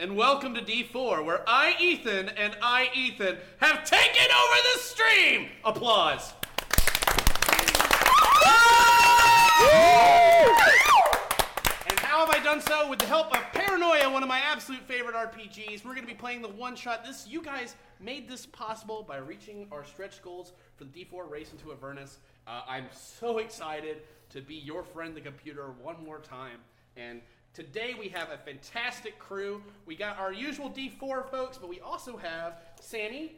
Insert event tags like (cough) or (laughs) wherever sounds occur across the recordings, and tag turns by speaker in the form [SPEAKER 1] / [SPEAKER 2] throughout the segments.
[SPEAKER 1] and welcome to D4, where I, Ethan, and I, Ethan, have taken over the stream! Applause. And how have I done so? With the help of Paranoia, one of my absolute favorite RPGs. We're going to be playing the one shot. This you guys made this possible by reaching our stretch goals for the D4 race into Avernus. Uh, I'm so excited to be your friend, the computer, one more time. And today we have a fantastic crew. We got our usual D4 folks, but we also have Sammy,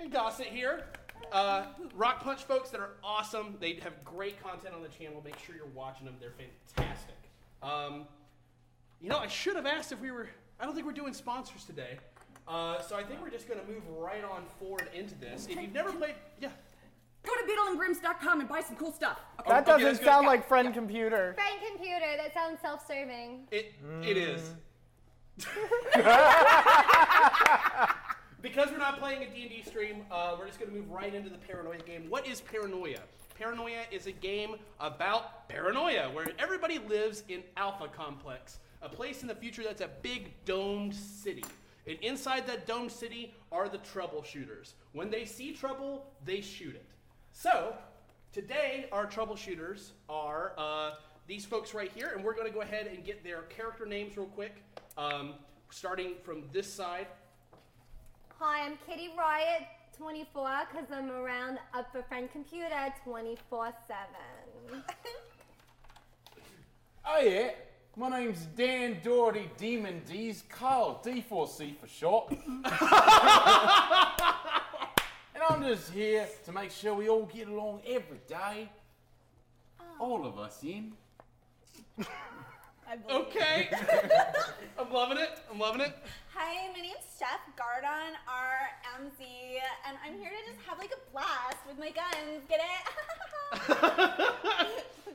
[SPEAKER 1] and Gossett here. Uh, Rock Punch folks that are awesome. They have great content on the channel. Make sure you're watching them. They're fantastic. Um, you know, I should have asked if we were. I don't think we're doing sponsors today. Uh, so I think we're just going to move right on forward into this. If you've never played, yeah.
[SPEAKER 2] Go to beetleandgrims.com and buy some cool stuff. Okay.
[SPEAKER 3] That
[SPEAKER 1] Okay,
[SPEAKER 3] doesn't
[SPEAKER 1] that's good.
[SPEAKER 3] sound like friend computer.
[SPEAKER 4] Brain computer, that sounds self serving.
[SPEAKER 1] It it is. (laughs) because we're not playing a D&D stream, uh, we're just going to move right into the Paranoia game. What is Paranoia? Paranoia is a game about paranoia, where everybody lives in Alpha Complex, a place in the future that's a big domed city. And inside that domed city are the troubleshooters. When they see trouble, they shoot it. So, today our troubleshooters are uh, these folks right here, and we're going to go ahead and get their character names real quick, um, starting from this side.
[SPEAKER 4] (laughs) Hi, I'm Kitty Riot 24 because I'm around up for friend computer 24 7.
[SPEAKER 5] Oh yeah, my name's Dan Doherty, Demon D's Carl, D4C for short. (laughs) and I'm just here to make sure we all get along every day.
[SPEAKER 1] Oh.
[SPEAKER 5] All of us in.
[SPEAKER 1] (laughs) Okay, I'm loving it. I'm loving it.
[SPEAKER 6] Hi, my name's Steph Gardon, RMZ, and I'm here to just have like a blast with my guns. Get it? (laughs)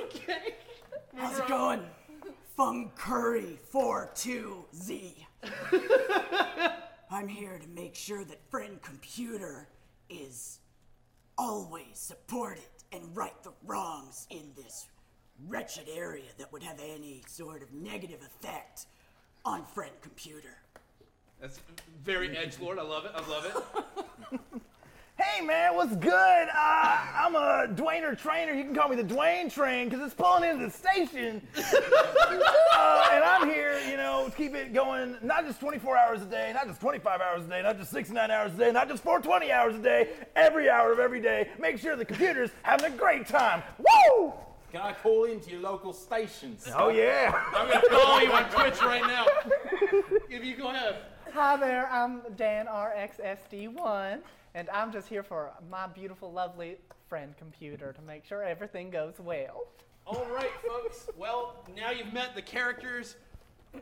[SPEAKER 1] Okay.
[SPEAKER 7] How's it going? Fung Curry
[SPEAKER 1] (laughs)
[SPEAKER 7] 42Z. I'm here to make sure that Friend Computer is always supported and right the wrongs in this wretched area that would have any sort of negative effect on Friend Computer.
[SPEAKER 1] That's very edge lord. I love it. I love (laughs) it.
[SPEAKER 3] Hey man, what's good? Uh, I'm a Dwayner trainer. You can call me the Dwayne Train because it's pulling into the station. uh, and I'm here, you know, to keep it going. Not just 24 hours a day, not just 25 hours a day, not just 69 hours a day, not just 420 hours a day. Every hour of every day, make sure the computer's having a great time. Woo!
[SPEAKER 5] Can I call into your local stations? (laughs)
[SPEAKER 3] Oh yeah.
[SPEAKER 1] I'm gonna follow you on Twitch right now. If you go ahead.
[SPEAKER 8] Hi there, I'm Dan RXSD1, and I'm just here for my beautiful, lovely friend computer to make sure everything goes well.
[SPEAKER 1] All right, folks. Well, now you've met the characters.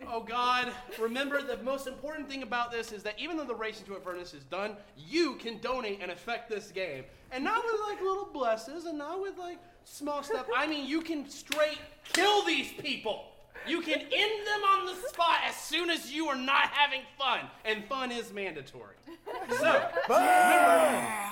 [SPEAKER 1] Oh God! Remember, the most important thing about this is that even though the race into Avernus is done, you can donate and affect this game, and not with like little blesses, and not with like small stuff. I mean, you can straight kill these people. You can end them on the spot as soon as you are not having fun, and fun is mandatory. So.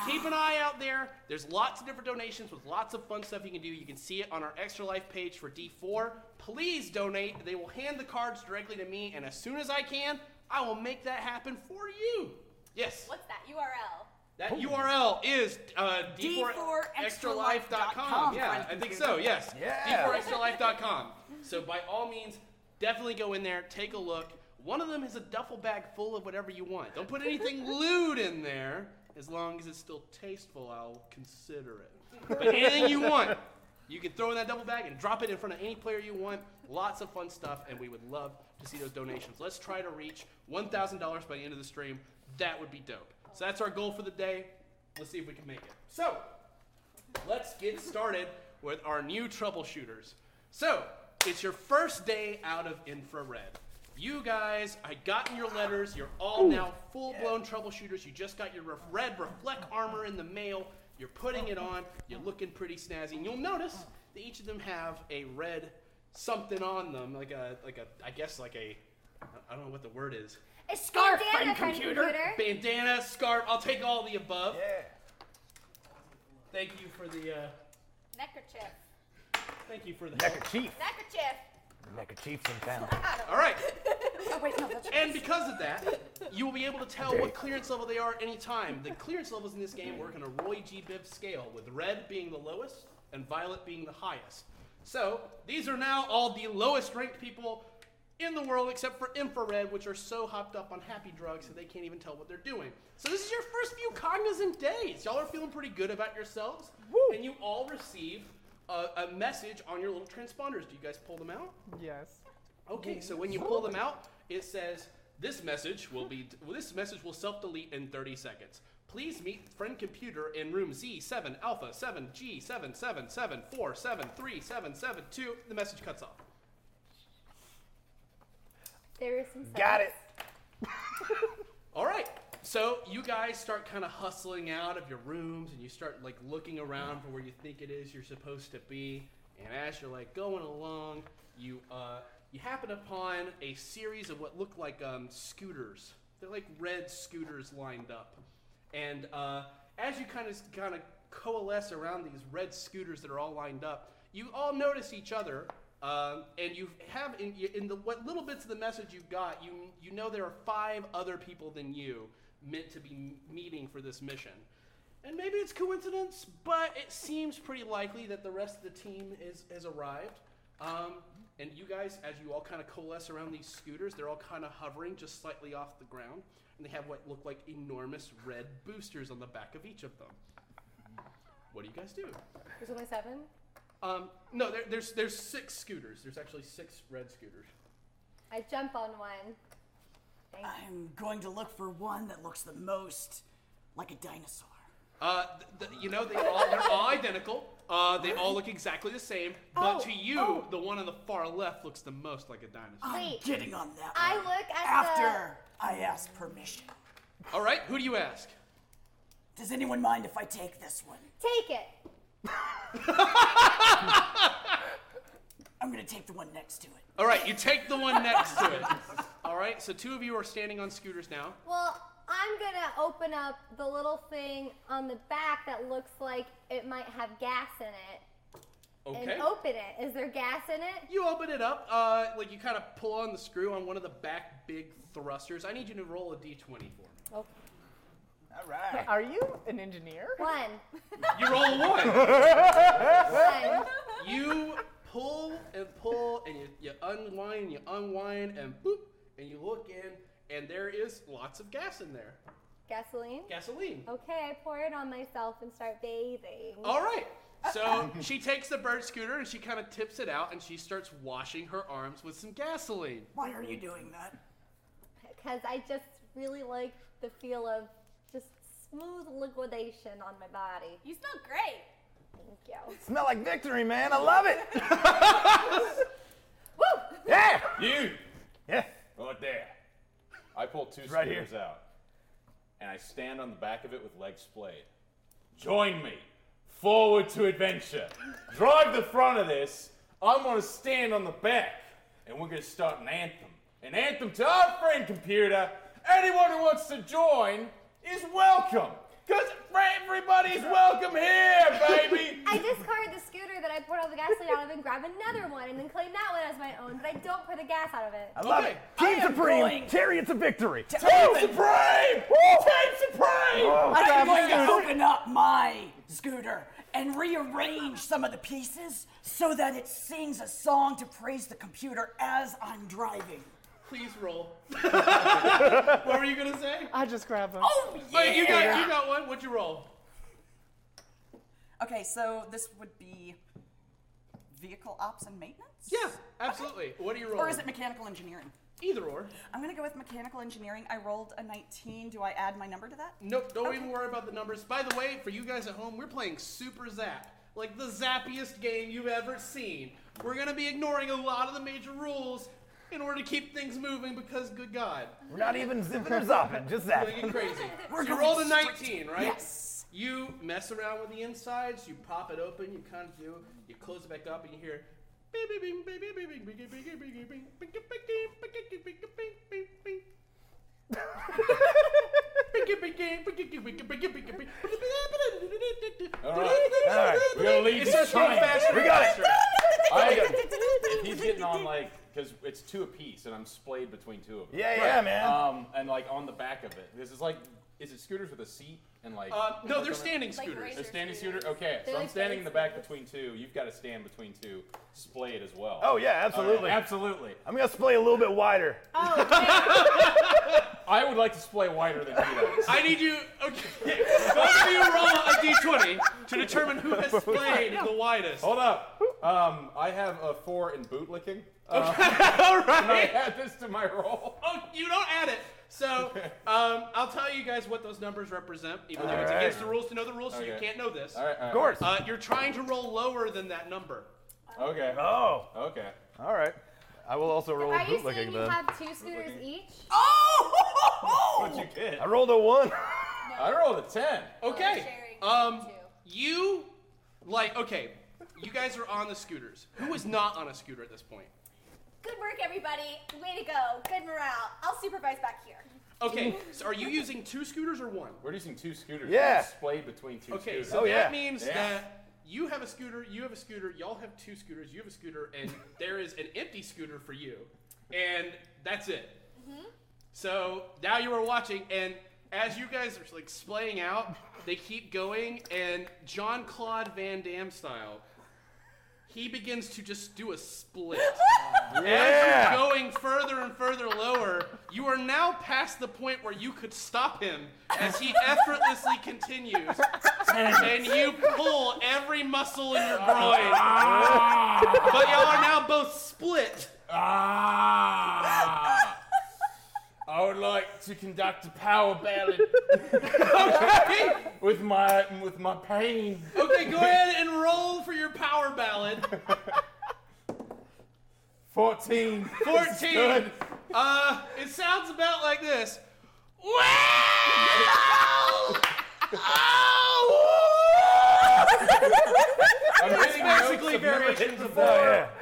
[SPEAKER 1] Keep an eye out there. There's lots of different donations with lots of fun stuff you can do. You can see it on our Extra Life page for D4. Please donate. They will hand the cards directly to me, and as soon as I can, I will make that happen for you. Yes.
[SPEAKER 6] What's that URL?
[SPEAKER 1] That URL is uh,
[SPEAKER 7] D4extralife.com.
[SPEAKER 1] d4extralife.com. Yeah, I think so. Yes.
[SPEAKER 3] Yeah.
[SPEAKER 1] D4extralife.com. So by all means, definitely go in there, take a look. One of them is a duffel bag full of whatever you want. Don't put anything lewd in there. As long as it's still tasteful, I'll consider it. But anything you want, you can throw in that duffel bag and drop it in front of any player you want. Lots of fun stuff, and we would love to see those donations. Let's try to reach $1,000 by the end of the stream. That would be dope. So that's our goal for the day. Let's see if we can make it. So, let's get started with our new troubleshooters. So, it's your first day out of infrared. You guys, I gotten your letters. You're all now full blown troubleshooters. You just got your ref- red reflect armor in the mail. You're putting it on. You're looking pretty snazzy. And you'll notice that each of them have a red something on them, like a like a I guess like a I don't know what the word is.
[SPEAKER 4] It's
[SPEAKER 7] Scarf,
[SPEAKER 4] bandana
[SPEAKER 7] friend
[SPEAKER 4] friend
[SPEAKER 7] computer.
[SPEAKER 1] Bandana, scarf. I'll take all the above. Thank you for the uh,
[SPEAKER 6] Neckerchief.
[SPEAKER 1] thank you for the
[SPEAKER 3] Neckerchief.
[SPEAKER 6] Neckerchief.
[SPEAKER 3] Neckerchief's in town.
[SPEAKER 1] All right.
[SPEAKER 2] (laughs) Oh, wait, no, that's
[SPEAKER 1] And because of that, you will be able to tell what clearance level they are at any time. The clearance levels in this game work on a Roy G. Biv scale, with red being the lowest and violet being the highest. So these are now all the lowest ranked people in the world, except for infrared, which are so hopped up on happy drugs that they can't even tell what they're doing. So this is your first few cognizant days. Y'all are feeling pretty good about yourselves, and you all receive a, a message on your little transponders. Do you guys pull them out?
[SPEAKER 8] Yes.
[SPEAKER 1] Okay, so when you pull them out, it says this message will be well, this message will self-delete in 30 seconds. Please meet friend computer in room Z7 Alpha 7G7774737772. The message cuts off.
[SPEAKER 4] There is some.
[SPEAKER 3] Got it.
[SPEAKER 1] All right. So you guys start kind of hustling out of your rooms and you start like looking around for where you think it is you're supposed to be. And as you're like going along, you uh, you happen upon a series of what look like um, scooters. They're like red scooters lined up. And uh, as you kind of kind of coalesce around these red scooters that are all lined up, you all notice each other, um, and you have in, in the what little bits of the message you got, you you know there are five other people than you meant to be m- meeting for this mission. And maybe it's coincidence, but it seems pretty likely that the rest of the team is has arrived. Um, and you guys, as you all kind of coalesce around these scooters, they're all kind of hovering just slightly off the ground, and they have what look like enormous red boosters on the back of each of them. What do you guys do?
[SPEAKER 4] There's only seven.
[SPEAKER 1] Um, no, there, there's there's six scooters. There's actually six red scooters.
[SPEAKER 4] I jump on one.
[SPEAKER 7] I'm going to look for one that looks the most like a dinosaur.
[SPEAKER 1] Uh, th- th- you know, they all, they're all
[SPEAKER 7] (laughs)
[SPEAKER 1] identical. Uh, they all look exactly the same. But
[SPEAKER 7] Oh,
[SPEAKER 1] to you,
[SPEAKER 7] oh.
[SPEAKER 1] the one on the far left looks the most like a dinosaur.
[SPEAKER 7] I'm
[SPEAKER 4] Wait.
[SPEAKER 7] getting on that
[SPEAKER 4] I
[SPEAKER 7] one
[SPEAKER 4] look at
[SPEAKER 7] after I ask permission.
[SPEAKER 1] All right, who do you ask?
[SPEAKER 7] Does anyone mind if I take this one?
[SPEAKER 4] the. Take it.
[SPEAKER 7] I'm gonna take the one next to it.
[SPEAKER 1] All right, you take the one next to it. All right, so two of you are standing on scooters now.
[SPEAKER 4] Well, I'm gonna open up the little thing on the back that looks like it might have gas in it
[SPEAKER 1] Okay.
[SPEAKER 4] and oh- open it. Is there gas in it?
[SPEAKER 1] You open it up, uh, like you kind of pull on the screw on one of the back big thrusters. I need you to roll a d20 for me.
[SPEAKER 3] All right.
[SPEAKER 8] Oh. Are you an engineer?
[SPEAKER 4] One.
[SPEAKER 1] You roll a one.
[SPEAKER 4] One.
[SPEAKER 1] You pull and pull and you, you unwind, you unwind, and boop, and you look in, and there is lots of gas in there.
[SPEAKER 4] Gasoline?
[SPEAKER 1] Gasoline.
[SPEAKER 4] Okay, I pour it on myself and start bathing.
[SPEAKER 1] All right.
[SPEAKER 7] (laughs)
[SPEAKER 1] So she takes the bird scooter and she kind of tips it out and she starts washing her arms with some gasoline.
[SPEAKER 7] Why are you doing that?
[SPEAKER 4] Because I just really like the feel of just smooth liquidation on my body.
[SPEAKER 6] You smell great.
[SPEAKER 4] Thank you.
[SPEAKER 3] Smell like victory, man. I love it. (laughs) Yeah.
[SPEAKER 5] You!
[SPEAKER 3] Yeah.
[SPEAKER 5] Right there. I pull two
[SPEAKER 3] right here.
[SPEAKER 5] scooters out, and I stand on the back of it with legs splayed. Join me. Forward to adventure. Drive the front of this. I'm gonna stand on the back, and we're gonna start an anthem. An anthem to our friend computer. Anyone who wants to join is welcome. Cause everybody's welcome here, baby.
[SPEAKER 4] (laughs) I discard the scooter that I poured all the gasoline out of and grab another one and then claim that one as my own, but I don't pour the gas out of it.
[SPEAKER 3] I love
[SPEAKER 1] Okay.
[SPEAKER 3] it. Team
[SPEAKER 7] I am
[SPEAKER 3] Supreme.
[SPEAKER 7] going-
[SPEAKER 3] Chariots of victory.
[SPEAKER 5] Team Supreme! Team Supreme!
[SPEAKER 7] I'm
[SPEAKER 3] my
[SPEAKER 7] going to open up my scooter and rearrange some of the pieces so that it sings a song to praise the computer as I'm driving.
[SPEAKER 1] Please roll. (laughs) what were you gonna say?
[SPEAKER 8] I just grabbed them.
[SPEAKER 7] Oh
[SPEAKER 1] Wait, you got you got one. What'd you roll?
[SPEAKER 9] Okay, so this would be vehicle ops and maintenance?
[SPEAKER 1] Yeah, absolutely. What do you roll?
[SPEAKER 9] Or is it mechanical engineering?
[SPEAKER 1] Either or.
[SPEAKER 9] I'm gonna go with mechanical engineering. I rolled a 19. Do I add my number to that?
[SPEAKER 1] Nope, don't even worry about the numbers. By the way, for you guys at home, we're playing Super Zap. Like the zappiest game you've ever seen. We're gonna be ignoring a lot of the major rules in order to keep things moving because good god.
[SPEAKER 3] We're not even zipping or zopping. Just that.
[SPEAKER 1] We're gonna get crazy.
[SPEAKER 7] We're
[SPEAKER 1] so you
[SPEAKER 7] going
[SPEAKER 1] rolled a
[SPEAKER 7] straight.
[SPEAKER 1] 19, right?
[SPEAKER 7] Yes.
[SPEAKER 1] You mess around with the insides, you pop it open, you kind of do, you close it back up, and you hear. "Bing, bing, bing, bing, bing, bing, bing, bing, bing, bing, bing, bing, bing, bing, bing, bing, bing, bing, bing, bing."
[SPEAKER 5] We're gonna leave
[SPEAKER 1] It
[SPEAKER 5] this
[SPEAKER 1] starts going
[SPEAKER 5] trying.
[SPEAKER 1] faster.
[SPEAKER 3] We got it. (laughs)
[SPEAKER 5] I, he's getting on like, 'cause because it's two apiece, and I'm splayed between two of them.
[SPEAKER 3] Yeah, yeah, man.
[SPEAKER 5] Um, and like on the back of it, this is like, is it scooters with a seat and like?
[SPEAKER 1] Uh, no,
[SPEAKER 5] like
[SPEAKER 1] they're
[SPEAKER 5] on it?
[SPEAKER 1] standing
[SPEAKER 6] Like
[SPEAKER 1] scooters.
[SPEAKER 5] They're standing scooter. Okay,
[SPEAKER 6] They're
[SPEAKER 5] so I'm
[SPEAKER 6] like
[SPEAKER 5] standing in the back between two. You've got to stand between two. Splayed as well.
[SPEAKER 3] Oh, yeah,
[SPEAKER 5] All right,
[SPEAKER 3] absolutely.
[SPEAKER 5] absolutely.
[SPEAKER 3] I'm gonna splay a little bit wider.
[SPEAKER 5] I would like to splay wider than
[SPEAKER 1] (laughs)
[SPEAKER 5] he does.
[SPEAKER 1] I need you. Okay, both of you roll a d20 to determine who
[SPEAKER 3] (laughs)
[SPEAKER 1] has splayed the widest.
[SPEAKER 5] Hold up. Um, I have a four in bootlicking. Uh,
[SPEAKER 1] All
[SPEAKER 5] and I
[SPEAKER 1] right.
[SPEAKER 5] add this to my roll.
[SPEAKER 1] Oh, you don't add it. So, um, I'll tell you guys what those numbers represent, even though it's
[SPEAKER 3] Alright.
[SPEAKER 1] against the rules to know the rules, so you
[SPEAKER 5] Okay.
[SPEAKER 1] can't know this.
[SPEAKER 5] All right. All right.
[SPEAKER 3] Of course.
[SPEAKER 1] Uh, you're trying to roll lower than that number.
[SPEAKER 5] Okay.
[SPEAKER 3] Oh,
[SPEAKER 5] Okay.
[SPEAKER 3] all right. I will also roll
[SPEAKER 4] Are
[SPEAKER 3] a
[SPEAKER 4] you
[SPEAKER 3] bootlicking
[SPEAKER 4] saying you
[SPEAKER 3] then.
[SPEAKER 4] have two scooters each?
[SPEAKER 9] Oh!
[SPEAKER 5] What you get?
[SPEAKER 3] I rolled a one.
[SPEAKER 5] I rolled a ten.
[SPEAKER 1] Okay.
[SPEAKER 6] sharing
[SPEAKER 1] Um,
[SPEAKER 6] two.
[SPEAKER 1] you, like, okay, you guys are on the scooters. Who is not on a scooter at this point?
[SPEAKER 6] Good work, everybody. Way to go. Good morale. I'll supervise back here.
[SPEAKER 1] Okay, so are you using two scooters or one?
[SPEAKER 5] We're using two scooters.
[SPEAKER 3] Yeah.
[SPEAKER 5] Splayed between two
[SPEAKER 1] Okay,
[SPEAKER 5] scooters.
[SPEAKER 1] so
[SPEAKER 3] Oh, yeah.
[SPEAKER 1] that means
[SPEAKER 5] Yeah.
[SPEAKER 1] that you have a scooter, you have a scooter, y'all have two scooters, you have a scooter,
[SPEAKER 5] (laughs)
[SPEAKER 1] and there is an empty scooter for you, and that's it. Mm-hmm. So now you are watching, and as you guys are like splaying out, they keep going, and John Claude Van Damme style, he begins to just do a split. As
[SPEAKER 3] Yeah.
[SPEAKER 1] you're going further and further lower, you are now past the point where you could stop him as he effortlessly continues. and you pull every muscle in your groin. but y'all are now both split.
[SPEAKER 5] Ah! I would like to conduct a power
[SPEAKER 1] (laughs)
[SPEAKER 5] ballad
[SPEAKER 1] Okay,
[SPEAKER 5] with my with my pain.
[SPEAKER 1] okay go ahead and roll for your power ballad.
[SPEAKER 5] Fourteen.
[SPEAKER 1] 14.
[SPEAKER 5] Good.
[SPEAKER 1] Uh, it sounds about like this. Well, oh,
[SPEAKER 5] I'm hitting
[SPEAKER 1] basically
[SPEAKER 5] notes I've never
[SPEAKER 1] variations
[SPEAKER 5] hit
[SPEAKER 1] of
[SPEAKER 5] before.
[SPEAKER 1] that.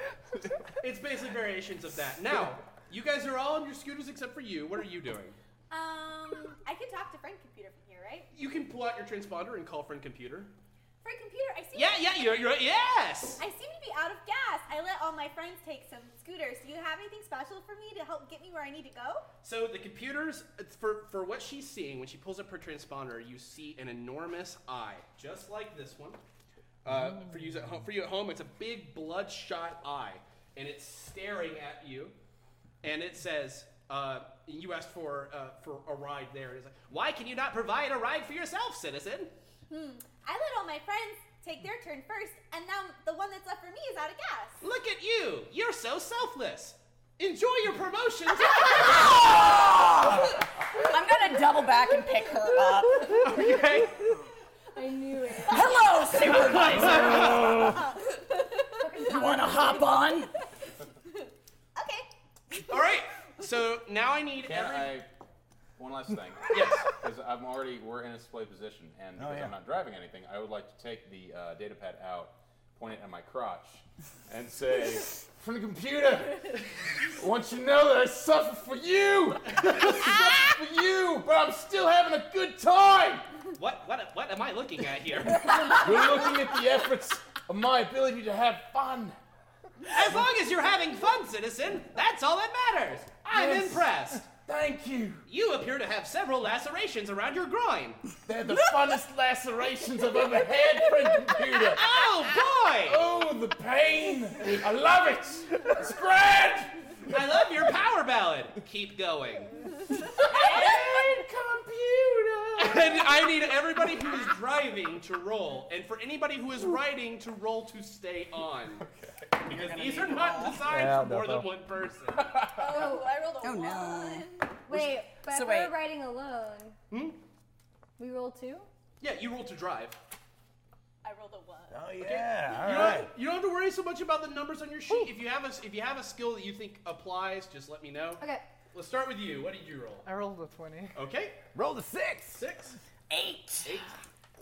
[SPEAKER 1] it's basically variations of that. Now, you guys are all on your scooters except for you. What are you doing?
[SPEAKER 6] Um, I can talk to Frank Computer from here, right?
[SPEAKER 1] You can pull out your transponder and call friend computer.
[SPEAKER 6] Frank Computer, I seem
[SPEAKER 1] Yeah, yeah, you're, you're yes.
[SPEAKER 6] I seem to be out of gas. I let all my friends take some scooters. Do you have anything special for me to help get me where I need to go?
[SPEAKER 1] So the computers, it's for for what she's seeing when she pulls up her transponder, you see an enormous eye, just like this one. Uh, for you at home, for you at home, it's a big bloodshot eye, and it's staring at you, and it says. Uh, you asked for uh, for a ride there. It's like, why can you not provide a ride for yourself, citizen?
[SPEAKER 6] Hmm. I let all my friends take their turn first, and now the one that's left for me is out of gas.
[SPEAKER 1] Look at you! You're so selfless. Enjoy your promotion. (laughs)
[SPEAKER 9] I'm gonna double back and pick her up.
[SPEAKER 1] okay.
[SPEAKER 4] I knew it.
[SPEAKER 9] Hello, supervisor. (laughs) you wanna hop on?
[SPEAKER 6] Okay.
[SPEAKER 1] All right. So now I need
[SPEAKER 5] Can
[SPEAKER 1] every.
[SPEAKER 5] I? One last thing.
[SPEAKER 1] (laughs) Yes.
[SPEAKER 5] Because I'm already we're in a display position, and because
[SPEAKER 3] Oh, yeah.
[SPEAKER 5] I'm not driving anything, I would like to take the uh, data pad out, point it at my crotch, and say,
[SPEAKER 1] (laughs)
[SPEAKER 5] "From the computer, I want you to know that I suffer for you. (laughs) I suffer for you, but I'm still having a good time.
[SPEAKER 1] What what what am I looking at here?
[SPEAKER 5] You're looking at the efforts of my ability to have fun.
[SPEAKER 1] As long as you're having fun, citizen, that's all that matters. I'm
[SPEAKER 5] Yes.
[SPEAKER 1] impressed.
[SPEAKER 5] Thank you.
[SPEAKER 1] You appear to have several lacerations around your groin.
[SPEAKER 5] They're the funnest lacerations I've ever had, friend computer."
[SPEAKER 1] (laughs) Oh
[SPEAKER 5] Oh, the pain! I love it! It's great!
[SPEAKER 1] boy! I love your power ballad. Keep going. And I need everybody who is driving to roll, and for anybody who is riding to roll to stay on. Because these are not designed
[SPEAKER 3] Yeah,
[SPEAKER 1] for more than
[SPEAKER 3] double.
[SPEAKER 1] one person.
[SPEAKER 6] Oh, I rolled a
[SPEAKER 9] Oh, no.
[SPEAKER 6] one.
[SPEAKER 4] Wait, but
[SPEAKER 9] so
[SPEAKER 4] if we're
[SPEAKER 9] wait.
[SPEAKER 4] riding alone. Hmm? We roll two?
[SPEAKER 1] Yeah, you roll to drive.
[SPEAKER 6] I rolled a one.
[SPEAKER 3] Oh yeah. All
[SPEAKER 1] You
[SPEAKER 3] right.
[SPEAKER 1] don't, you don't have to worry so much about the numbers on your sheet. If you have a if you have a skill that you think applies, just let me know.
[SPEAKER 4] Okay.
[SPEAKER 1] Let's start with you. What did you roll?
[SPEAKER 8] I rolled a 20.
[SPEAKER 1] Okay,
[SPEAKER 3] Roll the six.
[SPEAKER 1] six,
[SPEAKER 9] Eight.
[SPEAKER 1] eight,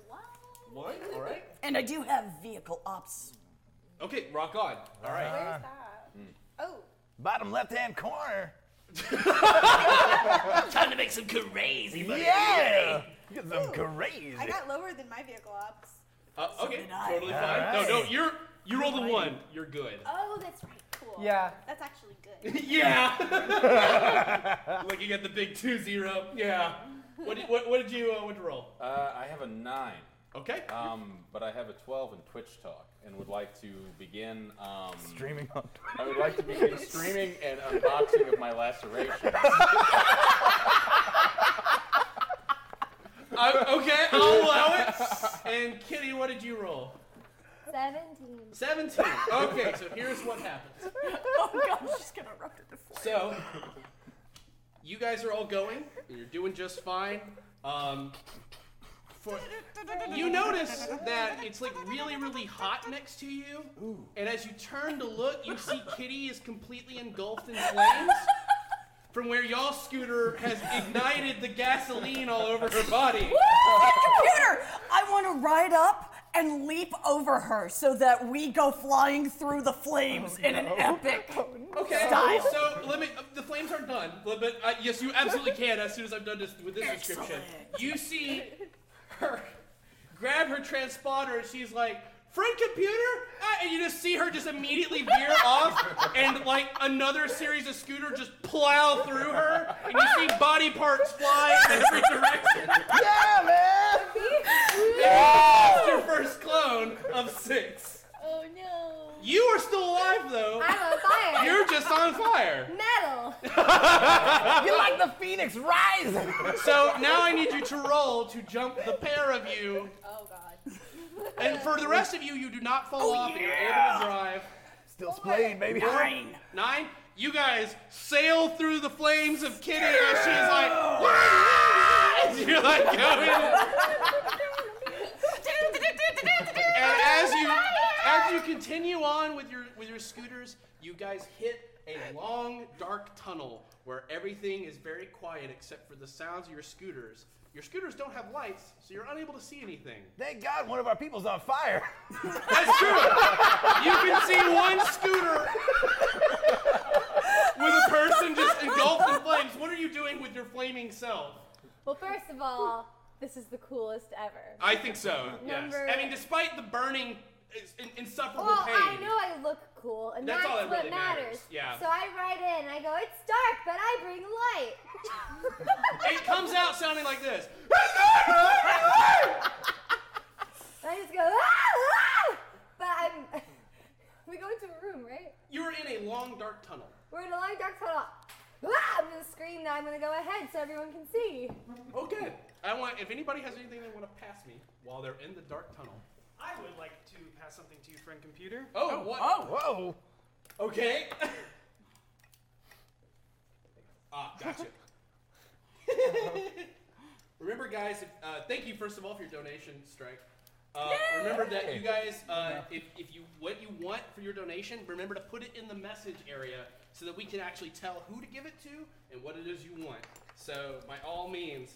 [SPEAKER 6] One.
[SPEAKER 1] one. All right.
[SPEAKER 9] And I do have vehicle ops.
[SPEAKER 1] Okay, rock on. All
[SPEAKER 3] Ah.
[SPEAKER 1] right.
[SPEAKER 6] Where's that? Oh.
[SPEAKER 3] Bottom left-hand corner.
[SPEAKER 1] (laughs) Time to make some crazy
[SPEAKER 3] Yeah. You get some crazy.
[SPEAKER 6] I got lower than my vehicle ops.
[SPEAKER 1] Uh, okay,
[SPEAKER 9] did I.
[SPEAKER 1] totally fine. No, no,
[SPEAKER 3] right.
[SPEAKER 1] you're you rolled a one. You're good.
[SPEAKER 6] Oh, that's right. Cool. cool.
[SPEAKER 8] Yeah.
[SPEAKER 6] That's actually
[SPEAKER 1] (laughs)
[SPEAKER 6] good. (laughs)
[SPEAKER 1] yeah. Looking at the big two zero. Yeah. What did, what, what did you uh, what did you roll?
[SPEAKER 5] Uh, I have a nine.
[SPEAKER 1] Okay.
[SPEAKER 5] Um, but I have a twelve in Twitch Talk, and would like to begin um,
[SPEAKER 3] Streaming on Twitch.
[SPEAKER 5] I would like to
[SPEAKER 3] (laughs)
[SPEAKER 5] begin streaming and unboxing of my lacerations.
[SPEAKER 1] I, Uh, okay, I'll allow it. And Kitty, what did you roll?
[SPEAKER 4] Seventeen. (laughs)
[SPEAKER 1] Seventeen. Okay, so here's what happens.
[SPEAKER 9] oh god, she's gonna run to the floor.
[SPEAKER 1] So, you guys are all going. and You're doing just fine. Um, for, you notice that it's like really, really hot next to you. And as you turn to look, you see Kitty is completely engulfed in flames. From where y'all scooter has ignited the gasoline all over her body.
[SPEAKER 9] Computer, I want to ride up and leap over her so that we go flying through the flames in an epic.
[SPEAKER 1] Okay,
[SPEAKER 9] Style.
[SPEAKER 1] so let me. uh, the flames aren't done, but but, uh, yes, you absolutely can. As soon as I'm done this, with this description,
[SPEAKER 9] Excellent.
[SPEAKER 1] you see her grab her transponder, and she's like, "Friend computer," Ah, and you just see her just immediately veer off, and like another series of scooter just plow through her, and you see body parts fly in every direction.
[SPEAKER 3] Yeah, man!
[SPEAKER 1] That's your first clone of six.
[SPEAKER 4] Oh no.
[SPEAKER 1] You are still alive though.
[SPEAKER 4] I'm on fire.
[SPEAKER 1] You're just on fire.
[SPEAKER 4] metal.
[SPEAKER 3] (laughs) You're like the phoenix rising.
[SPEAKER 1] So now I need you to roll to jump the pair of you.
[SPEAKER 6] Oh god.
[SPEAKER 1] And for the rest of you, you do not
[SPEAKER 7] Oh,
[SPEAKER 1] fall off and you're Oh, able to drive.
[SPEAKER 3] Still splayed, Oh, baby.
[SPEAKER 9] Nine.
[SPEAKER 1] Nine, you guys sail through the flames of Kitty as she's like, "Wah!" (laughs) and you're like going. and as you as you continue on with your with your scooters, you guys hit a long dark tunnel where everything is very quiet except for the sounds of your scooters. Your scooters don't have lights, so you're unable to see anything.
[SPEAKER 3] Thank God one of our people's on fire. (laughs)
[SPEAKER 1] That's true. You can see one scooter with a person just engulfed in flames. What are you doing with your flaming self?
[SPEAKER 4] Well, first of all, this is the coolest ever.
[SPEAKER 1] I think so. Yes.
[SPEAKER 4] Number-
[SPEAKER 1] I mean, despite the burning, is- in- insufferable
[SPEAKER 4] Well,
[SPEAKER 1] pain.
[SPEAKER 4] I know I look cool, and
[SPEAKER 1] That's
[SPEAKER 4] that's,
[SPEAKER 1] all that
[SPEAKER 4] what
[SPEAKER 1] really matters.
[SPEAKER 4] matters.
[SPEAKER 1] Yeah.
[SPEAKER 4] So I write in, and I go, "It's dark, but I bring light."
[SPEAKER 1] (laughs) It comes out sounding like this.
[SPEAKER 4] And (laughs) I just go, "Ah, ah!" But I'm. (laughs) we go into a room, right?
[SPEAKER 1] You're in a long dark tunnel.
[SPEAKER 4] We're in a long dark tunnel. Ah, I'm gonna scream that I'm gonna go ahead so everyone can see.
[SPEAKER 1] Okay. I want if anybody has anything they want to pass me while they're in the dark tunnel.
[SPEAKER 10] I would like to pass something to you, friend computer.
[SPEAKER 1] Oh, what?
[SPEAKER 9] Oh,
[SPEAKER 3] Whoa.
[SPEAKER 1] Okay. (laughs) ah, gotcha. (laughs) remember, guys. If, uh, thank you first of all for your donation, Strike. Uh, remember that you guys, uh, if, if you what you want for your donation, remember to put it in the message area so that we can actually tell who to give it to and what it is you want. So, by all means,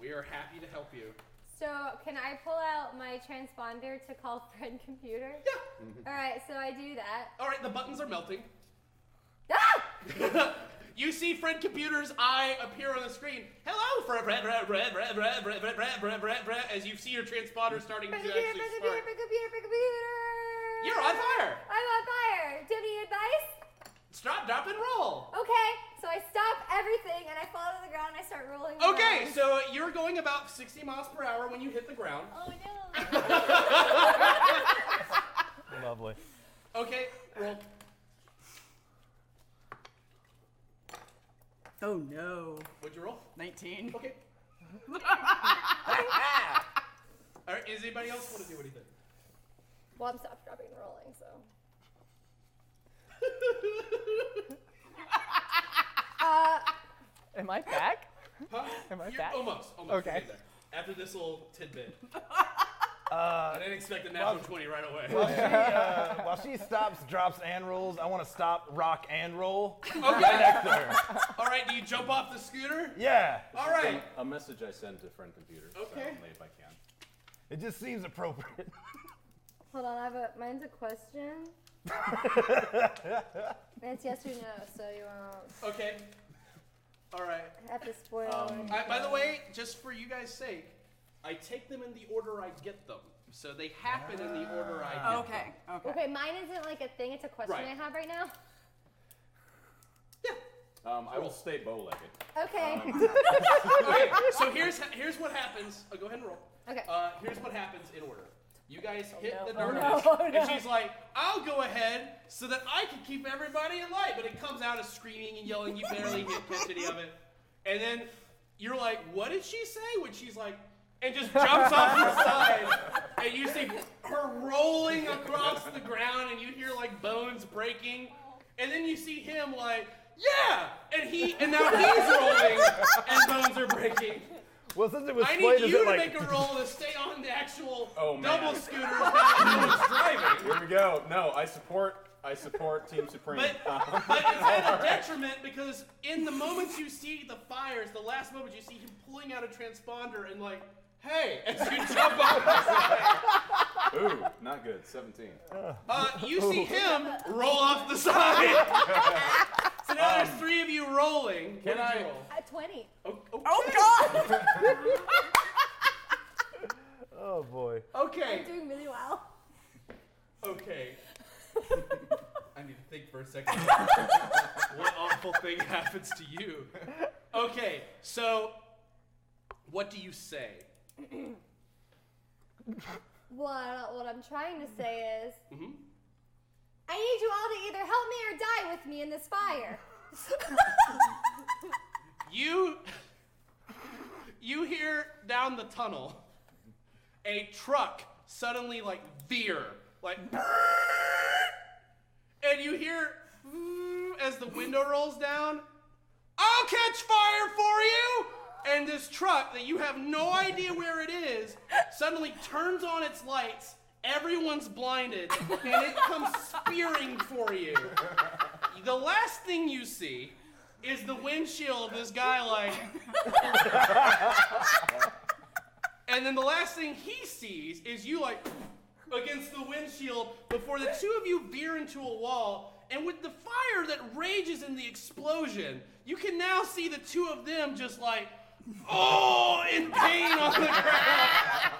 [SPEAKER 1] we are happy to help you.
[SPEAKER 4] So can I pull out my transponder to call (laughs) friend computer? Yeah. All right, so I do that.
[SPEAKER 1] All right, the buttons are melting.
[SPEAKER 4] Ah!
[SPEAKER 1] you see friend computer's eye appear on the screen. Hello, friend, friend, friend, friend, friend, friend, friend, friend, friend, friend, friend, friend, as you see your transponder starting to
[SPEAKER 4] Friend computer, friend
[SPEAKER 1] actually
[SPEAKER 4] computer,
[SPEAKER 1] start.
[SPEAKER 4] friend computer, friend computer.
[SPEAKER 1] You're on fire.
[SPEAKER 4] I'm on fire. Do you have any advice?
[SPEAKER 1] Stop, drop, and roll.
[SPEAKER 4] Okay, so I stop everything and I fall to the ground and I start rolling.
[SPEAKER 1] Okay,
[SPEAKER 4] around.
[SPEAKER 1] so you're going about 60 miles per hour when you hit the ground.
[SPEAKER 4] Oh no.
[SPEAKER 3] Lovely.
[SPEAKER 1] Okay, roll.
[SPEAKER 9] oh no.
[SPEAKER 1] What'd
[SPEAKER 4] (laughs)
[SPEAKER 1] you roll?
[SPEAKER 9] 19.
[SPEAKER 1] Okay. All right, is anybody else want to do anything?
[SPEAKER 4] (laughs) well, I'm stop dropping and rolling, so. uh,
[SPEAKER 8] Am I back?
[SPEAKER 1] Huh?
[SPEAKER 8] Am I
[SPEAKER 1] You're
[SPEAKER 8] back?
[SPEAKER 1] Almost, almost.
[SPEAKER 8] Okay.
[SPEAKER 1] Okay. After this little
[SPEAKER 4] (laughs)
[SPEAKER 1] tidbit. I didn't expect a natural 20 right away.
[SPEAKER 3] She, uh, while she stops, drops, and rolls, I want to stop, rock, and roll.
[SPEAKER 1] Okay.
[SPEAKER 3] Next to her.
[SPEAKER 1] (laughs) All right, do you jump off the scooter?
[SPEAKER 3] Yeah.
[SPEAKER 1] (laughs) All right.
[SPEAKER 5] A message I send to friend computer.
[SPEAKER 1] Okay.
[SPEAKER 5] Silently if I can.
[SPEAKER 3] It just seems appropriate.
[SPEAKER 4] hold on, I have a, mine's a question. and it's yes or no, so you won't
[SPEAKER 1] Okay. All right.
[SPEAKER 4] have to spoil it.
[SPEAKER 1] Um, I, by the way, just for you guys' sake, I take them in the order I get them, so they happen in the order I get.
[SPEAKER 9] Okay, okay.
[SPEAKER 4] Okay, mine isn't like a thing, it's a question
[SPEAKER 1] Right.
[SPEAKER 4] I have right now.
[SPEAKER 5] Um, I will stay bow-legged.
[SPEAKER 4] Okay.
[SPEAKER 1] Um,
[SPEAKER 4] (laughs)
[SPEAKER 1] okay, so here's here's what happens. Oh, go ahead and roll.
[SPEAKER 4] Okay.
[SPEAKER 1] Uh, here's what happens in order. You guys hit
[SPEAKER 4] no.
[SPEAKER 1] the
[SPEAKER 4] Oh,
[SPEAKER 1] Darnish,
[SPEAKER 4] no. Oh, no.
[SPEAKER 1] and she's like, "I'll go ahead so that I can keep everybody alive." But it comes out as screaming and yelling. You barely get catch any of it, and then you're like, "What did she say?" When she's like, and just jumps off your side, and you see her rolling across the ground, and you hear like bones breaking, and then you see him like, "Yeah," and he and now he's rolling, and bones are breaking.
[SPEAKER 3] Well, since it was
[SPEAKER 1] I
[SPEAKER 3] splayed,
[SPEAKER 1] need
[SPEAKER 3] is
[SPEAKER 1] you
[SPEAKER 3] it
[SPEAKER 1] to
[SPEAKER 3] like
[SPEAKER 1] make a roll to stay on the actual
[SPEAKER 5] Oh, man.
[SPEAKER 1] double scooter without driving.
[SPEAKER 5] Here we go. No, I support. I support Team Supreme. Um,
[SPEAKER 1] But it's at a detriment because in the moments you see the fires, the last moment you see him pulling out a transponder and like, hey, as you jump off the side.
[SPEAKER 5] (laughs) ooh, not good. Seventeen.
[SPEAKER 1] Uh, you
[SPEAKER 3] (laughs) Oh.
[SPEAKER 1] see him roll off the side. (laughs) so now there's three of you rolling. Um, What
[SPEAKER 5] Can
[SPEAKER 1] did
[SPEAKER 5] I-
[SPEAKER 1] you roll?
[SPEAKER 4] Uh, 20.
[SPEAKER 1] Oh god!
[SPEAKER 3] oh boy.
[SPEAKER 1] Okay.
[SPEAKER 4] I'm doing really well. (laughs)
[SPEAKER 1] Okay. I need to think for a second. what awful thing happens to you? Okay, so what do you say?
[SPEAKER 4] (clears throat) What, what I'm trying to say is,
[SPEAKER 1] Mhm.
[SPEAKER 4] I need you all to either help me or die with me in this fire. (laughs)
[SPEAKER 1] You you hear down the tunnel a truck suddenly like veer, like and you hear as the window rolls down, I'll catch fire for you! And this truck that you have no idea where it is suddenly turns on its lights, everyone's blinded, and it comes spearing for you. The last thing you see is the windshield of this guy, like. and then the last thing he sees is you, like, against the windshield before the two of you veer into a wall. And with the fire that rages in the explosion, you can now see the two of them just like, oh, in pain on the ground.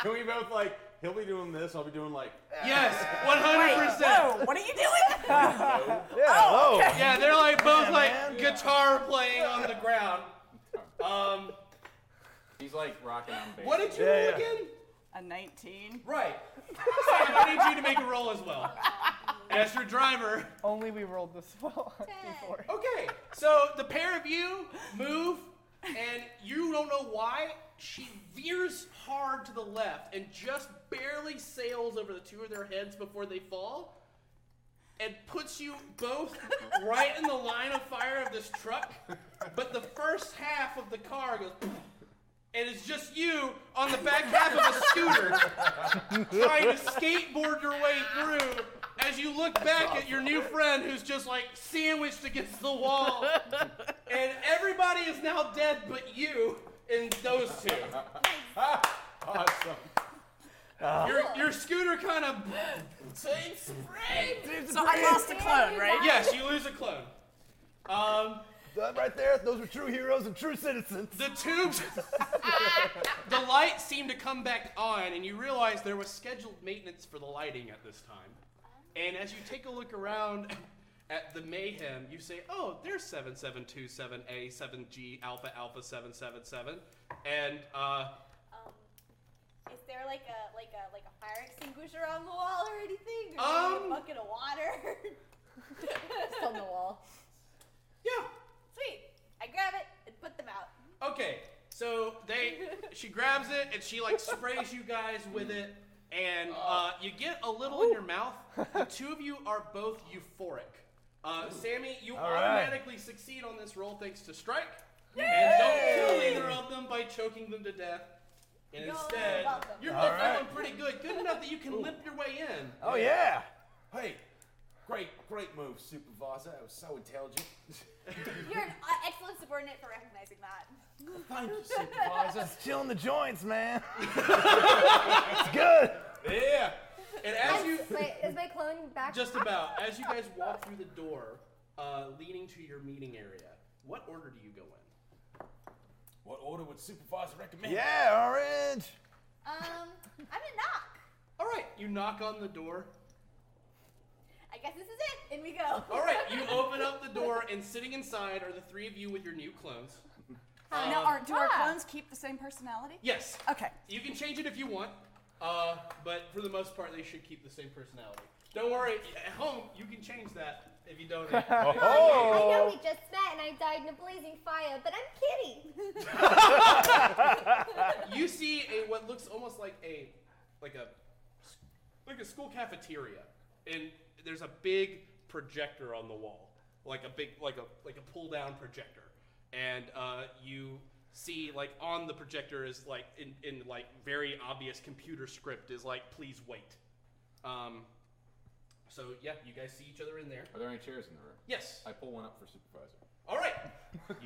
[SPEAKER 5] Can we both like? He'll be doing this. I'll be doing like.
[SPEAKER 1] Yes, 100%.
[SPEAKER 9] Whoa, what are you
[SPEAKER 1] (laughs)
[SPEAKER 9] doing?
[SPEAKER 3] Hello.
[SPEAKER 1] Yeah, they're like both like guitar playing on the ground. Um,
[SPEAKER 5] He's like rocking on bass.
[SPEAKER 1] what did you roll
[SPEAKER 3] Yeah, yeah.
[SPEAKER 1] again?
[SPEAKER 9] A 19.
[SPEAKER 1] Right. Sam, I need you to make a roll as well. As your driver.
[SPEAKER 8] Only we rolled this well (laughs) before.
[SPEAKER 1] Okay, so the pair of you move, and you don't know why. She veers hard to the left and just barely sails over the two of their heads before they fall, and puts you both right in the line of fire of this truck. But the first half of the car goes, and it's just you on the back half of a scooter trying
[SPEAKER 3] (laughs)
[SPEAKER 1] to skateboard your way through as you look back at your new friend who's just like sandwiched against the wall. And everybody is now dead but you and those two.
[SPEAKER 5] Awesome.
[SPEAKER 3] Ah.
[SPEAKER 1] Your, your scooter kind (laughs) of.
[SPEAKER 9] So I lost a clone, right?
[SPEAKER 1] Yes, you lose a clone. Um,
[SPEAKER 3] That right there, those were true heroes and true citizens.
[SPEAKER 1] the tubes. the lights seem to come back on, and you realize there was scheduled maintenance for the lighting at this time. And as you take a look around at the mayhem, you say, "Oh, there's 7727A7G Alpha Alpha 777." And uh,
[SPEAKER 6] Um, is there like a like a like a fire extinguisher on the wall or anything? Or like
[SPEAKER 1] Um,
[SPEAKER 6] a bucket of water? (laughs)
[SPEAKER 4] It's on the wall.
[SPEAKER 1] yeah,
[SPEAKER 6] Sweet. I grab it and put them out.
[SPEAKER 1] okay. So they, she grabs it and she like sprays you guys with it, and
[SPEAKER 3] Oh.
[SPEAKER 1] uh, you get a little in your mouth. The
[SPEAKER 3] (laughs)
[SPEAKER 1] two of you are both euphoric. Uh, Sammy, you
[SPEAKER 3] All right.
[SPEAKER 1] automatically succeed on this roll thanks to strike, and don't kill either of them by choking them to death. And
[SPEAKER 6] You're
[SPEAKER 1] instead,
[SPEAKER 6] welcome.
[SPEAKER 1] you're
[SPEAKER 3] All
[SPEAKER 1] both
[SPEAKER 3] right.
[SPEAKER 1] doing pretty good. Good enough that you can limp your way in.
[SPEAKER 3] Oh yeah.
[SPEAKER 5] Hey, great, great move, supervisor. That was so intelligent.
[SPEAKER 6] You're an uh, excellent subordinate for recognizing that.
[SPEAKER 5] Thank you, supervisor.
[SPEAKER 3] Just chilling the joints, man. it's good.
[SPEAKER 5] yeah.
[SPEAKER 1] And as you
[SPEAKER 4] Wait, is my clone back?
[SPEAKER 1] Just about. As you guys walk through the door, uh, leading to your meeting area, what order do you go in?
[SPEAKER 5] What order would supervisor recommend?
[SPEAKER 3] Yeah, orange.
[SPEAKER 6] Um, I'm gonna knock.
[SPEAKER 1] All right, you knock on the door.
[SPEAKER 6] I I guess this is it. In we go.
[SPEAKER 1] All right, you open up the door, and sitting inside are the three of you with your new clones. Um,
[SPEAKER 9] now, are, do our
[SPEAKER 1] ah.
[SPEAKER 9] clones keep the same personality?
[SPEAKER 1] Yes.
[SPEAKER 9] Okay.
[SPEAKER 1] You can change it if you want, uh, but for the most part, they should keep the same personality. Don't worry, at home, you can change that if you
[SPEAKER 3] (laughs) Oh.
[SPEAKER 1] don't.
[SPEAKER 4] I
[SPEAKER 1] Oh.
[SPEAKER 4] know we just met and I died in a blazing fire, but I'm Kitty.
[SPEAKER 1] (laughs) you see a what looks almost like a like a like a school cafeteria, and there's a big projector on the wall, like a big like a like a pull down projector, and uh, you see like on the projector is like in, in like very obvious computer script is like please wait. Um, so yeah, you guys see each other in there.
[SPEAKER 5] Are there any chairs in the room?
[SPEAKER 1] Yes.
[SPEAKER 5] I pull one up for supervisor.
[SPEAKER 1] All right.
[SPEAKER 6] (laughs)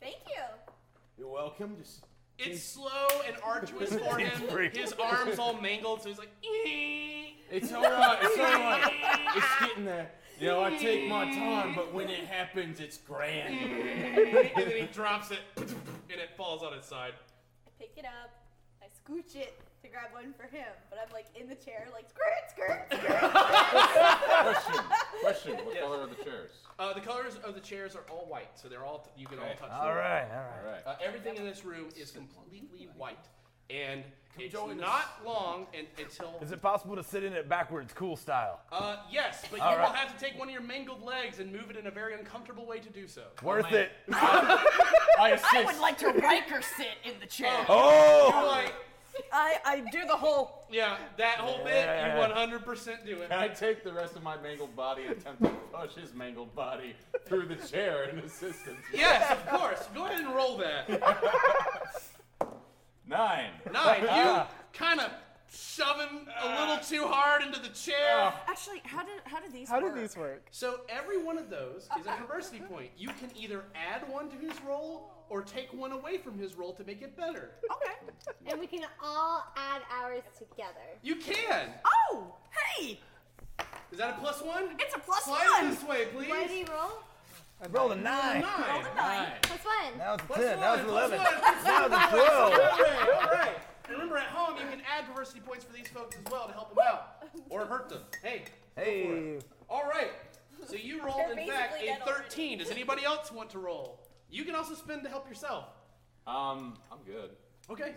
[SPEAKER 6] Thank you.
[SPEAKER 5] You're welcome. Just
[SPEAKER 1] It's slow and arduous
[SPEAKER 5] (laughs)
[SPEAKER 1] for
[SPEAKER 5] It's
[SPEAKER 1] him.
[SPEAKER 5] pretty-
[SPEAKER 1] His arms (laughs) all mangled, so he's like.
[SPEAKER 5] It's all right. It's
[SPEAKER 1] (laughs)
[SPEAKER 5] all right. It's getting there. You know, I take my time, but when it happens, it's grand.
[SPEAKER 1] (laughs) and then he drops it, (laughs) and it falls on its side.
[SPEAKER 6] I pick it up. I scooch it to grab one for him, but I'm like in the chair, like skirt, skirt,
[SPEAKER 5] (laughs) question. Question. What
[SPEAKER 1] Yes.
[SPEAKER 5] color are the chairs?
[SPEAKER 1] Uh, the colors of the chairs are all white, so they're all you can all touch.
[SPEAKER 5] All
[SPEAKER 1] them.
[SPEAKER 5] right, all right. All right.
[SPEAKER 1] Uh, everything in this room is completely white, and it's
[SPEAKER 5] join us.
[SPEAKER 1] not long and, until.
[SPEAKER 3] Is it possible to sit in it backwards, cool style?
[SPEAKER 1] Uh, yes, but you
[SPEAKER 3] All
[SPEAKER 1] will
[SPEAKER 3] right.
[SPEAKER 1] have to take one of your mangled legs and move it in a very uncomfortable way to do so.
[SPEAKER 3] Worth
[SPEAKER 5] Oh,
[SPEAKER 3] it.
[SPEAKER 9] I would like to
[SPEAKER 1] (laughs)
[SPEAKER 9] Riker sit in the chair.
[SPEAKER 3] Oh.
[SPEAKER 1] You're like-
[SPEAKER 9] I, I do the whole.
[SPEAKER 1] Yeah, that whole bit, you 100% do it.
[SPEAKER 5] Can I take the rest of my mangled body and attempt to push his mangled body through the chair and assistance?
[SPEAKER 1] Yes, of course. Go ahead and roll that.
[SPEAKER 5] (laughs) Nine.
[SPEAKER 1] Nine. You kind of shove him a little too hard into the chair.
[SPEAKER 9] Actually, how did how did these? work?
[SPEAKER 1] work? So every one of those is a diversity point. You can either add one to his roll or take one away from his roll to make it better.
[SPEAKER 4] and we can all add ours together.
[SPEAKER 1] You can.
[SPEAKER 9] Oh, hey!
[SPEAKER 1] Is that a plus one?
[SPEAKER 9] It's a plus
[SPEAKER 1] Slide
[SPEAKER 9] one.
[SPEAKER 1] this way, please.
[SPEAKER 4] What do you roll?
[SPEAKER 3] I rolled a nine.
[SPEAKER 1] Nine.
[SPEAKER 4] Plus one.
[SPEAKER 3] Now it's a
[SPEAKER 1] Plus
[SPEAKER 3] ten. Now it's an
[SPEAKER 1] one, plus
[SPEAKER 3] eleven.
[SPEAKER 1] one.
[SPEAKER 3] Now it's a
[SPEAKER 1] All
[SPEAKER 3] twelve.
[SPEAKER 1] right, all right. And remember, at home, you can add diversity points for these folks as well to help them out or hurt them. Hey. go for it.
[SPEAKER 3] Hey.
[SPEAKER 1] All right. So
[SPEAKER 6] (laughs)
[SPEAKER 1] you rolled,
[SPEAKER 6] They're
[SPEAKER 1] in fact,
[SPEAKER 6] basically
[SPEAKER 1] a
[SPEAKER 6] dead already.
[SPEAKER 1] 13. Does anybody else want to roll? You can also spend to help yourself.
[SPEAKER 5] Um, I'm good. (laughs)
[SPEAKER 1] Okay.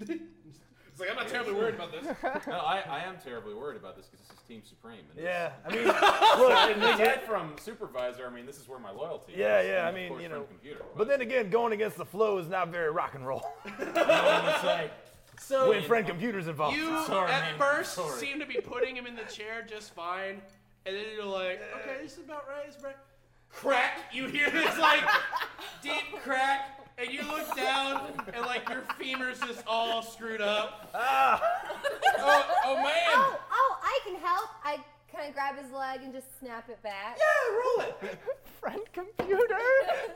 [SPEAKER 1] it's like, I'm not terribly worried about this.
[SPEAKER 5] No, I, I am terribly worried about this because this is Team Supreme. And
[SPEAKER 3] Yeah,
[SPEAKER 5] (laughs) I
[SPEAKER 3] mean, look, and-
[SPEAKER 5] aside from supervisor, I mean, this is where my loyalty is.
[SPEAKER 3] Yeah, yeah.
[SPEAKER 5] and
[SPEAKER 3] I
[SPEAKER 5] of
[SPEAKER 3] mean,
[SPEAKER 5] course,
[SPEAKER 3] you
[SPEAKER 5] from
[SPEAKER 3] know.
[SPEAKER 5] Computer.
[SPEAKER 3] But then again, going against the flow is not very rock and roll.
[SPEAKER 1] So
[SPEAKER 3] (laughs) when friend computers involved.
[SPEAKER 1] you at first seem to be putting him in the chair just fine, and then you're like, okay, this is about right. This is right. Crack! You hear this like deep crack, and you look down, and like your femur's just all screwed up.
[SPEAKER 3] Ah.
[SPEAKER 1] oh, oh man!
[SPEAKER 4] Oh, oh, I can help. I can I grab his leg and just snap it back.
[SPEAKER 1] Yeah, roll it.
[SPEAKER 8] Friend computer.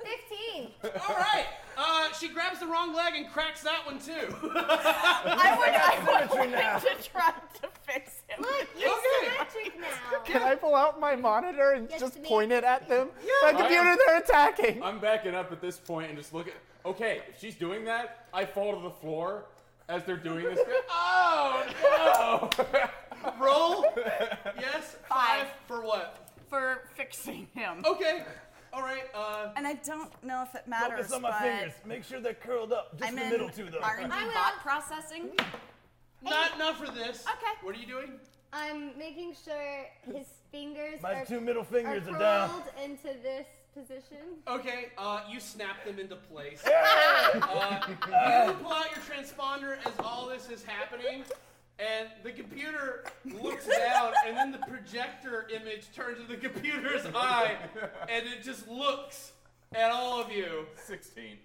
[SPEAKER 4] Fifteen.
[SPEAKER 1] All right. Uh, she grabs the wrong leg and cracks that one too.
[SPEAKER 9] (laughs) I would, I
[SPEAKER 3] would
[SPEAKER 9] like to try (laughs) to fix him.
[SPEAKER 4] Look, you're symmetric now.
[SPEAKER 8] Can I pull out my monitor and
[SPEAKER 4] Yes,
[SPEAKER 8] just
[SPEAKER 4] ma'am.
[SPEAKER 8] point it at them?
[SPEAKER 4] Yeah.
[SPEAKER 8] My computer, they're attacking.
[SPEAKER 5] I'm backing up at this point and just look at. Okay, if she's doing that, I fall to the floor as they're doing this. Oh (laughs) no!
[SPEAKER 1] Roll. Yes. Five for what?
[SPEAKER 9] For fixing him.
[SPEAKER 1] Okay. All right. Uh,
[SPEAKER 9] And I don't know if it matters,
[SPEAKER 3] Focus on my
[SPEAKER 9] but
[SPEAKER 3] fingers. Make sure they're curled up. Just
[SPEAKER 9] I'm
[SPEAKER 3] the
[SPEAKER 9] in
[SPEAKER 3] middle two, though.
[SPEAKER 9] R&D
[SPEAKER 4] I will.
[SPEAKER 9] bot
[SPEAKER 3] (laughs)
[SPEAKER 9] processing.
[SPEAKER 1] not enough for this.
[SPEAKER 4] Okay.
[SPEAKER 1] What are you doing?
[SPEAKER 4] I'm making sure his fingers
[SPEAKER 3] My
[SPEAKER 4] are,
[SPEAKER 3] two middle fingers
[SPEAKER 4] are
[SPEAKER 3] are down.
[SPEAKER 4] curled into this
[SPEAKER 1] (laughs)
[SPEAKER 4] position.
[SPEAKER 1] Okay. Uh, you snap them into place. Uh, you pull out your transponder as all this is happening. And the computer looks down, and then the projector image turns to the computer's eye, and it just looks at all of you.
[SPEAKER 5] 16.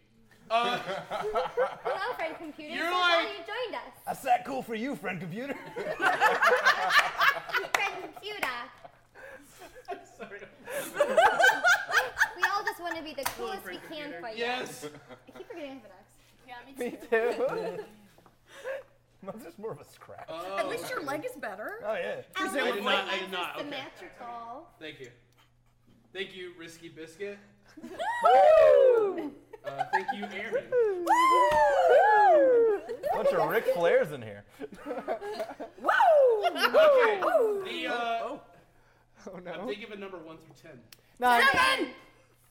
[SPEAKER 1] Uh,
[SPEAKER 4] Hello, friend computer.
[SPEAKER 1] You're
[SPEAKER 4] so glad
[SPEAKER 1] like-
[SPEAKER 4] you joined us.
[SPEAKER 3] I sat cool for you, friend computer.
[SPEAKER 4] friend computer.
[SPEAKER 1] I'm sorry.
[SPEAKER 4] (laughs) We all just want to be the coolest we
[SPEAKER 1] friend
[SPEAKER 4] can
[SPEAKER 1] computer.
[SPEAKER 4] for you.
[SPEAKER 11] (laughs)
[SPEAKER 1] Yes.
[SPEAKER 4] I keep forgetting I have an axe.
[SPEAKER 6] skirt.
[SPEAKER 8] Me too.
[SPEAKER 3] Mine's just more of a scratch.
[SPEAKER 9] At least your leg is better.
[SPEAKER 3] oh yeah.
[SPEAKER 1] I did not. I did not. Okay.
[SPEAKER 4] Symmetrical.
[SPEAKER 1] Thank you. Thank you, Risky Biscuit. uh, thank you, Aaron.
[SPEAKER 3] Bunch of Ric Flairs in here.
[SPEAKER 1] Okay. The uh,
[SPEAKER 8] Oh no.
[SPEAKER 1] I'm thinking of a number one through ten.
[SPEAKER 8] Nine.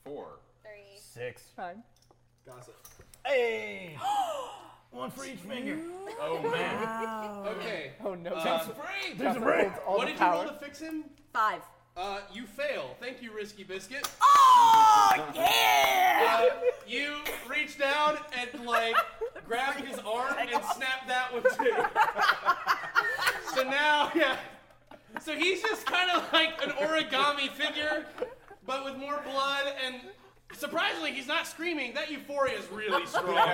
[SPEAKER 5] Four.
[SPEAKER 6] Three.
[SPEAKER 3] Six.
[SPEAKER 8] Nine.
[SPEAKER 1] Gossip.
[SPEAKER 8] (gasps)
[SPEAKER 3] Hey! One for each finger.
[SPEAKER 5] Oh man.
[SPEAKER 1] Okay.
[SPEAKER 8] Oh no.
[SPEAKER 1] Uh,
[SPEAKER 8] That's-
[SPEAKER 3] There's a
[SPEAKER 8] Gossip
[SPEAKER 3] break.
[SPEAKER 8] holds all
[SPEAKER 1] what
[SPEAKER 8] the
[SPEAKER 1] did you
[SPEAKER 8] power.
[SPEAKER 1] roll to fix him?
[SPEAKER 2] Five.
[SPEAKER 1] Uh, you fail. Thank you, Risky Biscuit.
[SPEAKER 9] Oh, yeah!
[SPEAKER 1] Uh, you reach down and like grab his arm and snap that one too. (laughs) so now, yeah. So he's just kind of like an origami figure, but with more blood and surprisingly, he's not screaming. That euphoria is
[SPEAKER 3] (laughs)
[SPEAKER 1] really strong.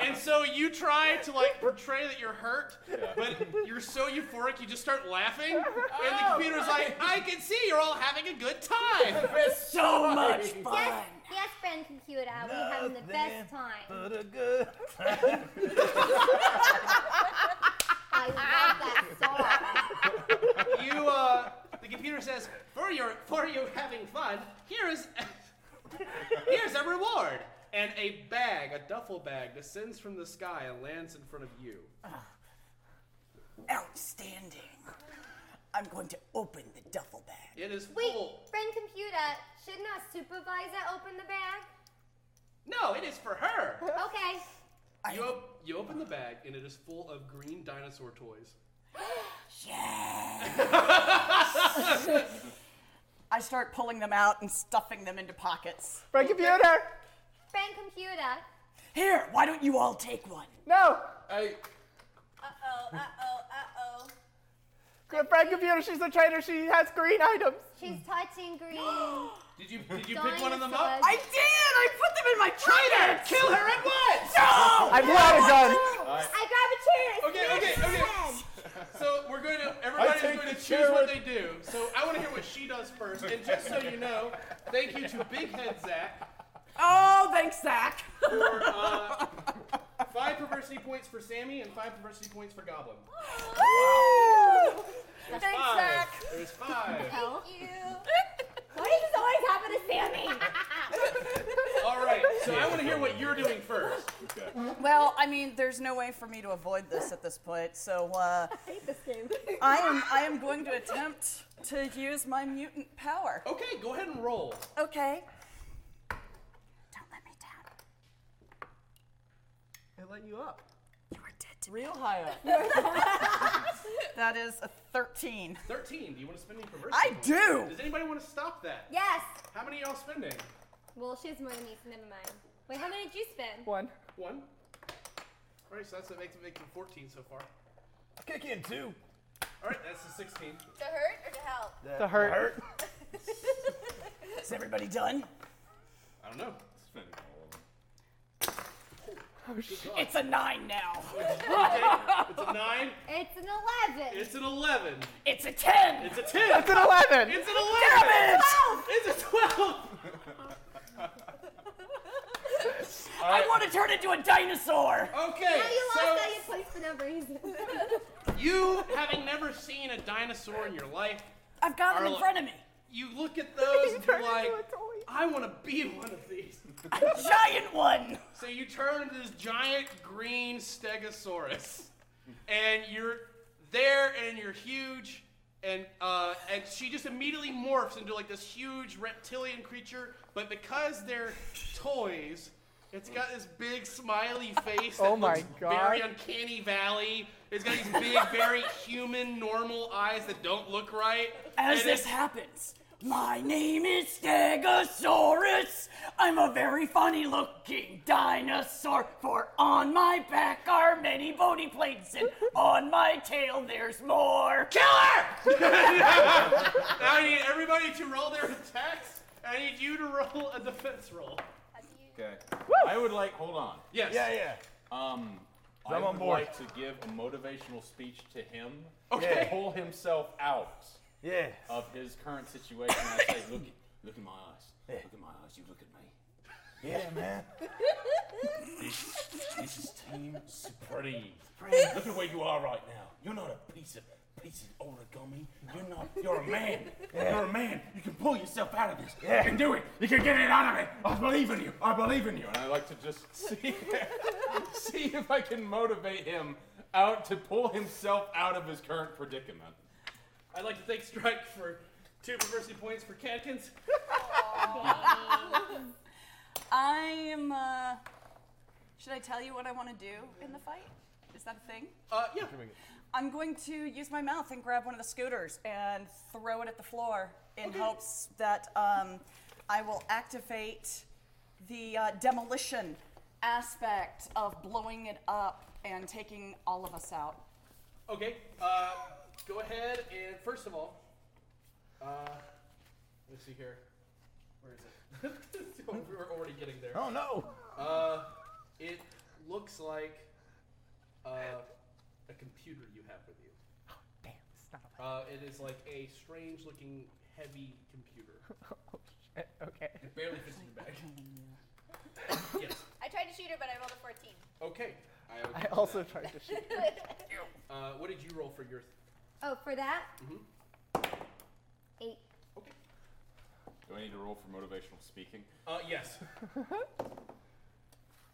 [SPEAKER 1] And so you try to like portray that you're hurt, but you're so euphoric you just start laughing, and
[SPEAKER 9] Oh.
[SPEAKER 1] the computer's like, "I can see you're all having a good time."
[SPEAKER 9] So much fun.
[SPEAKER 4] Yes, yes, friend computer. we having the best time.
[SPEAKER 3] But a good.
[SPEAKER 4] I love that song.
[SPEAKER 1] you uh the computer says for your for you having fun here is (laughs) here's a reward and a bag a duffel bag descends from the sky and lands in front of you
[SPEAKER 9] Ah. Outstanding. I'm going to open the duffel bag.
[SPEAKER 1] it is
[SPEAKER 4] Wait,
[SPEAKER 1] full
[SPEAKER 4] friend computer, shouldn't our supervisor open the bag?
[SPEAKER 1] no it is for her
[SPEAKER 4] Okay.
[SPEAKER 1] you, op- you open the bag and it is full of green dinosaur toys (gasps)
[SPEAKER 9] I start pulling them out and stuffing them into pockets.
[SPEAKER 8] Break computer.
[SPEAKER 4] Friend computer,
[SPEAKER 9] Here, why don't you all take one?
[SPEAKER 8] No.
[SPEAKER 5] Hey,
[SPEAKER 6] Uh-oh, uh-oh, uh-oh.
[SPEAKER 8] Break computer. She's a traitor. She has green items.
[SPEAKER 4] she's touching green.
[SPEAKER 1] (gasps) did you did you pick one of them up
[SPEAKER 4] Dinosaurs.
[SPEAKER 9] I did! I put them in my
[SPEAKER 1] Traitor!
[SPEAKER 9] pockets!
[SPEAKER 1] Kill her at once!
[SPEAKER 9] No!
[SPEAKER 8] I blew out a gun.
[SPEAKER 4] I grab a chair. and
[SPEAKER 1] Okay,
[SPEAKER 4] smash
[SPEAKER 1] okay,
[SPEAKER 4] his
[SPEAKER 1] okay.
[SPEAKER 4] head.
[SPEAKER 1] So we're going to everybody's
[SPEAKER 5] take
[SPEAKER 1] going to
[SPEAKER 5] the
[SPEAKER 1] choose
[SPEAKER 5] chair
[SPEAKER 1] what
[SPEAKER 5] with-
[SPEAKER 1] they do. So I want to hear what she does first. And just so you know, thank you to Big Head Zach
[SPEAKER 9] Oh, thanks, Zach.
[SPEAKER 1] for uh, five perversity points for Sammy and five perversity points for Goblin.
[SPEAKER 9] Thanks,
[SPEAKER 1] Five.
[SPEAKER 9] Zach.
[SPEAKER 1] There's five.
[SPEAKER 12] (laughs)
[SPEAKER 6] Thank you.
[SPEAKER 4] Why does this always happen to Sammy?
[SPEAKER 1] All right. So I want to hear what you're doing first.
[SPEAKER 9] Well, I mean, there's no way for me to avoid this at this point, so uh,
[SPEAKER 4] (laughs) I hate this game.
[SPEAKER 9] I am I am going to attempt to use my mutant power.
[SPEAKER 1] Okay, go ahead and roll.
[SPEAKER 9] Okay. Don't let me down.
[SPEAKER 8] It let you up.
[SPEAKER 9] You are dead to me.
[SPEAKER 8] Real high up.
[SPEAKER 9] (laughs)
[SPEAKER 4] (laughs)
[SPEAKER 9] That is a 13.
[SPEAKER 1] Thirteen. Do you want to spend any perversity?
[SPEAKER 9] I
[SPEAKER 1] points?
[SPEAKER 9] do.
[SPEAKER 1] Does anybody want to stop that?
[SPEAKER 4] Yes.
[SPEAKER 1] How many are y'all spending?
[SPEAKER 4] Well, she's more than me, so never mind. Wait, how many did you spend?
[SPEAKER 8] One.
[SPEAKER 1] One. All right. So that's what makes it makes it 14 so far.
[SPEAKER 3] Kick in two.
[SPEAKER 1] All right. That's the 16.
[SPEAKER 6] To hurt or to help?
[SPEAKER 8] The hurt.
[SPEAKER 3] Hurt.
[SPEAKER 9] (laughs) Is everybody done?
[SPEAKER 1] I don't know.
[SPEAKER 5] spending all of them.
[SPEAKER 9] It's a 9 now.
[SPEAKER 1] It's a nine.
[SPEAKER 4] It's an 11.
[SPEAKER 1] It's an 11.
[SPEAKER 9] It's a 10.
[SPEAKER 1] It's a 10.
[SPEAKER 8] It's an eleven.
[SPEAKER 1] It's an 11.
[SPEAKER 9] It's-
[SPEAKER 1] It's a 12.
[SPEAKER 9] I want to turn into a dinosaur.
[SPEAKER 1] Okay.
[SPEAKER 4] now you
[SPEAKER 1] so
[SPEAKER 4] lost all your points for no reason.
[SPEAKER 1] You, having never seen a dinosaur in your life,
[SPEAKER 9] I've got him in
[SPEAKER 1] Arlo-
[SPEAKER 9] front of me.
[SPEAKER 1] you look
[SPEAKER 8] (laughs)
[SPEAKER 1] at those and you're
[SPEAKER 8] turned into
[SPEAKER 1] like,
[SPEAKER 8] a toy.
[SPEAKER 1] I want to be one of these.
[SPEAKER 9] (laughs) A giant one.
[SPEAKER 1] so you turn into this giant green stegosaurus, and you're there and you're huge, and uh, and she just immediately morphs into like this huge reptilian creature. But because they're toys. It's got this big smiley face that
[SPEAKER 8] (laughs) Oh my
[SPEAKER 1] looks very
[SPEAKER 8] God.
[SPEAKER 1] uncanny valley. It's got
[SPEAKER 9] (laughs)
[SPEAKER 1] these big, very human, normal eyes that don't look right.
[SPEAKER 9] As
[SPEAKER 1] And
[SPEAKER 9] this
[SPEAKER 1] it-
[SPEAKER 9] happens, my name is Stegosaurus. I'm a very funny looking dinosaur, for on my back are many bony plates, and on my tail there's more. Killer!
[SPEAKER 1] Now (laughs) I need everybody to roll their attacks. I need you to roll a defense roll.
[SPEAKER 5] Okay. I would like. Hold on.
[SPEAKER 1] Yes.
[SPEAKER 3] Yeah, yeah.
[SPEAKER 5] Um, I
[SPEAKER 3] I'm on
[SPEAKER 5] would
[SPEAKER 3] board.
[SPEAKER 5] like to give a motivational speech to him.
[SPEAKER 1] Okay.
[SPEAKER 5] To pull himself out
[SPEAKER 3] Yeah.
[SPEAKER 5] of his current situation. I say, look, look in my eyes. Look in my eyes. You look at me.
[SPEAKER 3] Yeah, man.
[SPEAKER 5] This is Team Supreme. Look at where you are right now. You're not a piece of piece of origami. You're not. You're a man. You're a man. You can pull yourself out of this.
[SPEAKER 3] Yeah.
[SPEAKER 5] You can do it. You can get it out of it. I believe in you. I believe in you. And I like to just see (laughs) see if I can motivate him out to pull himself out of his current predicament.
[SPEAKER 1] I'd like to thank Strike for Two perversity points for Catkins.
[SPEAKER 6] I'm. Uh, should I tell you what I want to do in the fight? Is that a thing?
[SPEAKER 1] Uh, yeah.
[SPEAKER 6] I'm going to use my mouth and grab one of the scooters and throw it at the floor in hopes that um, I will activate the uh, demolition aspect of blowing it up and taking all of us out.
[SPEAKER 1] Okay. Uh, go ahead and first of all, uh, let's see here. Where is it? (laughs) we were already getting there.
[SPEAKER 3] Oh, no.
[SPEAKER 1] Uh, it looks like uh, a computer you have with you. Oh damn!
[SPEAKER 8] Stop.
[SPEAKER 1] Uh, it is like a strange-looking heavy computer.
[SPEAKER 8] (laughs) Oh, okay.
[SPEAKER 1] It barely fits in
[SPEAKER 8] (laughs)
[SPEAKER 1] your bag. yes.
[SPEAKER 12] (laughs) I tried to shoot her, but I rolled a (laughs) 14.
[SPEAKER 1] Okay.
[SPEAKER 8] I also tried to shoot.
[SPEAKER 1] Uh, what did you roll for your? Th-
[SPEAKER 4] Oh, for that?
[SPEAKER 1] Mhm.
[SPEAKER 4] Eight.
[SPEAKER 5] Do I need to roll for motivational speaking?
[SPEAKER 1] uh,
[SPEAKER 8] (laughs)
[SPEAKER 1] yes.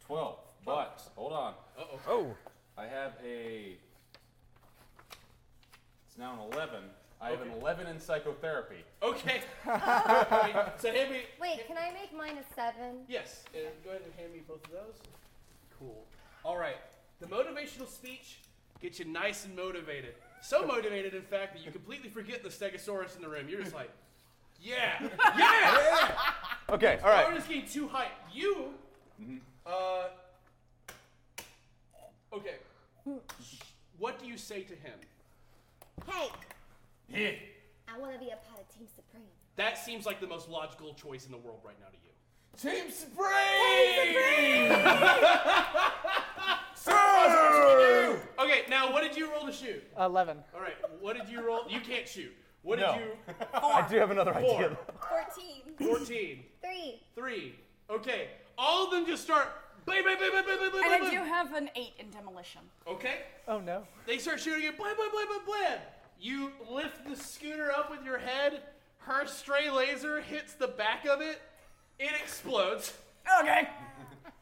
[SPEAKER 5] 12. But, hold on.
[SPEAKER 1] Uh-oh.
[SPEAKER 5] Oh. I have a. It's now an 11. I have an
[SPEAKER 1] Okay.
[SPEAKER 5] 11 in psychotherapy. (laughs)
[SPEAKER 1] Okay. so hand me.
[SPEAKER 4] Wait, can I make mine a seven?
[SPEAKER 1] Yes. And go ahead and hand me both of those. Cool. All right. The motivational speech gets you nice and motivated. So motivated, in fact, that you completely forget the Stegosaurus in the room. You're just like, yeah, yeah.
[SPEAKER 3] Okay, all right. Mm-hmm.
[SPEAKER 1] We're just getting too hype. You, uh, okay. What do you say to him?
[SPEAKER 4] Hey,
[SPEAKER 1] Yeah.
[SPEAKER 4] I want to be a part of Team Supreme.
[SPEAKER 1] That seems like the most logical choice in the world right now to you.
[SPEAKER 5] Team Supreme!
[SPEAKER 1] Okay, now what did you roll to shoot?
[SPEAKER 8] Eleven. (laughs)
[SPEAKER 1] All right, what did you roll? You can't shoot. What
[SPEAKER 3] No.
[SPEAKER 1] did you?
[SPEAKER 3] (laughs) I do have another
[SPEAKER 1] Four.
[SPEAKER 3] idea.
[SPEAKER 12] 14.
[SPEAKER 1] 14.
[SPEAKER 4] Three.
[SPEAKER 1] Three. Okay, all of them just start. Bam, bam, bam, bam, bam, bam, bam,
[SPEAKER 6] And I
[SPEAKER 1] bam.
[SPEAKER 6] do have an 8 in demolition.
[SPEAKER 1] Okay,
[SPEAKER 8] Oh no.
[SPEAKER 1] they start shooting it. Blam, blam, blam, blam, blam. You lift the scooter up with your head. Her stray laser hits the back of it. It explodes.
[SPEAKER 7] Okay.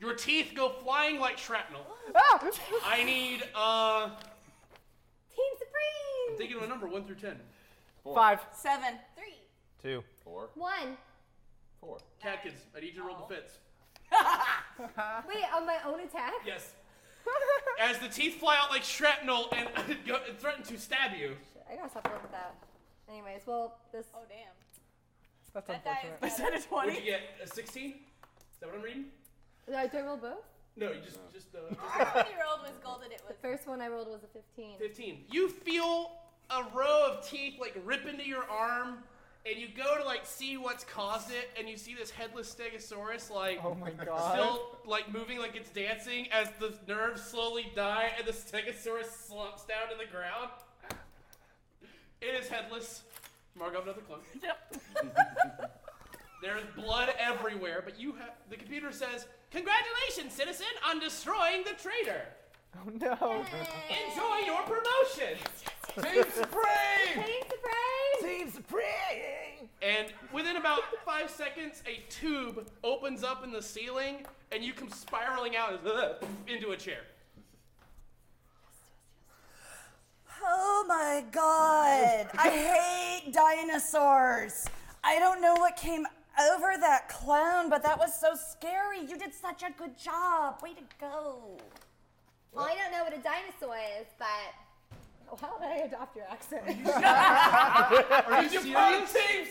[SPEAKER 1] Your teeth go flying like shrapnel.
[SPEAKER 8] Ah!
[SPEAKER 1] I need, uh,
[SPEAKER 4] Team Supreme!
[SPEAKER 1] I'm thinking of a number 1 through 10.
[SPEAKER 8] Five.
[SPEAKER 6] 7.
[SPEAKER 12] 3.
[SPEAKER 3] Two.
[SPEAKER 5] Four.
[SPEAKER 1] (laughs)
[SPEAKER 4] One.
[SPEAKER 5] Four.
[SPEAKER 1] Catkins, I need you to roll the
[SPEAKER 8] (laughs)
[SPEAKER 1] fits.
[SPEAKER 4] Wait, on my own attack?
[SPEAKER 1] Yes. As the teeth fly out like shrapnel and (laughs) go- and threaten to stab you.
[SPEAKER 4] Shit, I gotta stop looking at that. Anyways, well, this.
[SPEAKER 12] Oh, damn.
[SPEAKER 8] That's
[SPEAKER 12] That die
[SPEAKER 8] unfortunate.
[SPEAKER 12] is
[SPEAKER 6] Is that a
[SPEAKER 1] What'd you
[SPEAKER 6] 20?
[SPEAKER 1] get? A 16? Is that what I'm reading?
[SPEAKER 4] Did I do I roll
[SPEAKER 12] (laughs)
[SPEAKER 4] both?
[SPEAKER 1] No, you just, just, uh, just
[SPEAKER 12] Everybody rolled was golden. It was.
[SPEAKER 4] First one I rolled was a 15.
[SPEAKER 1] 15. You feel a row of teeth like rip into your arm, and you go to like see what's caused it, and you see this headless stegosaurus like
[SPEAKER 8] Oh my god.
[SPEAKER 1] still like moving like it's dancing as the nerves slowly die and the stegosaurus slumps down to the ground. It is headless. Mark up another clone.
[SPEAKER 6] Yep.
[SPEAKER 1] There's blood everywhere, but you have the computer says, "Congratulations, citizen, on destroying the traitor.
[SPEAKER 8] Oh no.
[SPEAKER 1] Enjoy your promotion."
[SPEAKER 5] Team Supreme!
[SPEAKER 4] Team Supreme!
[SPEAKER 3] Team Supreme!
[SPEAKER 1] And within about five seconds, a tube opens up in the ceiling, and you come spiraling out into a chair.
[SPEAKER 6] Oh my god. I hate dinosaurs. I don't know what came over that clown, but that was so scary. You did such a good job. Way to go.
[SPEAKER 4] Well, I don't know what a dinosaur is, but. How did I adopt your (laughs) accent?
[SPEAKER 1] Are you serious?
[SPEAKER 5] Team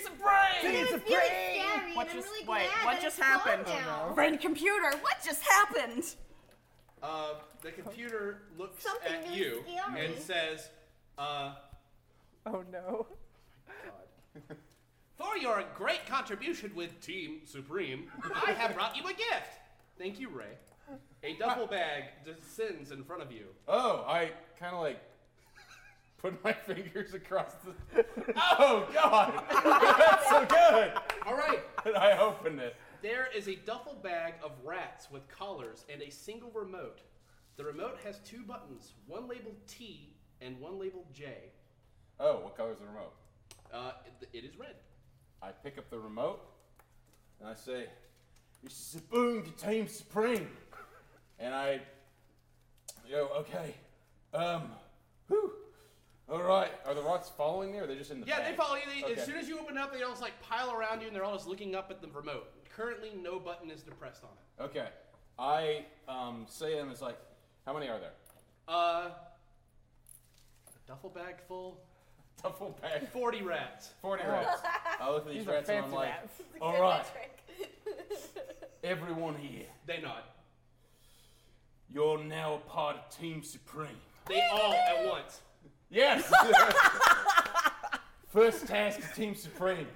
[SPEAKER 4] it
[SPEAKER 5] Supreme!
[SPEAKER 3] Team
[SPEAKER 4] was really
[SPEAKER 3] Supreme!
[SPEAKER 4] scary,
[SPEAKER 7] What
[SPEAKER 4] and
[SPEAKER 7] just-
[SPEAKER 4] I'm really
[SPEAKER 7] wait,
[SPEAKER 4] glad
[SPEAKER 7] what
[SPEAKER 4] that
[SPEAKER 7] just
[SPEAKER 4] it's gone
[SPEAKER 7] happened?
[SPEAKER 4] Now.
[SPEAKER 6] Friend computer, what just happened?
[SPEAKER 1] Uh, the computer looks
[SPEAKER 4] Something
[SPEAKER 1] at
[SPEAKER 4] really
[SPEAKER 1] you
[SPEAKER 4] scary.
[SPEAKER 1] and says, uh,
[SPEAKER 8] Oh
[SPEAKER 1] (laughs)
[SPEAKER 8] no.
[SPEAKER 1] For your great contribution with Team Supreme, I have brought you a gift. Thank you, Ray. A duffel bag descends in front of you.
[SPEAKER 5] Oh, I kind of like put my (laughs) fingers across the. (laughs) Oh God, (laughs) that's so good.
[SPEAKER 1] All right.
[SPEAKER 5] (laughs) And I opened it.
[SPEAKER 1] There is a duffel bag of rats with collars and a single remote. The remote has two buttons, one labeled T and one labeled J.
[SPEAKER 5] Oh, what color is the remote?
[SPEAKER 1] Uh, it- it is red.
[SPEAKER 5] I pick up the remote and I say, "This is a boon to Team Supreme." And I go, "Okay, um, whew, All right. Are the rocks following me, or are they just in the?
[SPEAKER 1] Yeah, they
[SPEAKER 5] bank?
[SPEAKER 1] follow you. They,
[SPEAKER 5] Okay.
[SPEAKER 1] As soon as you open up, they all just like pile around you, and they're all just looking up at the remote. Currently, no button is depressed on it.
[SPEAKER 5] Okay. I um, say them as like, how many are there?
[SPEAKER 1] Uh, a duffel bag full.
[SPEAKER 5] Duffel bag.
[SPEAKER 1] Forty rats.
[SPEAKER 5] Forty
[SPEAKER 1] (laughs)
[SPEAKER 5] rats. I look at these
[SPEAKER 1] Oh. These are
[SPEAKER 5] rats and I'm
[SPEAKER 1] fancy
[SPEAKER 5] like,
[SPEAKER 1] rats.
[SPEAKER 5] all right, everyone here.
[SPEAKER 1] They nod.
[SPEAKER 5] You're now a part of Team Supreme.
[SPEAKER 1] They all at (laughs) once.
[SPEAKER 5] Yes. (laughs) First task is Team Supreme.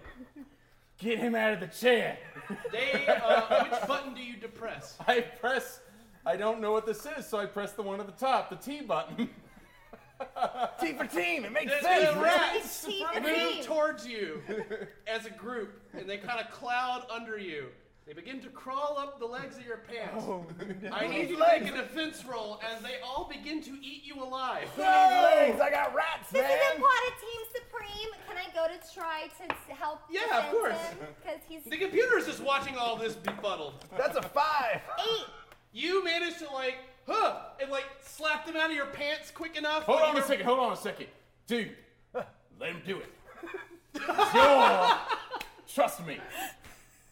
[SPEAKER 5] Get him out of the chair.
[SPEAKER 1] They. Uh, which button do you depress?
[SPEAKER 5] (laughs) I press. I don't know what this is, so I press the one at the top, the T button. (laughs)
[SPEAKER 3] T for team. It makes
[SPEAKER 1] The,
[SPEAKER 3] sense.
[SPEAKER 1] the
[SPEAKER 3] man.
[SPEAKER 1] rats move towards you as a group, and they kind of cloud under you. They begin to crawl up the legs of your pants. I need
[SPEAKER 3] These
[SPEAKER 1] you to
[SPEAKER 3] legs.
[SPEAKER 1] make an offense roll as they all begin to eat you alive.
[SPEAKER 3] These legs. I got rats,
[SPEAKER 4] This
[SPEAKER 3] man.
[SPEAKER 4] isn't part of Team Supreme. Can I go to try to s- help?
[SPEAKER 1] Yeah, of course.
[SPEAKER 4] Because he's
[SPEAKER 1] The computer is just watching all this befuddled.
[SPEAKER 3] That's a five.
[SPEAKER 4] eight.
[SPEAKER 1] You managed to like, huh, and like slap them out of your pants quick enough.
[SPEAKER 5] Hold
[SPEAKER 1] like
[SPEAKER 5] on
[SPEAKER 1] you
[SPEAKER 5] a
[SPEAKER 1] were-
[SPEAKER 5] second, hold on a second. Dude, let him do it. You're, trust me,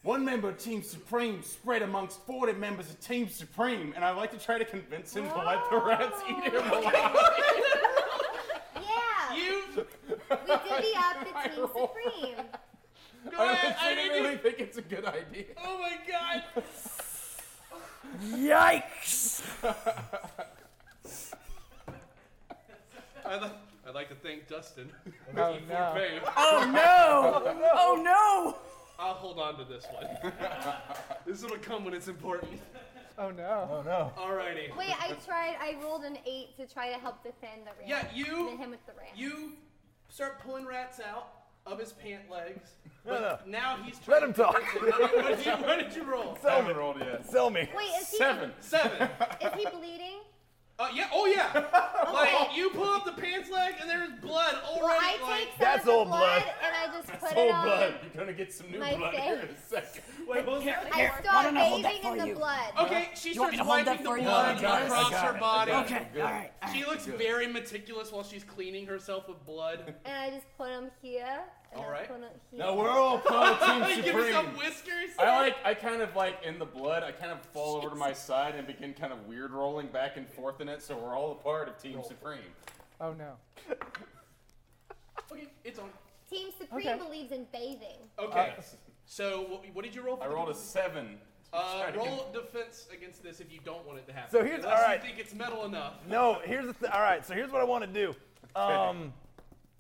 [SPEAKER 5] one member of Team Supreme spread amongst 40 members of Team Supreme, and I like to try to convince him to let the rats eat
[SPEAKER 1] (laughs)
[SPEAKER 5] him alive. (laughs)
[SPEAKER 4] Yeah.
[SPEAKER 1] You.
[SPEAKER 4] We divvy up the Team Supreme.
[SPEAKER 1] Go
[SPEAKER 5] I
[SPEAKER 1] ahead, I need
[SPEAKER 5] legitimately
[SPEAKER 1] you.
[SPEAKER 5] think it's a good idea.
[SPEAKER 1] Oh my god.
[SPEAKER 5] (laughs) Yikes!
[SPEAKER 1] I'd, li- I'd like to thank Dustin.
[SPEAKER 8] Oh,
[SPEAKER 1] (laughs) He for
[SPEAKER 8] no.
[SPEAKER 1] fame.
[SPEAKER 8] Oh, no. Oh, no.
[SPEAKER 1] I'll hold on to this one. this will come when it's important.
[SPEAKER 8] Oh no.
[SPEAKER 3] Oh no.
[SPEAKER 1] Alrighty.
[SPEAKER 4] (laughs) Wait, I tried. I rolled an eight to try to help defend the ram.
[SPEAKER 1] Yeah, you-
[SPEAKER 4] And him with the ram.
[SPEAKER 1] You start pulling rats out of his pant legs.
[SPEAKER 3] No, no.
[SPEAKER 1] Now he's
[SPEAKER 3] Let
[SPEAKER 1] trying
[SPEAKER 3] him
[SPEAKER 1] to
[SPEAKER 3] talk.
[SPEAKER 1] (laughs) What did you, what did you roll?
[SPEAKER 3] Sell me.
[SPEAKER 5] rolled yet.
[SPEAKER 3] Sell me.
[SPEAKER 4] Wait, is he?
[SPEAKER 5] Seven.
[SPEAKER 1] Seven.
[SPEAKER 4] Is he bleeding?
[SPEAKER 1] Uh, yeah. Oh yeah. Like you pull up the pants leg and there's blood
[SPEAKER 4] Well,
[SPEAKER 1] already.
[SPEAKER 4] I
[SPEAKER 1] like,
[SPEAKER 4] take some
[SPEAKER 3] That's
[SPEAKER 4] of the
[SPEAKER 3] old
[SPEAKER 4] blood,
[SPEAKER 3] blood.
[SPEAKER 4] and I just
[SPEAKER 5] That's
[SPEAKER 4] put
[SPEAKER 5] old
[SPEAKER 4] it on.
[SPEAKER 5] blood. You're gonna get some new
[SPEAKER 4] my
[SPEAKER 5] blood here in a
[SPEAKER 4] face.
[SPEAKER 5] second.
[SPEAKER 1] Wait, what was that?
[SPEAKER 4] I
[SPEAKER 7] Why
[SPEAKER 4] start
[SPEAKER 7] don't I hold that
[SPEAKER 4] bathing in
[SPEAKER 7] for
[SPEAKER 4] the
[SPEAKER 7] you?
[SPEAKER 4] blood.
[SPEAKER 1] Okay, she
[SPEAKER 7] You
[SPEAKER 1] starts
[SPEAKER 7] want me to hold
[SPEAKER 1] wiping
[SPEAKER 7] that
[SPEAKER 1] the
[SPEAKER 7] for you?
[SPEAKER 1] blood
[SPEAKER 7] No, I got it, I
[SPEAKER 1] across
[SPEAKER 7] got
[SPEAKER 1] her
[SPEAKER 7] it, I
[SPEAKER 1] body.
[SPEAKER 7] got it. Okay, Good. all right, all
[SPEAKER 1] She
[SPEAKER 7] right,
[SPEAKER 1] looks
[SPEAKER 5] good.
[SPEAKER 1] very meticulous while she's cleaning herself with blood.
[SPEAKER 7] (laughs)
[SPEAKER 4] And I just put him here. And
[SPEAKER 1] All right.
[SPEAKER 4] I put him here.
[SPEAKER 5] No, we're all
[SPEAKER 1] (laughs)
[SPEAKER 5] pro Team
[SPEAKER 1] Give her
[SPEAKER 5] Supreme.
[SPEAKER 1] some whiskers.
[SPEAKER 5] I like, I kind of like in the blood, I kind of fall over to my side and begin kind of weird rolling back and forth in it, so we're all a part of Team Supreme.
[SPEAKER 8] Oh no.
[SPEAKER 1] Okay, it's on.
[SPEAKER 4] Team Supreme
[SPEAKER 8] Okay.
[SPEAKER 4] believes in bathing.
[SPEAKER 1] Okay. so what, what did you roll? For
[SPEAKER 5] Uh, I
[SPEAKER 1] the-
[SPEAKER 5] rolled a seven.
[SPEAKER 1] Uh,
[SPEAKER 5] (laughs) Try to
[SPEAKER 1] roll defense against this if you don't want it to happen.
[SPEAKER 3] So here's-
[SPEAKER 1] Unless
[SPEAKER 3] alright.
[SPEAKER 1] you think it's metal enough.
[SPEAKER 3] No, here's the th- all right. So here's what I want to do. Um,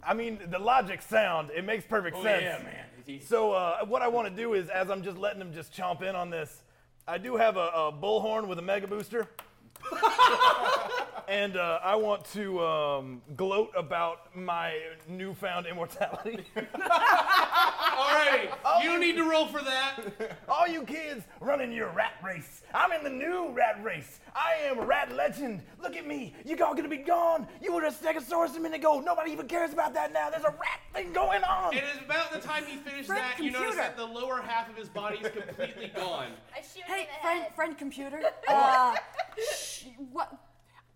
[SPEAKER 3] I mean, the logic sound it makes perfect
[SPEAKER 5] Oh,
[SPEAKER 3] sense.
[SPEAKER 5] yeah, man. He's-
[SPEAKER 3] So uh, what I want to do is, as I'm just letting him just chomp in on this, I do have a, a bullhorn with a mega booster, (laughs) and uh, I want to um, gloat about my newfound immortality. (laughs)
[SPEAKER 1] Alrighty. you need to roll for that.
[SPEAKER 3] All you kids running your rat race. I'm in the new rat race. I am rat legend. Look at me. You all gonna be gone. You were a stegosaurus a minute ago. Nobody even cares about that now. There's a rat thing going on.
[SPEAKER 1] It
[SPEAKER 3] (laughs)
[SPEAKER 1] is about the time you finish
[SPEAKER 6] Friend
[SPEAKER 1] that, you notice
[SPEAKER 6] computer.
[SPEAKER 1] that the lower half of his body is completely gone.
[SPEAKER 12] I shoot him
[SPEAKER 6] Hey,
[SPEAKER 12] in the
[SPEAKER 6] friend,
[SPEAKER 12] head. (laughs)
[SPEAKER 6] friend computer. Uh, sh- what?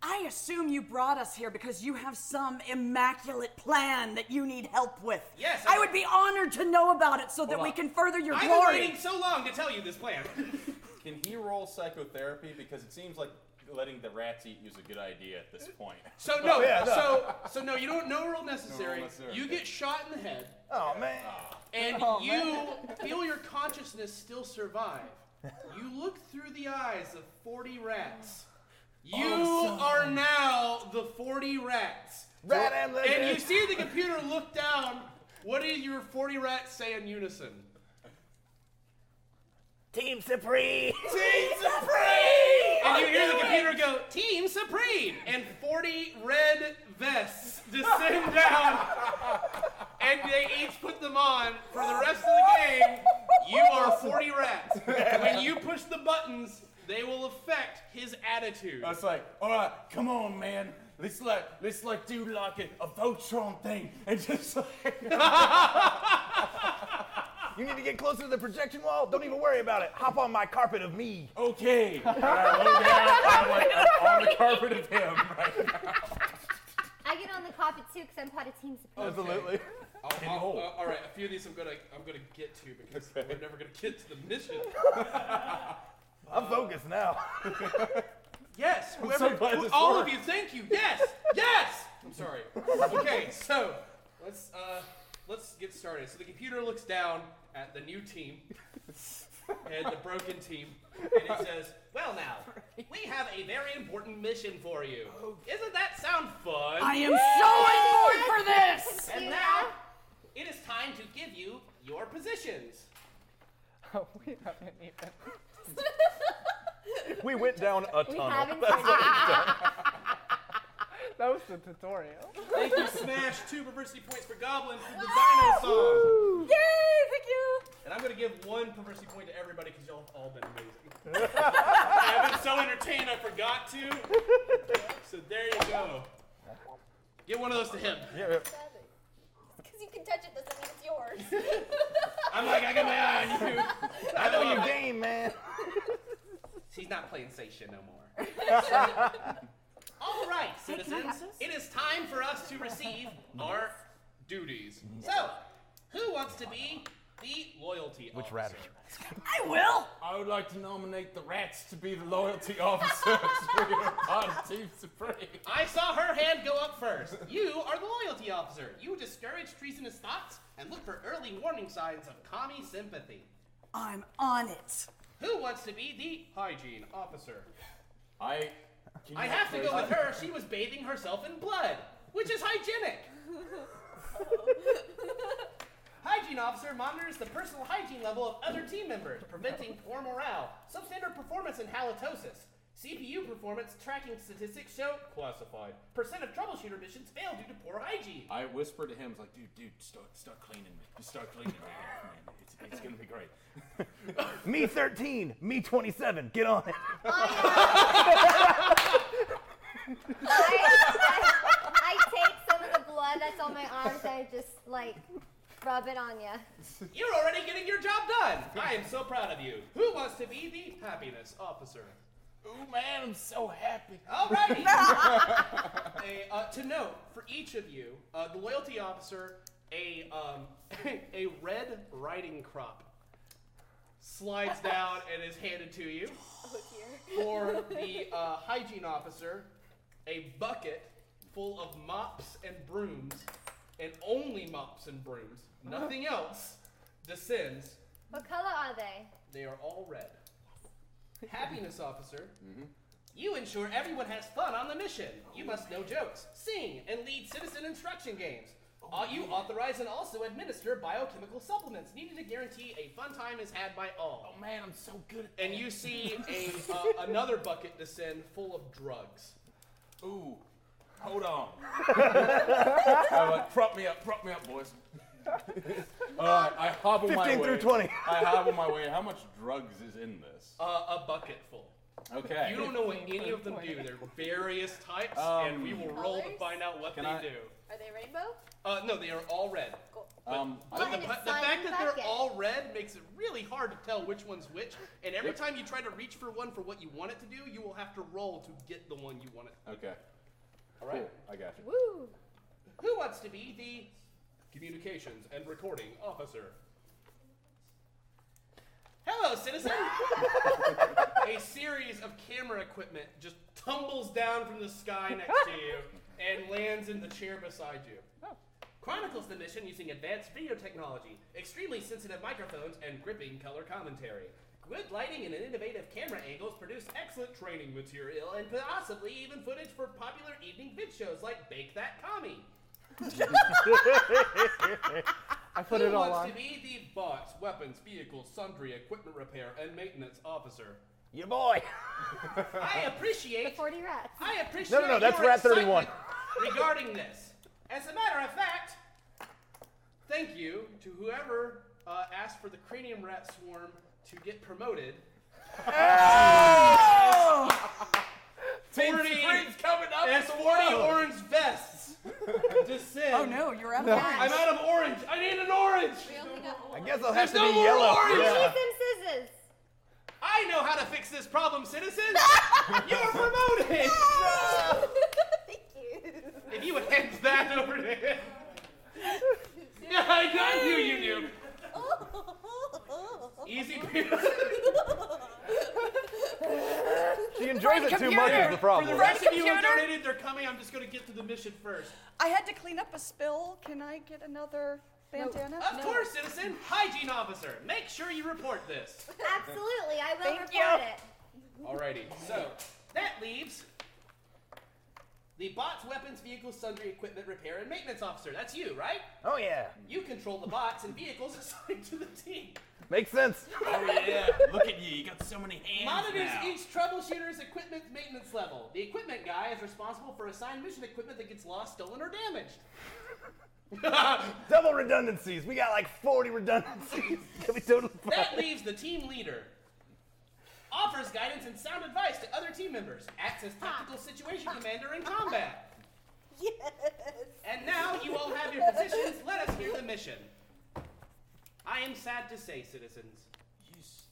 [SPEAKER 6] I assume you brought us here because you have some immaculate plan that you need help with.
[SPEAKER 1] Yes, I-
[SPEAKER 6] I would be honored to know about it so that
[SPEAKER 5] Hold
[SPEAKER 6] we
[SPEAKER 5] on.
[SPEAKER 6] can further your
[SPEAKER 1] I've been
[SPEAKER 6] glory.
[SPEAKER 1] waiting so long to tell you this plan.
[SPEAKER 5] (laughs)
[SPEAKER 1] (laughs)
[SPEAKER 5] Can he roll psychotherapy? Because it seems like letting the rats eat you is a good idea at this point.
[SPEAKER 1] (laughs) So no,
[SPEAKER 5] (laughs)
[SPEAKER 3] Oh, yeah, no.
[SPEAKER 1] so so no, you don't. No roll necessary.
[SPEAKER 5] necessary.
[SPEAKER 1] you get shot in the head,
[SPEAKER 3] Oh man.
[SPEAKER 1] and
[SPEAKER 8] Oh,
[SPEAKER 1] you feel your consciousness still survive. You look through the eyes of forty rats. You are now the forty rats.
[SPEAKER 3] Rat am legend.
[SPEAKER 1] And you see the computer look down. What did your forty rats say in unison?
[SPEAKER 3] Team Supreme. Team
[SPEAKER 1] And
[SPEAKER 3] Supreme. (laughs)
[SPEAKER 1] you hear the computer go, Team Supreme! And 40 red vests descend down. And they each put them on for the rest of the game. You are 40 rats. When you push the buttons, they will affect his attitude.
[SPEAKER 5] I was like, all right, come on, man. Let's like, let's like do like a, a Voltron thing and
[SPEAKER 1] (laughs)
[SPEAKER 5] just like.
[SPEAKER 3] You need to get closer to the projection wall. Don't even worry about it. Hop on my carpet of me. (laughs)
[SPEAKER 5] Okay. And I roll down. I'm like I'm on the carpet of him. Right?
[SPEAKER 4] I get on the top it too because I'm part of Team Supreme.
[SPEAKER 1] Absolutely. I'll, I'll, uh, all right, a few of these I'm gonna I'm gonna get to because we're never gonna get to the
[SPEAKER 3] (laughs)
[SPEAKER 1] mission.
[SPEAKER 3] I'm focused now.
[SPEAKER 1] yes,
[SPEAKER 3] I'm
[SPEAKER 1] whoever,
[SPEAKER 3] so glad
[SPEAKER 1] who-
[SPEAKER 3] this
[SPEAKER 1] all
[SPEAKER 3] worked.
[SPEAKER 1] of you, thank you. Yes, yes. I'm sorry. Okay, so let's uh, let's get started. So the computer looks down at the new team and the broken team, and it says, "Well now, we have a very important mission for you. Isn't that sound fun?
[SPEAKER 9] I am so on board for this!
[SPEAKER 1] And now it is time to give you your positions."
[SPEAKER 8] Oh, we haven't even.
[SPEAKER 11] We went down a
[SPEAKER 8] We
[SPEAKER 1] (laughs)
[SPEAKER 11] tunnel. (laughs)
[SPEAKER 8] haven't
[SPEAKER 11] That's what we've done.
[SPEAKER 8] That was the tutorial.
[SPEAKER 1] Thank you, Smash.
[SPEAKER 4] (laughs)
[SPEAKER 1] Two perversity points for Goblin for the Dino song.
[SPEAKER 6] Yay! Thank you.
[SPEAKER 1] And I'm gonna give one perversity point to everybody because y'all have all been
[SPEAKER 3] (laughs)
[SPEAKER 1] amazing. I've been so entertained I forgot to.
[SPEAKER 3] (laughs)
[SPEAKER 1] So there you go. Get one of those to him.
[SPEAKER 12] Because you can touch it doesn't mean
[SPEAKER 4] (laughs)
[SPEAKER 12] it's yours.
[SPEAKER 1] I'm like, I got my eye on you.
[SPEAKER 3] (laughs) I know your game,
[SPEAKER 1] (laughs)
[SPEAKER 3] man.
[SPEAKER 1] She's not playing Seisha no more.
[SPEAKER 3] (laughs)
[SPEAKER 1] All right,
[SPEAKER 9] Hey, can I
[SPEAKER 1] citizens.
[SPEAKER 9] have
[SPEAKER 1] It is time for us to receive our duties.
[SPEAKER 5] Mm-hmm.
[SPEAKER 1] So, who wants to be the loyalty
[SPEAKER 11] Which
[SPEAKER 1] officer?
[SPEAKER 11] rat?
[SPEAKER 5] I will. I would like to nominate the rats to be the loyalty (laughs) officers for your part of Team Supreme.
[SPEAKER 1] I saw her hand go up first. You are the loyalty officer. You discourage treasonous thoughts and look for early warning signs of commie sympathy.
[SPEAKER 6] I'm on it.
[SPEAKER 1] Who wants to be the hygiene officer?
[SPEAKER 5] I.
[SPEAKER 1] I have to go with her. She was bathing herself in blood, which is
[SPEAKER 6] (laughs)
[SPEAKER 1] hygienic. Hygiene officer monitors the personal hygiene level of other team members, preventing poor morale, substandard performance, and halitosis. CPU performance tracking statistics show Classified. percent of troubleshooter missions fail due to poor hygiene.
[SPEAKER 5] I whispered to him, I was like, dude, dude, start, start cleaning me. Just start cleaning me. off, man. It's, it's gonna be great.
[SPEAKER 3] (laughs) me 13, me 27. Get on it.
[SPEAKER 4] I, I, I take some of the blood that's on my arms and I just like rub it on you.
[SPEAKER 1] You're already getting your job done. I am so proud of you. Who wants to be the happiness officer? Ooh, man, I'm so happy. (laughs) Alrighty. a, uh, to note, for each of you, uh, the loyalty officer, a um, (laughs) a red riding crop slides down and is handed to (gasps) you. (laughs)
[SPEAKER 4] Oh,
[SPEAKER 1] For the uh, hygiene officer, a bucket full of mops and brooms, and only mops and brooms, nothing else, descends.
[SPEAKER 4] What color are they?
[SPEAKER 1] They are all (laughs) red. Happiness officer,
[SPEAKER 5] Mm-hmm.
[SPEAKER 1] you ensure everyone has fun on the mission. You must know jokes, sing, and lead citizen instruction games. Uh, you authorize and also administer biochemical supplements needed to guarantee a fun time is had by all. Oh man, I'm so good at And you (laughs) see a, uh, another bucket descend full of drugs.
[SPEAKER 5] Ooh,
[SPEAKER 1] (laughs)
[SPEAKER 5] hold on. I'm like, (laughs) prop me up, prop me up, boys. All right, I hobble my way.
[SPEAKER 3] 15 through 20.
[SPEAKER 5] I hobble my way. How much drugs is in this?
[SPEAKER 1] Uh, a bucket full.
[SPEAKER 5] Okay.
[SPEAKER 1] You don't know what any of them do. They're various types, and we will roll to find out what they
[SPEAKER 5] Um, Can I-
[SPEAKER 1] do.
[SPEAKER 12] (laughs) Are they rainbow?
[SPEAKER 1] Uh, no, they are all red. But-
[SPEAKER 5] Um,
[SPEAKER 1] but
[SPEAKER 5] Mine
[SPEAKER 1] the,
[SPEAKER 5] is
[SPEAKER 1] pa- the
[SPEAKER 12] slime
[SPEAKER 1] fact that they're
[SPEAKER 12] bucket.
[SPEAKER 1] all red makes it really hard to tell which one's which. And every
[SPEAKER 5] Yep.
[SPEAKER 1] time you try to reach for one for what you want it to do, you will have to roll to get the one you want it.
[SPEAKER 5] Okay.
[SPEAKER 1] All right.
[SPEAKER 5] Cool, I got you.
[SPEAKER 1] Woo! Who wants to be the communications and recording officer? Hello,
[SPEAKER 5] (laughs)
[SPEAKER 1] citizen. a series of camera equipment just tumbles down from the sky next to you and lands in the chair beside you. Chronicles the mission using advanced video technology, extremely sensitive microphones, and gripping color commentary. Good lighting and innovative camera angles produce excellent training material and possibly even footage for popular evening vid shows like Bake That
[SPEAKER 8] (laughs)
[SPEAKER 1] Commie.
[SPEAKER 8] I put
[SPEAKER 1] Who
[SPEAKER 8] it all
[SPEAKER 1] wants
[SPEAKER 8] on.
[SPEAKER 1] to be the bots, weapons, vehicles, sundry, equipment repair, and maintenance officer?
[SPEAKER 3] Your boy.
[SPEAKER 1] (laughs) I appreciate the
[SPEAKER 4] 40 rats.
[SPEAKER 1] I appreciate
[SPEAKER 3] No, no, no, that's
[SPEAKER 1] your
[SPEAKER 3] rat 31.
[SPEAKER 1] excitement regarding this. As a matter of fact, thank you to whoever uh, asked for the cranium rat swarm to get promoted.
[SPEAKER 3] Oh!
[SPEAKER 5] Team
[SPEAKER 1] 40
[SPEAKER 5] Supreme's coming up
[SPEAKER 1] As
[SPEAKER 5] with the
[SPEAKER 1] 40
[SPEAKER 5] world.
[SPEAKER 1] orange
[SPEAKER 6] (laughs)
[SPEAKER 1] vests descend.
[SPEAKER 6] Oh, no, you're out of No. orange.
[SPEAKER 1] I'm out of orange. I need an orange.
[SPEAKER 3] I guess I'll
[SPEAKER 1] There's
[SPEAKER 3] have to
[SPEAKER 1] no
[SPEAKER 3] be
[SPEAKER 1] more
[SPEAKER 3] yellow.
[SPEAKER 1] orange.
[SPEAKER 3] Yeah.
[SPEAKER 4] scissors.
[SPEAKER 1] I know how to fix this problem, (laughs) citizens. (laughs) you are promoted.
[SPEAKER 12] Thank you.
[SPEAKER 1] If you would hand that over (laughs) (laughs)
[SPEAKER 11] enjoys it too much is the problem.
[SPEAKER 1] For the rest of you who donated, they're coming. I'm just going to get to the mission first.
[SPEAKER 6] I had to clean up a spill. Can I get another bandana?
[SPEAKER 1] Of course, citizen. Hygiene officer. Make sure you report this.
[SPEAKER 4] Absolutely, I will
[SPEAKER 6] Thank
[SPEAKER 4] report
[SPEAKER 6] you.
[SPEAKER 4] it.
[SPEAKER 1] Alrighty, so that leaves the bots, weapons, vehicles, sundry, equipment, repair, and maintenance officer. That's you, right?
[SPEAKER 3] Oh, yeah.
[SPEAKER 1] You control the bots and vehicles (laughs) assigned to the team.
[SPEAKER 3] Makes sense.
[SPEAKER 1] Oh, yeah.
[SPEAKER 13] Look at you. You got so many hands.
[SPEAKER 1] Monitors
[SPEAKER 13] now.
[SPEAKER 1] each troubleshooter's equipment maintenance level. The equipment guy is responsible for assigned mission equipment that gets lost, stolen, or damaged.
[SPEAKER 3] (laughs) Double redundancies. We got like 40 redundancies. (laughs) It'll be totally fine. (laughs)
[SPEAKER 1] That leaves the team leader. Offers guidance and sound advice to other team members. Acts as tactical situation commander in combat.
[SPEAKER 12] Yes.
[SPEAKER 1] And now you all have your positions. Let us hear the mission. I am sad to say, citizens. Yes.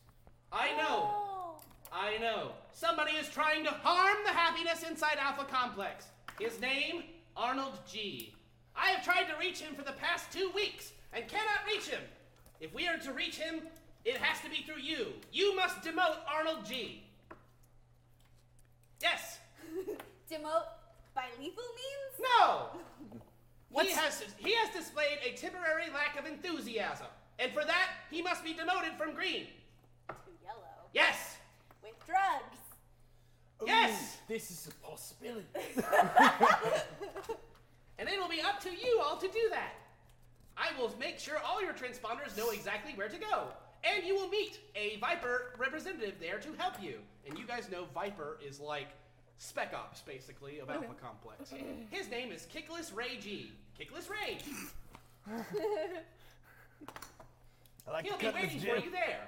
[SPEAKER 1] I know.
[SPEAKER 12] Oh.
[SPEAKER 1] I know. Somebody is trying to harm the happiness inside Alpha Complex. His name, Arnold G. I have tried to reach him for the past two weeks and cannot reach him. If we are to reach him, it has to be through you. You must demote Arnold G. Yes.
[SPEAKER 12] (laughs) Demote by lethal means?
[SPEAKER 1] No. He has, he has displayed a temporary lack of enthusiasm, and for that, he must be demoted from green.
[SPEAKER 12] To yellow.
[SPEAKER 1] Yes.
[SPEAKER 12] With drugs.
[SPEAKER 1] Yes.
[SPEAKER 13] This is a possibility.
[SPEAKER 1] And it will be up to you all to do that. I will make sure all your transponders know exactly where to go, and you will meet a Viper representative there to help you. And you guys know Viper is like Spec Ops, basically, of
[SPEAKER 13] Okay.
[SPEAKER 1] Alpha Complex. His name is Kickless Ray G. Kickless Ray.
[SPEAKER 3] I like
[SPEAKER 1] He'll be waiting for you there.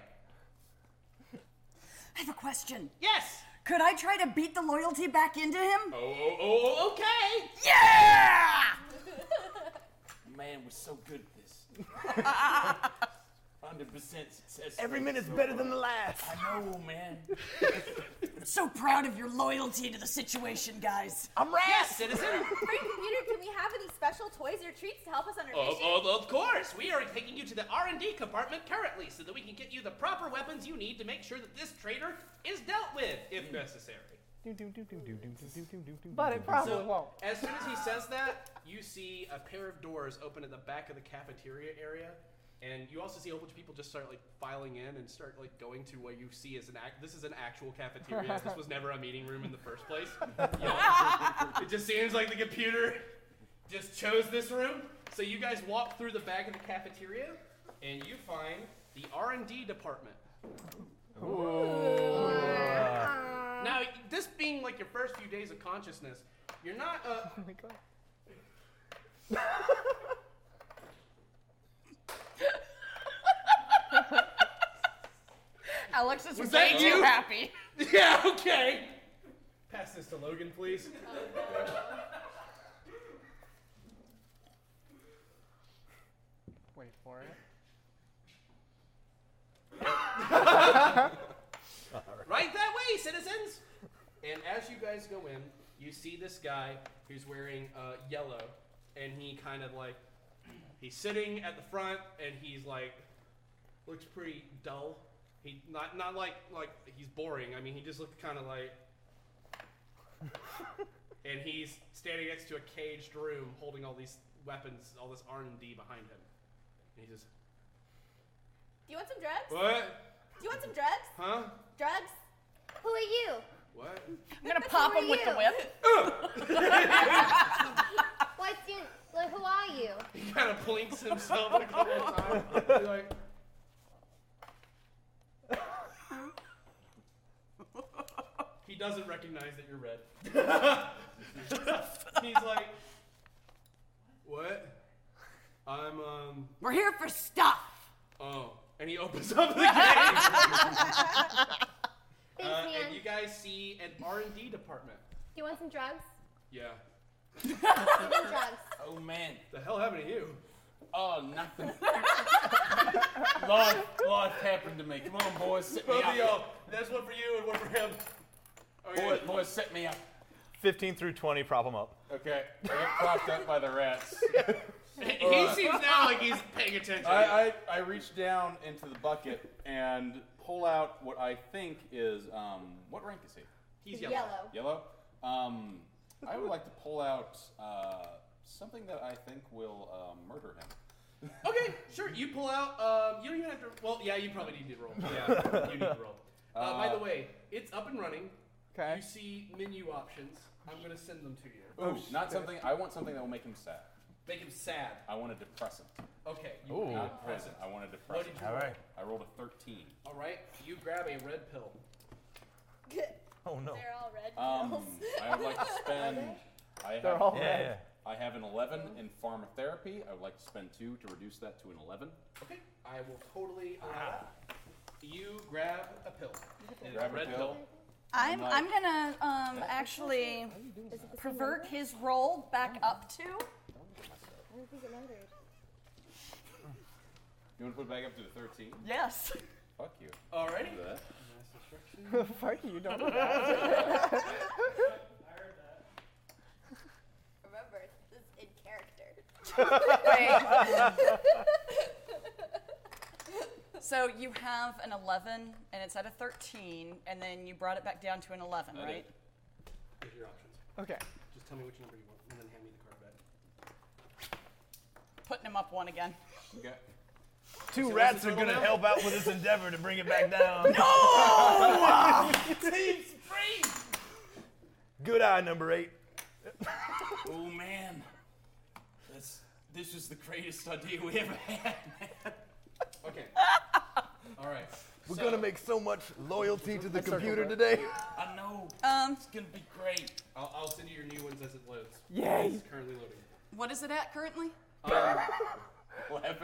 [SPEAKER 7] I have a question.
[SPEAKER 1] Yes.
[SPEAKER 7] Could I try to beat the loyalty back into him?
[SPEAKER 1] Oh, oh, oh, okay.
[SPEAKER 7] Yeah!
[SPEAKER 13] (laughs) Man, we're so good at this. 100% success.
[SPEAKER 7] Every
[SPEAKER 13] rate
[SPEAKER 7] minute's
[SPEAKER 13] so
[SPEAKER 7] better
[SPEAKER 13] far.
[SPEAKER 7] than the last.
[SPEAKER 13] I know, man.
[SPEAKER 7] I'm so proud of your loyalty to the situation, guys.
[SPEAKER 3] I'm rad.
[SPEAKER 1] Yes,
[SPEAKER 12] (laughs)
[SPEAKER 1] citizen.
[SPEAKER 12] Frank Computer, can we have any special toys or treats to help us on our
[SPEAKER 1] Of,
[SPEAKER 12] mission?
[SPEAKER 1] of, of course, we are taking you to the R&D compartment currently so that we can get you the proper weapons you need to make sure that this traitor is dealt with, if necessary.
[SPEAKER 8] But it probably
[SPEAKER 1] So,
[SPEAKER 8] won't.
[SPEAKER 1] As soon as he says that, you see a pair of doors open at the back of the cafeteria area, and you also see a whole bunch of people just start like filing in and start like going to what you see as an act. This is an actual cafeteria.
[SPEAKER 8] (laughs)
[SPEAKER 1] this was never a meeting room in the first place. Y'all- it just seems like the computer just chose this room. So you guys walk through the back of the cafeteria, and you find the R and D department. Now, this being like your first few days of consciousness, you're not. Uh, (laughs) oh my god.
[SPEAKER 6] Alex is
[SPEAKER 1] Was
[SPEAKER 6] way
[SPEAKER 1] that
[SPEAKER 6] too
[SPEAKER 1] you?
[SPEAKER 6] happy.
[SPEAKER 1] Yeah, okay. Pass this to Logan, please.
[SPEAKER 8] Wait for it.
[SPEAKER 1] Right that way, citizens! And as you guys go in, you see this guy who's wearing uh, yellow, and he kind of like. He's sitting at the front, and he's like. Looks pretty dull. He not not like like he's boring. I mean, he just looks kind of like. and he's standing next to a caged room, holding all these weapons, all this R and D behind him. And he says,
[SPEAKER 12] Do you want some drugs?
[SPEAKER 1] "What?
[SPEAKER 12] Do you want some drugs?
[SPEAKER 1] Huh?
[SPEAKER 12] Drugs? Who are you?
[SPEAKER 1] What?"
[SPEAKER 12] I'm
[SPEAKER 6] gonna pop him with the whip.
[SPEAKER 1] (laughs)
[SPEAKER 4] What's your, like, who are you?
[SPEAKER 1] He kind of blinks himself
[SPEAKER 7] (laughs)
[SPEAKER 1] a couple of times. He's like, he doesn't recognize that you're red. (laughs) He's like, (laughs) what? I'm um.
[SPEAKER 7] We're here for stuff.
[SPEAKER 1] Oh, and he opens up the gate. Uh, and
[SPEAKER 4] man.
[SPEAKER 1] you guys see an R and D department.
[SPEAKER 4] Do you want some drugs?
[SPEAKER 1] Yeah.
[SPEAKER 4] drugs.
[SPEAKER 13] Oh, man.
[SPEAKER 1] The hell happened to you?
[SPEAKER 13] Oh, nothing. (laughs) life, life happened to me. Come on, boys, set me
[SPEAKER 1] Both
[SPEAKER 13] up.
[SPEAKER 1] of y'all. There's one for you and one for him.
[SPEAKER 13] Boys, boys, set me up.
[SPEAKER 11] 15 through 20, prop them up.
[SPEAKER 5] Okay, I got propped up by the rats.
[SPEAKER 1] (laughs) He seems now like he's paying attention.
[SPEAKER 5] I, I, I reach down into the bucket and pull out what I think is um what rank is he?
[SPEAKER 1] He's yellow.
[SPEAKER 5] Yellow. Um, I would like to pull out uh, something that I think will um, murder him.
[SPEAKER 1] Okay, sure. You pull out. Um, you don't even have to. Well, yeah, you probably need to roll.
[SPEAKER 5] (laughs)
[SPEAKER 1] Yeah, you need to roll. Uh, by the way, it's up and running.
[SPEAKER 8] Okay.
[SPEAKER 1] You see menu options. I'm gonna send them to you.
[SPEAKER 5] Ooh, Oh, not something. I want something that will make him sad.
[SPEAKER 1] Oh, Make him sad.
[SPEAKER 5] I want a depressant.
[SPEAKER 1] Okay.
[SPEAKER 5] Ooh.
[SPEAKER 1] grab-
[SPEAKER 5] Not present. I want a
[SPEAKER 1] What
[SPEAKER 5] depressant.
[SPEAKER 1] did you roll? Alright.
[SPEAKER 5] I rolled a 13.
[SPEAKER 1] All right. You grab a red pill.
[SPEAKER 11] Oh no.
[SPEAKER 12] They're all red
[SPEAKER 5] Um, I would like to spend.
[SPEAKER 8] (laughs)
[SPEAKER 5] I have,
[SPEAKER 11] They're all Yeah. red.
[SPEAKER 5] I have an 11 in pharmacotherapy. I would like to spend two to reduce that to an 11.
[SPEAKER 1] Okay. I will totally allow
[SPEAKER 11] Ah.
[SPEAKER 1] that. You grab a pill. And it's
[SPEAKER 5] Grab a
[SPEAKER 1] red
[SPEAKER 5] pill.
[SPEAKER 6] I'm,
[SPEAKER 1] Not-
[SPEAKER 6] I'm gonna um, actually pervert his roll back up to.
[SPEAKER 4] I don't think it mattered.
[SPEAKER 5] You want to put it back up to the 13?
[SPEAKER 6] Yes.
[SPEAKER 5] Fuck you.
[SPEAKER 1] Alrighty.
[SPEAKER 5] Do that.
[SPEAKER 8] (laughs) Fuck you, don't do
[SPEAKER 1] (laughs)
[SPEAKER 8] that. (laughs)
[SPEAKER 12] Remember, this is in character.
[SPEAKER 6] So you have an 11, and it's at a 13, and then you brought it back down to an 11,
[SPEAKER 1] That
[SPEAKER 6] right?
[SPEAKER 1] Here's your options.
[SPEAKER 8] Okay.
[SPEAKER 1] Just tell me which number you want, and then hand me the card back.
[SPEAKER 6] Putting him up one again.
[SPEAKER 5] Okay.
[SPEAKER 3] Two
[SPEAKER 6] So
[SPEAKER 3] rats
[SPEAKER 6] this is
[SPEAKER 3] are
[SPEAKER 6] little
[SPEAKER 3] gonna
[SPEAKER 6] now?
[SPEAKER 3] help out with this endeavor to bring it
[SPEAKER 13] (laughs)
[SPEAKER 3] back down. (laughs)
[SPEAKER 6] No!
[SPEAKER 3] Team free. Good eye, number eight.
[SPEAKER 13] oh man, that's this is the greatest idea we ever had.
[SPEAKER 1] Okay. All right.
[SPEAKER 3] We're gonna make so much loyalty to the
[SPEAKER 1] I circled
[SPEAKER 3] computer
[SPEAKER 1] that.
[SPEAKER 3] today.
[SPEAKER 13] I know.
[SPEAKER 6] Um,
[SPEAKER 13] it's gonna be great.
[SPEAKER 1] I'll, I'll send you your new ones as it loads.
[SPEAKER 3] Yay.
[SPEAKER 1] It's currently loading.
[SPEAKER 6] What is it at currently?
[SPEAKER 1] (laughs) Um,
[SPEAKER 5] 11.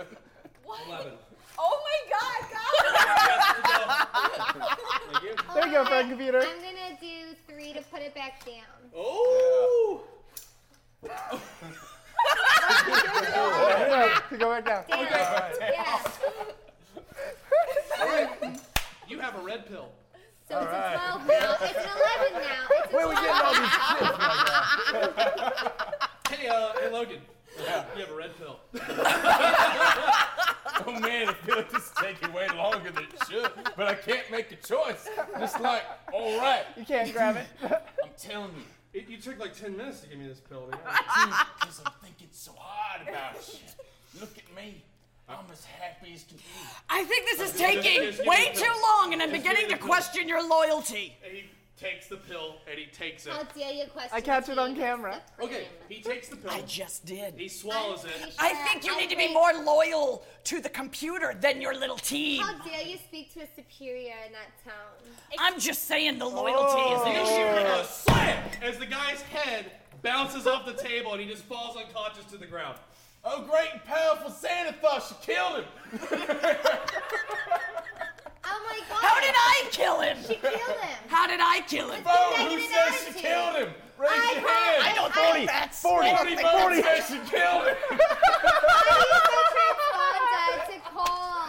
[SPEAKER 12] What?
[SPEAKER 1] 11.
[SPEAKER 6] Oh my
[SPEAKER 8] There you go, friend computer.
[SPEAKER 4] I'm gonna do three to put it back
[SPEAKER 7] (laughs)
[SPEAKER 4] down.
[SPEAKER 1] Oh!
[SPEAKER 8] No, to go back down.
[SPEAKER 4] Yes. (laughs)
[SPEAKER 1] You have a red pill.
[SPEAKER 4] So it's a 12 now. It's an 11 now. It's a 12.
[SPEAKER 1] Hey, uh, hey, Logan. You have a red pill.
[SPEAKER 5] Oh man, I feel like this is taking way longer than it should, but I can't make a choice. Just like, all right.
[SPEAKER 8] You can't grab it.
[SPEAKER 13] I'm telling you,
[SPEAKER 1] It, you took like 10 minutes to give me this pill. dude.
[SPEAKER 13] because I'm thinking so hard
[SPEAKER 7] (laughs)
[SPEAKER 13] about shit. Look at me. I'm as happy as can be.
[SPEAKER 7] I think this is
[SPEAKER 1] Just- just-
[SPEAKER 7] taking
[SPEAKER 1] just give
[SPEAKER 7] way
[SPEAKER 1] me the
[SPEAKER 7] too
[SPEAKER 1] pill.
[SPEAKER 7] long, and I'm
[SPEAKER 1] Just give
[SPEAKER 7] beginning
[SPEAKER 1] me
[SPEAKER 7] to
[SPEAKER 1] the pill.
[SPEAKER 7] question your loyalty.
[SPEAKER 1] And he takes the pill and he takes it.
[SPEAKER 4] How dare you question
[SPEAKER 8] I catch it on
[SPEAKER 4] me?
[SPEAKER 8] camera.
[SPEAKER 1] Okay, he takes the pill.
[SPEAKER 7] I just did.
[SPEAKER 1] He swallows it.
[SPEAKER 7] I think you need to be more loyal to the computer than your little team.
[SPEAKER 4] How dare you speak to a superior in that tone?
[SPEAKER 7] I'm just saying the loyalty is the
[SPEAKER 1] You
[SPEAKER 7] issue.
[SPEAKER 1] shoot a Oh. slam as the guy's head bounces off the table and he just falls unconscious to the ground.
[SPEAKER 5] Oh, great and powerful Santa thought she killed
[SPEAKER 7] (laughs)
[SPEAKER 5] him.
[SPEAKER 4] Oh my god.
[SPEAKER 7] How did I kill him?
[SPEAKER 4] She killed him.
[SPEAKER 7] How did I kill him?
[SPEAKER 5] Bo, who
[SPEAKER 4] negative
[SPEAKER 5] says
[SPEAKER 4] attitude.
[SPEAKER 5] she killed him? Raise
[SPEAKER 4] I
[SPEAKER 5] your
[SPEAKER 4] have-
[SPEAKER 5] hand.
[SPEAKER 4] I don't
[SPEAKER 7] think that's- I don't
[SPEAKER 5] 40
[SPEAKER 7] think
[SPEAKER 5] votes says
[SPEAKER 7] that's-
[SPEAKER 5] she killed him.
[SPEAKER 4] Wanda to call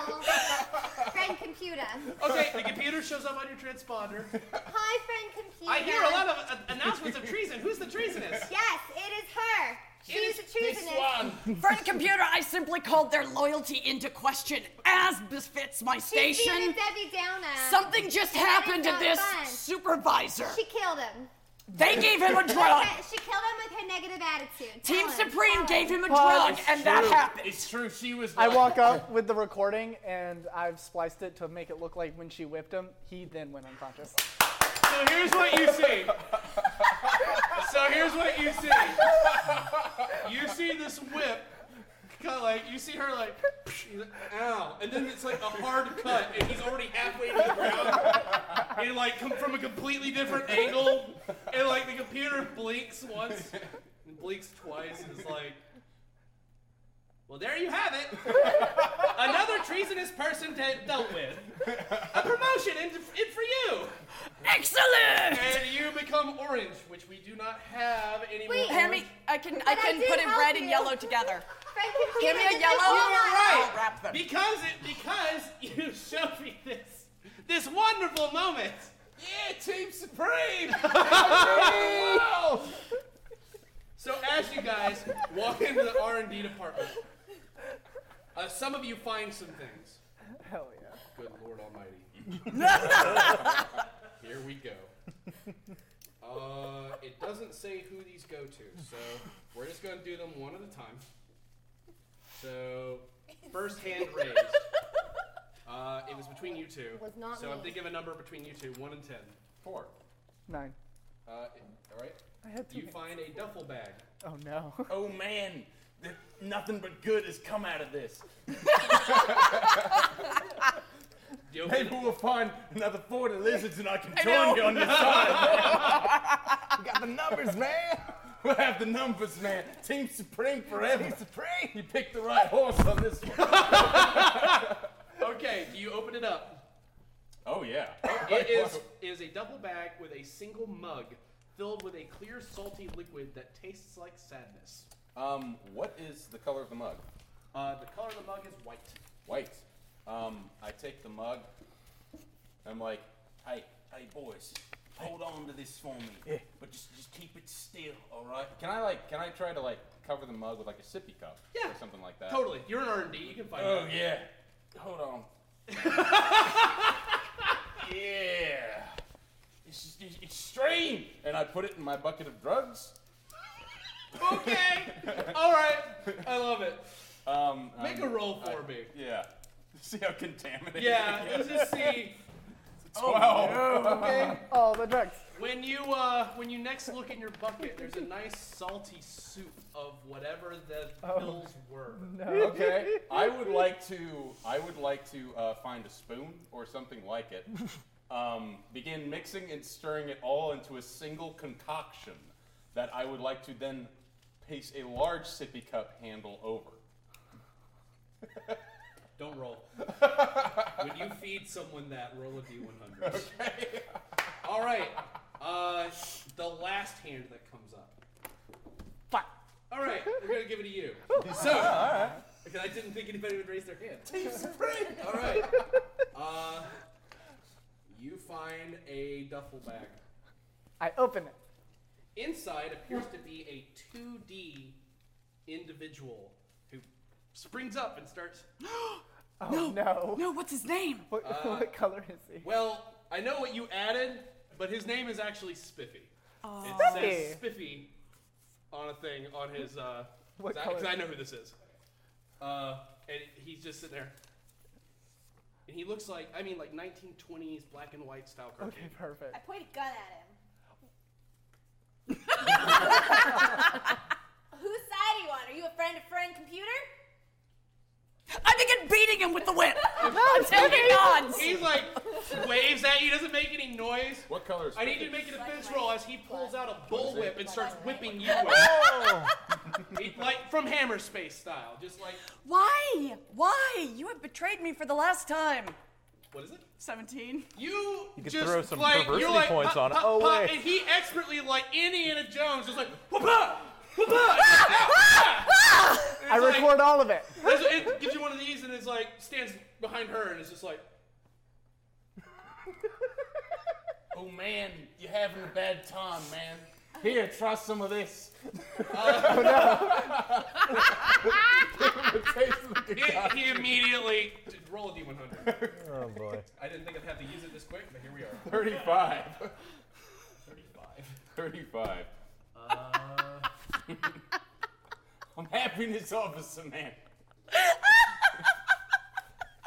[SPEAKER 4] friend computer.
[SPEAKER 1] Okay, the computer shows up on your transponder.
[SPEAKER 4] Hi, friend computer.
[SPEAKER 1] I hear a lot of uh, announcements of treason. Who's the treasonist?
[SPEAKER 4] Yes, it is her. She's a treasonous.
[SPEAKER 7] Friend computer, I simply called their loyalty into question as befits my
[SPEAKER 4] She's being a
[SPEAKER 7] station.
[SPEAKER 4] Debbie Downer.
[SPEAKER 7] Something just
[SPEAKER 4] And it's
[SPEAKER 7] happened to
[SPEAKER 4] not
[SPEAKER 7] this
[SPEAKER 4] fun.
[SPEAKER 7] supervisor.
[SPEAKER 4] She killed him.
[SPEAKER 7] They gave
[SPEAKER 4] (laughs)
[SPEAKER 7] him a drug.
[SPEAKER 4] Her- She killed him with her negative attitude. Tell
[SPEAKER 7] Team
[SPEAKER 4] him,
[SPEAKER 7] Supreme
[SPEAKER 4] tell
[SPEAKER 7] gave him a
[SPEAKER 8] Paul,
[SPEAKER 7] drug,
[SPEAKER 8] it's
[SPEAKER 7] and that
[SPEAKER 8] true.
[SPEAKER 7] happened.
[SPEAKER 13] It's true. She was.
[SPEAKER 8] I
[SPEAKER 13] like-
[SPEAKER 8] walk up with the recording and I've spliced it to make it look like when she whipped him, he then went unconscious.
[SPEAKER 1] So here's what you see. So here's what you see. (laughs) You see this whip, kind of like you see her like, she's like, ow, and then it's like a hard cut, and he's already halfway to the ground, and like come from a completely different angle, and like the computer blinks once, and blinks twice, and it's like. Well, there you have it. Another treasonous person de- dealt with. A promotion in, in for you.
[SPEAKER 7] Excellent!
[SPEAKER 1] And you become orange, which we do not have anymore.
[SPEAKER 4] Wait,
[SPEAKER 1] orange.
[SPEAKER 6] Hammy, I can I
[SPEAKER 4] But I
[SPEAKER 6] can
[SPEAKER 4] did
[SPEAKER 6] put it
[SPEAKER 4] help
[SPEAKER 6] red and
[SPEAKER 4] you.
[SPEAKER 6] yellow together.
[SPEAKER 4] Friend computer.
[SPEAKER 6] Give me a
[SPEAKER 4] this is
[SPEAKER 6] yellow.
[SPEAKER 4] what you
[SPEAKER 1] You were
[SPEAKER 4] want.
[SPEAKER 1] right.
[SPEAKER 6] I'll wrap them.
[SPEAKER 1] Because it because you showed me this this wonderful moment.
[SPEAKER 5] Yeah, Team
[SPEAKER 6] (laughs)
[SPEAKER 5] Supreme.
[SPEAKER 1] So as you guys walk into the R and D department, uh, some of you find some things.
[SPEAKER 8] Hell yeah. (laughs)
[SPEAKER 1] Good Lord Almighty. Here we go. Uh, doesn't say who these go to, so we're just going to do them one at a time. So, first hand raised. Uh, it was between you two.
[SPEAKER 4] Was not
[SPEAKER 1] so I'm
[SPEAKER 4] me.
[SPEAKER 1] thinking of a number between you two, one and ten. Four.
[SPEAKER 8] Nine.
[SPEAKER 1] Uh, all right.
[SPEAKER 8] I had
[SPEAKER 1] you find a duffel bag.
[SPEAKER 8] Oh no.
[SPEAKER 13] Oh man, th- nothing but good has come out of
[SPEAKER 5] (laughs)
[SPEAKER 13] this.
[SPEAKER 5] Maybe we'll find another 40 lizards and I can join
[SPEAKER 13] know.
[SPEAKER 5] you on your side.
[SPEAKER 3] we got the numbers, man.
[SPEAKER 5] (laughs) We'll have the numbers, man. Team Supreme forever.
[SPEAKER 3] Team Supreme.
[SPEAKER 5] You picked the right horse on this one.
[SPEAKER 1] Okay, you open it up.
[SPEAKER 5] Oh, yeah.
[SPEAKER 1] (laughs) It is is a duffel bag with a single mug filled with a clear salty liquid that tastes like sadness.
[SPEAKER 5] Um, what is the color of the mug?
[SPEAKER 1] Uh, the color of the mug is white.
[SPEAKER 5] White. Um, I take the mug. I'm like,
[SPEAKER 13] Hey, hey boys, hold on to this for me. But just, just keep it still, all right?
[SPEAKER 5] can I like, can I try to like cover the mug with like a sippy cup?
[SPEAKER 1] Yeah.
[SPEAKER 5] Or something like that.
[SPEAKER 1] Totally. You're an R&D. You can find
[SPEAKER 5] Oh
[SPEAKER 1] out.
[SPEAKER 5] yeah.
[SPEAKER 1] (laughs)
[SPEAKER 5] Hold on. yeah. It's, just- it's extreme. And I put it in my bucket of drugs. (laughs)
[SPEAKER 1] okay. (laughs) All right. I love it.
[SPEAKER 5] Um,
[SPEAKER 1] Make a
[SPEAKER 5] um,
[SPEAKER 1] roll for
[SPEAKER 5] I-
[SPEAKER 1] me.
[SPEAKER 5] Yeah. (laughs) See how contaminated.
[SPEAKER 1] Yeah,
[SPEAKER 5] it
[SPEAKER 1] let's
[SPEAKER 5] is.
[SPEAKER 1] just see.
[SPEAKER 5] Oh, Twelve. no.
[SPEAKER 8] (laughs)
[SPEAKER 1] Okay.
[SPEAKER 8] Oh, the drugs.
[SPEAKER 1] When you uh, when you next look in your bucket, there's a nice salty soup of whatever the pills were.
[SPEAKER 5] Okay. I would like to. I would like to uh, find a spoon or something like it. Um, begin mixing and stirring it all into a single concoction that I would like to then paste a large sippy cup handle over.
[SPEAKER 1] Don't
[SPEAKER 5] (laughs)
[SPEAKER 1] roll. when you feed someone that, roll a d100.
[SPEAKER 5] Okay.
[SPEAKER 1] All right. Uh, the last hand that comes up.
[SPEAKER 8] Fuck.
[SPEAKER 1] All right. We're gonna give it to you. So,
[SPEAKER 5] all right.
[SPEAKER 1] because I didn't think anybody would raise their hand. (laughs) All right. Uh, you find a duffel bag.
[SPEAKER 8] I open it.
[SPEAKER 1] Inside appears to be a 2D individual who springs up and starts.
[SPEAKER 8] Oh no. No,
[SPEAKER 7] what's his name?
[SPEAKER 8] What,
[SPEAKER 1] Uh,
[SPEAKER 8] what color is he?
[SPEAKER 1] Well, I know what you added, but his name is actually Spiffy.
[SPEAKER 8] Oh.
[SPEAKER 1] It says
[SPEAKER 8] Spiffy.
[SPEAKER 1] Spiffy on a thing on his. Uh,
[SPEAKER 8] (laughs) What
[SPEAKER 1] Because
[SPEAKER 8] color?
[SPEAKER 1] I know who this is. Uh, and he's just sitting there. And he looks like, I mean, like 1920s black and white style cartoon.
[SPEAKER 8] Okay,
[SPEAKER 12] (laughs)
[SPEAKER 8] perfect.
[SPEAKER 12] I point a gun at (laughs) him. Whose side are you on? Are you a friend of friend computer?
[SPEAKER 7] I begin beating him with the whip. (laughs) I'm
[SPEAKER 8] (laughs)
[SPEAKER 7] taking odds.
[SPEAKER 1] He's like waves at you, doesn't make any noise.
[SPEAKER 5] What color is
[SPEAKER 1] I need you to make an offense roll as he pulls out a bullwhip and starts whipping
[SPEAKER 8] (laughs)
[SPEAKER 1] you.
[SPEAKER 8] Oh!
[SPEAKER 1] with it. He- like from Hammer Space style, just like
[SPEAKER 6] Why? Why? You have betrayed me for the last time.
[SPEAKER 1] what is it?
[SPEAKER 6] 17.
[SPEAKER 1] You,
[SPEAKER 11] You could
[SPEAKER 1] just
[SPEAKER 11] throw some
[SPEAKER 1] like,
[SPEAKER 11] perversity
[SPEAKER 1] you're like,
[SPEAKER 11] points
[SPEAKER 1] pop,
[SPEAKER 11] on it.
[SPEAKER 1] pop,
[SPEAKER 11] Oh,
[SPEAKER 1] pop,
[SPEAKER 11] wait.
[SPEAKER 1] And he expertly, like Indiana Jones, just like ah, whoop-ah, ah,
[SPEAKER 11] (laughs)
[SPEAKER 1] whoop-ah.
[SPEAKER 11] Ah!
[SPEAKER 1] It's
[SPEAKER 8] I
[SPEAKER 1] like-
[SPEAKER 8] record all of it.
[SPEAKER 1] That's what- it gives you one of these and it's like stands behind her and it's just
[SPEAKER 11] (laughs)
[SPEAKER 1] like
[SPEAKER 13] Oh man, you're having a bad time,
[SPEAKER 11] (laughs)
[SPEAKER 13] man. Here, try some of this.
[SPEAKER 11] Oh,
[SPEAKER 1] Oh, (laughs) he, he immediately roll a d100.
[SPEAKER 11] (laughs) Oh boy.
[SPEAKER 1] I didn't think I'd have to use it this quick, but here we are.
[SPEAKER 5] 35.
[SPEAKER 1] 35.
[SPEAKER 5] 35.
[SPEAKER 1] Uh,
[SPEAKER 5] (laughs) I'm happiness officer, man.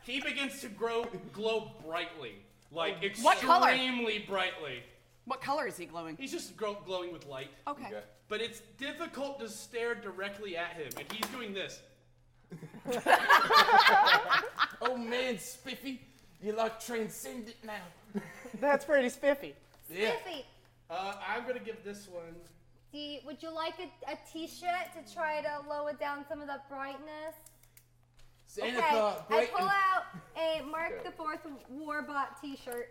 [SPEAKER 1] he begins to grow glow brightly, like extremely
[SPEAKER 6] What color?
[SPEAKER 1] brightly.
[SPEAKER 6] What color is he glowing?
[SPEAKER 1] He's just grow, glowing with light.
[SPEAKER 6] Okay.
[SPEAKER 1] But it's difficult to stare directly at him, and he's doing this.
[SPEAKER 13] Oh man, Spiffy, you're like transcendent now.
[SPEAKER 8] That's pretty spiffy.
[SPEAKER 4] Spiffy,
[SPEAKER 1] Uh, I'm gonna give this one.
[SPEAKER 4] do you, would you like a, a t-shirt to try to lower down some of the brightness?
[SPEAKER 13] Santa
[SPEAKER 4] okay,
[SPEAKER 1] Uh,
[SPEAKER 13] Claus,
[SPEAKER 4] I
[SPEAKER 13] break
[SPEAKER 4] pull
[SPEAKER 13] and-
[SPEAKER 4] out
[SPEAKER 1] (laughs)
[SPEAKER 4] a Mark
[SPEAKER 13] Okay.
[SPEAKER 4] the Fourth Warbot T-shirt,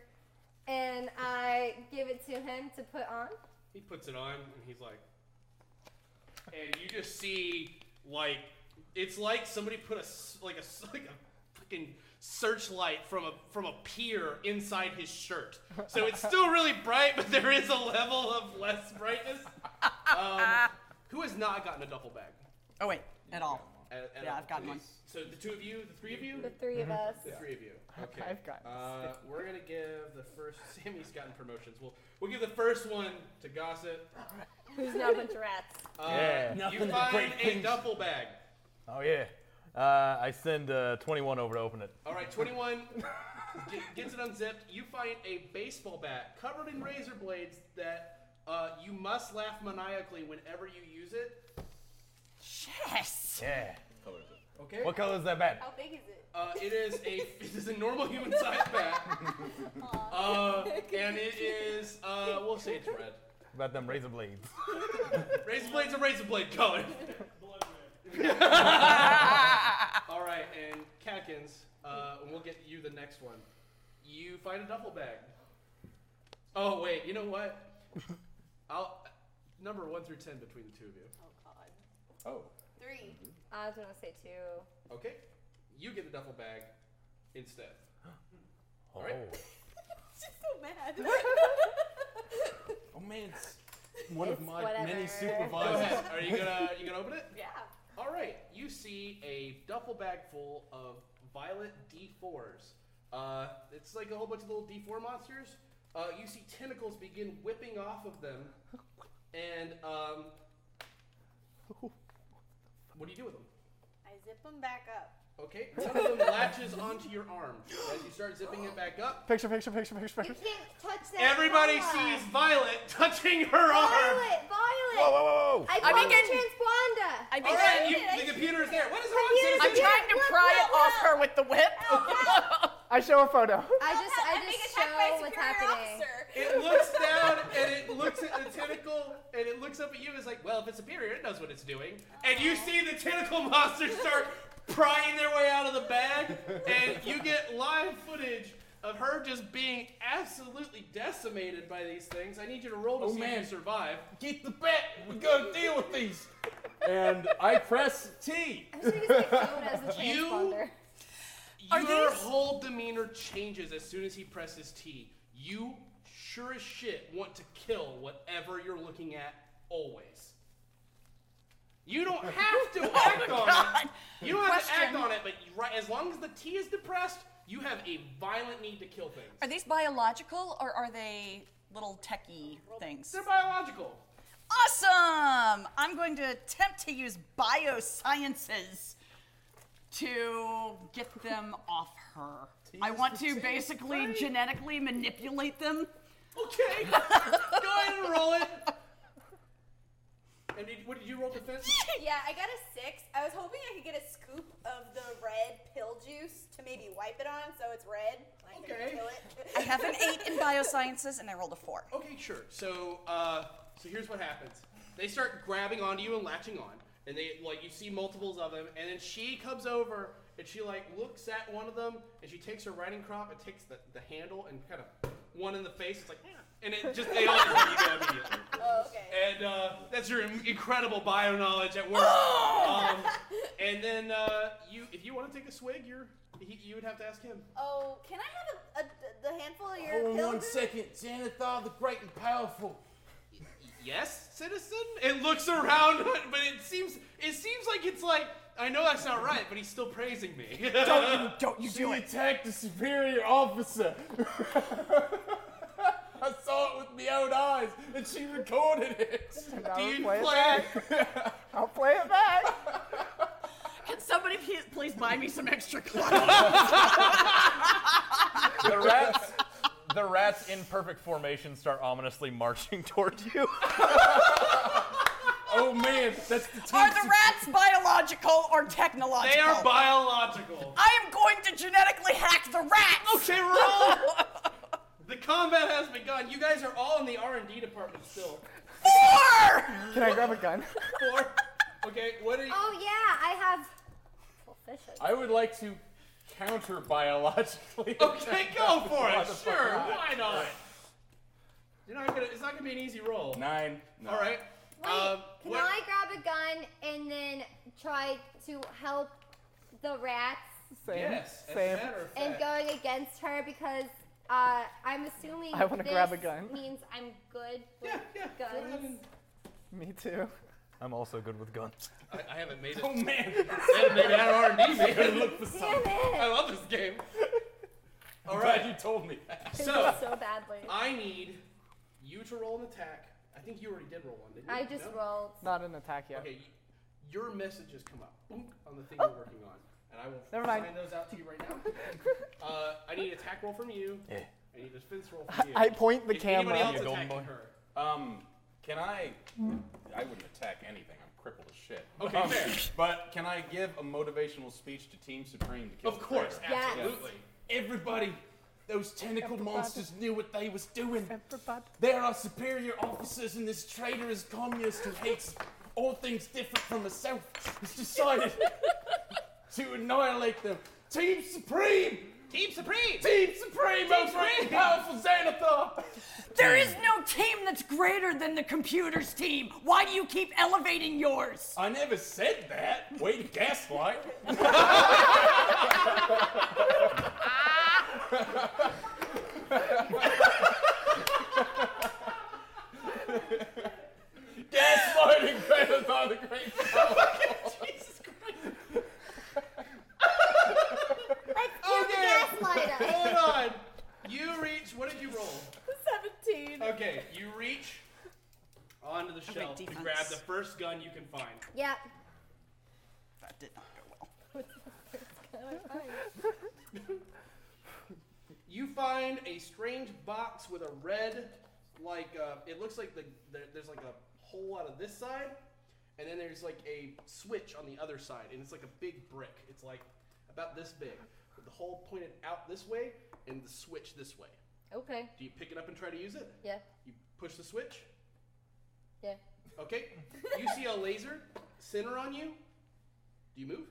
[SPEAKER 4] and I give it to him to put on.
[SPEAKER 1] He puts it on, and he's like, and you just see like it's like somebody put a s- like a s- (laughs) like a fucking searchlight from a from a pier inside his shirt. So it's still really bright, but there is a level of less brightness. Um, who has not gotten a duffel bag?
[SPEAKER 6] Oh, wait. At all.
[SPEAKER 1] At- at
[SPEAKER 6] yeah,
[SPEAKER 1] a
[SPEAKER 6] I've gotten one.
[SPEAKER 1] place. So the two of you, the three of you,
[SPEAKER 6] The three of Mhm. us.
[SPEAKER 1] the three of
[SPEAKER 6] (laughs)
[SPEAKER 1] you. Okay,
[SPEAKER 6] I've gotten
[SPEAKER 1] Uh, we're gonna give the first. (laughs) Sammy's gotten promotions. We'll we'll give the first one to Gossip.
[SPEAKER 4] Who's now a bunch of rats?
[SPEAKER 1] Uh,
[SPEAKER 11] Yeah.
[SPEAKER 1] You
[SPEAKER 11] Nothing but
[SPEAKER 1] find
[SPEAKER 11] great
[SPEAKER 1] a
[SPEAKER 11] things.
[SPEAKER 1] duffel bag.
[SPEAKER 11] Oh yeah. Uh, I send uh, 21 over to open it.
[SPEAKER 1] All right, 21 get, gets it unzipped. You find a baseball bat covered in razor blades that uh, you must laugh maniacally whenever you use it.
[SPEAKER 6] Yes.
[SPEAKER 11] Yeah.
[SPEAKER 1] Okay.
[SPEAKER 11] What color is that bat?
[SPEAKER 12] How big is it?
[SPEAKER 1] Uh, it is a (laughs) it is a normal human sized bat, uh, and it is uh, we'll say it's red.
[SPEAKER 11] What About them razor blades.
[SPEAKER 1] (laughs) Razor blade's a razor blade color. All right, and Catkins, uh, and we'll get you the next one. You find a duffel bag. Oh wait, you know what? I'll number one through ten between the two of you.
[SPEAKER 12] Oh god.
[SPEAKER 1] Oh.
[SPEAKER 12] Three.
[SPEAKER 4] I was gonna say two.
[SPEAKER 1] Okay. You get the duffel bag (gasps) instead. All right.
[SPEAKER 12] She's so mad.
[SPEAKER 5] Oh man, it's one of
[SPEAKER 12] It's
[SPEAKER 5] my
[SPEAKER 12] whatever.
[SPEAKER 5] many
[SPEAKER 1] Go ahead.
[SPEAKER 5] supervisors.
[SPEAKER 1] Are you gonna you gonna open it?
[SPEAKER 12] Yeah.
[SPEAKER 1] All right. You see a duffel bag full of violet D4s. Uh, it's like a whole bunch of little D4 monsters. Uh, you see tentacles begin whipping off of them, and um, what do you do with them?
[SPEAKER 12] I zip them back up.
[SPEAKER 1] Okay, one of them latches onto your arm as you start zipping it back up.
[SPEAKER 8] Picture, picture, picture, picture, picture.
[SPEAKER 12] Can't touch that.
[SPEAKER 1] Everybody
[SPEAKER 12] collar.
[SPEAKER 1] sees Violet touching her arm.
[SPEAKER 12] Violet, Violet.
[SPEAKER 1] Whoa, whoa, whoa, whoa.
[SPEAKER 12] I,
[SPEAKER 1] I
[SPEAKER 12] I
[SPEAKER 1] begin-
[SPEAKER 12] transponder.
[SPEAKER 6] I
[SPEAKER 1] All right, you, the computer is there. What is wrong, citizen?
[SPEAKER 6] I'm trying to pry it off her with the whip.
[SPEAKER 8] I show a photo.
[SPEAKER 4] I just, I
[SPEAKER 12] being
[SPEAKER 4] just
[SPEAKER 12] attacked by a
[SPEAKER 4] show what's happening.
[SPEAKER 12] superior
[SPEAKER 1] It looks down and it looks at the tentacle and it looks up at you and is like, well, if it's superior, it knows what it's doing. And you see the tentacle monster start prying their way out of the bag, and you get live footage of her just being absolutely decimated by these things. I need you to roll to
[SPEAKER 5] Oh,
[SPEAKER 1] see
[SPEAKER 5] man.
[SPEAKER 1] if you survive.
[SPEAKER 5] Get the bat. We gotta deal with these. And I press T.
[SPEAKER 1] You,
[SPEAKER 6] Are
[SPEAKER 1] your
[SPEAKER 6] these-
[SPEAKER 1] whole demeanor changes as soon as he presses T. You sure as shit want to kill whatever you're looking at always. You
[SPEAKER 6] (laughs)
[SPEAKER 1] don't have to act on it. You don't have to act
[SPEAKER 6] Oh Question.
[SPEAKER 1] on it, but you- right, as long as the T is depressed, you have a violent need to kill things.
[SPEAKER 6] Are these biological or are they little techie things? They're
[SPEAKER 1] biological.
[SPEAKER 6] Awesome! I'm going to attempt to use biosciences to get them off her. I want to basically genetically manipulate them.
[SPEAKER 1] Okay.
[SPEAKER 6] (laughs)
[SPEAKER 1] Go ahead and roll it. And did, what did you roll defense?
[SPEAKER 12] (laughs) yeah, I got a six. I was hoping I could get a scoop of the red pill juice to maybe wipe it on so it's red. Like okay. Kill it.
[SPEAKER 6] I have an
[SPEAKER 12] (laughs)
[SPEAKER 6] eight in biosciences and I rolled a four.
[SPEAKER 1] Okay, sure. So, uh, so here's what happens. They start grabbing onto you and latching on, and they like you see multiples of them, and then she comes over and she like looks at one of them, and she takes her riding crop and takes the, the handle and kind of one in the face. It's like, "Yeah," and it just they all you go immediately.
[SPEAKER 12] Oh, okay.
[SPEAKER 1] And uh, that's your in- incredible bio knowledge at work. um, and then uh, you, if you want to take a swig, you're he, you would have to ask him.
[SPEAKER 12] Oh, can I have a, a- the handful of your
[SPEAKER 5] Hold on
[SPEAKER 12] pill
[SPEAKER 5] one
[SPEAKER 12] juice?
[SPEAKER 5] second. Xanathar the Great and
[SPEAKER 1] (laughs)
[SPEAKER 5] Powerful.
[SPEAKER 1] yes, citizen? It looks around, (laughs) but it seems it seems like it's like I know that's not right, but he's still praising me. (laughs)
[SPEAKER 5] Don't you-
[SPEAKER 6] don't you
[SPEAKER 5] she do attacked the superior officer. I saw it with my own eyes, and she recorded it.
[SPEAKER 8] Do you play it I'll play it back.
[SPEAKER 6] Can somebody please, please buy me some extra
[SPEAKER 11] The rats. The rats in perfect formation start ominously marching (laughs) toward you.
[SPEAKER 5] oh man, that's the
[SPEAKER 6] Are the rats biological or technological?
[SPEAKER 1] They are biological.
[SPEAKER 6] I am going to genetically hack the rats.
[SPEAKER 1] Okay, roll. the combat has begun. You guys are all in the R and D department still.
[SPEAKER 8] Can I grab a gun?
[SPEAKER 1] Four. Okay, what are
[SPEAKER 5] (laughs)
[SPEAKER 1] you?
[SPEAKER 4] Oh yeah, I have. Fishes.
[SPEAKER 5] I would like to counter biologically.
[SPEAKER 1] Okay, go for it.
[SPEAKER 5] Motherfucker.
[SPEAKER 1] Sure, why not? You're not gonna. It's not gonna be an easy roll.
[SPEAKER 5] Nine.
[SPEAKER 1] All right.
[SPEAKER 4] Wait,
[SPEAKER 1] um,
[SPEAKER 4] can
[SPEAKER 1] what-
[SPEAKER 4] I grab a gun and then try to help the rats?
[SPEAKER 8] Same.
[SPEAKER 1] Yes, as a
[SPEAKER 8] Same.
[SPEAKER 1] matter of
[SPEAKER 4] And
[SPEAKER 1] fact.
[SPEAKER 4] going against her because uh, I'm assuming
[SPEAKER 8] I wanna
[SPEAKER 4] this
[SPEAKER 1] (laughs)
[SPEAKER 8] grab a gun.
[SPEAKER 4] means I'm good with guns.
[SPEAKER 8] Me too.
[SPEAKER 11] I'm also good with guns.
[SPEAKER 1] I, I haven't made it.
[SPEAKER 5] Oh, man.
[SPEAKER 1] I haven't made it out of R&D, man.
[SPEAKER 5] Gotta look for Damn
[SPEAKER 4] something. it.
[SPEAKER 1] I love this game. All
[SPEAKER 5] glad
[SPEAKER 1] right,
[SPEAKER 5] you told me.
[SPEAKER 1] So,
[SPEAKER 4] so badly.
[SPEAKER 1] I need you to roll an attack. I think you already did roll one, didn't you?
[SPEAKER 4] I just
[SPEAKER 1] No?
[SPEAKER 4] rolled.
[SPEAKER 8] Not an attack yet. Oh.
[SPEAKER 1] Okay, you, your messages come up boom, on the thing you're working on, and I will
[SPEAKER 8] Never
[SPEAKER 1] sign
[SPEAKER 8] mind.
[SPEAKER 1] those out to you right
[SPEAKER 8] (laughs)
[SPEAKER 1] now. uh, I need an attack roll from you.
[SPEAKER 11] Yeah.
[SPEAKER 1] I need a defense roll from you.
[SPEAKER 8] I point the
[SPEAKER 1] Is anybody
[SPEAKER 8] camera.
[SPEAKER 1] else
[SPEAKER 8] You golden
[SPEAKER 1] attacking
[SPEAKER 8] boy.
[SPEAKER 1] her?
[SPEAKER 5] Um, can I? I wouldn't attack anything. I'm crippled as shit.
[SPEAKER 1] Okay,
[SPEAKER 5] Um,
[SPEAKER 1] fair.
[SPEAKER 5] But can I give a motivational speech to Team Supreme to kill?
[SPEAKER 1] Of
[SPEAKER 5] the
[SPEAKER 1] course,
[SPEAKER 5] traitor?
[SPEAKER 1] Yes. absolutely.
[SPEAKER 13] Everybody, those tentacled monsters knew what they was doing. There are superior officers, and this traitor is communist who hates all things different from himself. He's decided to annihilate them. Team Supreme!
[SPEAKER 1] Team Supreme!
[SPEAKER 13] Team Supreme! Team Supreme! Powerful Xanathar!
[SPEAKER 9] There is no team that's greater than the computer's team. Why do you keep elevating yours?
[SPEAKER 5] I never said that. Wait, gaslight. Gaslighting Xanathar the Great.
[SPEAKER 13] Jesus Christ!
[SPEAKER 1] Okay. Oh, Hold on. You reach. What did you roll?
[SPEAKER 12] 17.
[SPEAKER 1] Okay, you reach onto the shelf to
[SPEAKER 12] defense.
[SPEAKER 1] grab the first gun you can find.
[SPEAKER 4] Yep.
[SPEAKER 6] That did not go well.
[SPEAKER 1] You find a strange box with a red, like uh, it looks like the, there there's like a hole out of this side, and then there's like a switch on the other side, and it's like a big brick. It's like about this big, with the hole pointed out this way and the switch this way.
[SPEAKER 4] Okay.
[SPEAKER 1] Do you pick it up and try to use it?
[SPEAKER 4] Yeah.
[SPEAKER 1] You push the switch.
[SPEAKER 4] Yeah.
[SPEAKER 1] Okay. You see a laser center on you. Do you move?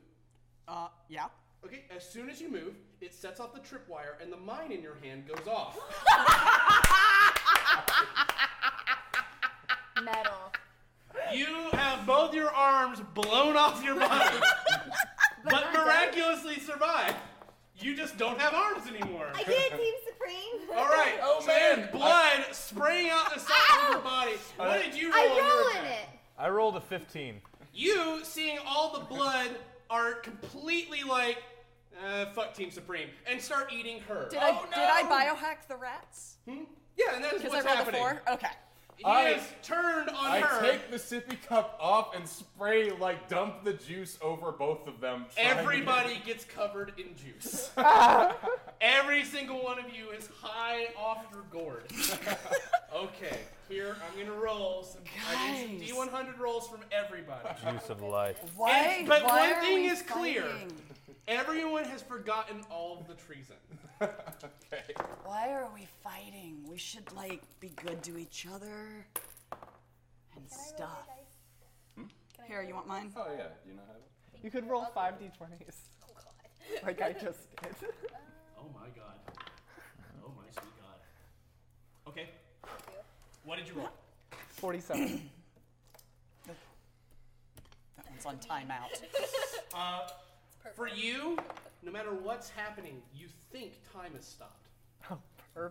[SPEAKER 6] Uh, yeah.
[SPEAKER 1] Okay. As soon as you move, it sets off the tripwire, and the mine in your hand goes off.
[SPEAKER 4] Metal.
[SPEAKER 1] You have both your arms blown off
[SPEAKER 4] (laughs)
[SPEAKER 1] your body, but
[SPEAKER 4] not dead.
[SPEAKER 1] miraculously survive. You just don't have arms anymore.
[SPEAKER 4] I did Team Supreme.
[SPEAKER 1] All right.
[SPEAKER 4] (laughs)
[SPEAKER 13] Oh,
[SPEAKER 1] so
[SPEAKER 13] man.
[SPEAKER 1] there's blood spraying out the side of your body. What did you roll? on your
[SPEAKER 4] I
[SPEAKER 1] attack?
[SPEAKER 4] ruined it.
[SPEAKER 11] I rolled a 15.
[SPEAKER 1] You, seeing all the blood, are completely like, uh, fuck Team Supreme, and start eating her.
[SPEAKER 6] Did I did I biohack the rats?
[SPEAKER 1] Hmm? Yeah, and that is
[SPEAKER 6] Because
[SPEAKER 1] what's
[SPEAKER 6] I rolled
[SPEAKER 1] happening.
[SPEAKER 6] a four. Okay.
[SPEAKER 1] He
[SPEAKER 5] I-
[SPEAKER 1] has turned on
[SPEAKER 5] I
[SPEAKER 1] her.
[SPEAKER 5] take the sippy cup off and spray, like, dump the juice over both of them. trying to-
[SPEAKER 1] Everybody gets covered in
[SPEAKER 6] (laughs)
[SPEAKER 1] juice. Every single one of you is high off your gourd.
[SPEAKER 6] (laughs)
[SPEAKER 1] okay, here I'm gonna roll some I need some D100 rolls from everybody.
[SPEAKER 11] Juice of life.
[SPEAKER 1] And- but
[SPEAKER 6] why
[SPEAKER 1] one
[SPEAKER 6] are
[SPEAKER 1] thing
[SPEAKER 6] we
[SPEAKER 1] is clear:
[SPEAKER 6] fighting?
[SPEAKER 1] everyone has forgotten all of the treason.
[SPEAKER 6] Why are we fighting? We should like be good to each other and stuff.
[SPEAKER 1] hmm?
[SPEAKER 6] Here, you want mine?
[SPEAKER 5] Oh, yeah. Do you not have it?
[SPEAKER 8] You could roll five d20s. Oh god. Like I just
[SPEAKER 12] (laughs)
[SPEAKER 8] did.
[SPEAKER 12] Um,
[SPEAKER 1] Oh my god. Oh my sweet god. Okay. What did you roll?
[SPEAKER 12] (coughs)
[SPEAKER 8] 47.
[SPEAKER 6] That one's on timeout.
[SPEAKER 1] Uh, for you, no matter what's happening, you think time has stopped.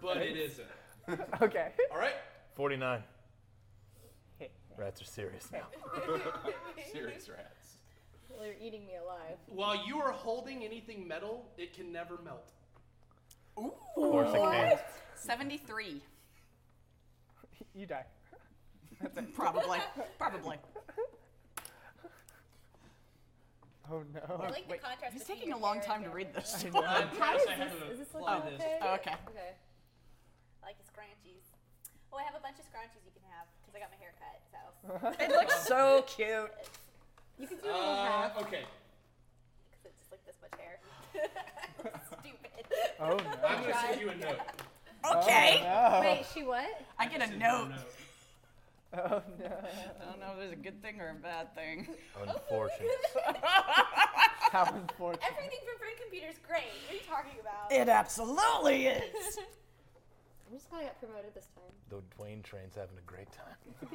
[SPEAKER 1] But it isn't.
[SPEAKER 8] okay.
[SPEAKER 4] (laughs)
[SPEAKER 1] All right.
[SPEAKER 11] 49. Rats are serious now. (laughs)
[SPEAKER 5] Serious rats.
[SPEAKER 4] Well, you're eating me alive.
[SPEAKER 1] While you are holding anything metal, it can never melt.
[SPEAKER 11] Of course it can.
[SPEAKER 6] Seventy-three,
[SPEAKER 8] You die.
[SPEAKER 6] probably, probably.
[SPEAKER 8] Oh no.
[SPEAKER 12] I like the contrast.
[SPEAKER 6] He's
[SPEAKER 12] between
[SPEAKER 6] taking a
[SPEAKER 12] your
[SPEAKER 6] long
[SPEAKER 12] hair
[SPEAKER 6] time
[SPEAKER 12] and
[SPEAKER 6] to
[SPEAKER 12] your-
[SPEAKER 6] read this.
[SPEAKER 1] (laughs) I know. I'm
[SPEAKER 6] book.
[SPEAKER 1] trying to
[SPEAKER 4] is
[SPEAKER 1] say I have
[SPEAKER 4] this-
[SPEAKER 1] a
[SPEAKER 4] is this
[SPEAKER 1] plot
[SPEAKER 4] like
[SPEAKER 1] in
[SPEAKER 4] okay?
[SPEAKER 1] this.
[SPEAKER 6] Oh, okay.
[SPEAKER 4] Okay.
[SPEAKER 12] I like his scrunchies. Oh, I have a bunch of scrunchies you can have because I got my hair cut. So
[SPEAKER 8] (laughs)
[SPEAKER 6] (laughs) It
[SPEAKER 12] (laughs)
[SPEAKER 6] looks so cute.
[SPEAKER 4] You could do a little
[SPEAKER 1] Uh,
[SPEAKER 4] half.
[SPEAKER 1] okay.
[SPEAKER 12] because it's just like this much
[SPEAKER 1] (laughs)
[SPEAKER 12] hair. (laughs) Stupid.
[SPEAKER 8] Oh no.
[SPEAKER 1] I'm gonna send you a
[SPEAKER 5] (laughs)
[SPEAKER 1] note.
[SPEAKER 6] Okay.
[SPEAKER 8] Oh,
[SPEAKER 4] Wait, she what?
[SPEAKER 6] I get a note.
[SPEAKER 4] (laughs)
[SPEAKER 8] Oh no.
[SPEAKER 6] I don't know if there's a good thing or a bad thing. (laughs)
[SPEAKER 11] Unfortunate.
[SPEAKER 1] (laughs)
[SPEAKER 8] How unfortunate.
[SPEAKER 12] (laughs) Everything from Friend Computer is great. What are you talking about?
[SPEAKER 6] It
[SPEAKER 12] (laughs)
[SPEAKER 6] absolutely is.
[SPEAKER 4] I'm just glad I got promoted this time.
[SPEAKER 11] Though Dwayne Train's having a great time.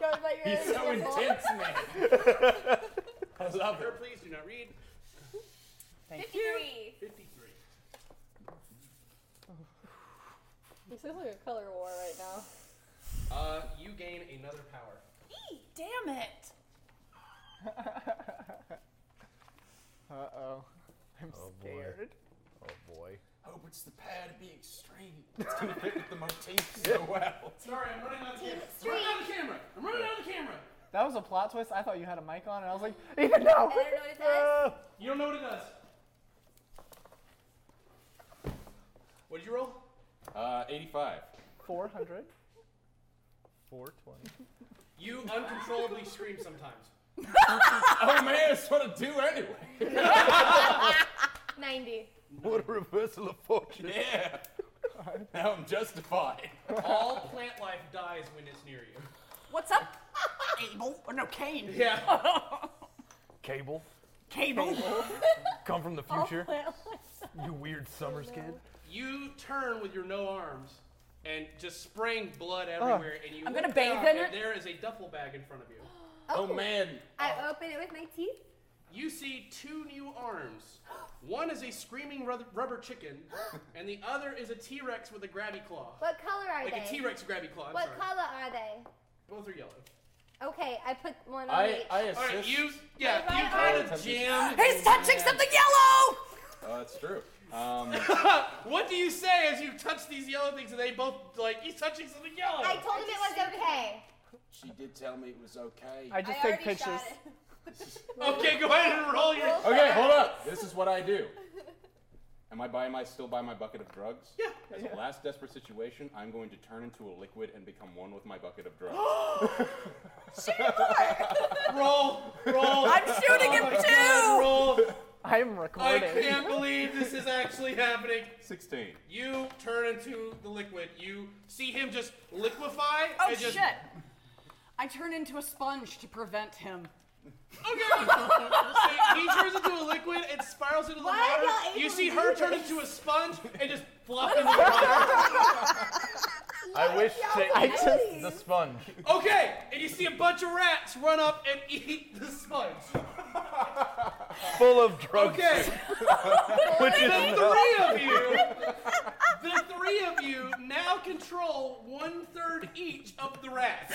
[SPEAKER 4] Go about your
[SPEAKER 5] He's so intense, man.
[SPEAKER 1] (laughs)
[SPEAKER 5] I love
[SPEAKER 1] Sir,
[SPEAKER 5] it.
[SPEAKER 1] please do not read.
[SPEAKER 12] 53.
[SPEAKER 1] 53.
[SPEAKER 4] This is like a color war right now.
[SPEAKER 1] Uh, you gain another power.
[SPEAKER 4] (laughs)
[SPEAKER 6] Eee, damn it.
[SPEAKER 8] Uh oh. I'm
[SPEAKER 13] Oh, boy.
[SPEAKER 8] scared.
[SPEAKER 13] (laughs) Oh boy. Hope it's the pad to be extreme. It's gonna fit with the motif so well.
[SPEAKER 1] Sorry, I'm running out of camera. I'm running out of camera. I'm running out of camera.
[SPEAKER 8] That was a plot twist. I thought you had a mic on, and I was like, even no.
[SPEAKER 1] You don't know what it
[SPEAKER 8] (laughs)
[SPEAKER 1] does. What did you roll?
[SPEAKER 5] Uh, 85.
[SPEAKER 8] 400.
[SPEAKER 5] 420.
[SPEAKER 1] You uncontrollably scream sometimes.
[SPEAKER 4] (laughs)
[SPEAKER 5] oh man, it's what I do anyway.
[SPEAKER 4] 90.
[SPEAKER 13] What a reversal of fortune.
[SPEAKER 5] Yeah. Now I'm justified.
[SPEAKER 1] All plant life dies when it's near you.
[SPEAKER 6] What's up? Abel?
[SPEAKER 9] Oh,
[SPEAKER 6] Or no, Cain.
[SPEAKER 9] (laughs)
[SPEAKER 1] Yeah.
[SPEAKER 13] Cable.
[SPEAKER 6] Cable.
[SPEAKER 13] Come from the
[SPEAKER 6] All
[SPEAKER 13] future.
[SPEAKER 4] Oh,
[SPEAKER 1] Oh,
[SPEAKER 13] You weird Summers kid.
[SPEAKER 1] You turn with your no arms and just spraying
[SPEAKER 13] Ah.
[SPEAKER 1] blood everywhere, and you.
[SPEAKER 4] I'm
[SPEAKER 1] look
[SPEAKER 4] gonna bathe
[SPEAKER 1] down,
[SPEAKER 4] in
[SPEAKER 1] and
[SPEAKER 4] it.
[SPEAKER 1] There is a duffel bag in front
[SPEAKER 4] (gasps)
[SPEAKER 1] of you.
[SPEAKER 4] Oh. I open it with my teeth.
[SPEAKER 1] You see two new arms. One is a screaming rub-
[SPEAKER 4] (gasps)
[SPEAKER 1] rubber chicken, and the other is a T-Rex with a grabby claw.
[SPEAKER 4] What color are
[SPEAKER 1] like
[SPEAKER 4] they?
[SPEAKER 1] a T-Rex grabby claw. I'm
[SPEAKER 4] What
[SPEAKER 1] sorry.
[SPEAKER 4] color are they?
[SPEAKER 1] Both are yellow.
[SPEAKER 4] Okay, I put one on each.
[SPEAKER 1] All right, you, yeah, you kind of jam.
[SPEAKER 4] He's touching something
[SPEAKER 6] yellow!
[SPEAKER 5] Oh, that's true. Um,
[SPEAKER 1] (laughs) what do you say as you touch these yellow things and they both like he's touching something yellow?
[SPEAKER 4] I told him it was okay.
[SPEAKER 5] she did tell me it was okay.
[SPEAKER 1] I just I take already shot
[SPEAKER 5] Okay, go ahead and roll your. Okay, hold up. This is what I do. Am I by my still by my bucket of drugs? Yeah. As a last desperate situation, I'm going to turn into a liquid and become one with my bucket of
[SPEAKER 1] (gasps)
[SPEAKER 5] drugs.
[SPEAKER 1] roll, roll.
[SPEAKER 5] I'm shooting
[SPEAKER 1] oh
[SPEAKER 5] him
[SPEAKER 1] my
[SPEAKER 5] too.
[SPEAKER 1] God, roll.
[SPEAKER 8] I'm
[SPEAKER 1] I
[SPEAKER 8] recording.
[SPEAKER 1] can't believe this is actually happening.
[SPEAKER 5] 16.
[SPEAKER 1] You turn into the liquid. You see him just liquefy.
[SPEAKER 7] Oh
[SPEAKER 1] and just,
[SPEAKER 7] shit! I turn into a sponge to prevent him. (laughs)
[SPEAKER 1] So he turns into a liquid and spirals into the
[SPEAKER 7] Why are y'all
[SPEAKER 1] water.
[SPEAKER 7] able
[SPEAKER 1] You
[SPEAKER 7] to
[SPEAKER 1] see
[SPEAKER 7] do
[SPEAKER 1] her turn into a sponge and just flop into the water.
[SPEAKER 11] I wish to
[SPEAKER 1] I
[SPEAKER 11] eat
[SPEAKER 1] just-
[SPEAKER 11] the sponge.
[SPEAKER 1] Okay, and you see a bunch of rats run up and eat the sponge.
[SPEAKER 13] Full of drugs.
[SPEAKER 1] Okay.
[SPEAKER 3] (laughs)
[SPEAKER 13] Which is
[SPEAKER 1] the three
[SPEAKER 13] not-
[SPEAKER 1] of you, the three of you now control one third each of the rats.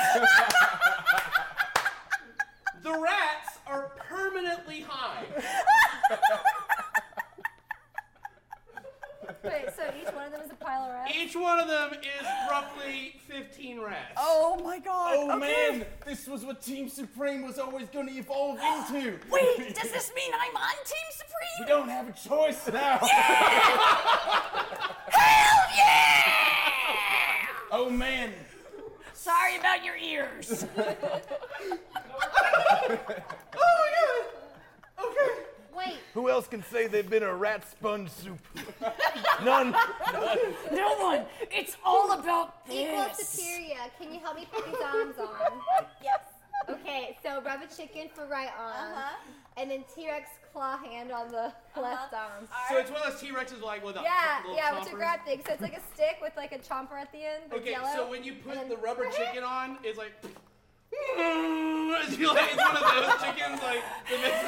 [SPEAKER 1] the rats are permanently high.
[SPEAKER 4] Wait, so each one of them is a pile of rats?
[SPEAKER 1] Each one of them is roughly 15 rats.
[SPEAKER 6] Oh my god.
[SPEAKER 5] Oh
[SPEAKER 1] okay.
[SPEAKER 5] man, this was what Team Supreme was always going to evolve into.
[SPEAKER 6] (gasps) Wait, does this mean I'm on Team Supreme?
[SPEAKER 5] (laughs) We don't have a choice now. (laughs) Oh man.
[SPEAKER 7] Sorry about your
[SPEAKER 1] (laughs)
[SPEAKER 7] ears.
[SPEAKER 1] oh
[SPEAKER 4] Wait.
[SPEAKER 3] Who else can say they've been a rat sponge soup? None.
[SPEAKER 7] No one. It's all about
[SPEAKER 4] Equal
[SPEAKER 7] this.
[SPEAKER 4] superior. Can you help me put these arms
[SPEAKER 7] (laughs)
[SPEAKER 4] on?
[SPEAKER 12] yes.
[SPEAKER 4] Okay, so rubber chicken for right arm, and then T Rex claw hand on the left arm.
[SPEAKER 1] So it's one of those T Rexes like with a
[SPEAKER 4] yeah,
[SPEAKER 1] little
[SPEAKER 4] yeah,
[SPEAKER 1] chomper.
[SPEAKER 4] with your grab thing. So it's like a stick with like a chomper at the end. but
[SPEAKER 1] Okay,
[SPEAKER 4] yellow.
[SPEAKER 1] so when you put
[SPEAKER 4] and
[SPEAKER 1] the
[SPEAKER 4] then-
[SPEAKER 1] rubber chicken on, it's like. (laughs) It's like it's one of those chickens like that makes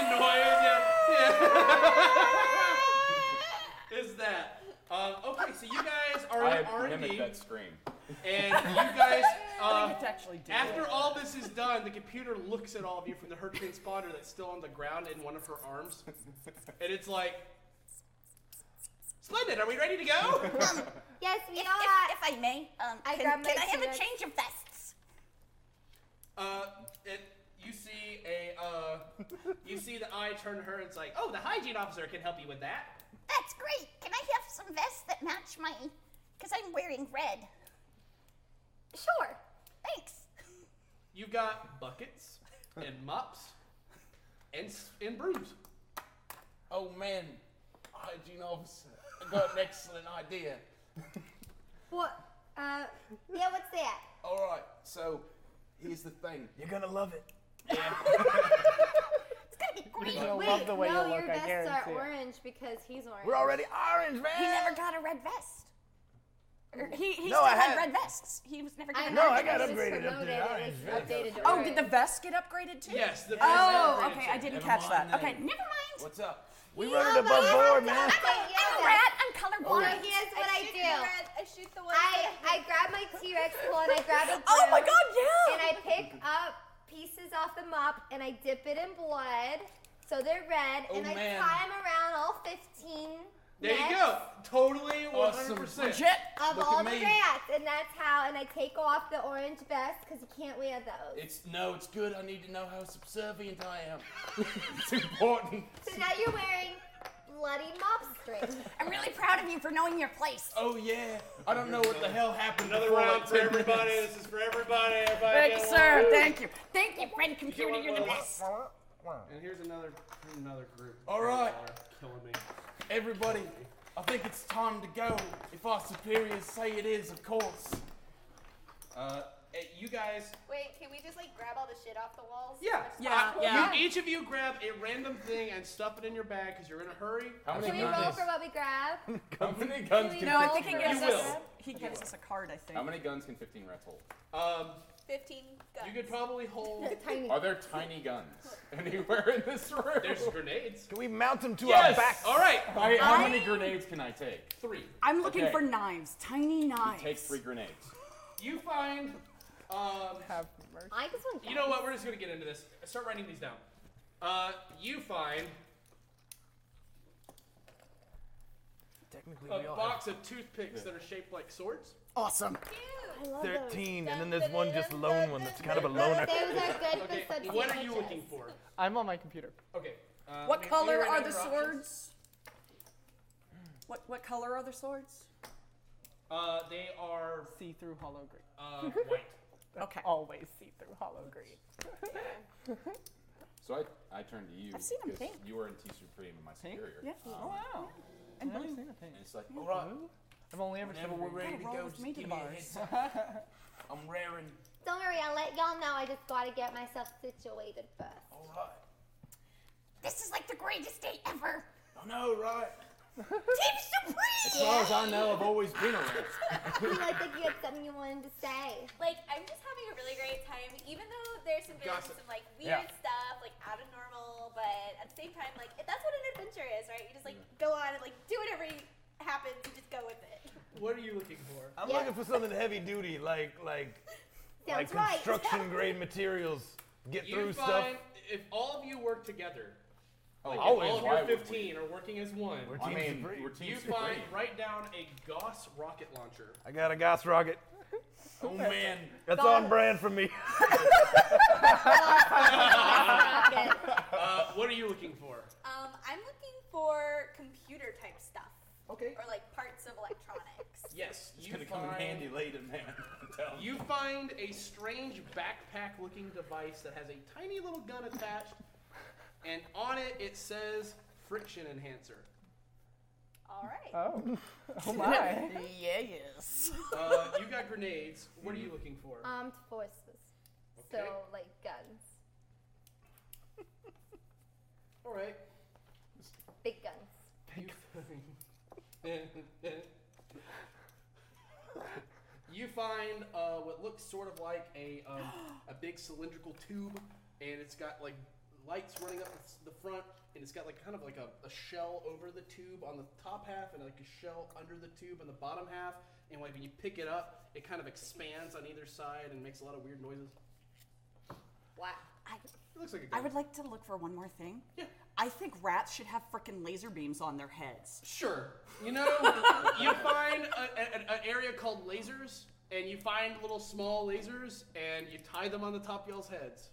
[SPEAKER 1] a noise. Yeah. yeah. (laughs) Is that? Um, okay, so you guys are
[SPEAKER 5] I
[SPEAKER 1] in R and
[SPEAKER 5] mimic
[SPEAKER 1] D,
[SPEAKER 5] that scream.
[SPEAKER 1] and you guys.
[SPEAKER 6] I
[SPEAKER 1] Uh,
[SPEAKER 6] think it's actually doing
[SPEAKER 1] after
[SPEAKER 6] it.
[SPEAKER 1] all this is done, the computer looks at all of you from the hurricane spotter that's still on the ground in one of her arms, and it's like, "Splendid, are we ready to
[SPEAKER 5] (laughs)
[SPEAKER 1] go?"
[SPEAKER 4] Yes, we
[SPEAKER 6] if,
[SPEAKER 4] are.
[SPEAKER 6] If, if I may, um,
[SPEAKER 4] I
[SPEAKER 6] can,
[SPEAKER 4] grab my
[SPEAKER 6] can I have a
[SPEAKER 4] Kleenex.
[SPEAKER 6] change of vests?
[SPEAKER 1] Uh, it, you see a uh, you see the eye turn to her. It's like, oh, the hygiene officer can help you with that.
[SPEAKER 14] That's great. Can I have some vests that match my? Because I'm wearing red.
[SPEAKER 4] Sure.
[SPEAKER 14] Thanks.
[SPEAKER 1] You've got buckets and mops and s- and brooms.
[SPEAKER 5] Oh man, hygiene officer, I got an excellent idea.
[SPEAKER 4] What? Uh, yeah, what's that?
[SPEAKER 5] All right, so here's the thing. You're gonna love it.
[SPEAKER 4] Wait,
[SPEAKER 5] gonna
[SPEAKER 4] wait,
[SPEAKER 5] love the way
[SPEAKER 4] no,
[SPEAKER 5] you look,
[SPEAKER 4] your
[SPEAKER 5] I
[SPEAKER 4] vests
[SPEAKER 5] guarantee it.
[SPEAKER 4] are orange because he's orange.
[SPEAKER 3] We're already orange, man.
[SPEAKER 6] He never got a red vest. Or He, he
[SPEAKER 3] No,
[SPEAKER 6] still
[SPEAKER 3] I
[SPEAKER 6] had,
[SPEAKER 3] had-
[SPEAKER 6] red vests. He was never
[SPEAKER 3] I
[SPEAKER 6] given
[SPEAKER 3] know,
[SPEAKER 6] a
[SPEAKER 3] I
[SPEAKER 6] red
[SPEAKER 3] got
[SPEAKER 6] vest.
[SPEAKER 3] upgraded up to It's orange. updated to
[SPEAKER 6] Oh,
[SPEAKER 3] orange.
[SPEAKER 6] did the vest get upgraded too?
[SPEAKER 1] Yes, the vest
[SPEAKER 6] Oh,
[SPEAKER 1] got upgraded
[SPEAKER 6] okay,
[SPEAKER 1] too.
[SPEAKER 6] I didn't
[SPEAKER 1] Never
[SPEAKER 6] catch that.
[SPEAKER 1] mind
[SPEAKER 6] Okay,
[SPEAKER 1] then.
[SPEAKER 6] never mind.
[SPEAKER 5] What's up?
[SPEAKER 3] We
[SPEAKER 6] run
[SPEAKER 3] run it above board, man.
[SPEAKER 6] I'm a rat, I'm colorblind.
[SPEAKER 4] So Oh, here's what I,
[SPEAKER 12] shoot
[SPEAKER 4] do.
[SPEAKER 12] the red- I shoot the one.
[SPEAKER 4] (laughs) I, I grab my T Rex claw and I grab a broom.
[SPEAKER 6] Oh my God, yeah.
[SPEAKER 4] off the mop and I dip it in blood, so they're red,
[SPEAKER 1] Oh,
[SPEAKER 4] and I
[SPEAKER 1] man.
[SPEAKER 4] tie them around all 15.
[SPEAKER 1] There
[SPEAKER 4] necks
[SPEAKER 1] you go. Totally 100%.
[SPEAKER 13] Awesome. Legit.
[SPEAKER 4] Of
[SPEAKER 13] Look
[SPEAKER 4] all
[SPEAKER 13] at
[SPEAKER 4] the
[SPEAKER 13] me.
[SPEAKER 4] rats, and that's how. And I take off the orange vest because you can't wear those.
[SPEAKER 13] It's no, it's good. I need to know how subservient I
[SPEAKER 5] (laughs)
[SPEAKER 13] am. it's important.
[SPEAKER 4] So now you're wearing bloody mop strings.
[SPEAKER 14] I'm really proud of you for knowing your place.
[SPEAKER 13] Oh yeah. I don't know what the hell happened.
[SPEAKER 1] Another
[SPEAKER 13] before,
[SPEAKER 1] round
[SPEAKER 13] like,
[SPEAKER 1] for
[SPEAKER 13] 10
[SPEAKER 1] everybody.
[SPEAKER 13] minutes.
[SPEAKER 1] This is for everybody. Everybody.
[SPEAKER 14] Thank
[SPEAKER 1] get
[SPEAKER 14] you,
[SPEAKER 1] one.
[SPEAKER 14] sir.
[SPEAKER 1] Woo.
[SPEAKER 14] Thank you. Thank you, friend computer. You're the best.
[SPEAKER 1] And here's another here's another group.
[SPEAKER 13] All right.
[SPEAKER 1] Killing me.
[SPEAKER 13] Everybody, I think it's time to go. If our superiors say it is, of course.
[SPEAKER 1] Uh, eh, you guys.
[SPEAKER 12] Wait, can we just like grab all the shit off the walls? Just-
[SPEAKER 1] Uh, You, each of you grab a random thing and stuff it in your bag because you're in a hurry.
[SPEAKER 13] How
[SPEAKER 4] Can we roll for what we grab?
[SPEAKER 13] How many guns can
[SPEAKER 6] No, I think he
[SPEAKER 13] fifteen
[SPEAKER 6] gives
[SPEAKER 13] rats-
[SPEAKER 6] us he gives us a card. I think.
[SPEAKER 5] How many guns can 15 rats hold?
[SPEAKER 1] Um,
[SPEAKER 12] 15 guns.
[SPEAKER 1] You could probably hold.
[SPEAKER 4] Tiny.
[SPEAKER 5] Are there tiny guns anywhere in this room?
[SPEAKER 1] There's grenades.
[SPEAKER 3] Can we mount them to
[SPEAKER 5] yes!
[SPEAKER 3] our backs?
[SPEAKER 5] All right. I, how
[SPEAKER 6] I-
[SPEAKER 5] many grenades can I take?
[SPEAKER 1] Three.
[SPEAKER 6] I'm looking
[SPEAKER 5] Okay.
[SPEAKER 6] for knives, tiny knives.
[SPEAKER 5] Take three grenades.
[SPEAKER 1] You find. Um,
[SPEAKER 8] Have mercy.
[SPEAKER 4] I just want.
[SPEAKER 1] You know what? We're just gonna get into this. Start writing these down. Uh, you find
[SPEAKER 3] Technically,
[SPEAKER 1] a
[SPEAKER 3] we all
[SPEAKER 1] box of toothpicks that are shaped like swords.
[SPEAKER 3] Awesome.
[SPEAKER 4] I love those.
[SPEAKER 3] 13, and then there's one just lone one that's kind of a loner.
[SPEAKER 1] Okay, what are you looking for?
[SPEAKER 8] I'm on my computer.
[SPEAKER 1] Okay. Uh,
[SPEAKER 6] What
[SPEAKER 1] we- we
[SPEAKER 6] color
[SPEAKER 1] write
[SPEAKER 6] are
[SPEAKER 1] down
[SPEAKER 6] the
[SPEAKER 1] your options.
[SPEAKER 6] swords? What what color are the swords?
[SPEAKER 1] Uh, they are
[SPEAKER 8] see-through hollow green.
[SPEAKER 1] uh, white.
[SPEAKER 6] Okay.
[SPEAKER 8] Always see-through hollow green.
[SPEAKER 5] So I, I turn to you.
[SPEAKER 6] I've seen 'em
[SPEAKER 5] 'cause
[SPEAKER 6] pink.
[SPEAKER 5] You were in T Supreme and my superior.
[SPEAKER 6] Yeah.
[SPEAKER 5] Um,
[SPEAKER 6] Oh, wow. And
[SPEAKER 8] I've never
[SPEAKER 6] blue.
[SPEAKER 8] seen a thing.
[SPEAKER 5] And it's like, all right,
[SPEAKER 8] I've only ever
[SPEAKER 13] whenever
[SPEAKER 8] seen
[SPEAKER 13] we're
[SPEAKER 8] green.
[SPEAKER 13] ready to
[SPEAKER 6] roll
[SPEAKER 13] go,
[SPEAKER 6] with
[SPEAKER 13] just
[SPEAKER 6] me to
[SPEAKER 13] give
[SPEAKER 6] the
[SPEAKER 13] me a heads
[SPEAKER 6] (laughs)
[SPEAKER 13] up. I'm raring.
[SPEAKER 4] Don't worry, I'll let y'all know. I just gotta get myself situated first.
[SPEAKER 13] All right.
[SPEAKER 14] This is like the greatest day ever.
[SPEAKER 13] I know, right?
[SPEAKER 14] (laughs) Team Supreme.
[SPEAKER 5] As far as I know, I've
[SPEAKER 2] (laughs)
[SPEAKER 5] always been a rat.
[SPEAKER 4] I think you had something you wanted to say.
[SPEAKER 12] Like, I'm just having a really great time, even though there's some, very,
[SPEAKER 1] Gossip.
[SPEAKER 12] some like weird
[SPEAKER 5] Yeah.
[SPEAKER 12] stuff, like out of normal, but at the same time, like, that's what an adventure is, right? You just like go on and like do whatever happens and just go with it.
[SPEAKER 1] (laughs) What are you looking for?
[SPEAKER 3] I'm
[SPEAKER 12] Yeah.
[SPEAKER 3] looking for something heavy duty, like like
[SPEAKER 12] Sounds
[SPEAKER 3] like
[SPEAKER 12] right.
[SPEAKER 3] construction
[SPEAKER 12] (laughs)
[SPEAKER 3] grade materials. Get
[SPEAKER 1] You
[SPEAKER 3] through
[SPEAKER 1] find
[SPEAKER 3] stuff.
[SPEAKER 1] if all of you work together,
[SPEAKER 5] Oh,
[SPEAKER 1] like
[SPEAKER 3] always,
[SPEAKER 1] if all
[SPEAKER 5] why
[SPEAKER 1] of
[SPEAKER 5] would
[SPEAKER 1] your
[SPEAKER 5] we?
[SPEAKER 1] 15 are working as one,
[SPEAKER 3] We're
[SPEAKER 5] I
[SPEAKER 3] Team
[SPEAKER 5] mean,
[SPEAKER 3] Supreme.
[SPEAKER 5] we're Team
[SPEAKER 1] you
[SPEAKER 5] Supreme.
[SPEAKER 1] find write down a Gauss rocket launcher.
[SPEAKER 3] I got a Goss rocket.
[SPEAKER 5] Oh man.
[SPEAKER 3] That's on brand for me. (laughs)
[SPEAKER 1] Uh, what are you looking for?
[SPEAKER 12] Um, I'm looking for computer type stuff.
[SPEAKER 1] Okay.
[SPEAKER 12] Or like parts of electronics.
[SPEAKER 1] Yes,
[SPEAKER 5] It's
[SPEAKER 1] you
[SPEAKER 5] gonna come in
[SPEAKER 1] find
[SPEAKER 5] handy later, man. I'm telling
[SPEAKER 1] you find a strange backpack-looking device that has a tiny little gun attached, and on it it says friction enhancer.
[SPEAKER 12] All right.
[SPEAKER 8] Oh. (laughs) Oh my.
[SPEAKER 6] yeah, yes.
[SPEAKER 1] Uh, you got grenades. What are you looking for?
[SPEAKER 4] Armed forces.
[SPEAKER 1] Okay.
[SPEAKER 4] So, like guns.
[SPEAKER 1] All right.
[SPEAKER 4] Big guns.
[SPEAKER 1] You find, (laughs) you find uh, what looks sort of like a um, a big cylindrical tube, and it's got like lights running up the s- the front, and it's got like kind of like a, a shell over the tube on the top half, and like a shell under the tube on the bottom half. And like when you pick it up, it kind of expands on either side and makes a lot of weird noises.
[SPEAKER 4] Wow.
[SPEAKER 6] I,
[SPEAKER 1] It looks like a gun.
[SPEAKER 6] I would like to look for one more thing.
[SPEAKER 1] Yeah.
[SPEAKER 6] I think rats should have frickin' laser beams on their heads.
[SPEAKER 1] Sure. You know, you find a, a- an- an area called lasers, and you find little small lasers, and you tie them on the top of y'all's heads.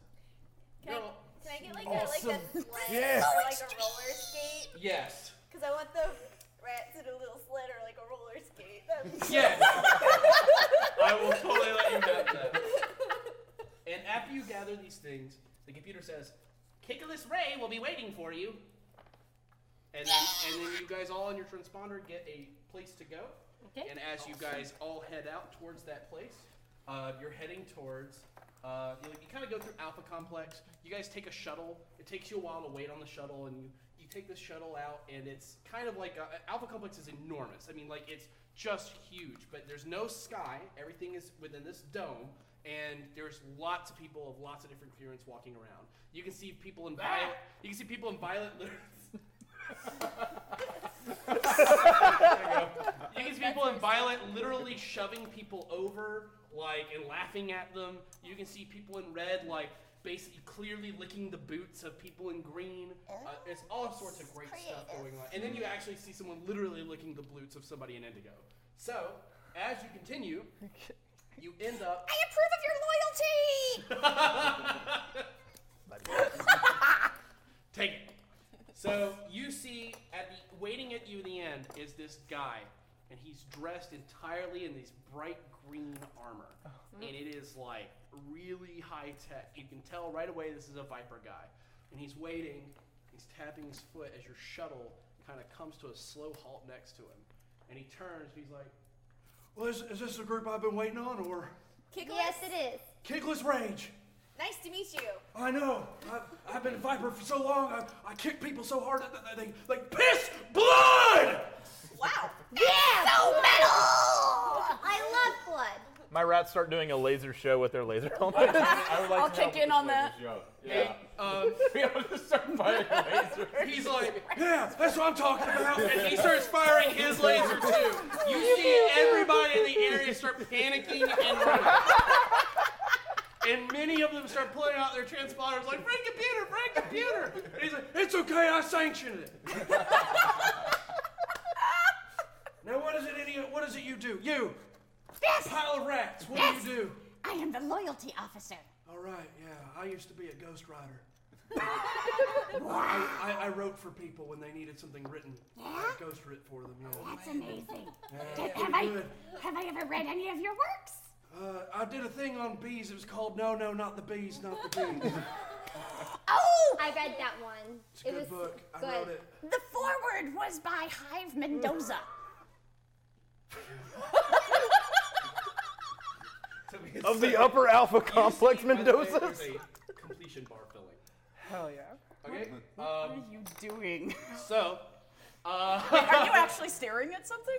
[SPEAKER 12] Can,
[SPEAKER 1] No.
[SPEAKER 12] I, can I get like Oh a like a
[SPEAKER 3] Awesome.
[SPEAKER 12] sled
[SPEAKER 3] Yeah.
[SPEAKER 12] or like a roller skate?
[SPEAKER 1] Yes.
[SPEAKER 12] Because I want the rats in a little sled or like a roller skate. That's-
[SPEAKER 1] Yes.
[SPEAKER 4] (laughs)
[SPEAKER 1] I will totally let you have that. And after you gather these things, the computer says, Kickless Ray will be waiting for you. And then, and then you guys all on your transponder get a place to go.
[SPEAKER 4] Okay.
[SPEAKER 1] And as you guys all head out towards that place, uh, you're heading towards. Uh, you, you kind of go through Alpha Complex. You guys take a shuttle. It takes you a while to wait on the shuttle, and you, you take the shuttle out, and it's kind of like uh, Alpha Complex is enormous. I mean, like it's just huge, but there's no sky. Everything is within this dome, and there's lots of people of lots of different appearance walking around. You can see people in violet. You can see people in violet. (laughs) You can see people in violet literally shoving people over, like, and laughing at them. You can see people in red, like, basically clearly licking the boots of people in green. Uh, it's all sorts of great stuff going on. And then you actually see someone literally licking the boots of somebody in indigo. So, as you continue, you end up.
[SPEAKER 14] I approve of your loyalty!
[SPEAKER 1] (laughs) Take it. So you see, at the waiting at you at the end is this guy, and he's dressed entirely in these bright green armor, and it is like really high tech. You can tell right away this is a Viper guy, and he's waiting. He's tapping his foot as your shuttle kind of comes to a slow halt next to him, and he turns. and He's like, "Well, is, is this the group I've been waiting on, or
[SPEAKER 12] Kickless?
[SPEAKER 4] Yes, it is.
[SPEAKER 1] Kickless Rage?"
[SPEAKER 12] Nice to meet you.
[SPEAKER 15] I know. I've, I've been a Viper for so long. I, I kick people so hard that that they like piss blood.
[SPEAKER 12] Wow.
[SPEAKER 14] Yeah.
[SPEAKER 12] So
[SPEAKER 4] I love blood.
[SPEAKER 11] My rats start doing a laser show with their laser helmets.
[SPEAKER 6] I
[SPEAKER 11] would like
[SPEAKER 6] I'll
[SPEAKER 11] to
[SPEAKER 6] kick
[SPEAKER 11] help
[SPEAKER 6] in on that.
[SPEAKER 11] Yeah.
[SPEAKER 1] Um,
[SPEAKER 11] (laughs) we all just start firing lasers.
[SPEAKER 1] He's like, yeah, that's what I'm talking about. And he starts firing his laser too. You
[SPEAKER 11] (laughs)
[SPEAKER 1] see everybody in the area start panicking and running. And many of them start pulling out their transponders, like, "Red computer, red computer!" And he's like, "It's okay, I sanctioned it."
[SPEAKER 11] (laughs)
[SPEAKER 1] now, what is it, idiot? What is it you do? You, pile of rats. What do you do?
[SPEAKER 14] I am the loyalty officer.
[SPEAKER 15] All right. Yeah, I used to be a ghost writer. I, I, I wrote for people when they needed something written. I ghost writ for them. Yeah.
[SPEAKER 14] Oh, That's amazing.
[SPEAKER 15] Yeah,
[SPEAKER 14] Did-
[SPEAKER 15] pretty
[SPEAKER 14] have, I,
[SPEAKER 15] good.
[SPEAKER 14] have I ever read any of your works?
[SPEAKER 15] Uh, I did a thing on bees. It was called No, No, Not the Bees, Not the
[SPEAKER 14] (laughs)
[SPEAKER 15] Bees.
[SPEAKER 14] Oh!
[SPEAKER 4] I read that one.
[SPEAKER 15] It's a good book. I wrote it.
[SPEAKER 14] The foreword was by Hive Mendoza.
[SPEAKER 3] Of the upper alpha complex, Mendoza.
[SPEAKER 1] completion bar filling.
[SPEAKER 8] Hell yeah.
[SPEAKER 1] Okay. um,
[SPEAKER 6] What are you doing?
[SPEAKER 1] So, uh,
[SPEAKER 6] Wait,
[SPEAKER 1] (laughs)
[SPEAKER 6] are you actually staring at something?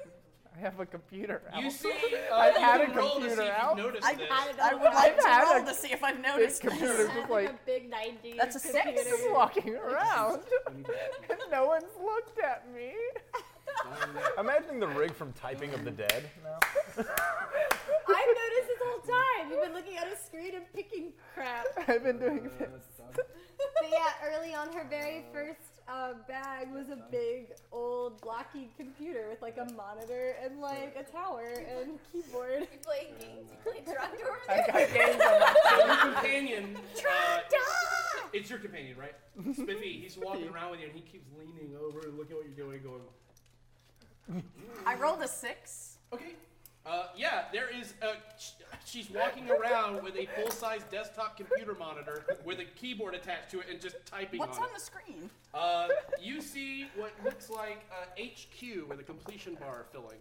[SPEAKER 8] I have a computer out.
[SPEAKER 1] You see, uh,
[SPEAKER 8] I've
[SPEAKER 1] you
[SPEAKER 8] had a
[SPEAKER 1] can roll to see
[SPEAKER 8] computer
[SPEAKER 1] if you've
[SPEAKER 8] out.
[SPEAKER 1] noticed
[SPEAKER 6] I,
[SPEAKER 1] this.
[SPEAKER 6] I, I would like to roll to see if I've noticed
[SPEAKER 8] This computer
[SPEAKER 6] this. (laughs)
[SPEAKER 8] just like
[SPEAKER 2] Big 90.
[SPEAKER 6] That's a six.
[SPEAKER 14] (laughs)
[SPEAKER 8] just walking around. and no one's looked at me.
[SPEAKER 11] I'm imagining the rig from Typing of the Dead.
[SPEAKER 2] I've noticed this whole time. You've been looking at a screen and picking crap.
[SPEAKER 8] (laughs) I've been doing this.
[SPEAKER 4] But yeah, early on, her very first uh, bag was a big old blocky computer with like a monitor and like a tower and keyboard. You
[SPEAKER 12] play games? You play Toronto over
[SPEAKER 8] I got games on
[SPEAKER 1] (laughs) So your
[SPEAKER 8] my phone.
[SPEAKER 1] companion. uh, it's your companion, right? Spiffy, he's walking around with you and he keeps leaning over and looking at what you're doing, going.
[SPEAKER 6] I rolled a six.
[SPEAKER 1] Okay. Uh, yeah, there is. A, sh- she's walking around with a full-size desktop computer monitor with a keyboard attached to it and just typing
[SPEAKER 6] What's
[SPEAKER 1] on,
[SPEAKER 6] on
[SPEAKER 1] it.
[SPEAKER 6] the screen?
[SPEAKER 1] Uh, you see what looks like uh, HQ with a completion bar filling.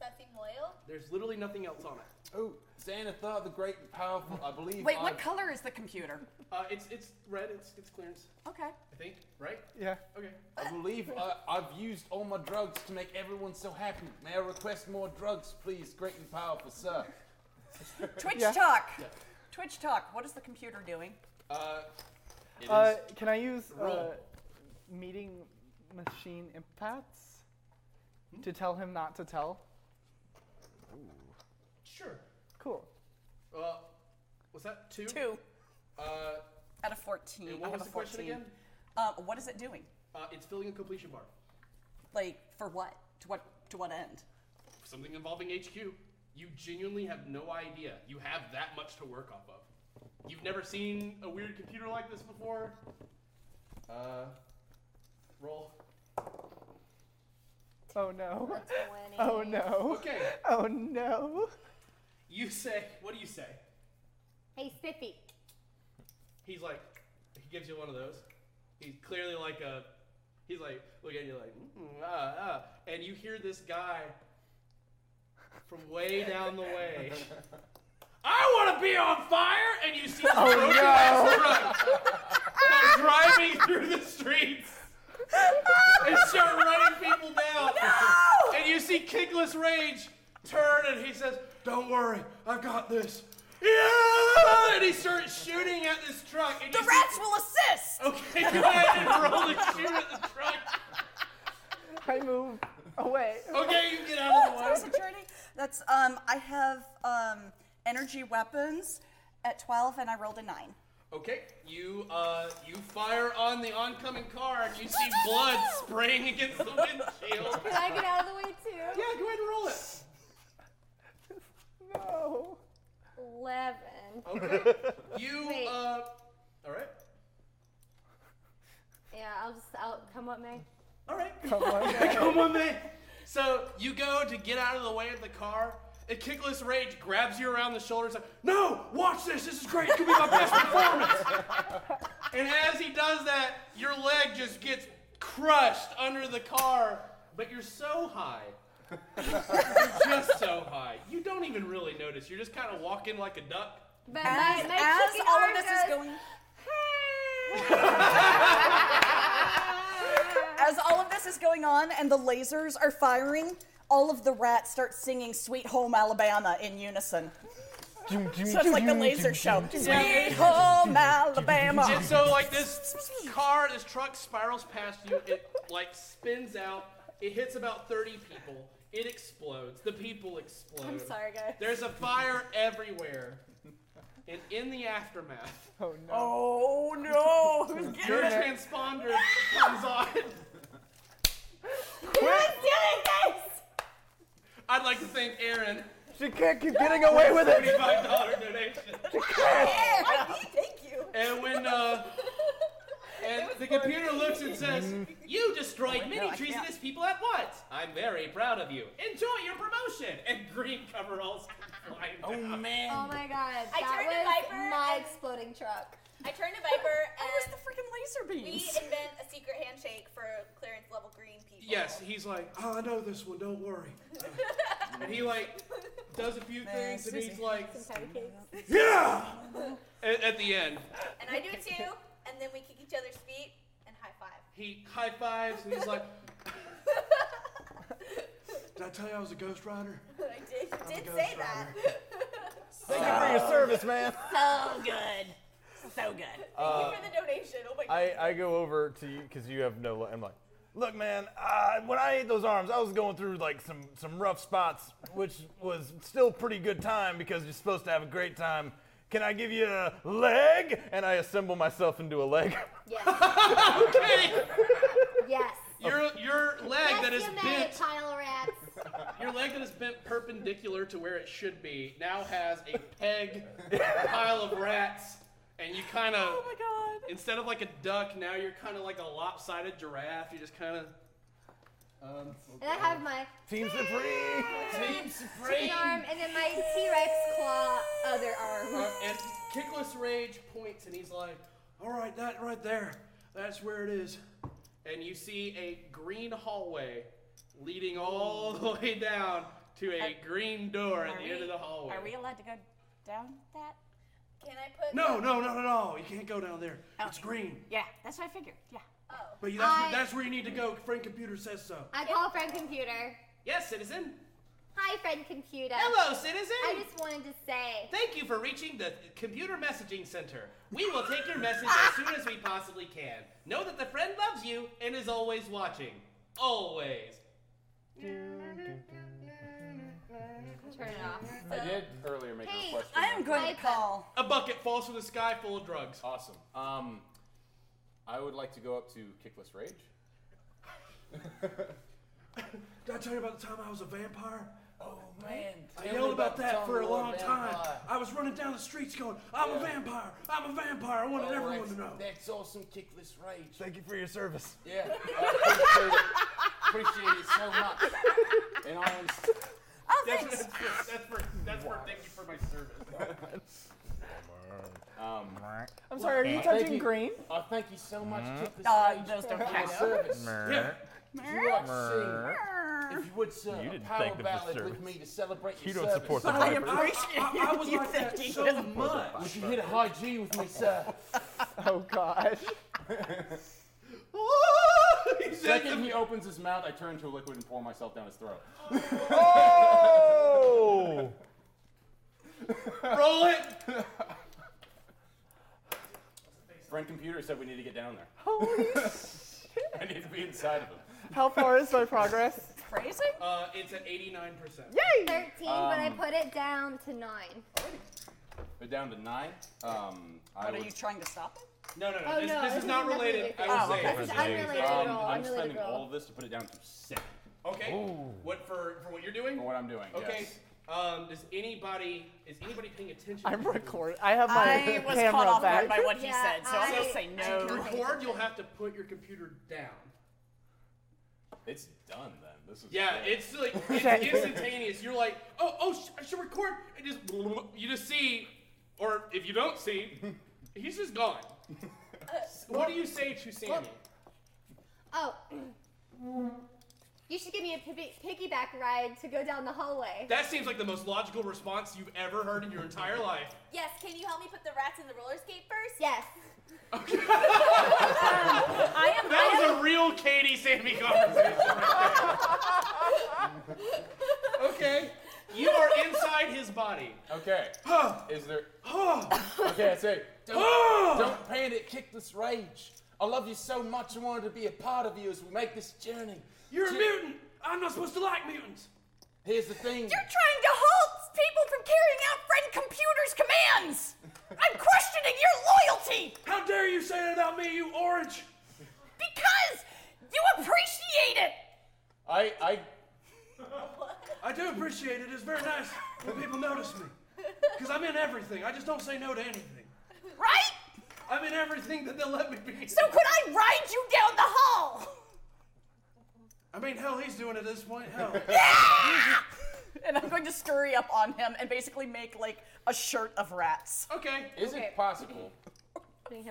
[SPEAKER 12] Something loyal?
[SPEAKER 1] There's literally nothing else on it.
[SPEAKER 5] Oh, Xanathar the Great and Powerful, I believe.
[SPEAKER 6] Wait,
[SPEAKER 5] I-
[SPEAKER 6] what color is the computer?
[SPEAKER 1] Uh, it's it's red. It's it's clearance.
[SPEAKER 6] Okay.
[SPEAKER 1] I think right.
[SPEAKER 8] Yeah.
[SPEAKER 1] Okay.
[SPEAKER 5] I believe I, I've used all my drugs to make everyone so happy. May I request more drugs, please, great and powerful sir?
[SPEAKER 6] Twitch talk. Twitch talk. What is the computer doing?
[SPEAKER 1] Uh, it
[SPEAKER 8] Uh, can I use uh,
[SPEAKER 6] Roll.
[SPEAKER 8] meeting machine empaths
[SPEAKER 1] Hmm?
[SPEAKER 8] to tell him not to tell?
[SPEAKER 1] Sure.
[SPEAKER 8] Cool.
[SPEAKER 1] Uh, was that two?
[SPEAKER 6] Two.
[SPEAKER 1] Uh,
[SPEAKER 6] Out of 14.
[SPEAKER 1] And
[SPEAKER 6] I
[SPEAKER 1] what
[SPEAKER 6] have
[SPEAKER 1] was
[SPEAKER 6] a
[SPEAKER 1] the question
[SPEAKER 6] 14.
[SPEAKER 1] again?
[SPEAKER 6] Uh, what is it doing?
[SPEAKER 1] uh, it's filling a completion bar.
[SPEAKER 6] Like, for what? To what? To what end?
[SPEAKER 1] Something involving HQ. You genuinely have no idea. You have that much to work off of. You've never seen a weird computer like this before. Uh, roll.
[SPEAKER 8] Oh no. (laughs) Oh no.
[SPEAKER 1] Okay.
[SPEAKER 8] Oh no.
[SPEAKER 1] You say. What do you say?
[SPEAKER 4] Hey, Spiffy.
[SPEAKER 1] He's like. He gives you one of those. He's clearly like a. He's like looking at you like, mm, ah, ah, and you hear this guy from way down the
[SPEAKER 13] (laughs)
[SPEAKER 1] way. I want to be on fire, and you see this
[SPEAKER 13] Oh,
[SPEAKER 1] broken (laughs)
[SPEAKER 13] no.
[SPEAKER 1] ass truck
[SPEAKER 6] Ah!
[SPEAKER 1] come
[SPEAKER 13] (laughs)
[SPEAKER 1] driving through the streets and start running people down. And you see Kickless Rage turn, and he says, "Don't worry, I've got this." Yeah! And he starts shooting at this truck. And
[SPEAKER 6] The
[SPEAKER 1] you see-
[SPEAKER 6] rats will assist!
[SPEAKER 1] Okay, go ahead and roll to shoot at the truck.
[SPEAKER 8] I move away.
[SPEAKER 1] Okay, you get
[SPEAKER 6] (laughs)
[SPEAKER 1] out of the way.
[SPEAKER 6] That's, um, I have um, energy weapons at 12, and I rolled a 9.
[SPEAKER 1] Okay, you uh, you fire on the oncoming car and you see blood spraying against the windshield.
[SPEAKER 4] Can I get out of the way too?
[SPEAKER 1] Yeah, go ahead and roll it.
[SPEAKER 4] no. Eleven.
[SPEAKER 1] Okay. You
[SPEAKER 4] Wait.
[SPEAKER 1] uh, all right.
[SPEAKER 4] Yeah, I'll just I'll come up, Meg. Oh
[SPEAKER 1] All right. (laughs) Come on, man. So you go to get out of the way of the car, and Kickless Rage grabs you around the shoulders like, No! Watch this! This is great! It could be my best (laughs) performance! and as he does that, your leg just gets crushed under the car, but you're so high. (laughs) you're just so high. You don't even really notice. You're just kind of walking like a duck.
[SPEAKER 4] But
[SPEAKER 6] As- as all of this is
[SPEAKER 4] going.
[SPEAKER 6] (laughs) As all of this is going on and the lasers are firing, all of the rats start singing Sweet Home Alabama in unison. So it's like the laser show. Sweet Home Alabama.
[SPEAKER 1] And so, like this car, this truck spirals past you. It like spins out. It hits about thirty people. It explodes. The people explode.
[SPEAKER 4] I'm sorry,
[SPEAKER 1] (laughs)
[SPEAKER 4] guys.
[SPEAKER 1] There's a fire everywhere, and in
[SPEAKER 4] (laughs)
[SPEAKER 1] the aftermath,
[SPEAKER 8] Oh no.
[SPEAKER 6] Oh
[SPEAKER 14] (laughs)
[SPEAKER 6] no!
[SPEAKER 1] Who's getting your
[SPEAKER 8] it?
[SPEAKER 1] transponder comes on.
[SPEAKER 4] Who's doing this?
[SPEAKER 1] I'd like to thank Aaron.
[SPEAKER 3] She can't keep getting away with it.
[SPEAKER 1] Thirty-five dollar donation.
[SPEAKER 6] Thank you.
[SPEAKER 1] And when uh, and the computer looks and says, "You destroyed
[SPEAKER 6] Wait, no,
[SPEAKER 1] many
[SPEAKER 6] I can't.
[SPEAKER 1] treasonous people at once. I'm very proud of you. Enjoy your promotion." And green coveralls. Oh man.
[SPEAKER 4] Oh my god.
[SPEAKER 12] I
[SPEAKER 4] that
[SPEAKER 12] turned to
[SPEAKER 4] was
[SPEAKER 12] Viper
[SPEAKER 4] my
[SPEAKER 12] and-
[SPEAKER 4] exploding truck.
[SPEAKER 12] I turned to
[SPEAKER 8] (laughs)
[SPEAKER 12] Viper and
[SPEAKER 6] Where's the freaking laser
[SPEAKER 12] we
[SPEAKER 6] beams?
[SPEAKER 12] invent a secret handshake for clearance level green people. (laughs)
[SPEAKER 1] Yes, he's like, "Oh, I know this one. Don't worry." and he like does a few things, and he's like, "Yeah!" At, at the end,
[SPEAKER 12] And I do it too, and then we kick each other's feet and high five.
[SPEAKER 1] he high fives, and he's
[SPEAKER 6] (laughs)
[SPEAKER 1] like,
[SPEAKER 15] Did I tell you I was a ghost rider?
[SPEAKER 12] I did,
[SPEAKER 15] I'm a
[SPEAKER 12] did
[SPEAKER 15] ghost
[SPEAKER 12] say that.
[SPEAKER 3] Thank you for your service, man.
[SPEAKER 9] So good. So good.
[SPEAKER 12] Thank
[SPEAKER 11] Uh,
[SPEAKER 12] you for the donation. Oh my god.
[SPEAKER 11] I, I go over to you because you have no. I'm like,
[SPEAKER 3] Look, man, uh, when I ate those arms, I was going through like some, some rough spots, which was still pretty good time because you're supposed to have a great time. Can I give you a leg?
[SPEAKER 11] and I assemble myself into a leg.
[SPEAKER 4] Yes.
[SPEAKER 1] "Your your leg that is
[SPEAKER 4] Rescue me,
[SPEAKER 1] bent
[SPEAKER 4] pile of rats.
[SPEAKER 1] Your leg that is bent perpendicular to where it should be now has a peg pile of rats, and you kind of. Oh
[SPEAKER 6] my god!
[SPEAKER 1] Instead of like a duck, now you're kind of like a lopsided giraffe. You just kind of. Um,
[SPEAKER 4] And I have my
[SPEAKER 3] Team Supreme!
[SPEAKER 1] Team
[SPEAKER 4] chicken arm and then my T-Rex claw other arm.
[SPEAKER 1] Uh, and Kickless Rage points and he's like,
[SPEAKER 15] All right, that right there. That's where it is.
[SPEAKER 1] and you see a green hallway leading all the way down to a green door at
[SPEAKER 6] Are
[SPEAKER 1] the
[SPEAKER 6] we-
[SPEAKER 1] end of the hallway.
[SPEAKER 6] Are we allowed to go down that?
[SPEAKER 12] Can I put?
[SPEAKER 15] No, no, not at all. You can't go down there. It's green.
[SPEAKER 6] Yeah, that's what I figured. Yeah.
[SPEAKER 15] But that's,
[SPEAKER 4] Oh. I-
[SPEAKER 15] where, that's where you need to go. Friend computer says so.
[SPEAKER 4] I call friend computer.
[SPEAKER 1] Yes, citizen.
[SPEAKER 4] Hi, friend computer.
[SPEAKER 1] Hello, citizen.
[SPEAKER 4] I just wanted to say.
[SPEAKER 1] Thank you for reaching the Computer Messaging Center. We will take your message as soon as we possibly can. Know that the friend loves you and is always watching. Always.
[SPEAKER 4] Turn it off.
[SPEAKER 5] I did earlier make
[SPEAKER 4] Hey,
[SPEAKER 5] a request.
[SPEAKER 6] I am going to call.
[SPEAKER 1] A bucket falls from the sky full of drugs.
[SPEAKER 5] Awesome. Um, I would like to go up to Kickless Rage.
[SPEAKER 15] Did I tell you about the time I was a vampire? Oh
[SPEAKER 5] man.
[SPEAKER 15] I
[SPEAKER 5] Tell
[SPEAKER 15] yelled
[SPEAKER 5] me
[SPEAKER 15] about
[SPEAKER 5] about the
[SPEAKER 15] that
[SPEAKER 5] time
[SPEAKER 15] for a
[SPEAKER 5] you were a
[SPEAKER 15] long time.
[SPEAKER 5] vampire.
[SPEAKER 15] I was running down the streets going, "I'm a
[SPEAKER 5] Yeah.
[SPEAKER 15] vampire! I'm a vampire!" I wanted
[SPEAKER 5] Oh,
[SPEAKER 15] everyone
[SPEAKER 5] that's-
[SPEAKER 15] to know.
[SPEAKER 5] That's awesome, Kickless Rage.
[SPEAKER 3] Thank you for your service.
[SPEAKER 5] Yeah, I appreciate it, appreciate it so much. And I am.
[SPEAKER 6] Oh,
[SPEAKER 1] That's,
[SPEAKER 6] thanks.
[SPEAKER 1] that's for, that's for, that's for thank you for my service.
[SPEAKER 5] Um,
[SPEAKER 8] I'm sorry, are you
[SPEAKER 5] Thank
[SPEAKER 8] touching green?
[SPEAKER 5] Oh, thank you so much,
[SPEAKER 8] Mm.
[SPEAKER 5] Kickless
[SPEAKER 6] Uh,
[SPEAKER 5] Rage.
[SPEAKER 6] those don't
[SPEAKER 5] for your
[SPEAKER 6] count.
[SPEAKER 5] service.
[SPEAKER 11] Mm-hmm. Mer.
[SPEAKER 5] Yeah. Would you like to
[SPEAKER 11] Mer.
[SPEAKER 5] sing, if you would, sir,
[SPEAKER 11] You
[SPEAKER 5] a
[SPEAKER 11] didn't
[SPEAKER 5] power
[SPEAKER 11] thank them for
[SPEAKER 5] ballad with
[SPEAKER 11] service.
[SPEAKER 5] me to celebrate your
[SPEAKER 11] You don't
[SPEAKER 5] service?
[SPEAKER 11] support the But I Vipers.
[SPEAKER 6] appreciate
[SPEAKER 15] I, I, I was
[SPEAKER 6] you
[SPEAKER 15] like that
[SPEAKER 6] thinking
[SPEAKER 15] so
[SPEAKER 6] of the
[SPEAKER 15] much.
[SPEAKER 5] Would you hit a high G with me, sir?
[SPEAKER 8] Oh gosh.
[SPEAKER 5] Second, (laughs) he opens his mouth. I turn to a liquid and pour myself down his throat. (laughs)
[SPEAKER 11] Oh!
[SPEAKER 1] Roll it.
[SPEAKER 5] Friend computer said we need to get down there. (laughs) I need to be inside of him.
[SPEAKER 8] How far is my progress?
[SPEAKER 6] Crazy?
[SPEAKER 1] Uh, it's at 89%.
[SPEAKER 4] Yay! 13, but I
[SPEAKER 1] Um,
[SPEAKER 4] put it down to 9.
[SPEAKER 5] They're down to nine. Um, I
[SPEAKER 6] What, are
[SPEAKER 5] would-
[SPEAKER 6] you trying to stop it?
[SPEAKER 1] No, no,
[SPEAKER 5] no, Oh, this- no, this is this not is not related. related. I would
[SPEAKER 6] Oh,
[SPEAKER 5] say
[SPEAKER 6] okay.
[SPEAKER 5] this is
[SPEAKER 1] unrelated
[SPEAKER 5] Um,
[SPEAKER 1] at all,
[SPEAKER 5] I'm
[SPEAKER 1] unrelated
[SPEAKER 5] spending
[SPEAKER 1] at all.
[SPEAKER 5] all of this to put it down to seven.
[SPEAKER 1] Okay. What for? For what you're doing? For
[SPEAKER 5] what I'm doing.
[SPEAKER 1] Okay.
[SPEAKER 5] yes.
[SPEAKER 1] Um, does anybody is anybody paying attention?
[SPEAKER 8] I'm recording. I have my
[SPEAKER 6] I was
[SPEAKER 8] camera
[SPEAKER 6] caught off
[SPEAKER 8] back.
[SPEAKER 6] guard by what he Yeah, said, so I'm I- gonna say I no.
[SPEAKER 1] To
[SPEAKER 6] can't pay
[SPEAKER 1] record, you'll have to put your computer down.
[SPEAKER 5] It's done then. This is
[SPEAKER 1] Yeah,
[SPEAKER 5] great.
[SPEAKER 1] it's
[SPEAKER 5] (laughs)
[SPEAKER 1] like it's instantaneous. You're like, oh, oh, sh- I should record. And just you just see, or if you don't see, he's just gone. what do you say to Sammy?
[SPEAKER 4] Oh. You should give me a piggy- piggyback ride to go down the hallway.
[SPEAKER 1] That seems like the most logical response you've ever heard in your entire life.
[SPEAKER 12] Yes, can you help me put the rats in the roller skate first? (laughs)
[SPEAKER 4] Yes.
[SPEAKER 12] I am.
[SPEAKER 1] That was a real Katie Sammy conversation.
[SPEAKER 12] (laughs)
[SPEAKER 1] okay. You are inside his body.
[SPEAKER 5] Okay. Is there? okay, I
[SPEAKER 1] (gasps)
[SPEAKER 5] say,
[SPEAKER 1] Ah!
[SPEAKER 5] don't, don't panic. Kick this rage. I love you so much. I wanted to be a part of you as we make this journey.
[SPEAKER 15] You're a
[SPEAKER 5] Ju-
[SPEAKER 15] mutant. I'm not supposed to like mutants.
[SPEAKER 5] Here's the thing.
[SPEAKER 15] You're
[SPEAKER 9] trying to halt people from carrying out friend computer's commands. I'm questioning your loyalty.
[SPEAKER 15] How dare you say that about me, you orange?
[SPEAKER 9] Because you appreciate it.
[SPEAKER 5] I, I,
[SPEAKER 15] I do appreciate it. It's very nice when people notice me. Because I'm in everything. I just don't say no to anything.
[SPEAKER 9] Right?
[SPEAKER 15] I'm in everything that they'll let me be.
[SPEAKER 9] So could I ride you down the hall?
[SPEAKER 15] I mean, hell, he's doing it at this point.
[SPEAKER 9] (laughs)
[SPEAKER 15] Hell.
[SPEAKER 6] And I'm going to scurry up on him and basically make like a shirt of rats.
[SPEAKER 1] Okay.
[SPEAKER 5] Is it
[SPEAKER 6] (laughs)
[SPEAKER 5] possible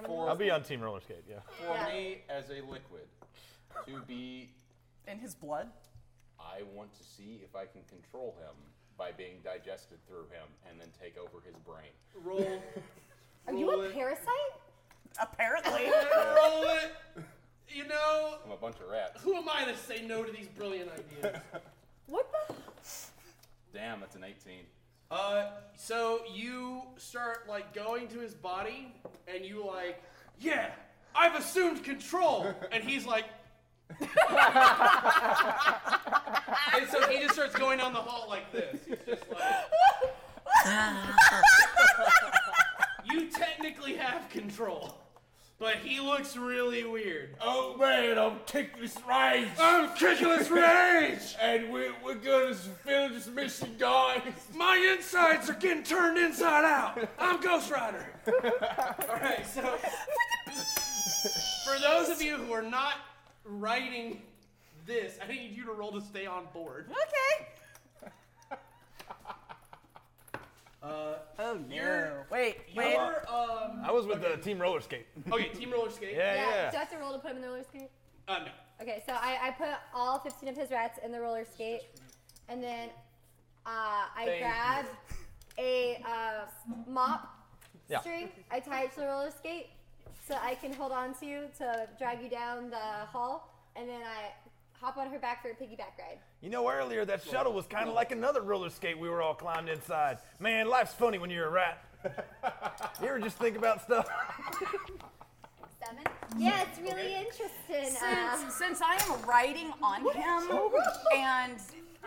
[SPEAKER 11] I'll be on Team Roller Skate, yeah.
[SPEAKER 5] for me as a liquid to be
[SPEAKER 6] in his blood?
[SPEAKER 5] I want to see if I can control him by being digested through him and then take over his brain.
[SPEAKER 1] Roll.
[SPEAKER 4] Are you a parasite?
[SPEAKER 1] (laughs)
[SPEAKER 6] Apparently.
[SPEAKER 1] Roll it. You know,
[SPEAKER 5] I'm a bunch of rats.
[SPEAKER 1] who am I to say no to these brilliant ideas?
[SPEAKER 4] What the?
[SPEAKER 5] Damn, that's an 18.
[SPEAKER 1] Uh, so you start like going to his body, and you like, yeah, I've assumed control, and he's like. and so he just starts going down the hall like this. He's just like. you technically have control, but he looks really weird.
[SPEAKER 5] Oh man, I'm kicking this rage.
[SPEAKER 15] I'm kicking this rage.
[SPEAKER 5] and we're, we're gonna fulfill this mission, guys.
[SPEAKER 15] My insides are getting turned inside out. I'm Ghost
[SPEAKER 1] (laughs)
[SPEAKER 15] Rider.
[SPEAKER 1] Alright, so. For those of you who are not writing this, I need you to roll to stay on board.
[SPEAKER 6] Okay.
[SPEAKER 1] (laughs) Uh,
[SPEAKER 6] oh
[SPEAKER 1] You're-
[SPEAKER 6] Wait, wait.
[SPEAKER 1] you're, um,
[SPEAKER 11] I was with the Team Roller Skate.
[SPEAKER 1] Okay, Team Roller Skate.
[SPEAKER 11] Yeah, yeah.
[SPEAKER 4] Do I have to roll to put him in the roller skate?
[SPEAKER 1] Uh, no.
[SPEAKER 4] Okay, so I, I put all 15 of his rats in the roller skate, and then uh, I
[SPEAKER 2] Thank
[SPEAKER 4] grab a uh, mop
[SPEAKER 2] Yeah.
[SPEAKER 4] string. I tie it to the roller skate so I can hold on to you to drag you down the hall, and then I hop on her back for a piggyback ride.
[SPEAKER 3] You know, earlier that shuttle was kind of like another roller skate we were all climbed inside. Man, life's funny when you're a rat. you ever just think about stuff? (laughs)
[SPEAKER 4] Seven? Yeah, it's really interesting. Uh,
[SPEAKER 6] Since, since I am riding on
[SPEAKER 4] Oh,
[SPEAKER 6] him and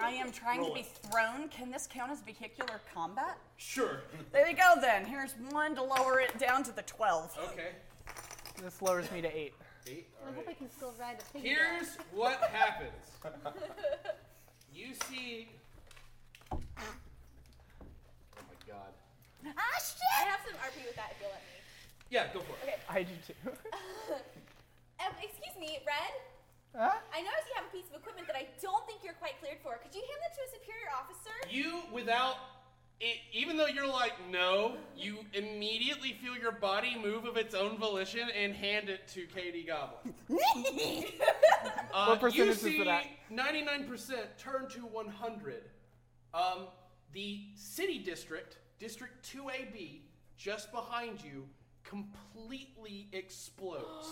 [SPEAKER 6] I am trying to be thrown, can this count as vehicular combat?
[SPEAKER 1] (laughs) Sure.
[SPEAKER 6] There you go then. Here's one to lower it down to the 12.
[SPEAKER 1] Okay.
[SPEAKER 6] (laughs)
[SPEAKER 8] This lowers me to eight.
[SPEAKER 1] Eight.
[SPEAKER 4] I hope I can still ride the piggyback.
[SPEAKER 1] Here's what happens. You see. Oh my god.
[SPEAKER 12] Ah shit! I have some RP with that if you'll let me.
[SPEAKER 1] Yeah, go for it.
[SPEAKER 12] Okay.
[SPEAKER 8] I do too.
[SPEAKER 12] (laughs) um, excuse me, Red.
[SPEAKER 8] Huh?
[SPEAKER 12] I noticed you have a piece of equipment that I don't think you're quite cleared for. Could you hand that to a superior officer?
[SPEAKER 1] You, without it, even though you're like no, you immediately feel your body move of its own volition and hand it to Katie
[SPEAKER 8] (laughs)
[SPEAKER 1] Goblin. Uh,
[SPEAKER 8] What percentage
[SPEAKER 1] you
[SPEAKER 8] is
[SPEAKER 1] see
[SPEAKER 8] it at?
[SPEAKER 1] 99% turn to 100. Um, the city district, District 2AB, just behind you, completely
[SPEAKER 8] (gasps)
[SPEAKER 1] explodes.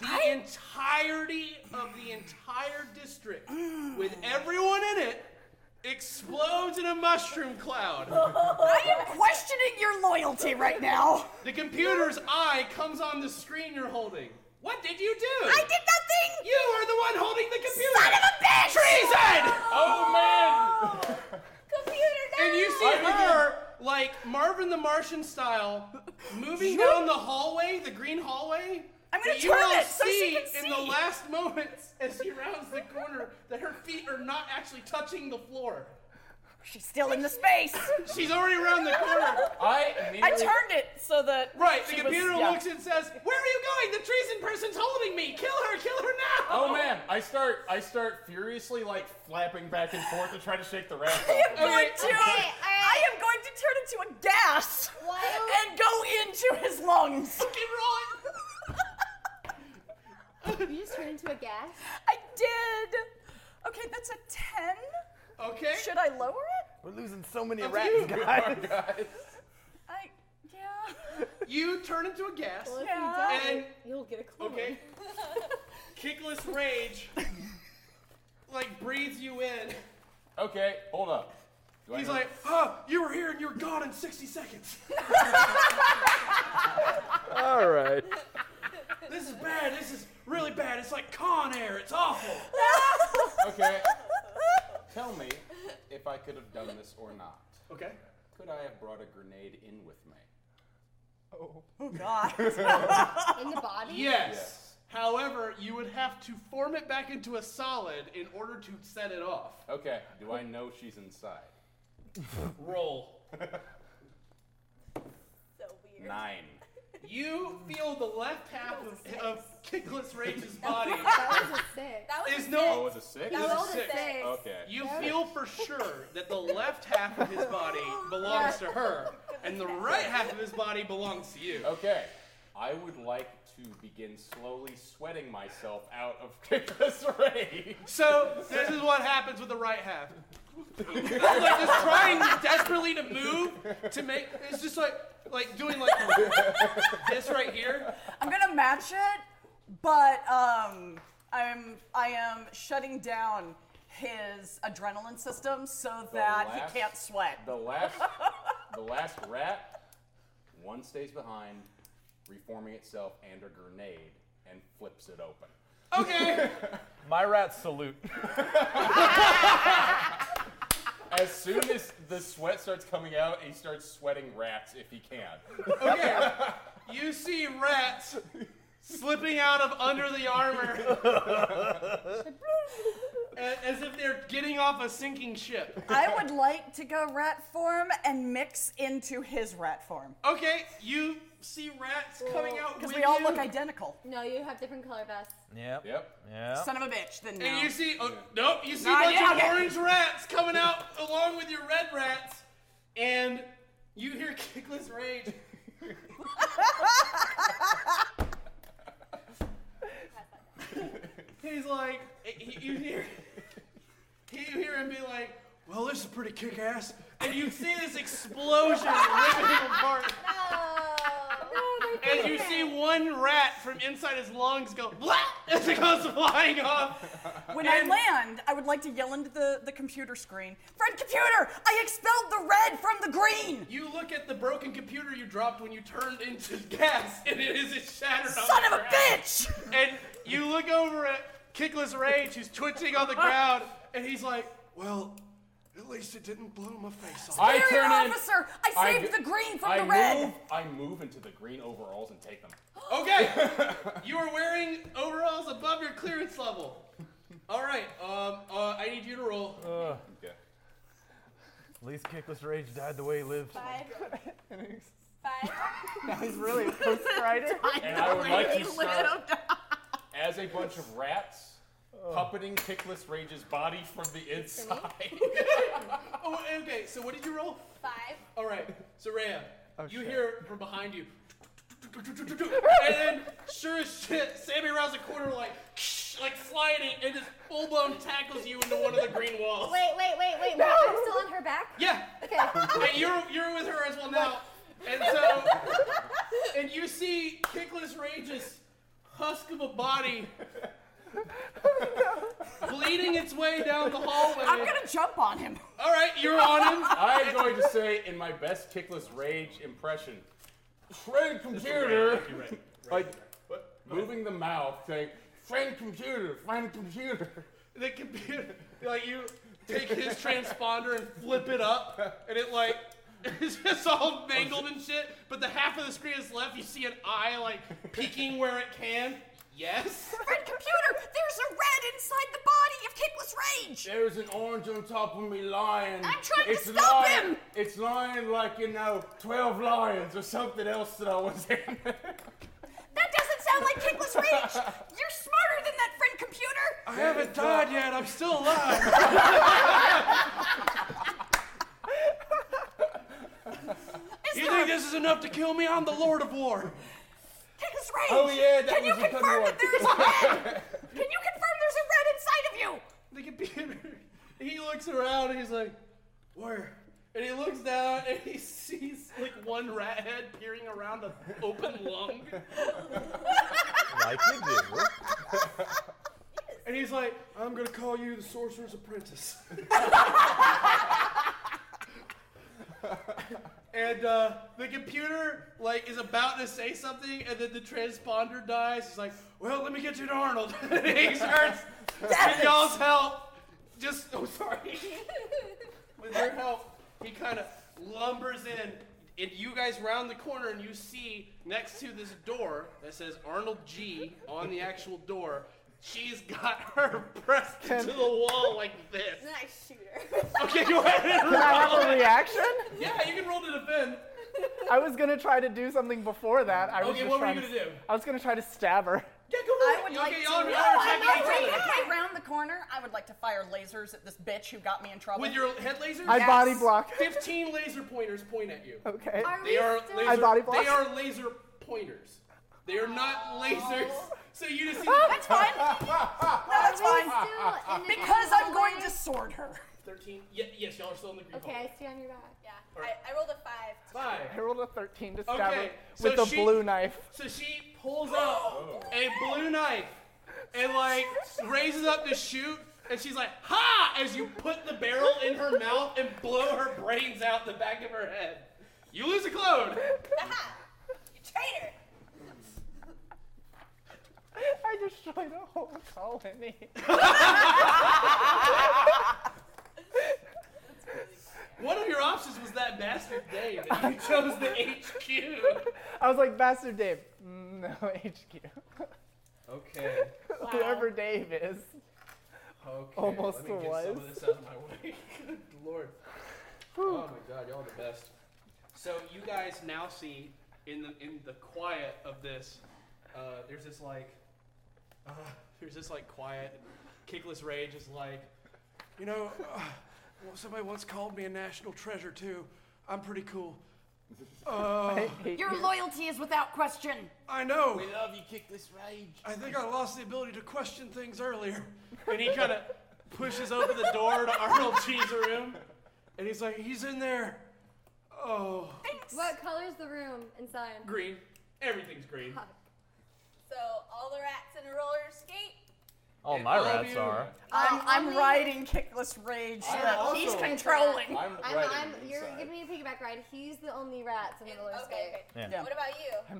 [SPEAKER 1] the entirety of the entire district, with everyone in it, explodes in a mushroom cloud.
[SPEAKER 6] (laughs) I am questioning your loyalty right now.
[SPEAKER 1] The computer's eye comes on the screen you're holding. What did you do?
[SPEAKER 6] I did nothing!
[SPEAKER 1] You are the one holding the computer!
[SPEAKER 6] Son of a bitch!
[SPEAKER 1] Treason!
[SPEAKER 5] Oh man!
[SPEAKER 6] (laughs)
[SPEAKER 12] Computer,
[SPEAKER 1] And you see
[SPEAKER 5] I
[SPEAKER 1] her like Marvin the Martian style, moving down the hallway, the green hallway.
[SPEAKER 6] I'm gonna
[SPEAKER 1] that you
[SPEAKER 6] turn
[SPEAKER 1] all
[SPEAKER 6] it so she
[SPEAKER 1] see
[SPEAKER 6] can
[SPEAKER 1] in the
[SPEAKER 6] see.
[SPEAKER 1] last moments as she rounds the corner that her feet are not actually touching the floor.
[SPEAKER 6] She's still in the space.
[SPEAKER 1] She's already around the corner.
[SPEAKER 5] I
[SPEAKER 6] I turned it so that
[SPEAKER 1] Right,
[SPEAKER 6] she
[SPEAKER 1] the
[SPEAKER 6] was-
[SPEAKER 1] computer
[SPEAKER 6] yeah.
[SPEAKER 1] looks and says, "Where are you going? The treason person's holding me. Kill her! Kill her now!"
[SPEAKER 5] Oh man, I start I start furiously like flapping back and forth to try to shake the
[SPEAKER 1] (laughs)
[SPEAKER 5] raft off.
[SPEAKER 6] I'm going to. I am going to turn into a gas and go into
[SPEAKER 12] (laughs)
[SPEAKER 6] his lungs.
[SPEAKER 12] Oh.
[SPEAKER 4] You just turned into a gas?
[SPEAKER 6] I did. Okay, that's a ten.
[SPEAKER 1] Okay.
[SPEAKER 6] Should I lower it?
[SPEAKER 3] We're losing so many
[SPEAKER 1] Of
[SPEAKER 3] rats,
[SPEAKER 1] you.
[SPEAKER 3] guys.
[SPEAKER 6] I yeah.
[SPEAKER 1] You turn into a gas,
[SPEAKER 6] Well, if you die,
[SPEAKER 1] and
[SPEAKER 2] you'll get a clue.
[SPEAKER 6] (laughs)
[SPEAKER 1] okay, kickless rage, like breathes you in.
[SPEAKER 5] Okay, hold up. Do I
[SPEAKER 1] He's
[SPEAKER 5] know-
[SPEAKER 1] like, "Ah, you were here and you were gone in 60
[SPEAKER 6] (laughs)
[SPEAKER 1] seconds.
[SPEAKER 11] All right.
[SPEAKER 1] This is bad. This is really bad. It's like con air. It's
[SPEAKER 6] (laughs)
[SPEAKER 1] awful."
[SPEAKER 5] okay. Tell me if I could have done this or not.
[SPEAKER 1] Okay.
[SPEAKER 5] Could I have brought a grenade in with me? (laughs)
[SPEAKER 1] Oh.
[SPEAKER 6] Oh God.
[SPEAKER 4] In the body?
[SPEAKER 1] Yes. However, you would have to form it back into a solid in order to set it off.
[SPEAKER 5] Okay. Do I know she's inside?
[SPEAKER 1] (laughs) Roll.
[SPEAKER 5] Nine.
[SPEAKER 1] You feel the left half of, of
[SPEAKER 4] (laughs)
[SPEAKER 1] Kickless Rage's body
[SPEAKER 4] That was a six.
[SPEAKER 12] That
[SPEAKER 1] is no.
[SPEAKER 5] was a six?
[SPEAKER 1] is
[SPEAKER 5] That was a
[SPEAKER 1] six.
[SPEAKER 5] six. Okay.
[SPEAKER 1] You
[SPEAKER 5] That
[SPEAKER 1] feel for sure that the left half of his
[SPEAKER 5] (laughs)
[SPEAKER 1] body belongs to her, and the right half of his body belongs to you.
[SPEAKER 5] Okay. I would like to begin slowly sweating myself out of (laughs) Kickless Rage.
[SPEAKER 1] So this is what happens with the right half. It's like just trying desperately to move to make. It's just like like doing like this right here.
[SPEAKER 6] I'm gonna match it, but um, I'm I am shutting down his adrenaline system so
[SPEAKER 5] The
[SPEAKER 6] that
[SPEAKER 5] last-
[SPEAKER 6] he can't sweat.
[SPEAKER 5] The last, the last rat, one stays behind, reforming itself and a grenade, and flips it open. (laughs)
[SPEAKER 1] Okay.
[SPEAKER 11] My rats salute.
[SPEAKER 5] As soon as the sweat starts coming out, he starts sweating rats if he can.
[SPEAKER 1] Okay. You see rats slipping out of under the
[SPEAKER 6] (laughs)
[SPEAKER 1] armor a- as if they're getting off a sinking ship.
[SPEAKER 6] (laughs) I would like to go rat form and mix into his rat form.
[SPEAKER 1] Okay, you see rats coming out
[SPEAKER 6] because
[SPEAKER 1] with
[SPEAKER 6] we all
[SPEAKER 1] you.
[SPEAKER 6] look identical.
[SPEAKER 4] No, you have different color vests.
[SPEAKER 11] Yep.
[SPEAKER 5] Yep.
[SPEAKER 11] Yeah.
[SPEAKER 6] Son of a bitch. Then no.
[SPEAKER 1] And you see, oh, nope, you see a
[SPEAKER 6] Not
[SPEAKER 1] bunch
[SPEAKER 6] yet,
[SPEAKER 1] of
[SPEAKER 6] okay.
[SPEAKER 1] orange rats coming out (laughs) along with your red rats, and you hear Kickless Rage. He's like, eh, he- you hear, you hear him be like, "Well, this is pretty kick-ass," and you see this explosion ripping him apart. And you see one rat from inside his lungs go blah as (laughs) it goes flying off.
[SPEAKER 6] When
[SPEAKER 1] And-
[SPEAKER 6] I land, I would like to yell into the, the computer screen. Fred, computer! I expelled the red from the green!
[SPEAKER 1] You look at the broken computer you dropped when you turned into (laughs) gas, and it is it's shattered.
[SPEAKER 6] Son
[SPEAKER 1] on
[SPEAKER 6] of
[SPEAKER 1] the
[SPEAKER 6] a
[SPEAKER 1] ground.
[SPEAKER 6] bitch!
[SPEAKER 1] And you look over at Kickless Rage, who's twitching
[SPEAKER 6] (laughs)
[SPEAKER 1] on the ground, and he's like, "Well, at least it didn't blow my face off."
[SPEAKER 5] I turn in-
[SPEAKER 6] officer, I saved
[SPEAKER 5] g-
[SPEAKER 6] the green from
[SPEAKER 5] I
[SPEAKER 6] the red.
[SPEAKER 5] Move, I move into the green overalls and take them.
[SPEAKER 1] (gasps) Okay, you are wearing overalls above your clearance level. All right, um, uh, I need you to roll.
[SPEAKER 5] (laughs)
[SPEAKER 11] Ugh.
[SPEAKER 5] Okay.
[SPEAKER 11] At least Kickless Rage died the way he lived.
[SPEAKER 8] Now he's really a post
[SPEAKER 12] (laughs)
[SPEAKER 8] writer.
[SPEAKER 5] And I would like to start as a bunch of rats puppeting Kickless Rage's body from the inside.
[SPEAKER 1] (laughs) Oh, okay. So what did you roll?
[SPEAKER 12] Five.
[SPEAKER 1] All right. So Rhea,
[SPEAKER 11] Oh,
[SPEAKER 1] you
[SPEAKER 11] shit.
[SPEAKER 1] hear from behind you, and then sure as shit, Sammy rounds the corner like, like sliding, and just full blown tackles you into one of the green walls.
[SPEAKER 4] Wait, wait, wait, wait, wait.
[SPEAKER 1] No.
[SPEAKER 4] I'm still on her back?
[SPEAKER 1] Yeah.
[SPEAKER 4] Okay.
[SPEAKER 1] And you're you're with her as well now, and so, and you see Kickless Rage's husk of a body. Bleeding its way down the hallway.
[SPEAKER 6] I'm gonna jump on him.
[SPEAKER 1] All right, you're on him.
[SPEAKER 5] I am going to say, in my best Kickless Rage impression, friend computer, like moving the mouth, saying, friend computer, friend computer.
[SPEAKER 1] The (laughs) computer, like (laughs) you take his transponder and flip it up, and it like it's just all mangled and shit, but the half of the screen is left. You see an eye like peeking where it can. Yes.
[SPEAKER 16] Red computer, there's a red inside the body of Kickless Rage.
[SPEAKER 13] There's an orange on top of me lying.
[SPEAKER 16] I'm trying to stop
[SPEAKER 13] lying,
[SPEAKER 16] him.
[SPEAKER 13] It's lying like, you know, 12 lions or something else that I was in.
[SPEAKER 16] That doesn't sound like Kickless Rage.
[SPEAKER 13] (laughs)
[SPEAKER 16] You're smarter than that, friend computer.
[SPEAKER 15] I haven't died yet. I'm still
[SPEAKER 16] (laughs)
[SPEAKER 15] alive. you think this is enough to kill me? I'm the Lord of War.
[SPEAKER 16] Kickless Rage.
[SPEAKER 13] Oh, yeah, that
[SPEAKER 16] Can you
[SPEAKER 7] (laughs)
[SPEAKER 13] was a good
[SPEAKER 16] confirm
[SPEAKER 13] one.
[SPEAKER 16] that there is a red?
[SPEAKER 1] (laughs)
[SPEAKER 16] Can you confirm there's a red inside of you?
[SPEAKER 1] The computer. He looks around and he's like, "Where?" And he looks down and he sees like one rat head peering around an open lung.
[SPEAKER 11] Like you do.
[SPEAKER 15] And he's like, I'm gonna call you the Sorcerer's Apprentice.
[SPEAKER 1] And uh, the computer like is about to say something, and then the transponder dies. He's like, "Well, let me get you to Arnold." (laughs) and he starts with y'all's help. Just, oh
[SPEAKER 6] (laughs)
[SPEAKER 1] sorry. with your help, he kind of lumbers in, and you guys round the corner, and you see next to this door that says Arnold G on the actual door. She's got (laughs) her pressed to the wall like this.
[SPEAKER 12] (laughs) Then I shoot her.
[SPEAKER 1] Okay, go ahead. and
[SPEAKER 8] Can I have a
[SPEAKER 1] roll.
[SPEAKER 8] reaction?
[SPEAKER 1] Yeah, you can roll to defend.
[SPEAKER 8] I was gonna try to do something before that. I was
[SPEAKER 1] Okay,
[SPEAKER 8] just
[SPEAKER 1] what were you
[SPEAKER 8] trying
[SPEAKER 1] gonna
[SPEAKER 8] to,
[SPEAKER 1] do?
[SPEAKER 8] I was gonna try to stab her.
[SPEAKER 6] I would
[SPEAKER 1] You
[SPEAKER 6] like
[SPEAKER 1] okay,
[SPEAKER 6] to.
[SPEAKER 1] y'all are-
[SPEAKER 6] No,
[SPEAKER 1] y'all are
[SPEAKER 6] I'm
[SPEAKER 1] attacking
[SPEAKER 6] not
[SPEAKER 1] each
[SPEAKER 6] ready.
[SPEAKER 1] other.
[SPEAKER 6] Okay, round the corner. I would like to fire lasers at this bitch who got me in trouble.
[SPEAKER 1] With your head lasers?
[SPEAKER 8] I body block.
[SPEAKER 1] Fifteen laser pointers point at you.
[SPEAKER 8] Okay. Are
[SPEAKER 1] they
[SPEAKER 8] we
[SPEAKER 1] are
[SPEAKER 8] still-
[SPEAKER 1] laser.
[SPEAKER 8] I body block.
[SPEAKER 1] They are laser pointers. They are not lasers. So you just. See
[SPEAKER 6] Oh.
[SPEAKER 1] (laughs)
[SPEAKER 6] That's fine. no, that's fine. Because I'm going to sword her.
[SPEAKER 1] Thirteen. Ye- yes, y'all are still in the green.
[SPEAKER 4] Okay, I
[SPEAKER 12] stay on your back. Yeah, I, I rolled a five.
[SPEAKER 1] Five.
[SPEAKER 8] (laughs) I rolled a 13 to stab
[SPEAKER 1] Okay.
[SPEAKER 8] her
[SPEAKER 1] so
[SPEAKER 8] with a
[SPEAKER 1] she-
[SPEAKER 8] blue knife. (laughs)
[SPEAKER 1] So she pulls out a blue knife and like raises up to shoot, and she's like, "Ha!" As you put the barrel in her mouth and blow her brains out the back of her head. You lose a clone.
[SPEAKER 12] You traitor!
[SPEAKER 8] I destroyed a whole
[SPEAKER 1] (laughs)
[SPEAKER 8] colony.
[SPEAKER 1] One of your options was that bastard Dave, and you chose the HQ.
[SPEAKER 8] (laughs) I was like, Bastard Dave. (laughs) Mm, No, HQ.
[SPEAKER 1] Okay.
[SPEAKER 8] (laughs) Whoever Dave is.
[SPEAKER 1] Okay.
[SPEAKER 8] Almost
[SPEAKER 1] let me get
[SPEAKER 8] was.
[SPEAKER 1] some of this out of my way. (laughs) Good lord. Oh my god, y'all are the best. So you guys now see in the in the quiet of this, uh, there's this like, uh, there's this like quiet, kickless rage is like,
[SPEAKER 15] You know, uh, well, somebody once called me a national treasure too. I'm pretty
[SPEAKER 8] (laughs)
[SPEAKER 15] cool. Uh,
[SPEAKER 16] Your loyalty is without question.
[SPEAKER 15] I know.
[SPEAKER 16] We
[SPEAKER 15] love you, Kickless Rage. I think I lost the ability to question things earlier.
[SPEAKER 1] and he kind of pushes open the door to Arnold G's room.
[SPEAKER 15] And he's like, he's in there. Oh.
[SPEAKER 4] What color's the room inside?
[SPEAKER 1] Green. Everything's green.
[SPEAKER 12] So all the rats in a roller skate.
[SPEAKER 11] All my
[SPEAKER 1] all of
[SPEAKER 11] rats
[SPEAKER 1] you. Um,
[SPEAKER 11] are.
[SPEAKER 6] I'm, I'm
[SPEAKER 4] only-
[SPEAKER 6] riding Kickless Rage
[SPEAKER 4] I'm
[SPEAKER 6] that
[SPEAKER 4] also-
[SPEAKER 6] he's controlling.
[SPEAKER 4] I'm, I'm, you're giving me a piggyback ride. He's the only rat in the roller skate.
[SPEAKER 11] Yeah.
[SPEAKER 12] What about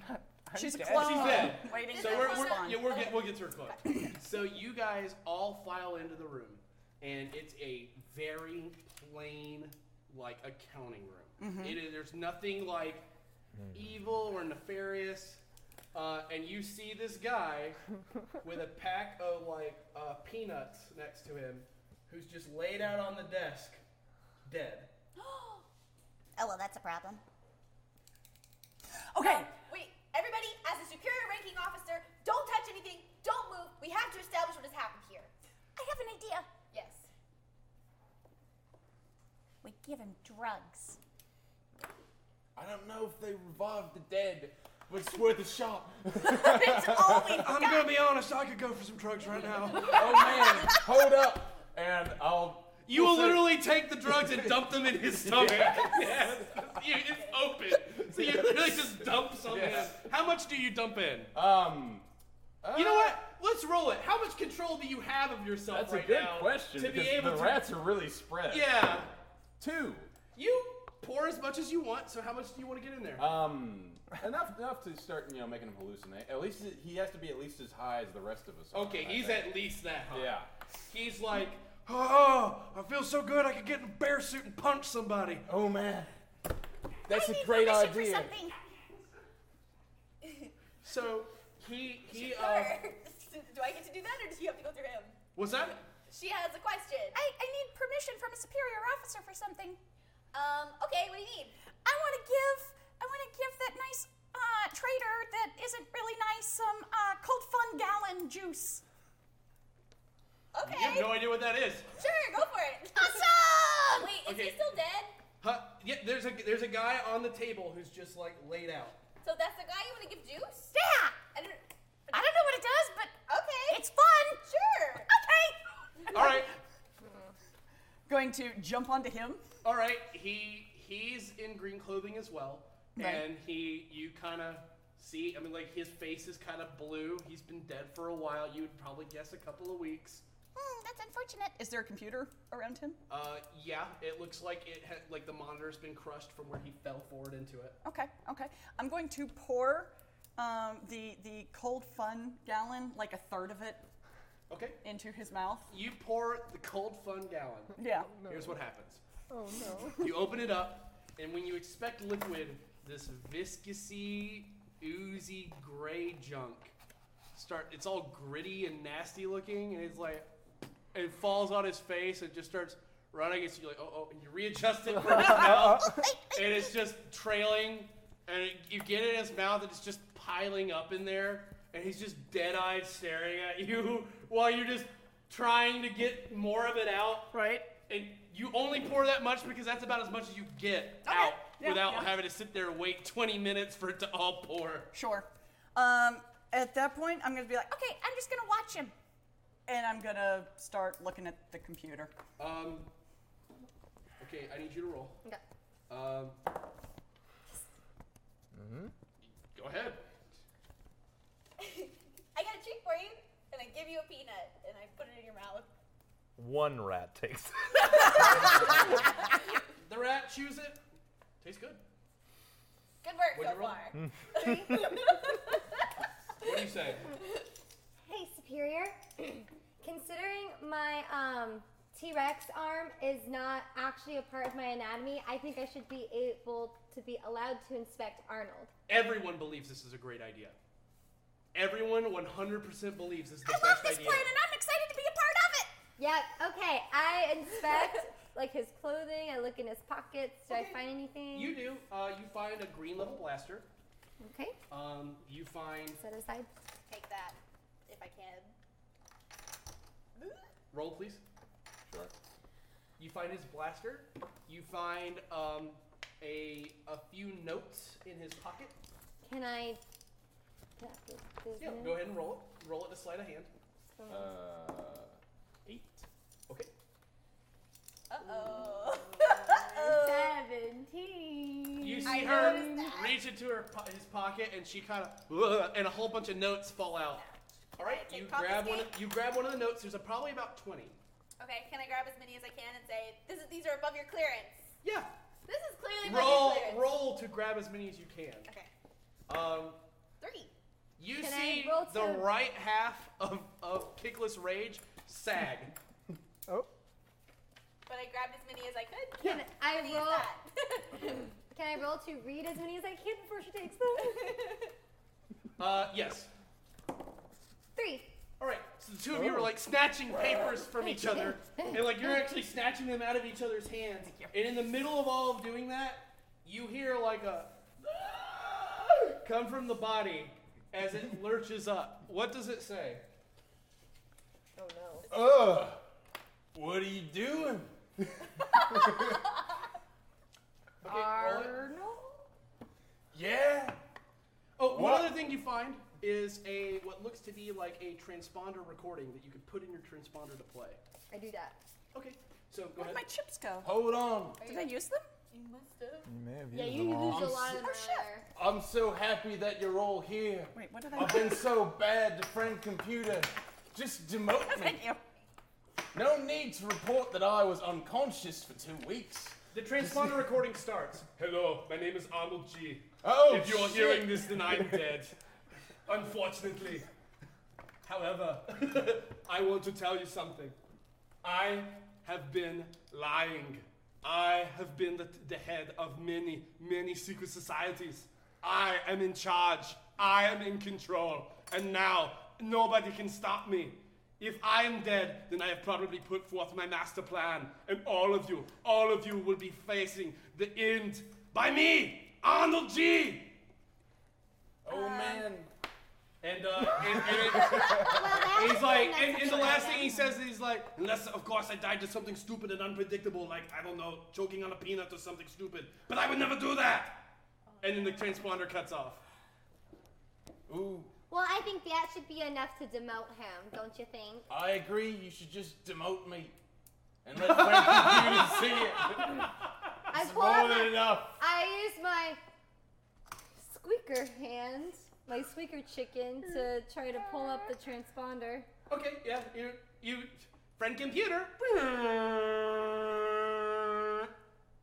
[SPEAKER 12] you?
[SPEAKER 6] She's a
[SPEAKER 1] dead.
[SPEAKER 6] clone.
[SPEAKER 1] She's dead.
[SPEAKER 6] Waiting
[SPEAKER 1] so
[SPEAKER 6] to
[SPEAKER 1] we're, we're,
[SPEAKER 6] respond.
[SPEAKER 1] yeah, we're get, we'll get to her clone. so you guys all file into the room, and it's a very plain, like, accounting room.
[SPEAKER 6] Mm-hmm.
[SPEAKER 15] Mhm.
[SPEAKER 1] It is, there's nothing, like, evil or nefarious. Uh, and you see this guy with a pack of, like, uh, peanuts next to him who's just laid out on the desk, dead.
[SPEAKER 14] Oh, well, that's a problem.
[SPEAKER 6] Okay.
[SPEAKER 12] (gasps) Wait, everybody, as a superior ranking officer, don't touch anything, don't move. We have to establish what has happened here.
[SPEAKER 14] I have an idea.
[SPEAKER 12] Yes.
[SPEAKER 14] We give him drugs.
[SPEAKER 13] I don't know if they revived the dead, but it's worth
[SPEAKER 16] (laughs)
[SPEAKER 13] a shot.
[SPEAKER 15] I'm gonna be honest, I could go for some drugs right
[SPEAKER 16] (laughs)
[SPEAKER 15] now.
[SPEAKER 13] oh man, hold up, and I'll.
[SPEAKER 1] You
[SPEAKER 13] we'll
[SPEAKER 1] will
[SPEAKER 13] see.
[SPEAKER 1] literally take the drugs and dump them in
[SPEAKER 13] (laughs)
[SPEAKER 1] his stomach. yeah. (laughs) You- It's open. So you literally just dump something
[SPEAKER 13] Yeah.
[SPEAKER 1] in. How much do you dump in?
[SPEAKER 13] Um. uh,
[SPEAKER 1] you know what? Let's roll it. How much control do you have of yourself
[SPEAKER 13] That's
[SPEAKER 1] right
[SPEAKER 13] a good
[SPEAKER 1] now
[SPEAKER 13] question
[SPEAKER 1] to be
[SPEAKER 13] because
[SPEAKER 1] able
[SPEAKER 13] the
[SPEAKER 1] to
[SPEAKER 13] rats are really spread.
[SPEAKER 1] Yeah.
[SPEAKER 13] Two.
[SPEAKER 1] You pour as much as you want, so how much do you want to get in there?
[SPEAKER 13] Um, enough, enough to start, you know, making him hallucinate. At least he has to be at least as high as the rest of us. are,
[SPEAKER 1] okay,
[SPEAKER 13] I
[SPEAKER 1] he's
[SPEAKER 13] think.
[SPEAKER 1] at least that high.
[SPEAKER 13] Yeah.
[SPEAKER 1] He's like,
[SPEAKER 15] Oh, I feel so good I could get in a bear suit and punch somebody.
[SPEAKER 13] Oh man. That's
[SPEAKER 14] I
[SPEAKER 13] a
[SPEAKER 14] need
[SPEAKER 13] great
[SPEAKER 14] permission
[SPEAKER 13] idea.
[SPEAKER 14] For something.
[SPEAKER 12] (laughs)
[SPEAKER 1] So he he
[SPEAKER 12] Sure.
[SPEAKER 1] uh,
[SPEAKER 14] (laughs)
[SPEAKER 12] do I get to do that, or does he have to go through him?
[SPEAKER 1] was that
[SPEAKER 12] She has a question.
[SPEAKER 14] I, I need permission from a superior officer for something.
[SPEAKER 12] Um, okay, what do you need?
[SPEAKER 14] I want to give, I want to give that nice uh, trader that isn't really nice some uh, cold fun gallon juice.
[SPEAKER 12] Okay.
[SPEAKER 1] you have no idea what that is?
[SPEAKER 12] Sure, go for it.
[SPEAKER 14] Awesome!
[SPEAKER 12] Wait, is he
[SPEAKER 1] Okay.
[SPEAKER 12] still dead?
[SPEAKER 1] Huh? Yeah, there's a there's a guy on the table who's just like laid out.
[SPEAKER 12] So that's the guy you want to give juice?
[SPEAKER 14] Yeah.
[SPEAKER 12] I don't.
[SPEAKER 14] I don't know what it does, but
[SPEAKER 12] okay,
[SPEAKER 14] it's fun.
[SPEAKER 12] Sure.
[SPEAKER 14] Okay.
[SPEAKER 1] (laughs) All right,
[SPEAKER 6] Going to jump onto him.
[SPEAKER 1] all right. He he's in green clothing as well,
[SPEAKER 6] Right.
[SPEAKER 1] and he you kind of see. I mean, like his face is kind of blue. He's been dead for a while. You would probably guess a couple of weeks.
[SPEAKER 14] Hmm, that's unfortunate.
[SPEAKER 6] Is there a computer around him?
[SPEAKER 1] Uh, yeah, it looks like it ha- like the monitor's been crushed from where he fell forward into it.
[SPEAKER 6] Okay, okay. I'm going to pour um, the the cold fun gallon, like a third of it,
[SPEAKER 1] okay,
[SPEAKER 6] into his mouth.
[SPEAKER 1] You pour the cold fun gallon.
[SPEAKER 6] Yeah.
[SPEAKER 1] Here's what happens.
[SPEAKER 6] Oh
[SPEAKER 1] You open it up, and when you expect liquid, this viscousy, oozy, gray junk start. It's all gritty and nasty looking, and it's like it falls on his face and just starts running. It's you're like oh oh, and you readjust it for his mouth, and it's just trailing, and it, you get it in his mouth, and it's just piling up in there, and he's just dead-eyed staring at you (laughs) while you're just trying to get more of it out.
[SPEAKER 6] Right.
[SPEAKER 1] And you only pour that much because that's about as much as you get out
[SPEAKER 6] Yeah,
[SPEAKER 1] without
[SPEAKER 6] yeah.
[SPEAKER 1] having to sit there and wait 20 minutes for it to all pour.
[SPEAKER 6] Sure. Um, at that point, I'm going to be like,
[SPEAKER 14] Okay, I'm just gonna watch him.
[SPEAKER 6] and I'm going to start looking at the computer.
[SPEAKER 1] Um, okay, I need you to roll.
[SPEAKER 14] Okay.
[SPEAKER 1] Um, Go ahead.
[SPEAKER 12] I got a treat for you, and I give you a peanut, and I put it in your
[SPEAKER 14] (laughs)
[SPEAKER 12] mouth. (laughs)
[SPEAKER 11] One rat takes.
[SPEAKER 1] the rat chews it. Tastes good.
[SPEAKER 12] Good work
[SPEAKER 1] What'd
[SPEAKER 12] so
[SPEAKER 1] you roll?
[SPEAKER 12] far.
[SPEAKER 4] (laughs)
[SPEAKER 1] What do you say?
[SPEAKER 4] Hey, Superior. (clears throat) Considering my um, T Rex arm is not actually a part of my anatomy, I think I should be able to be allowed to inspect Arnold.
[SPEAKER 1] Everyone believes this is a great idea. Everyone 100% believes this is the
[SPEAKER 4] I
[SPEAKER 1] best
[SPEAKER 4] love this
[SPEAKER 1] idea.
[SPEAKER 4] plan and
[SPEAKER 14] I'm excited to be a part of it.
[SPEAKER 4] Yep. Okay. I inspect
[SPEAKER 14] (laughs)
[SPEAKER 4] like his clothing. I look in his pockets. Do I find anything?
[SPEAKER 1] You do. Uh, you find a green level blaster.
[SPEAKER 4] Okay.
[SPEAKER 1] Um, you find
[SPEAKER 4] Set aside.
[SPEAKER 12] Take that, if I can.
[SPEAKER 1] Roll, please.
[SPEAKER 5] Sure.
[SPEAKER 1] You find his blaster. You find um, a a few notes in his pocket.
[SPEAKER 4] Can I? Yeah, this- this
[SPEAKER 1] Yeah,
[SPEAKER 4] in?
[SPEAKER 1] go ahead and roll it. Roll it to sleight of hand.
[SPEAKER 5] Uh, eight.
[SPEAKER 1] Okay.
[SPEAKER 12] Uh-oh.
[SPEAKER 4] Seventeen.
[SPEAKER 1] You see her reach into her po- his pocket, and she kind of (laughs) and a whole bunch of notes fall out. All right, you grab one. Of, you grab one of the notes. There's a, probably about twenty.
[SPEAKER 12] Okay, can I grab as many as I can and say, this is, these are above your clearance?
[SPEAKER 1] Yeah.
[SPEAKER 12] This is clearly above
[SPEAKER 1] Roll
[SPEAKER 12] your clearance.
[SPEAKER 1] roll to grab as many as you can.
[SPEAKER 12] Okay,
[SPEAKER 1] Um,
[SPEAKER 12] three.
[SPEAKER 1] you
[SPEAKER 12] Can I
[SPEAKER 1] see
[SPEAKER 12] roll
[SPEAKER 1] the
[SPEAKER 12] to-
[SPEAKER 1] right half of of Kickless Rage sag.
[SPEAKER 12] But I grabbed as many as I could.
[SPEAKER 4] Can I
[SPEAKER 12] What is
[SPEAKER 4] roll?
[SPEAKER 12] that?
[SPEAKER 4] (laughs) Can I roll to read as many as I can before she
[SPEAKER 14] (laughs)
[SPEAKER 4] takes them?
[SPEAKER 1] Uh, yes.
[SPEAKER 4] Three.
[SPEAKER 1] All right. So the two of you are like snatching papers from each other, and like you're actually snatching them out of each other's hands. And in the middle of all of doing that, you hear like a come from the body as it lurches up. What does it say?
[SPEAKER 2] Oh no.
[SPEAKER 5] Ugh. What are you doing?
[SPEAKER 1] Arnold.
[SPEAKER 5] Yeah.
[SPEAKER 1] Oh, one
[SPEAKER 5] What?
[SPEAKER 1] other thing you find is a what looks to be like a transponder recording that you could put in your transponder to play.
[SPEAKER 4] I do that.
[SPEAKER 1] Okay. So go
[SPEAKER 6] Where'd
[SPEAKER 1] ahead.
[SPEAKER 6] my chips go?
[SPEAKER 5] Hold on.
[SPEAKER 6] Did I use them? Oh,
[SPEAKER 12] You must have.
[SPEAKER 5] You may have
[SPEAKER 4] of them earlier.
[SPEAKER 5] (laughs) I'm so happy that you're all here.
[SPEAKER 6] Wait, what did I
[SPEAKER 5] I've been so bad to friend computer. Just demote me.
[SPEAKER 6] Thank you.
[SPEAKER 5] No need to report that I was unconscious for two weeks.
[SPEAKER 1] The transponder recording starts. Hello, my name is Arnold G.
[SPEAKER 5] Oh,
[SPEAKER 1] If you are
[SPEAKER 5] shit.
[SPEAKER 1] hearing this, then I'm dead. Unfortunately.
[SPEAKER 7] (laughs)
[SPEAKER 1] However, I want to tell you something. I have been lying.
[SPEAKER 7] I have been the, the head of many, many secret societies. I am in charge. I am in control. And now, nobody can stop me. If I am dead, then I have probably put forth my master plan. And all of you, all of you will be facing the end by me, Arnold G.
[SPEAKER 13] Oh man.
[SPEAKER 7] And, uh, and, and it, he's like, and, and the last thing he says is like, unless of course I died to something stupid and unpredictable, like I don't know, choking on a peanut or something stupid. But I would never do that. And then the transponder cuts off.
[SPEAKER 13] Ooh,
[SPEAKER 4] Well, I think that should be enough to demote him, don't you think?
[SPEAKER 13] I agree. You should just demote me and
[SPEAKER 4] (laughs)
[SPEAKER 13] let Frank see it.
[SPEAKER 4] I
[SPEAKER 13] It's
[SPEAKER 4] pull out
[SPEAKER 13] more than
[SPEAKER 4] my-
[SPEAKER 13] enough.
[SPEAKER 4] I use my squeaker hand, my squeaker chicken, to try to pull up the transponder.
[SPEAKER 1] Okay, yeah, you, you, friend computer.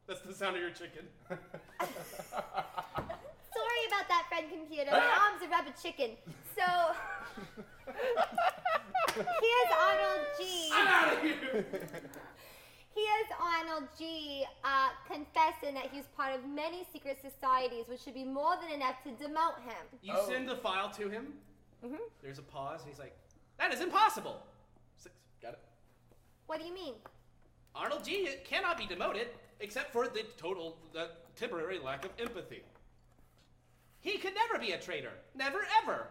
[SPEAKER 1] That's the sound of your chicken.
[SPEAKER 4] Sorry about that, friend computer. My
[SPEAKER 1] Ah!
[SPEAKER 4] mom's a rabbit chicken. So here's Arnold G.
[SPEAKER 17] I'm
[SPEAKER 1] Ah!
[SPEAKER 17] outta
[SPEAKER 7] here.
[SPEAKER 4] Here's Arnold G. Uh, confessing that he's part of many secret societies, which should be more than enough to demote him.
[SPEAKER 1] You send the file to him.
[SPEAKER 4] Mhm.
[SPEAKER 1] There's a pause, and he's like, "That is impossible." Six, got it.
[SPEAKER 4] What do you mean?
[SPEAKER 1] Arnold G cannot be demoted except for the total, the temporary lack of empathy. He could never be a traitor. Never ever.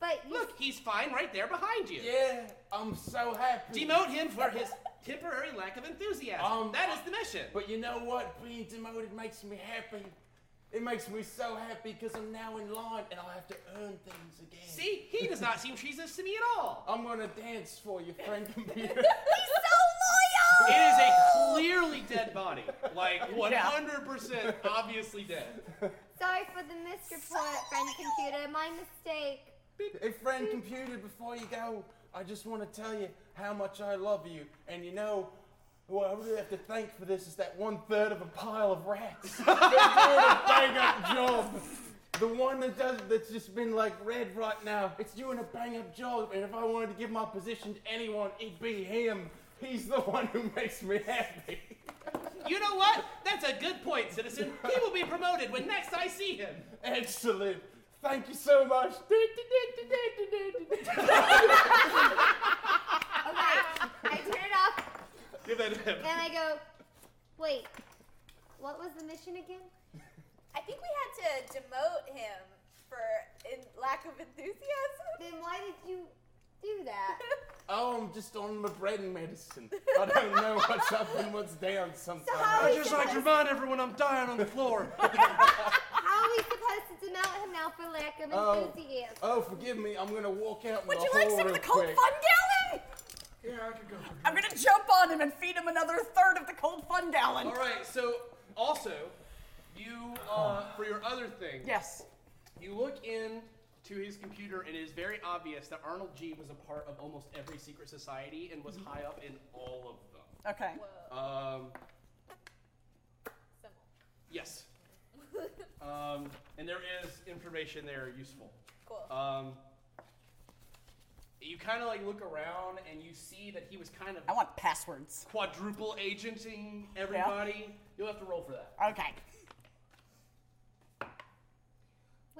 [SPEAKER 4] But
[SPEAKER 1] look, he's fine right there behind you.
[SPEAKER 13] Yeah, I'm so happy.
[SPEAKER 1] Demote him for his temporary lack of enthusiasm. that is the mission.
[SPEAKER 13] But you know what? Being demoted makes me happy. It makes me so happy because I'm now in line and I have to earn things again.
[SPEAKER 1] See, he does not seem treasonous to me at all.
[SPEAKER 13] I'm gonna dance for you, friend
[SPEAKER 1] (laughs)
[SPEAKER 13] computer.
[SPEAKER 1] It is a clearly dead body. Like
[SPEAKER 13] Yeah.
[SPEAKER 1] 100% obviously dead.
[SPEAKER 4] Sorry for the misreport, friend computer. My mistake.
[SPEAKER 13] Hey, friend computer, before you go, I just want to tell you how much I love you. And you know, who I really have to thank for this is that one third of a pile
[SPEAKER 1] (laughs)
[SPEAKER 13] of rats. They're doing a bang up job. The one that does that's just been like red right now. It's doing a bang up job. And if I wanted to give my position to anyone, it'd be him. He's the one who makes me happy.
[SPEAKER 1] You know what? That's a good point, citizen. He will be promoted when next I see him.
[SPEAKER 13] Excellent. Thank you so much.
[SPEAKER 4] Okay, I turn it off
[SPEAKER 1] Give that to him.
[SPEAKER 4] and I go, wait, what was the mission again?
[SPEAKER 12] I think we had to demote him for in lack of enthusiasm.
[SPEAKER 4] Then why did you
[SPEAKER 17] (laughs)
[SPEAKER 4] do that?
[SPEAKER 13] Oh, I'm just on my bread and medicine. I don't know what's up and what's down sometimes.
[SPEAKER 4] how
[SPEAKER 7] I
[SPEAKER 4] is
[SPEAKER 7] just
[SPEAKER 4] it
[SPEAKER 7] like to
[SPEAKER 4] less-
[SPEAKER 7] remind everyone I'm dying on the floor.
[SPEAKER 4] How are we supposed to demount him now for lack of
[SPEAKER 13] Oh.
[SPEAKER 4] enthusiasm?
[SPEAKER 13] Oh, forgive me. I'm gonna walk out. in
[SPEAKER 6] Would
[SPEAKER 13] the
[SPEAKER 6] you like
[SPEAKER 13] hall
[SPEAKER 6] some of
[SPEAKER 13] real
[SPEAKER 6] the cold
[SPEAKER 13] quick.
[SPEAKER 6] fun gallon?
[SPEAKER 7] Yeah, I could go.
[SPEAKER 6] I'm gonna jump on him and feed him another third of the cold fun gallon.
[SPEAKER 1] All right. So also, you uh, for your other thing.
[SPEAKER 6] Yes.
[SPEAKER 1] You look in to his computer, and it is very obvious that Arnold G was a part of almost every secret society and was high up in all of them.
[SPEAKER 6] Mm-hmm. Okay.
[SPEAKER 1] Um. Yes. Um, and there is information there useful.
[SPEAKER 12] Cool.
[SPEAKER 1] Um, you kind of like look around and you see that he was kind of
[SPEAKER 6] I want passwords.
[SPEAKER 1] quadruple agenting everybody. You'll have to roll for that.
[SPEAKER 6] Okay.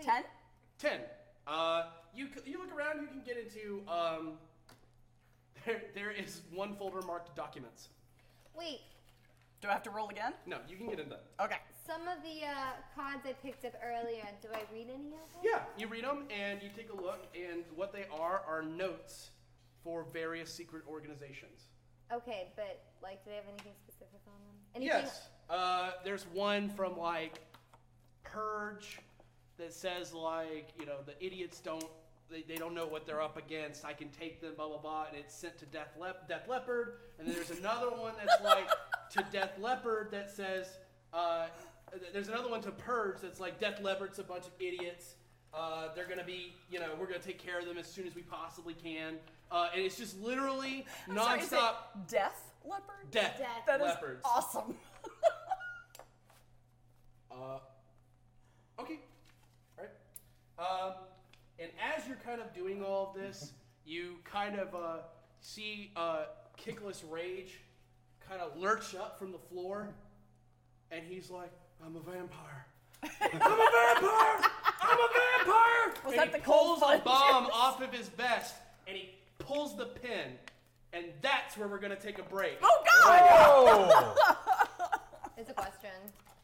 [SPEAKER 6] Ten.
[SPEAKER 1] Ten. Uh, you c- you look around. You can get into um. (laughs) There, there is one folder marked documents.
[SPEAKER 4] Wait,
[SPEAKER 6] Do I have to roll again?
[SPEAKER 1] No, you can get into that.
[SPEAKER 6] Okay.
[SPEAKER 4] some of the uh, cards I picked up earlier, do I read any of them?
[SPEAKER 1] Yeah, you read them and you take a look, and what they are are notes for various secret organizations.
[SPEAKER 4] Okay, but like, do they have anything specific on them?
[SPEAKER 1] Yes. Uh, there's one from like Purge that says like you know the idiots don't they, they don't know what they're up against. I can take them blah blah blah, and it's sent to Death Lep- Death Leopard. And then there's another one that's like to Death Leopard that says uh, th- there's another one to Purge that's like Death Leopard's a bunch of idiots. Uh, they're gonna be, you know, we're gonna take care of them as soon as we possibly can, uh, and it's just literally
[SPEAKER 6] I'm sorry,
[SPEAKER 1] nonstop
[SPEAKER 6] is it death leopard.
[SPEAKER 1] Death
[SPEAKER 6] That is
[SPEAKER 1] leopards.
[SPEAKER 6] awesome.
[SPEAKER 1] Uh, okay. All right. Um, and as you're kind of doing all of this, you kind of uh, see uh, Kickless Rage kind of lurch up from the floor and he's like, I'm a vampire.
[SPEAKER 6] Was
[SPEAKER 1] and
[SPEAKER 6] that
[SPEAKER 1] he
[SPEAKER 6] the cold
[SPEAKER 1] pulls a
[SPEAKER 6] plunge? (laughs)
[SPEAKER 1] bomb off of his vest and he pulls the pin, and that's where we're gonna take a break.
[SPEAKER 6] Oh
[SPEAKER 1] God!
[SPEAKER 12] Oh!
[SPEAKER 4] (laughs) It's a question.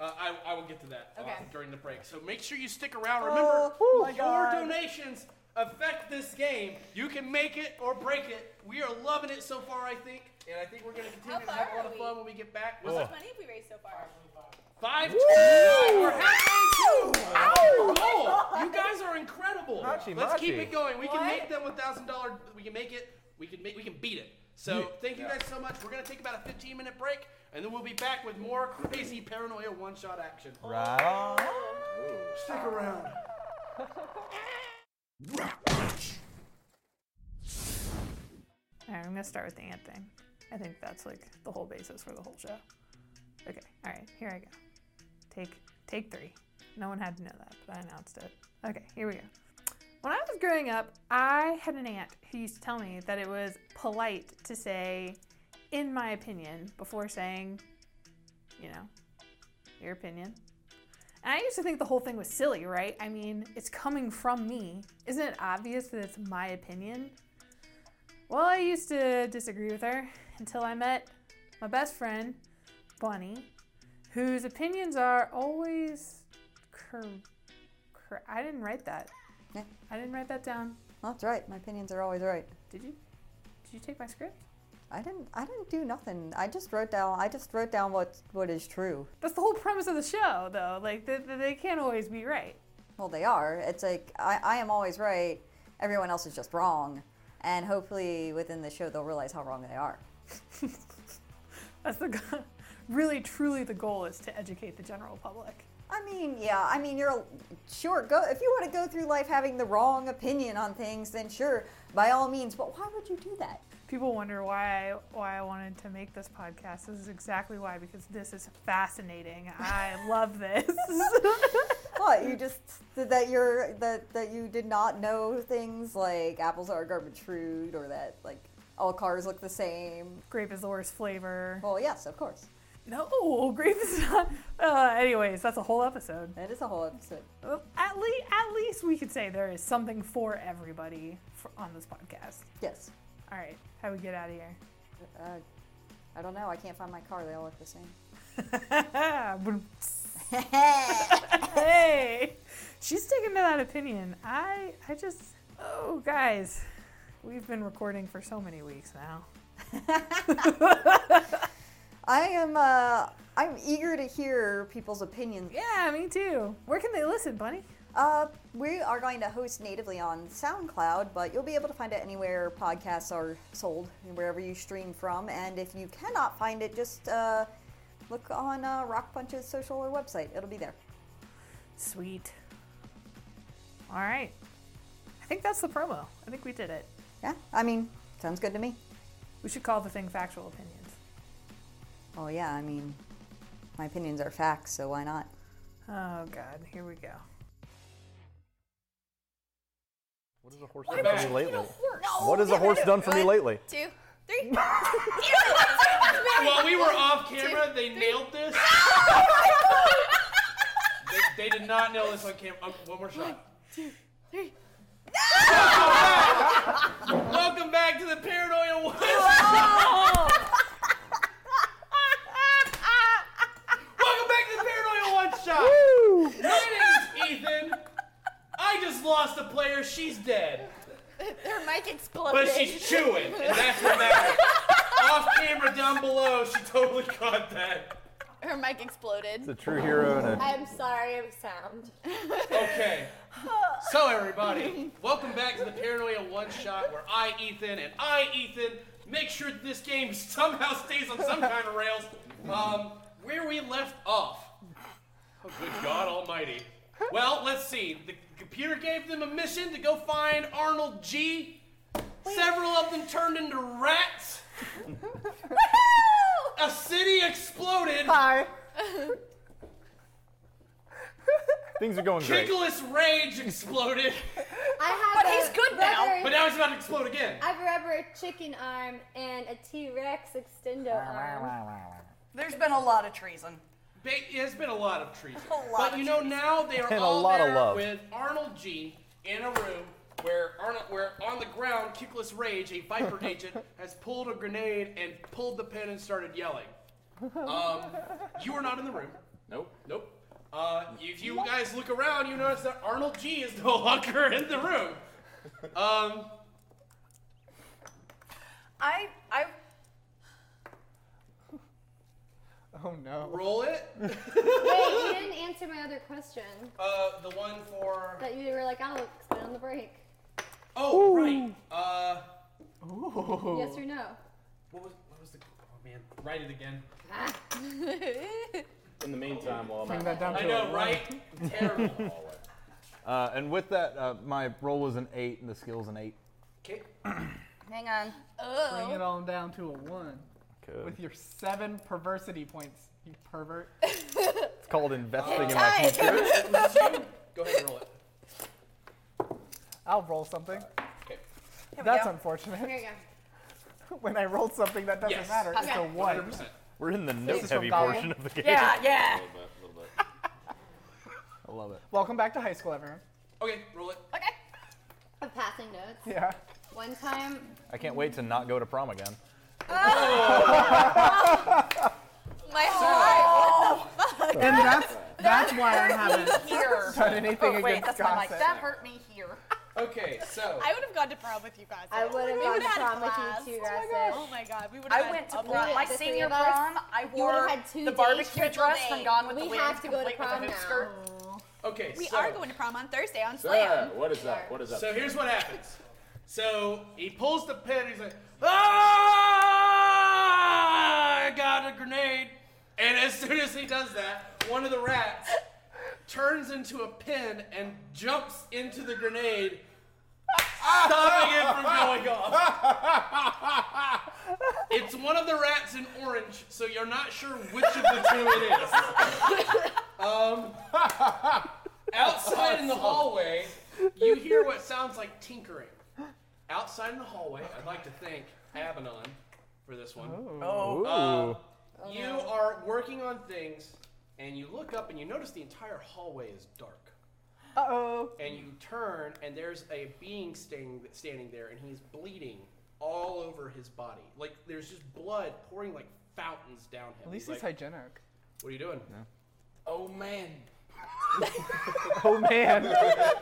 [SPEAKER 1] Uh, I, I will get to that uh,
[SPEAKER 4] Okay.
[SPEAKER 1] during the break. So make sure you stick around. Remember,
[SPEAKER 6] Oh, my
[SPEAKER 1] your
[SPEAKER 6] God.
[SPEAKER 1] donations affect this game. You can make it or break it. We are loving it so far, I think. And I think we're going to
[SPEAKER 12] How
[SPEAKER 1] continue to
[SPEAKER 12] far
[SPEAKER 1] have a lot
[SPEAKER 12] are
[SPEAKER 1] of
[SPEAKER 12] we?
[SPEAKER 1] fun when we get back.
[SPEAKER 12] How
[SPEAKER 1] Was
[SPEAKER 12] much
[SPEAKER 1] it
[SPEAKER 12] money have we raised so far?
[SPEAKER 1] five?
[SPEAKER 12] Oh. Woo!
[SPEAKER 1] Nine.
[SPEAKER 12] Ow!
[SPEAKER 1] We're
[SPEAKER 12] Ow!
[SPEAKER 1] halfway through. Oh, You guys are incredible.
[SPEAKER 11] Machi,
[SPEAKER 1] Let's
[SPEAKER 11] machi.
[SPEAKER 1] keep it going. We can
[SPEAKER 11] What?
[SPEAKER 1] make them with thousand dollar. We can make it. We can make. We can beat it. So
[SPEAKER 11] Yeah.
[SPEAKER 1] thank you
[SPEAKER 11] Yeah.
[SPEAKER 1] guys so much. We're gonna take about a 15 minute break, and then we'll be back with more crazy paranoia one shot action.
[SPEAKER 11] Right on.
[SPEAKER 1] Stick around.
[SPEAKER 17] All right, I'm gonna start with the ant thing. I think that's like the whole basis for the whole show. Okay, all right, here I go. Take take three. No one had to know that, but I announced it. Okay, here we go. When I was growing up, I had an aunt who used to tell me that it was polite to say, in my opinion, before saying, you know, your opinion. And I used to think the whole thing was silly, right? I mean, it's coming from me. Isn't it obvious that it's my opinion? Well, I used to disagree with her until I met my best friend, Bunny, whose opinions are always. Cur- cur- I didn't write that. I didn't write that down.
[SPEAKER 18] That's right. My opinions are always right.
[SPEAKER 17] Did you? Did you take my script?
[SPEAKER 18] I didn't. I didn't do nothing. I just wrote down. I just wrote down what what is true.
[SPEAKER 17] That's the whole premise of the show, though. Like, they, they can't always be right.
[SPEAKER 18] Well, they are. It's like I, I am always right. Everyone else is just wrong, and hopefully within the show they'll realize how wrong they are.
[SPEAKER 17] That's the go- really, truly the goal is to educate the general public.
[SPEAKER 18] I mean, yeah. I mean, you're sure. Go if you want to go through life having the wrong opinion on things, then sure, by all means. But why would you do that?
[SPEAKER 17] People wonder why I, why I wanted to make this podcast. This is exactly why because this is fascinating. I love this. (laughs)
[SPEAKER 18] What you just that you're that that you did not know things like apples are garbage fruit, or that like all cars look the same.
[SPEAKER 17] Grape is the worst flavor.
[SPEAKER 18] Well, yes, of course.
[SPEAKER 17] No, (laughs) grape is not. Uh, anyways, that's a whole episode.
[SPEAKER 18] That is a whole episode.
[SPEAKER 17] At least, at least we could say there is something for everybody for, on this podcast.
[SPEAKER 18] Yes.
[SPEAKER 17] All right, how we get out of here?
[SPEAKER 18] Uh, I don't know. I can't find my car. They all look the same.
[SPEAKER 17] (laughs) hey, she's sticking to that opinion. I, I just, oh guys, we've been recording for so many weeks now.
[SPEAKER 18] I am. Uh, I'm eager to hear people's opinions.
[SPEAKER 17] Yeah, me too. Where can they listen, Bunny?
[SPEAKER 18] Uh, we are going to host natively on SoundCloud, but you'll be able to find it anywhere podcasts are sold, wherever you stream from. And if you cannot find it, just uh, look on uh, Rock Punch's social or website. It'll be there.
[SPEAKER 17] Sweet. All right, I think that's the promo. I think we did it.
[SPEAKER 18] Yeah, I mean, sounds good to me.
[SPEAKER 17] We should call the thing factual opinions.
[SPEAKER 18] Oh yeah, I mean, my opinions are facts, so why not?
[SPEAKER 17] Oh God, here we go.
[SPEAKER 11] What has a horse
[SPEAKER 17] What
[SPEAKER 11] done
[SPEAKER 17] about
[SPEAKER 11] for me
[SPEAKER 17] you
[SPEAKER 11] lately?
[SPEAKER 17] and a horse?
[SPEAKER 11] What has a horse done for me lately?
[SPEAKER 12] Two, three. (laughs)
[SPEAKER 1] While we were off camera, they nailed this. they, they did not nail this on camera. Oh, one more shot.
[SPEAKER 2] Two, three.
[SPEAKER 1] Welcome back to the Paranoia One. Welcome back to the Paranoia One Shot. My name's Ethan. I just lost a player. She's dead,
[SPEAKER 12] Their mic exploded.
[SPEAKER 1] but she's chewing, and that's what (laughs) matters. Off camera, down below, she totally caught that.
[SPEAKER 12] Her mic exploded. It's
[SPEAKER 11] a true hero and a-
[SPEAKER 12] I'm sorry, I'm (laughs) sound.
[SPEAKER 1] Okay. So everybody, welcome back to the Paranoia One Shot, where I, Ethan, and I, Ethan, make sure that this game somehow stays on some kind of rails. Um, where we left off. Oh, good God Almighty. Well, let's see. The computer gave them a mission to go find Arnold G. Several of them turned into rats. A city exploded.
[SPEAKER 11] Things
[SPEAKER 8] (laughs)
[SPEAKER 11] are going great.
[SPEAKER 1] Ticklish rage exploded.
[SPEAKER 4] I have
[SPEAKER 12] But
[SPEAKER 4] a
[SPEAKER 12] he's good now.
[SPEAKER 4] rubber-
[SPEAKER 1] But now it's about to explode again.
[SPEAKER 4] I have a rubber chicken arm and a T Rex extendo arm.
[SPEAKER 6] There's been a lot of treason.
[SPEAKER 1] Ba- It's been a lot of treason.
[SPEAKER 6] A lot
[SPEAKER 1] but
[SPEAKER 6] of
[SPEAKER 1] you know
[SPEAKER 6] treason.
[SPEAKER 1] now they are
[SPEAKER 3] And a
[SPEAKER 1] all
[SPEAKER 3] lot of
[SPEAKER 1] there
[SPEAKER 3] love.
[SPEAKER 1] with Arnold G in a room where Arnold, where on the ground, kickless rage, a
[SPEAKER 3] (laughs)
[SPEAKER 1] Viper agent has pulled a grenade and pulled the pin and started
[SPEAKER 6] (laughs)
[SPEAKER 1] yelling. Um, you are not in the room.
[SPEAKER 5] Nope.
[SPEAKER 1] Nope. Uh, if you guys look around, you notice that Arnold G is no (laughs) longer in the room. Um,
[SPEAKER 6] I I
[SPEAKER 8] (laughs) Oh no.
[SPEAKER 1] Roll it.
[SPEAKER 4] Wait, you didn't answer my other question.
[SPEAKER 1] uh, the one for
[SPEAKER 4] That you were like, I'll explain on the break.
[SPEAKER 1] Oh, right. Uh.
[SPEAKER 8] Oh.
[SPEAKER 4] Yes or no?
[SPEAKER 1] What was, what was the. Oh, man. Write it again.
[SPEAKER 4] Ah.
[SPEAKER 5] In the meantime, while I'm
[SPEAKER 11] Bring
[SPEAKER 5] out-
[SPEAKER 11] that down
[SPEAKER 1] I
[SPEAKER 11] to
[SPEAKER 1] know,
[SPEAKER 11] a
[SPEAKER 1] right? Terrible.
[SPEAKER 11] (laughs) Uh, and with that, uh, my roll was an eight, and the skill's an eight.
[SPEAKER 1] Okay.
[SPEAKER 6] Hang on.
[SPEAKER 8] Bring it on down to a one.
[SPEAKER 11] Good.
[SPEAKER 8] With your seven perversity points, you
[SPEAKER 6] (laughs)
[SPEAKER 8] pervert.
[SPEAKER 11] It's called investing in my
[SPEAKER 1] (laughs)
[SPEAKER 11] future. (laughs)
[SPEAKER 1] Go ahead and roll it.
[SPEAKER 8] I'll roll something.
[SPEAKER 1] Okay.
[SPEAKER 6] we
[SPEAKER 8] That's
[SPEAKER 6] go.
[SPEAKER 8] unfortunate.
[SPEAKER 6] Here
[SPEAKER 8] (laughs) when I rolled something that doesn't
[SPEAKER 11] Yes.
[SPEAKER 8] matter, it's
[SPEAKER 6] Okay.
[SPEAKER 8] a one.
[SPEAKER 11] 100%. We're in the
[SPEAKER 8] This
[SPEAKER 11] note
[SPEAKER 8] is from
[SPEAKER 11] heavy
[SPEAKER 8] Dahlia.
[SPEAKER 11] portion of the game.
[SPEAKER 8] Yeah, yeah.
[SPEAKER 11] (laughs) I love it.
[SPEAKER 8] Welcome back to high school, everyone.
[SPEAKER 1] Okay, roll it.
[SPEAKER 4] Okay. Of passing notes.
[SPEAKER 8] Yeah.
[SPEAKER 4] One time.
[SPEAKER 11] I can't wait to not go to
[SPEAKER 8] (laughs)
[SPEAKER 11] prom again.
[SPEAKER 1] Oh.
[SPEAKER 4] My
[SPEAKER 6] heart.
[SPEAKER 8] And
[SPEAKER 11] (laughs)
[SPEAKER 6] (laughs)
[SPEAKER 8] that's that's why I haven't
[SPEAKER 6] Here.
[SPEAKER 8] done anything
[SPEAKER 6] oh, wait,
[SPEAKER 8] against
[SPEAKER 6] that's my mic.
[SPEAKER 8] gossip.
[SPEAKER 6] That hurt me here.
[SPEAKER 1] Okay,
[SPEAKER 6] (laughs)
[SPEAKER 1] so.
[SPEAKER 16] I would have gone to prom with you guys.
[SPEAKER 4] I would have
[SPEAKER 16] We
[SPEAKER 4] gone
[SPEAKER 16] would've
[SPEAKER 4] to
[SPEAKER 16] had a
[SPEAKER 4] prom with
[SPEAKER 16] blast. Oh
[SPEAKER 4] you two,
[SPEAKER 16] my
[SPEAKER 4] Rasmus.
[SPEAKER 16] gosh. Oh my god, we would have
[SPEAKER 6] I went to
[SPEAKER 4] a
[SPEAKER 6] prom.
[SPEAKER 4] blast.
[SPEAKER 6] My
[SPEAKER 4] The three
[SPEAKER 6] senior
[SPEAKER 4] of us,
[SPEAKER 6] prom, I
[SPEAKER 4] you would've
[SPEAKER 6] wore
[SPEAKER 4] had two
[SPEAKER 6] the
[SPEAKER 4] days,
[SPEAKER 6] barbecue
[SPEAKER 4] triple
[SPEAKER 6] dress
[SPEAKER 4] date.
[SPEAKER 6] from Gone with the
[SPEAKER 4] We
[SPEAKER 6] Wind,
[SPEAKER 4] have to go to
[SPEAKER 6] complete with a
[SPEAKER 4] prom
[SPEAKER 6] hoop
[SPEAKER 4] now.
[SPEAKER 6] skirt.
[SPEAKER 1] Okay,
[SPEAKER 12] We
[SPEAKER 1] so.
[SPEAKER 12] are going to prom on Thursday on
[SPEAKER 5] Sarah,
[SPEAKER 12] Slam.
[SPEAKER 5] what is that? What is that?
[SPEAKER 1] So here's what happens. So he pulls the pin. He's like, "Ah! I got a grenade!" And as soon as he does that, one of the rats turns into a pin and jumps into the grenade, stopping it from going off. It's one of the rats in orange, so you're not sure which of the two it is. Um, (laughs) outside in the hallway, you hear what sounds like tinkering. Outside in the hallway, I'd like to thank Abaddon for this one.
[SPEAKER 13] Oh.
[SPEAKER 1] Uh,
[SPEAKER 13] Ooh.
[SPEAKER 1] you are working on things, and you look up and you notice the entire hallway is dark.
[SPEAKER 8] Uh oh.
[SPEAKER 1] And you turn, and there's a being standing, standing there, and he's bleeding all over his body. Like, there's just blood pouring like fountains down him.
[SPEAKER 8] At least
[SPEAKER 1] He's
[SPEAKER 8] it's
[SPEAKER 1] like,
[SPEAKER 8] hygienic.
[SPEAKER 1] What are you doing? Oh, man.
[SPEAKER 8] Oh (laughs) man.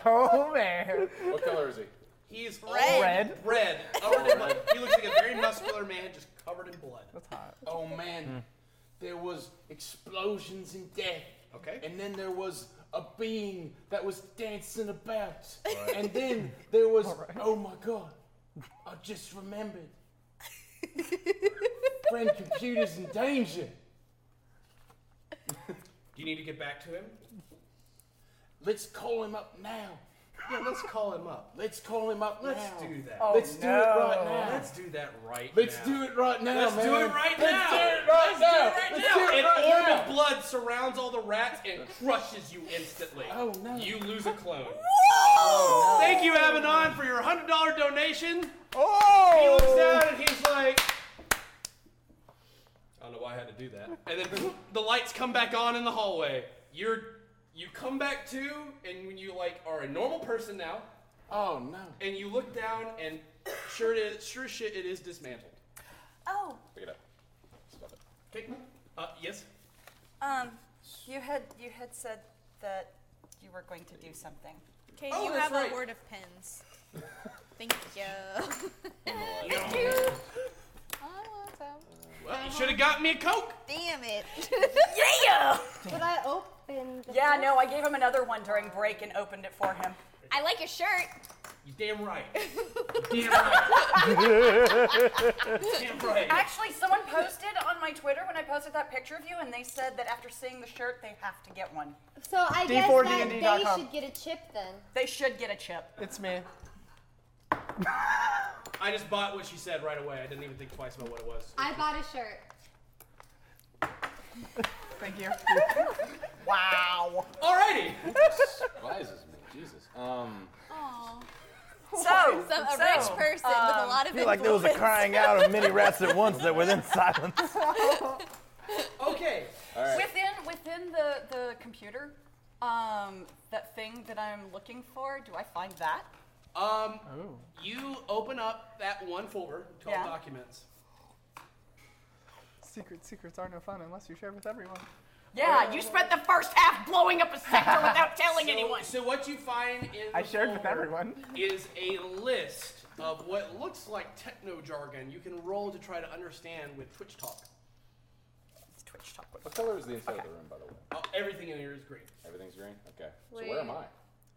[SPEAKER 8] oh man.
[SPEAKER 5] What color is he?
[SPEAKER 1] He's
[SPEAKER 8] Red.
[SPEAKER 1] all
[SPEAKER 8] Red.
[SPEAKER 1] Red. Covered in blood. He looks like a very muscular man, just covered in blood.
[SPEAKER 8] That's hot.
[SPEAKER 13] Oh man, there was explosions and death.
[SPEAKER 1] Okay.
[SPEAKER 13] And then there was a being that was dancing about. And then there was oh my god, I just remembered. (laughs) Friend computer's in danger.
[SPEAKER 1] Do you need to get back to him?
[SPEAKER 13] Let's call him up now.
[SPEAKER 1] Yeah, let's call him up.
[SPEAKER 13] Let's call him up
[SPEAKER 1] Let's
[SPEAKER 13] now.
[SPEAKER 1] do
[SPEAKER 8] Oh,
[SPEAKER 1] that.
[SPEAKER 13] Let's do it right now.
[SPEAKER 1] Let's do that right
[SPEAKER 13] Let's
[SPEAKER 1] now.
[SPEAKER 13] do it right now,
[SPEAKER 1] Let's do
[SPEAKER 13] man.
[SPEAKER 1] it right
[SPEAKER 13] Let's
[SPEAKER 1] now.
[SPEAKER 13] do it right
[SPEAKER 1] Let's
[SPEAKER 13] now.
[SPEAKER 1] Do it right
[SPEAKER 13] Let's
[SPEAKER 1] now.
[SPEAKER 13] do it
[SPEAKER 1] An
[SPEAKER 13] right
[SPEAKER 1] orb
[SPEAKER 13] now.
[SPEAKER 1] of blood surrounds all the rats and crushes you instantly. Oh no! You lose a clone.
[SPEAKER 13] Oh,
[SPEAKER 1] Thank you, Abaddon, for your hundred dollar donation. Oh! He looks down and he's like, I don't know why I had to do that. And then the lights come back on in the hallway. You're you come back to, and when you like are a normal person now.
[SPEAKER 13] Oh no!
[SPEAKER 1] And you look down, and sure it is, sure shit, it is dismantled.
[SPEAKER 6] Oh,
[SPEAKER 5] Pick it up. Stop it.
[SPEAKER 1] Okay. Uh, yes.
[SPEAKER 6] um, you had you had said that you were going to do something.
[SPEAKER 16] Okay,
[SPEAKER 6] Oh,
[SPEAKER 16] you
[SPEAKER 6] that's
[SPEAKER 16] have
[SPEAKER 6] right.
[SPEAKER 16] a word
[SPEAKER 4] (laughs)
[SPEAKER 16] of
[SPEAKER 1] (laughs)
[SPEAKER 16] pins. Thank you.
[SPEAKER 1] Thank
[SPEAKER 16] you.
[SPEAKER 4] I want some.
[SPEAKER 1] Well, you should have got me a coke.
[SPEAKER 4] Damn it.
[SPEAKER 6] Yeah!
[SPEAKER 4] But I opened.
[SPEAKER 6] Yeah, no, I gave him another one during break and opened it for him.
[SPEAKER 16] I like your shirt.
[SPEAKER 1] You
[SPEAKER 16] (laughs)
[SPEAKER 1] damn right.
[SPEAKER 6] Actually, someone posted on my Twitter when I posted that picture of you, and they said that after seeing the shirt, they have to get one.
[SPEAKER 4] So I guess that they
[SPEAKER 6] D4DND.com.
[SPEAKER 4] should get a chip then.
[SPEAKER 6] They should get a chip.
[SPEAKER 8] It's me.
[SPEAKER 1] I just bought what she said right away. I didn't even think twice about what it
[SPEAKER 6] (laughs)
[SPEAKER 1] was.
[SPEAKER 4] I bought a shirt. (laughs)
[SPEAKER 8] Thank you.
[SPEAKER 6] wow.
[SPEAKER 1] Alrighty.
[SPEAKER 5] Surprises me. Jesus. Um.
[SPEAKER 16] (laughs)
[SPEAKER 6] So,
[SPEAKER 16] So, a
[SPEAKER 6] so,
[SPEAKER 16] rich person with a
[SPEAKER 6] um,
[SPEAKER 16] lot of
[SPEAKER 6] feel
[SPEAKER 11] like there was a crying out of (laughs) many rats at once that were then silent.
[SPEAKER 1] Okay.
[SPEAKER 6] Within within computer, um, that thing that I'm looking for, do I find that?
[SPEAKER 1] Um,
[SPEAKER 13] Oh.
[SPEAKER 1] you open up that one folder called
[SPEAKER 6] Yeah.
[SPEAKER 1] documents.
[SPEAKER 8] Secret secrets are no fun unless you share with everyone.
[SPEAKER 1] Oh.
[SPEAKER 7] Yeah, you spent the first half blowing up a sector
[SPEAKER 1] (laughs)
[SPEAKER 7] without telling
[SPEAKER 1] So-
[SPEAKER 7] anyone.
[SPEAKER 1] So what you find in
[SPEAKER 8] I
[SPEAKER 1] the
[SPEAKER 8] shared with
[SPEAKER 1] folder
[SPEAKER 8] everyone.
[SPEAKER 1] is a list of what looks like techno jargon you can roll to try to understand with Twitch Talk.
[SPEAKER 6] Twitch Talk.
[SPEAKER 5] What color is the inside of the room, by the way?
[SPEAKER 1] Oh, everything in here is green.
[SPEAKER 5] Everything's green? Okay. So where am I?
[SPEAKER 6] Wait.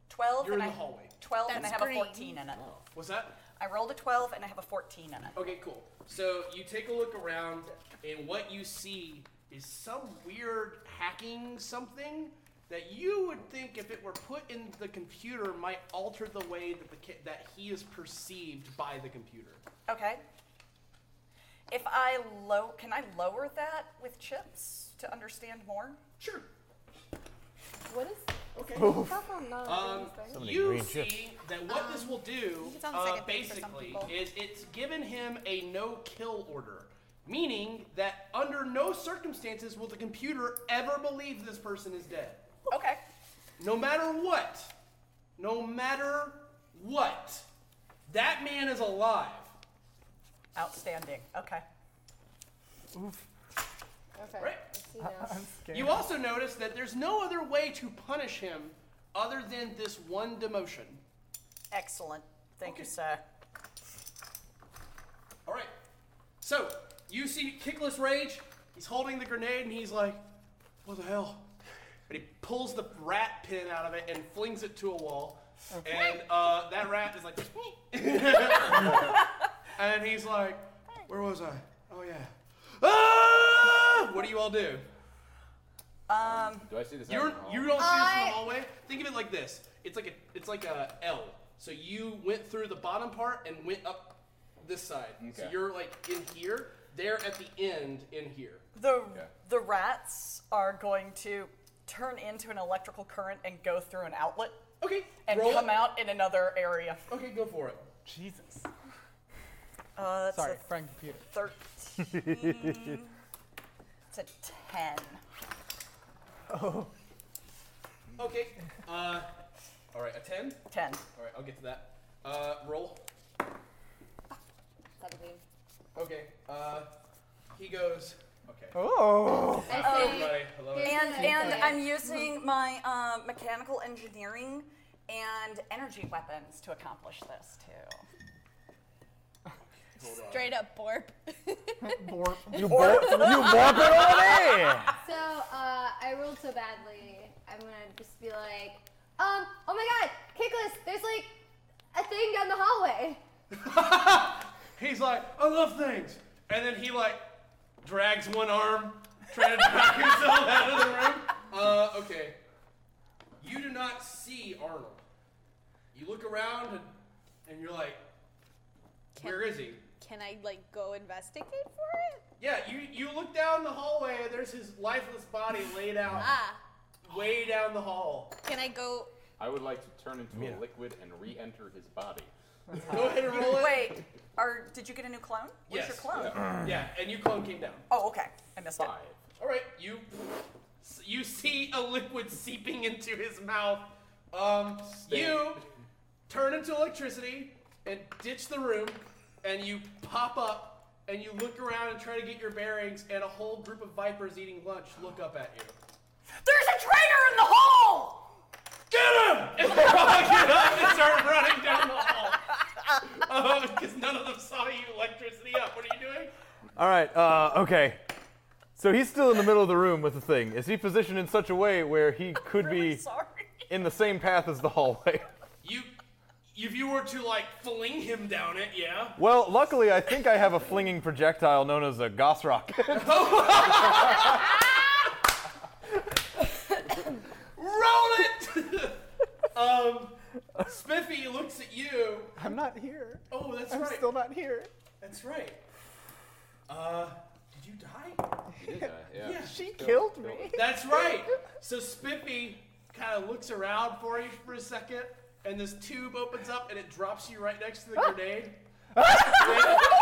[SPEAKER 6] 12
[SPEAKER 1] You're
[SPEAKER 6] and
[SPEAKER 1] in
[SPEAKER 6] I,
[SPEAKER 1] the hallway.
[SPEAKER 6] 12 and I
[SPEAKER 1] That's
[SPEAKER 6] have
[SPEAKER 1] green.
[SPEAKER 6] a 14 in it.
[SPEAKER 5] Oh.
[SPEAKER 1] What's that?
[SPEAKER 6] I rolled a 12 and I have a 14 in it.
[SPEAKER 1] Okay, cool. So you take a look around, and what you see is some weird hacking something that you would think, if it were put in the computer, might alter the way that the ki- that he is perceived by the computer.
[SPEAKER 6] Okay. If I low, can I lower that with chips to understand more?
[SPEAKER 1] Sure.
[SPEAKER 6] What is?
[SPEAKER 1] Okay.
[SPEAKER 6] Oof.
[SPEAKER 1] Um,
[SPEAKER 11] So many
[SPEAKER 1] you
[SPEAKER 11] green
[SPEAKER 1] see
[SPEAKER 11] chips.
[SPEAKER 1] that what
[SPEAKER 6] Um,
[SPEAKER 1] this will do,
[SPEAKER 6] it's on the
[SPEAKER 1] uh,
[SPEAKER 6] second page for some
[SPEAKER 1] basically,
[SPEAKER 6] people.
[SPEAKER 1] is it's given him a no-kill order, meaning that under no circumstances will the computer ever believe this person is dead.
[SPEAKER 6] Okay.
[SPEAKER 1] No matter what, no matter what, that man is alive.
[SPEAKER 6] Outstanding. Okay.
[SPEAKER 2] Okay.
[SPEAKER 1] Right.
[SPEAKER 2] I see now.
[SPEAKER 1] You also notice that there's no other way to punish him other than this one demotion.
[SPEAKER 6] Excellent. Thank you, sir.
[SPEAKER 1] All right. So you see Kickless Rage. He's holding the grenade and he's like, "What the hell?" But he pulls the rat pin out of it and flings it to a wall, and uh, that rat is like, (laughs) and he's like, "Where was I? Oh yeah." Ah! What do you all do?
[SPEAKER 8] Uh, (laughs)
[SPEAKER 6] Um.
[SPEAKER 5] Do I see this? out
[SPEAKER 1] You're,
[SPEAKER 5] in the hall?
[SPEAKER 1] you don't see this in
[SPEAKER 6] I-
[SPEAKER 1] the hallway. Think of it like this. It's like a it's like a L. So you went through the bottom part and went up this side. So
[SPEAKER 6] Okay.
[SPEAKER 1] you're like in here. They're at the end in here.
[SPEAKER 6] The the rats are going to turn into an electrical current and go through an outlet.
[SPEAKER 1] Okay.
[SPEAKER 6] And
[SPEAKER 1] roll
[SPEAKER 6] come
[SPEAKER 1] it.
[SPEAKER 6] out in another area.
[SPEAKER 1] Okay, go for it.
[SPEAKER 8] Jesus.
[SPEAKER 6] Uh, that's
[SPEAKER 8] Sorry,
[SPEAKER 6] a
[SPEAKER 8] friend computer. Mm.
[SPEAKER 6] thirteen. it's a ten.
[SPEAKER 8] Oh.
[SPEAKER 1] Okay. Uh, all right, a ten.
[SPEAKER 6] Ten.
[SPEAKER 1] All right, I'll get to that. Uh, roll. Okay. Uh, he goes. Okay.
[SPEAKER 8] Oh.
[SPEAKER 1] I Hello, say- everybody. Hello,
[SPEAKER 6] And
[SPEAKER 1] everybody.
[SPEAKER 6] and I'm using my uh, mechanical engineering and energy weapons to accomplish this too.
[SPEAKER 12] Straight up borp.
[SPEAKER 8] borp. (laughs)
[SPEAKER 3] You borp, you borp it all day.
[SPEAKER 4] So uh, I rolled so badly. I'm gonna just be like, um, oh my god, Kickless, there's like a thing down the hallway.
[SPEAKER 1] He's like, I love things, and then he like drags one arm, trying to drag (laughs) himself out of the room. Uh, okay. You do not see Arnold. You look around and, and you're like, where is he?
[SPEAKER 12] Can I like go investigate for it?
[SPEAKER 1] Yeah, you you look down the hallway and there's his lifeless body laid out
[SPEAKER 12] Ah,
[SPEAKER 1] way down the hall.
[SPEAKER 12] can I go?
[SPEAKER 5] I would like to turn into a liquid and re enter his body.
[SPEAKER 1] Go ahead
[SPEAKER 5] (laughs)
[SPEAKER 1] and roll it.
[SPEAKER 6] Wait, are did you get a new clone? Where's your
[SPEAKER 1] Yes. (clears throat)
[SPEAKER 6] clone?
[SPEAKER 1] Yeah.
[SPEAKER 5] Mm.
[SPEAKER 1] yeah, and your clone came down.
[SPEAKER 6] Oh, okay. I missed
[SPEAKER 5] Five.
[SPEAKER 1] All right, you you see a liquid seeping into his mouth. Um, you turn into electricity and ditch the room, and you pop up and you look around and try to get your bearings, and a whole group of vipers eating lunch look up at you.
[SPEAKER 7] There's a traitor in the hall!
[SPEAKER 1] Get him! (laughs) And they all get up and start running down the hall. Because none of them saw you electricity up. What are you doing?
[SPEAKER 11] All right. Uh, okay. So he's still in the middle of the room with the thing. Is he positioned in such a way where he could be in the same path as the hallway?
[SPEAKER 1] You, if you were to like fling him down it, yeah.
[SPEAKER 11] Well, luckily, I think I have a flinging projectile known as a Goss rocket.
[SPEAKER 1] Roll it! um, Smithy looks at you.
[SPEAKER 8] I'm not here.
[SPEAKER 1] Oh, that's
[SPEAKER 8] I'm
[SPEAKER 1] right.
[SPEAKER 8] still not here.
[SPEAKER 1] That's right. Uh, did you die?
[SPEAKER 8] yeah. She killed me.
[SPEAKER 1] That's right. So Spiffy kind of looks around for you for a second, and this tube opens up and it drops you right next to the
[SPEAKER 8] (laughs)
[SPEAKER 1] grenade. (laughs)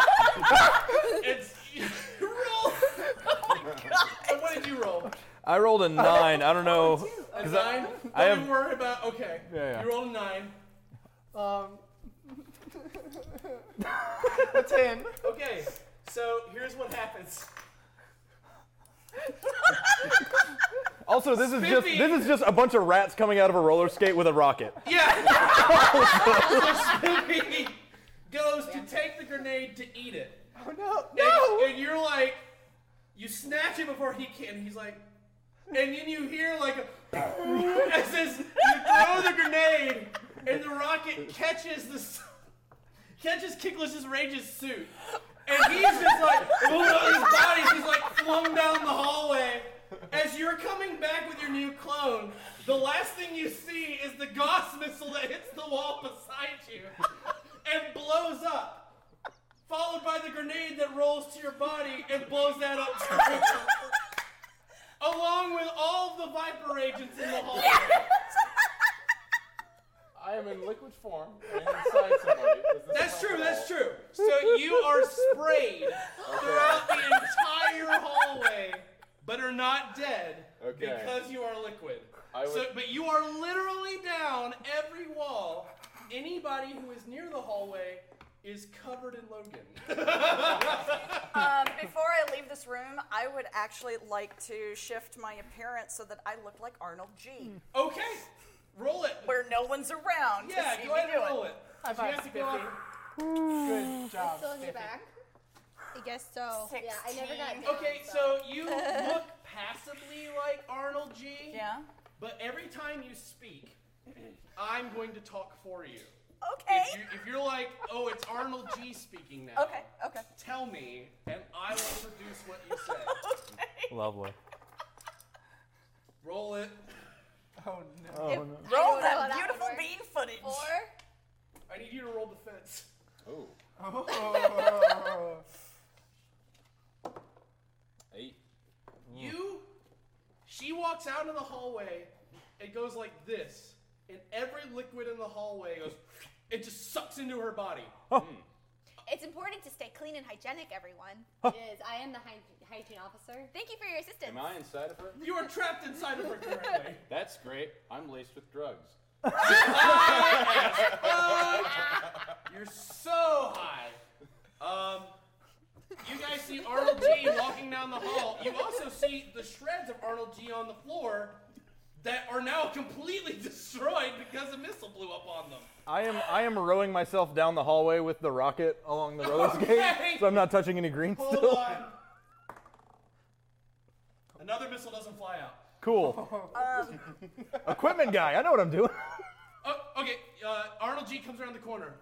[SPEAKER 1] Oh it's roll. And what did you roll?
[SPEAKER 11] I rolled
[SPEAKER 1] (laughs)
[SPEAKER 11] a nine. I don't know.
[SPEAKER 1] Oh, A
[SPEAKER 11] 'cause
[SPEAKER 1] nine?
[SPEAKER 11] I, I
[SPEAKER 1] Don't even
[SPEAKER 11] have.
[SPEAKER 1] worry about. Okay.
[SPEAKER 11] Yeah, yeah.
[SPEAKER 1] You rolled a nine. (laughs)
[SPEAKER 8] Um, a ten.
[SPEAKER 1] Okay. So here's what happens.
[SPEAKER 11] Also, this is just
[SPEAKER 1] Spiffy.
[SPEAKER 11] this is just a bunch of rats coming out of a roller skate with a rocket.
[SPEAKER 1] Yeah. so Snoopy goes to take the grenade to eat it.
[SPEAKER 8] Oh no!
[SPEAKER 1] No. And, and you're like, you snatch it before he can. and He's like, and then you hear like a (laughs) as this, you throw the grenade, and the rocket catches the s- catches Kickless's Rage's suit, and he's just like, oh, his body's just like flung down the hallway. As you're coming back with your new clone, the last thing you see is the Gauss missile that hits the wall beside you and blows up, followed by the grenade that rolls to your body and blows that up (laughs) too. Along with all of the Viper agents in the hall.
[SPEAKER 5] I am in liquid form and inside somebody.
[SPEAKER 1] That's true, that's true. So you are sprayed throughout the entire hallway, but are not dead
[SPEAKER 5] Okay.
[SPEAKER 1] because you are liquid.
[SPEAKER 5] I
[SPEAKER 1] So,
[SPEAKER 5] would-
[SPEAKER 1] but you are literally down every wall. Anybody who is near the hallway is covered in Logan. (laughs)
[SPEAKER 6] Um, before I leave this room, I would actually like to shift my appearance so that I look like Arnold G.
[SPEAKER 1] Okay, roll it.
[SPEAKER 6] Where no one's around. to
[SPEAKER 1] Yeah,
[SPEAKER 6] see
[SPEAKER 1] go
[SPEAKER 6] me
[SPEAKER 1] ahead and
[SPEAKER 6] do
[SPEAKER 1] roll it.
[SPEAKER 6] High
[SPEAKER 1] So you
[SPEAKER 6] five,
[SPEAKER 1] have to go (laughs)
[SPEAKER 6] Spiffy.
[SPEAKER 1] off-
[SPEAKER 6] Good
[SPEAKER 1] job,
[SPEAKER 12] Still in your
[SPEAKER 1] Spiffy.
[SPEAKER 12] back? I guess so. Yeah, I never got. down,
[SPEAKER 1] Okay, so you look passively like Arnold G. Yeah. But every time you speak, I'm going to talk for you. Okay. If, you, if you're like, oh, it's Arnold G speaking now. Okay.
[SPEAKER 6] Okay.
[SPEAKER 1] Tell me, and I will produce what you say.
[SPEAKER 12] (laughs)
[SPEAKER 11] Lovely.
[SPEAKER 1] Roll it.
[SPEAKER 8] Oh no.
[SPEAKER 11] Oh, no.
[SPEAKER 1] I
[SPEAKER 6] Roll
[SPEAKER 1] don't know how
[SPEAKER 6] that
[SPEAKER 1] that
[SPEAKER 6] beautiful
[SPEAKER 1] would work.
[SPEAKER 6] bean footage.
[SPEAKER 1] I need you to roll defense.
[SPEAKER 5] Oh.
[SPEAKER 8] Oh.
[SPEAKER 5] Eight.
[SPEAKER 1] You. She walks out in the hallway and goes like this, and every liquid in the hallway goes. It just sucks into her body.
[SPEAKER 12] It's important to stay clean and hygienic, everyone.
[SPEAKER 4] It is. I am the hyg- hygiene officer.
[SPEAKER 12] Thank you for your assistance.
[SPEAKER 5] Am I inside of her?
[SPEAKER 1] You are trapped inside of her currently.
[SPEAKER 5] (laughs) That's great. I'm laced with
[SPEAKER 1] (laughs)
[SPEAKER 5] drugs.
[SPEAKER 1] You're so high. Um, you guys see Arnold G walking down the hall. You also see the shreds of Arnold G on the floor that are now completely (laughs) destroyed because a missile blew up on them.
[SPEAKER 11] I am I am rowing myself down the hallway with the rocket along the roller
[SPEAKER 1] Okay.
[SPEAKER 11] skate, so I'm not touching any green
[SPEAKER 1] Hold
[SPEAKER 11] still.
[SPEAKER 1] on. Another missile doesn't fly out.
[SPEAKER 11] Cool.
[SPEAKER 6] Um,
[SPEAKER 11] Equipment guy, I know what
[SPEAKER 4] (laughs)
[SPEAKER 11] I'm doing.
[SPEAKER 1] oh, okay, uh, Arnold G comes around the corner.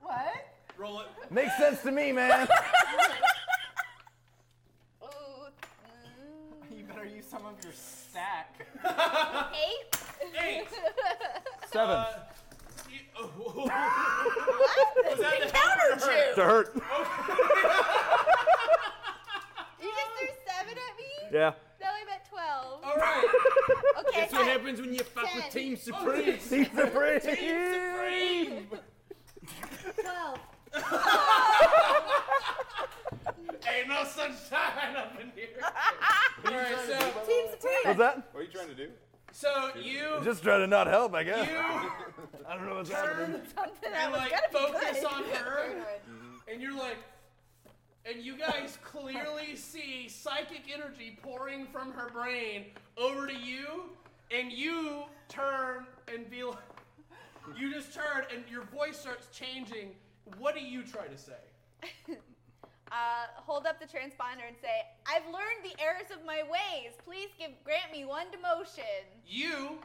[SPEAKER 2] What?
[SPEAKER 1] Roll it.
[SPEAKER 11] Makes sense to
[SPEAKER 8] (laughs)
[SPEAKER 11] me, man.
[SPEAKER 5] (laughs)
[SPEAKER 8] You better use some of your stack.
[SPEAKER 12] Eight.
[SPEAKER 1] Eight.
[SPEAKER 11] Seven.
[SPEAKER 8] Uh,
[SPEAKER 1] (laughs) oh. Was that
[SPEAKER 12] It
[SPEAKER 1] to help or
[SPEAKER 12] countered you.
[SPEAKER 11] To hurt.
[SPEAKER 12] You just threw seven at me?
[SPEAKER 11] Yeah.
[SPEAKER 12] No, I'm at 12. (laughs)
[SPEAKER 1] All right.
[SPEAKER 12] Okay.
[SPEAKER 5] That's what
[SPEAKER 12] fine.
[SPEAKER 5] happens when you fuck
[SPEAKER 12] Ten.
[SPEAKER 5] with
[SPEAKER 12] Oh,
[SPEAKER 5] Team
[SPEAKER 13] Oh,
[SPEAKER 5] Supreme.
[SPEAKER 11] Team Supreme.
[SPEAKER 1] Supreme. (laughs)
[SPEAKER 4] 12.
[SPEAKER 1] Ain't no sunshine up in here. All right, so
[SPEAKER 11] What's that?
[SPEAKER 5] What are you trying to do?
[SPEAKER 1] So you
[SPEAKER 11] Just trying to not help, I guess.
[SPEAKER 1] I
[SPEAKER 11] don't know what's
[SPEAKER 1] turn
[SPEAKER 11] happening.
[SPEAKER 1] Something
[SPEAKER 6] that
[SPEAKER 1] and
[SPEAKER 6] was
[SPEAKER 1] like
[SPEAKER 6] gonna be
[SPEAKER 1] focus
[SPEAKER 6] good.
[SPEAKER 1] on
[SPEAKER 6] (laughs)
[SPEAKER 1] her,
[SPEAKER 8] Mm-hmm.
[SPEAKER 1] and you're like, and you guys clearly see psychic energy pouring from her brain over to you, and you turn and be like, you just turn and your voice starts changing. What do you try to say?
[SPEAKER 12] Uh, hold up the transponder and say, I've learned the errors of my ways. Please give grant me one demotion.
[SPEAKER 1] You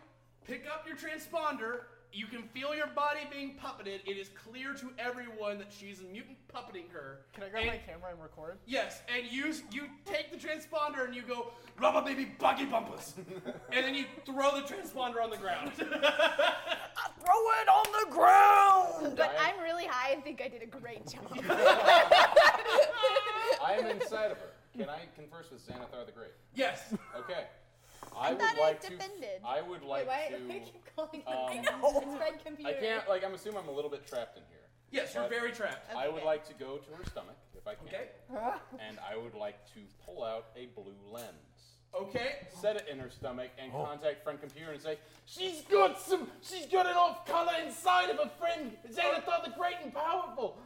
[SPEAKER 1] pick up your transponder. You can feel your body being puppeted. It is clear to everyone that she's mutant puppeting her.
[SPEAKER 8] Can I grab
[SPEAKER 1] And-
[SPEAKER 8] my camera and
[SPEAKER 1] (laughs)
[SPEAKER 8] record?
[SPEAKER 1] Yes, and you you take the transponder and you go rubber baby buggy bumpers, and then you throw the transponder on the ground.
[SPEAKER 6] Throw it on the ground!
[SPEAKER 12] But I'm really high and think I did a great
[SPEAKER 1] (laughs)
[SPEAKER 12] job. (laughs)
[SPEAKER 5] I am inside of her. Can I converse with Xanathar the Great?
[SPEAKER 1] Yes.
[SPEAKER 5] Okay. I would
[SPEAKER 12] thought it
[SPEAKER 5] like
[SPEAKER 12] defended.
[SPEAKER 5] to. I would
[SPEAKER 4] (laughs)
[SPEAKER 5] like
[SPEAKER 12] why,
[SPEAKER 5] to.
[SPEAKER 12] why do you keep calling it
[SPEAKER 5] um,
[SPEAKER 12] I know. (laughs) It's Fred computer.
[SPEAKER 5] I can't. Like, I'm assuming I'm a little bit trapped in here.
[SPEAKER 1] Yes, you're
[SPEAKER 5] But
[SPEAKER 1] very trapped.
[SPEAKER 5] I would
[SPEAKER 1] Okay.
[SPEAKER 5] like to go to her stomach if I can.
[SPEAKER 1] Okay.
[SPEAKER 5] And I would like to pull out a blue lens.
[SPEAKER 1] Okay.
[SPEAKER 5] Set it in her stomach and
[SPEAKER 13] Oh.
[SPEAKER 5] contact friend computer and say,
[SPEAKER 13] She's (laughs) got some. She's got an off color inside of her friend Xanathar the Great and Powerful.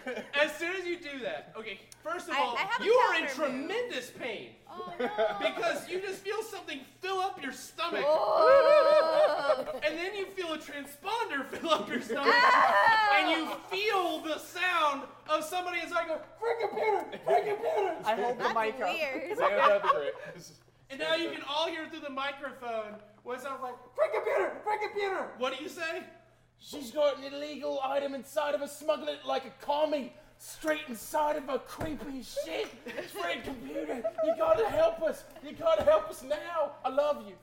[SPEAKER 1] (laughs) As soon as you do that, okay, first of
[SPEAKER 13] I-
[SPEAKER 1] all,
[SPEAKER 13] I have a
[SPEAKER 1] you are in
[SPEAKER 13] counter move.
[SPEAKER 1] tremendous pain. (laughs) Because you just feel something fill up your stomach.
[SPEAKER 13] Oh.
[SPEAKER 1] and then you feel a transponder (laughs) fill up
[SPEAKER 6] (laughs)
[SPEAKER 1] your stomach. and you feel the sound of somebody is like, free computer, free computer.
[SPEAKER 8] I hold the That's mic up. weird. Xanathar the Great.
[SPEAKER 13] (laughs)
[SPEAKER 1] And now you can all hear through the microphone what sounds like, free computer, free computer. What do you say?
[SPEAKER 13] She's got an illegal item inside of her. Smuggle it like a commie. Straight inside of her creepy as shit. Fred computer, you gotta help us. You gotta help us now. I love you.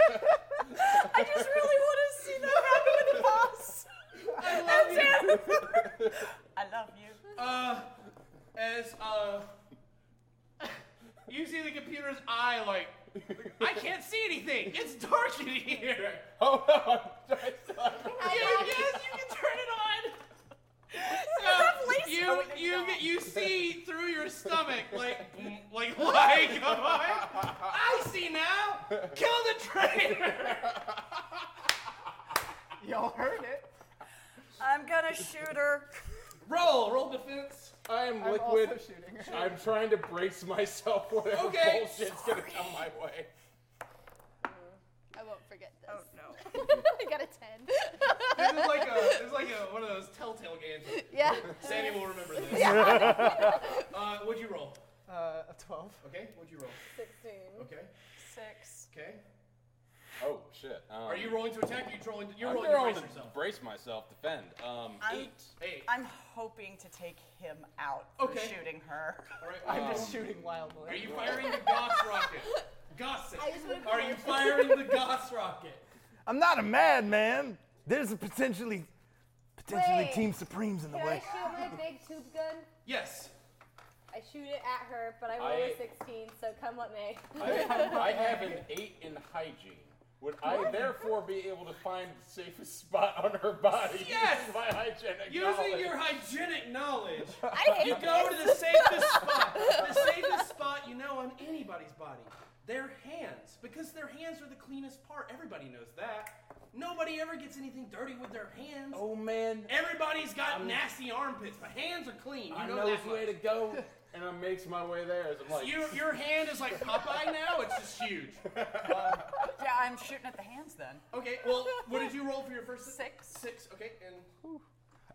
[SPEAKER 6] I just really want to see that happen
[SPEAKER 1] (laughs)
[SPEAKER 6] with the boss.
[SPEAKER 1] I love
[SPEAKER 6] That's
[SPEAKER 1] you. (laughs)
[SPEAKER 6] it. I love you.
[SPEAKER 1] Uh, as uh, (laughs) you see the computer's eye, like I can't see anything. It's dark in here.
[SPEAKER 13] Hold on.
[SPEAKER 1] Yeah, yes, you can turn it (laughs) on. So you you get- you see through your stomach, like (laughs) like like. I see now. Kill the traitor.
[SPEAKER 8] Y'all heard it.
[SPEAKER 6] I'm gonna shoot her.
[SPEAKER 1] Roll, roll defense.
[SPEAKER 5] I am
[SPEAKER 6] I'm
[SPEAKER 5] liquid.
[SPEAKER 6] also shooting her.
[SPEAKER 5] I'm trying to brace myself for whatever
[SPEAKER 1] Okay.
[SPEAKER 5] bullshit's gonna come my way.
[SPEAKER 12] I won't forget this. Oh no. (laughs) I got a ten.
[SPEAKER 1] This is like a
[SPEAKER 12] (laughs)
[SPEAKER 1] this is like a, one of those telltale games.
[SPEAKER 12] Yeah.
[SPEAKER 1] Sandy will remember
[SPEAKER 8] (laughs)
[SPEAKER 1] this.
[SPEAKER 12] Yeah.
[SPEAKER 1] uh, what'd you roll?
[SPEAKER 8] Uh, a 12.
[SPEAKER 1] Okay, what'd you roll?
[SPEAKER 2] 16.
[SPEAKER 1] Okay.
[SPEAKER 6] Six.
[SPEAKER 1] Okay.
[SPEAKER 5] Oh shit. Um,
[SPEAKER 1] Are you rolling to attack? Or you trolling? You're
[SPEAKER 5] I'm
[SPEAKER 1] rolling to brace yourself.
[SPEAKER 5] brace myself, defend. Um,
[SPEAKER 6] I'm,
[SPEAKER 5] eight.
[SPEAKER 6] I'm hoping to take him out for shooting her.
[SPEAKER 8] I'm
[SPEAKER 5] Um,
[SPEAKER 8] just shooting wildly.
[SPEAKER 1] Are you firing the Goss rocket? Gossip.
[SPEAKER 6] I just wanna
[SPEAKER 1] Are you
[SPEAKER 6] call
[SPEAKER 1] firing
[SPEAKER 6] it.
[SPEAKER 1] the Goss rocket?
[SPEAKER 3] I'm not a madman. There's a potentially, potentially
[SPEAKER 4] Wait.
[SPEAKER 3] Team Supremes in the
[SPEAKER 4] Can I
[SPEAKER 3] way.
[SPEAKER 4] shoot my big tube gun?
[SPEAKER 1] Yes.
[SPEAKER 4] I shoot it at her, but I roll
[SPEAKER 5] I-
[SPEAKER 4] a 16, so come what may. (laughs)
[SPEAKER 5] I, I have an eight in hygiene. Would I
[SPEAKER 4] What?
[SPEAKER 5] therefore be able to find the safest spot on her body?
[SPEAKER 1] Yes!
[SPEAKER 5] Using my hygienic
[SPEAKER 1] Using
[SPEAKER 5] knowledge?
[SPEAKER 1] your hygienic knowledge,
[SPEAKER 5] I hate
[SPEAKER 1] you go to the
[SPEAKER 5] this.
[SPEAKER 1] safest (laughs) spot. The safest spot you know on anybody's body. Their hands. Because their hands are the cleanest part. Everybody knows that. Nobody ever gets anything dirty with their hands.
[SPEAKER 13] Oh man.
[SPEAKER 1] Everybody's got
[SPEAKER 13] I'm-
[SPEAKER 1] nasty armpits, but hands are clean. You
[SPEAKER 5] I
[SPEAKER 1] know,
[SPEAKER 5] know
[SPEAKER 1] that
[SPEAKER 5] where to go, and I makes my way there. As I'm
[SPEAKER 1] much.
[SPEAKER 5] like,
[SPEAKER 1] Your, your hand is like Popeye now. It's just huge.
[SPEAKER 6] Yeah, I'm shooting at the hands then.
[SPEAKER 1] Okay, well, what did you roll for your first six? Six. Okay, and